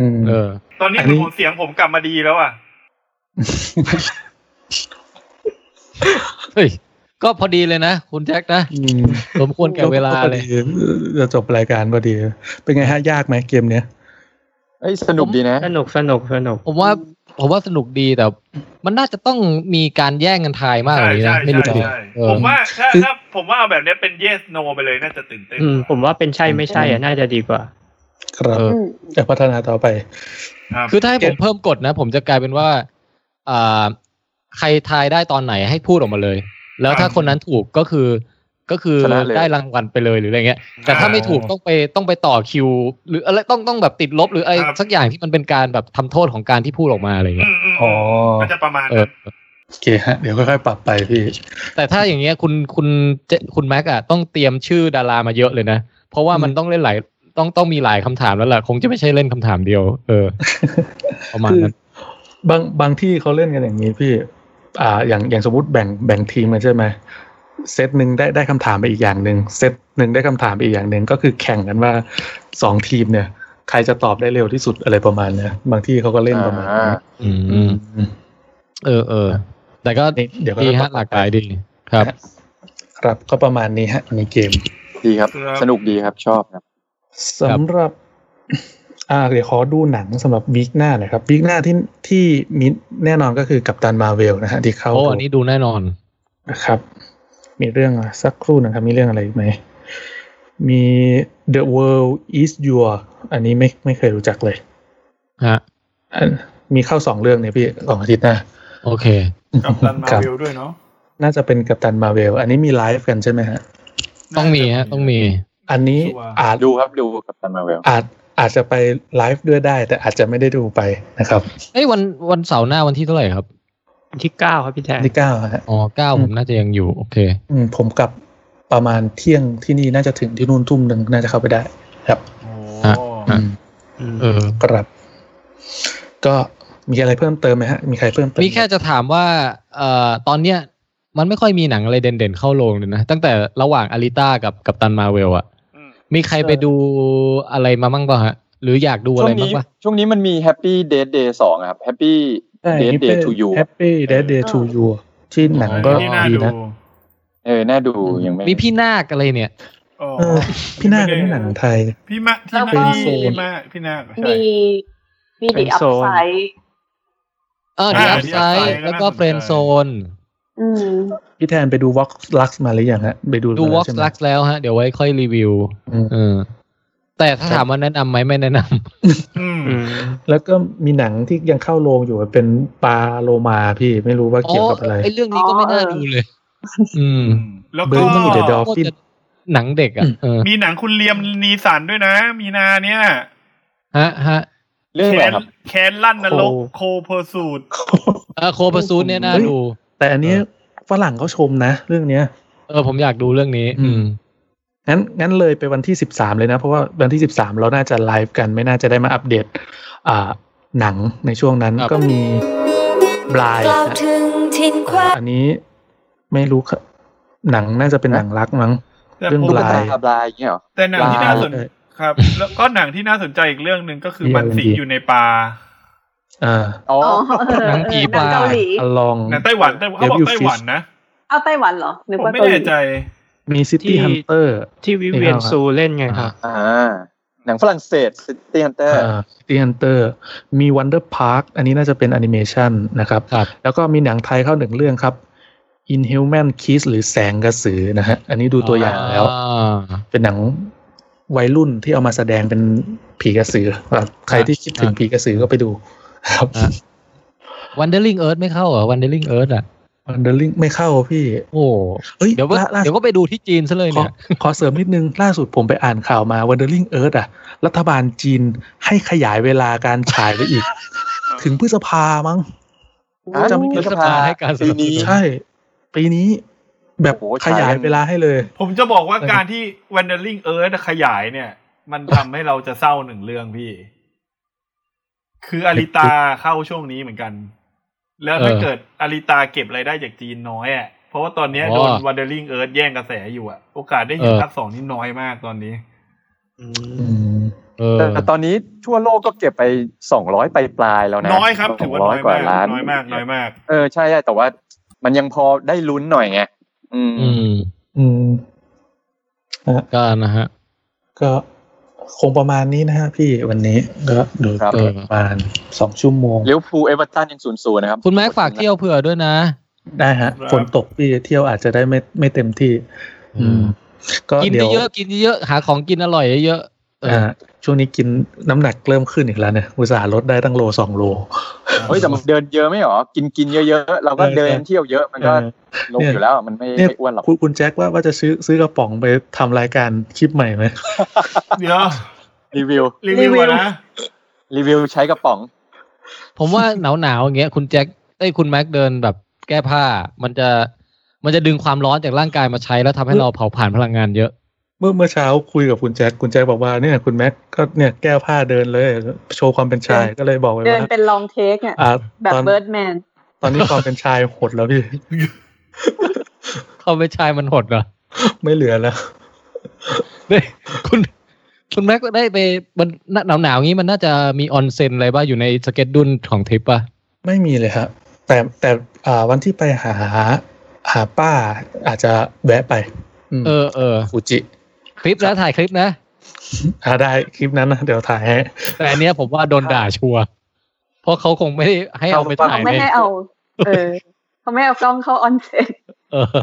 อืม
เออ
ตอนนี้
อันนี้
ผมเสียงผมกลับมาดีแล้วอ่ะ
เฮ้ยก็พอดีเลยนะ คุณแจ็คนะ สมควรแก่เวลาเลย
พอดีจะจบรายการพอดี เป็นไงฮะยากไหมเกมเนี้ย
เอ้ยสนุกดีนะ
สนุกสนุกสนุก
ผมว่าผมว่าสนุกดีแต่ มันน่าจะต้องมีการแย่งกันทายมากกว่านี้นะ ไม่รู้ดิ
ใช่
เออ
ผมว่าถ้าถ้าผมว่าเอาแบบเนี้ยเป็น yes no ไปเลยน่าจะตื่นเต้น
อืม ผมว่าเป็นใช่ไม่ใช่อ่ะน่าจะดีกว่า
ครับจะพัฒนาต่อไป
คือถ้าให้ผมเพิ่มกฎนะ ผมจะกลายเป็นว่าอ่าใครทายได้ตอนไหนให้พูดออกมาเลย แล้วถ้าคนนั้นถูกก็คือก็คือ
ชนะเลย
ได้รางวัลไปเลยหรืออะไรเงี้ย แต่ถ้าไม่ถูกต้องไปต้องไปต่อคิว หรืออะไรต้องต้องแบบติดลบหรืออะไรสักอย่างที่มันเป็นการแบบทำโทษของการที่พูดออกมาอะไรเงี้ย
อ๋อ
ก็จะประมาณ
เออ
โอเคฮะ เดี๋ยวค่อยๆปรับไปพี่
แต่ถ้าอย่างเงี้ยคุณคุณเจคุณแม็กอะต้องเตรียมชื่อดารามาเยอะเลยนะ เพราะว่ามันต้องเล่นหลายต้องต้องมีหลายคำถามแล้วล่ะ คงจะไม่ใช่เล่นคำถามเดียว เออ ประมาณนั้น
บางบางที่เขาเล่นกันอย่างนี้พี่ อ่า อย่างอย่างสมมติแบ่งแบ่งทีมกันใช่ไหมเซตหนึ่งได้ได้คำถามไปอีกอย่างหนึ่งเซตหนึ่งได้คำถามไปอีกอย่างหนึ่งก็คือแข่งกันว่าสองทีมเนี่ย ใครจะตอบได้เร็วที่สุดอะไรประมาณเนี้ยบางที่เขาก็เล่นประมาณนี้
อืมเออเออ แต่ก็
เดี๋ยว
ดี
ค่อยๆป
ฮะห
รับ
ลากหลายดีครับ
ครับก็ประมาณนี้ฮะในเกม
ดีครับ สนุกดีครับชอบครับ
สำหรับ อ่าเดี๋ยวขอดูหนังสำหรับวีคหน้าหนะครับวีคหน้าที่ที่มีแน่นอนก็คือกับตันมาเวลนะฮะที่เข้า
โอ้อันนี้ดูแน่นอน
นะครับ มีเรื่องอะไรสักครู่นะครับ มีเรื่องอะไรอีกไหม มี The World Is Your อันนี้ไม่ไม่เคยรู้จักเลย
ฮะ
มีเข้าสองเรื่องเนี่ยพี่สองอาทิตย์หน้า
โอเค
กับตันมา
ครับ
วิลด้วยเนาะ
น่าจะเป็นกับตันมาเวล อันนี้มีไลฟ์กันใช่ไหมฮะ
ต้องมีฮะ ต้องมี
อันนี้อาจ
ดูครับดูกับตันมาเวล
อาจอาจจะไปไลฟ์ด้วยได้ แต่อาจจะไม่ได้ดูไปนะครับ
เอ้ยวันวันเสาร์หน้าวันที่เท่าไหร่ครับวันที่เก้าครับพี่แทน
ที่เก้าฮะ
อ๋อเก้าผมน่าจะยังอยู่ โอเค
อืมผมกลับประมาณเที่ยงที่นี่น่าจะถึงที่นู่นทุ่มหนึ่งน่าจะเข้าไปได้ ครับ
ฮะฮะ
อืม
เออ
ครับ ก็มีอะไรเพิ่มเติมไหมฮะ มีใครเพิ่มเติม
มีแค่จะถามว่าเอ่อตอนเนี้ย มันไม่ค่อยมีหนังอะไรเด่นๆเข้าโรงเลยนะ ตั้งแต่ระหว่างอาริต้ากับกับตันมาเวลอะมีใครไปดูอะไรมามั่งป่ะฮะ หรืออยากดูอะ
ช่ว
ไรง มั่
นี้
งป่ะ
ช่วงนี้มันมี Happy Death Day สองอะครับ Happy
ใช่
Death Day to you
แฮปปี้เดทเดย์ทูยูที่หนังก็ดีนะ
เออ น่าดูยังไม่
มีพี่นาคอะไรเนี่ย
เออพี่นาคเป็นหนังไทย
พี่มาที่
แล้ว
มา
ก็
ที่พี่มาพี่นาคใช่
มีมี
เป็
ดี
น
อัพ
โซน
ไซด์
เออเดี๋ยวอัพไซ
Upside
ด์แล้วก็
ก็น่าสนใจ
เฟรนโซน
อืม
พี่แทนไปดูวอล์กลักมาหรือยังฮะ ไปดู
ดูวอล์ก
แล้ใช่ไหม
ลักแล้วฮะ เดี๋ยวไว้ค่อยรีวิวเออแต่ถ้าถามว่าแนะนำไหมไม่แนะน
แล้วก็มีหนังที่ยังเข้าโรงอยู่อะเป็นปลาโลมาพี่ไม่รู้ว่า
ำ
เกี่ยวกับอะไร
ไอเรื่องนี้ก็ไม่น่าดูเลย อืม
แล้ว
เบอ
ก็
ร์รี่เดอะดอฟฟิน
หนังเด็กอ่ะเออ
มีหนังคุณเลียมนีสันด้วยนะ มีนาเนี่ย
ฮะฮะ
เรื่อง
แค
อะไร
น
ครับ
แคนลั่นนรก
โค
โคเพอร์สูด
เออโคปซูนเนี่ยน่าดู
แต่อันนี้ฝรั่งเขาชมนะ เรื่องเนี้ย
เออผมอยากดูเรื่องนี้ อืม
งั้นงั้นเลยไปวันที่สิบสามเลยนะ เพราะว่าวันที่สิบสามเราน่าจะไลฟ์กันไม่น่าจะได้มาอัปเดต อ่า หนังในช่วงนั้นก็มีบลาย
กล่าว
นะ
ถึงทินควา
อันนี้ไม่รู้ค่ะหนังน่าจะเป็นหนังรักมั้งเรื่องบลาย
บลายอย่างเงี้ยเหรอ
แต่หนังที่น่าสน
เออ
ครับ แล้วก็หนังที่น่าสนใจอีกเรื่องหนึ่งก็คือ
เรื่อง
มันสี
ดี
อยู่ในป่า
อ่า
อ๋อ
หนังผีปลา
เกาหลี
ลอง
หนังไต้หวันไต้หวันเขาบอก
Devil
ไต้หวัน
Fish
นะ
เอาไต้หวันเหรอนึก
ผม
ว่า
ไม่
เกาห
แน่
ลี
ใจ
มีซิตี้
ที่
ฮันเตอร์
ที่วิเวียนซูเล่นไงครับ
อ่า หนังฝรั่งเศส City Hunter
ซิตี้ฮันเตอร์มีวันเดอร์พาร์คอันนี้น่าจะเป็นแอนิเมชันนะครับ
ครับ
แล้วก็มีหนังไทยเข้าหนึ่งเรื่องครับ Inhuman Kiss หรือแสงกระสือนะฮะ อันนี้ดูตัวอย่างแล้ว
อ่า
เป็นหนังวัยรุ่นที่เอามาแสดงเป็นผีกระสือครับใครที่คิดถึงผีกระสือก็ไปดูครับ
Wandering Earth ไม่เข้าเหรอ Wandering Earth อ่ะ
Wandering ไม่เข้าพี่
โอ้
เอ้ย
เดี๋ยวก็
ล่าล่า
เดี๋ยวก็ไปดูที่จีนซะเลย
ขอ
เนี่ย
ขอเสริมนิดนึง ล่าสุดผมไปอ่านข่าวมา Wandering Earth อ่ะ รัฐบาลจีนให้ขยายเวลาการฉายไปอีก ถึงพฤษภามั้ง
อ่า
จำไม่ผิด
พฤษภา
ให้การสนั
ปี
บสนุน
นี้
ใช่ ปีนี้แบบ
โอ้โห
ขยา
ฉาย ยกัน
เวลาให้เลย
ผมจะบอกว่าการที่ Wandering Earth ขยายเนี่ย มันทำให้เราจะเศร้าหนึ่งเรื่องพี่ คืออาริตาเข้าช่วงนี้เหมือนกัน แล้วถ้า
เออ
เกิดอาริตาเก็บรายได้จากจีนน้อยอ่ะเพราะว่าตอนเนี้ย
อ๋อ
โดน Wandering Earth แย่งกระแสอยู่อ่ะ โอกาสได้เห็น
เออ
ภาคสองนี่น้อยมากตอนนี้
อืม
เออ
แต่ตอนนี้ทั่วโลกก็เก็บไปสองร้อยไปปลายๆแล้วนะ
น้อยครับ ถือว่าน้อย
200กว่า
า
ม
ก
ล้าน
น้อยมากน้อยมาก
เออใช่ใช่แต่ว่ามันยังพอได้ลุ้นหน่อยไงอืม
อืม
อืมฮะ
ก็นะฮะ
ก็คงประมาณนี้นะฮะพี่วันนี้ก็ดู
ครับ
ประมาณสองชั่วโมง
ลิเวอร์พูลเอเวอร์ตันยังศูนย์ศูนย์นะครับ
คุณแม็กฝากเที่ยวเผื่อด้วยนะ
ได้ฮะ
ครับ
ฝนตกพี่เที่ยวอาจจะได้ไม่ไม่เต็มที่ อืม ก็
กิน
เดี๋ยว
เยอะๆกินเยอะๆหาของกินอร่อยเยอะๆเออ
อ่าช่วงนี้กินน้ำหนักเริ่มขึ้นอีกแล้วเนี่ยอุตส่าห์ลดได้ตั้งโลสองโล
เฮ้ยแต่มันเดินเยอะไม่หรอ กินกินเยอะๆ เราก็
เออ
เดินเที่ยวเยอะมันก็
เออ
ลงอยู่แล้วมันไม่
เนี่ย
ไม่อ้วนหรอก
คุณคุณแจ็คว่าว่าจะซื้อซื้อกระป๋องไปทำรายการคลิปใหม่ไหม
เดี๋ยว
รีวิว
รีวิวก่อนนะ
รีวิวใช้กระป๋อง
ผมว่าหนาวๆอย่างเงี้ยคุณแจ็คไอ้ยคุณแม็กเดินแบบแก้ผ้า มันจะมันจะดึงความร้อนจากร่างกายมาใช้แล้วทำให้เราเผาผ่านพลังงานเยอะ
เมื่อเมื่อเช้าคุยกับคุณแจ็คคุณแจ็คบอกว่าเนี่ยคุณแม็กก็เนี่ยแก้ผ้าเดินเลย โชว์ความเป็นชายก็เลยบอกไว้
เดิน
ว่า
เป็นลองเทคอ่ะ
อ่า
แบบ
ตอน
เบิร์ดแมน
ตอนนี้ความเป็นชายหดแล้วพี่ [laughs]
เข้าไปชายมันหดเหรอ
ไม่เหลือแล้ว
ได้คุณคุณแม็กได้ไปมันหนาวหนาวๆงี้มันน่าจะมีออนเซ็นอะไรบ้างอยู่ในสเก็ตดุนของทริปป่ะ
ไม่มีเลยฮะแต่แต่อ่าวันที่ไปหาหาป้าอาจจะแวะไปม
เออเออ
ฟูจิ
คลิปนะถ่ายคลิปนะ
หาได้คลิปนั้นนะเดี๋ยวถ่ายให้ [laughs]
แต่อันเนี้ยผมว่าโดนด่าชัวร์เพราะเขาคงไม่ได้ให้เอาไปถ่าย
ไม่
ใน
ให้เอา เออ เขาไม่เอากล้องเข้าออนเซ็ต
เออ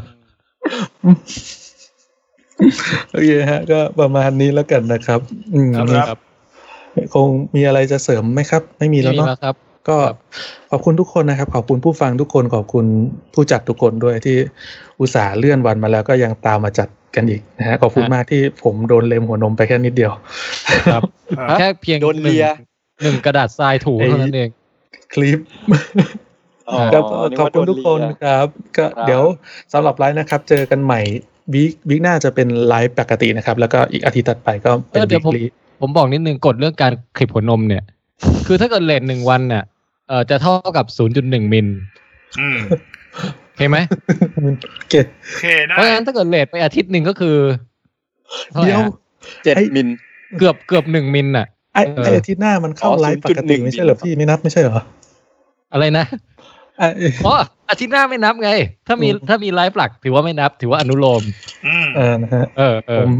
โอเคฮะ ก็ประมาณนี้แล้วกันนะครับ อืม
ครับ
คงมีอะไรจะเสริมไหมครับ ไม่มีแล้ว
มี
เนาะ
แล้วครับ
ก็ขอบคุณทุกคนนะครับ ขอบคุณผู้ฟังทุกคนขอบคุณผู้จัดทุกคนด้วยที่อุตส่าห์เลื่อนวันมาแล้วก็ยังตามมาจัดกันอีกนะฮะขอบคุณมากที่ผมโดนเล็มหัวนมไปแค่นิดเดียว
ครับแค่เพียง
โดนเลีย
หนึ่งกระดาษทรายถูเท่านั้นเอง
คลิป
อ๋อ
ครับ
นึ
ขอบ
ว่า
คุณทุกคน
โดเลีย
ครับ ก็
ครับ
เดี๋ยวสำหรับไลฟ์นะครับ เจอกันใหม่วิกวิกหน้าจะเป็นไลฟ์ปกตินะครับ แล้วก็อีกอาทิตย์ถัดไปก็เป็น
เออเดี๋
วิ
ยว
ก
ผม
ลี
ผมบอกนิดนึงกฎเรื่องการคลิปหัวนมเนี่ย คือถ้าเกิดเลทหนึ่งวันเนี่ยเออจะเท่ากับ 0.1 มิล
อืม
เห็นไหม
[laughs] เก็ด
โอเคได้
เพราะฉะนั้นถ้าเกิดเลทไปอาทิตย์หนึ่งก็คือท่าไหร่
เดี๋ยว
ฮะ
เจ็ดมิล
เกือบเกือบหนึ่งมิลน่ะ
ไอ้
เออ
ไอ้อาทิตย์หน้ามันเข้าไลฟ์ปกติไม่ใช่เหรอพี่ไม่นับไม่ใช่เหรอ
อะไรนะ
อ๋
ออาทิตย์หน้าไม่นับไง ถ้ามีถ้ามีไลฟ์หลัก ถือว่าไม่นับ ถือว่าอนุโลม
เออนะฮะ
เออเออ
ผม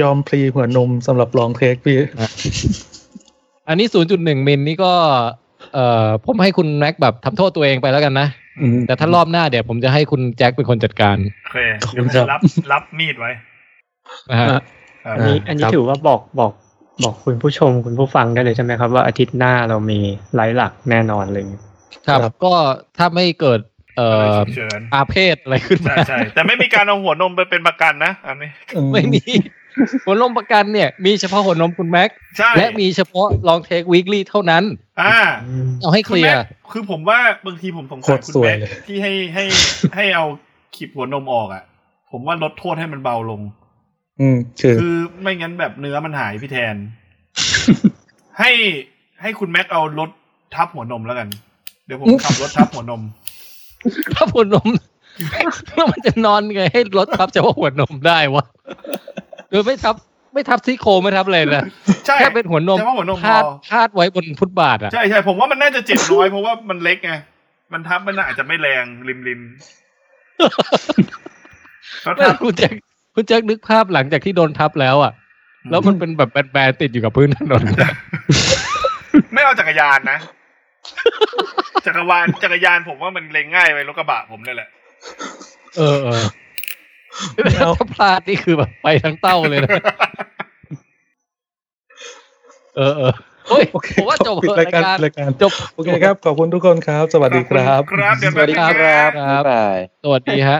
ยอมพลีหัวนมสำหรับลองเทคพี่
อันนี้ 0.1 มิลนี่ก็ เออผมให้คุณแม็กแบบทำโทษตัวเองไปแล้วกันนะ
อืม
แต่ถ้ารอบหน้าเดี๋ยวผมจะให้คุณแจ็คเป็นคนจัดการ
โอเคเดี๋ยวผมรับรับมีดไว้
นะฮะ
อันนี้อันนี้
ครับ
ถือว่าบอกบอกบอกคุณผู้ชมคุณผู้ฟังได้เลยใช่ไหมครับ ว่าอาทิตย์หน้าเรามีไลฟ์หลักแน่นอนเลย
ครับ ก็ถ้าไม่เกิด เอ่อ
เชิญ
อาเพศอะไรขึ้นมา
ใช่ใช่แต่ไม่มีการเอาหัวนมไปเป็นประกันนะอันนี้
ไม่มี หัวนมประกันเนี่ย มีเฉพาะหัวนมคุณแม็ก
ใช่
และมีเฉพาะลองเทควีคลี่เท่านั้น
อ่า
เอาให้เคลียร์
ณแม่คือผมว่าบางทีผมสงสารคุณแม่ที่ให้ให้ให้เอาขีบหัวนมออกอ่ะ ผมว่าลดโทษให้มันเบาลง
อืมคือ
คือไม่งั้นแบบเนื้อมันหายพี่แทน ให้ให้คุณแม็กเอารถทับหัวนมแล้วกัน เดี๋ยวผมขับรถทับหัวนม
ถ้าหัวนม [laughs] แล้วมันจะนอนไงให้รถทับจะว่าหัวนมได้วะโดยไม่ทับ ไม่ทับซี่โครงไม่ทับเลยนะ
ใช่
แค่เป็นหัวนม
แต่ว่าหัวนม
พาด
พอ
พาดไว้บนฟุตบาทอ่ะ
ใช่ใช่ผมว่ามันน่าจะเจ็บน้อยเพราะว่ามันเล็กไงมันทับมันอาจจะไม่แรงริมริมเขา
ไม่
ทับ
คุณแจ็คคุณแจ็คนึกภาพหลังจากที่โดนทับแล้วอ่ะ แล้วมันเป็นแบบแบนๆติดอยู่กับพื้นถนน
ไม่เอาจักรยานนะ จักรวาลจักรยานผมว่ามันเล็งง่ายไปรถกระบะผมเนี่ยแหละ
เออเออแล้วถ้าพลาดนี่คือแบบไปทั้งเต้าเลยนะ เออเออโอ้ยผมว่าจบ
ปิดรายการ
เถอะ
รายการ
จบ
โอเคครับ ขอบคุณทุกคนครับ สวัสดีครับ
สวัสดีครับ
สวัสดีครับ
สวัสดีฮะ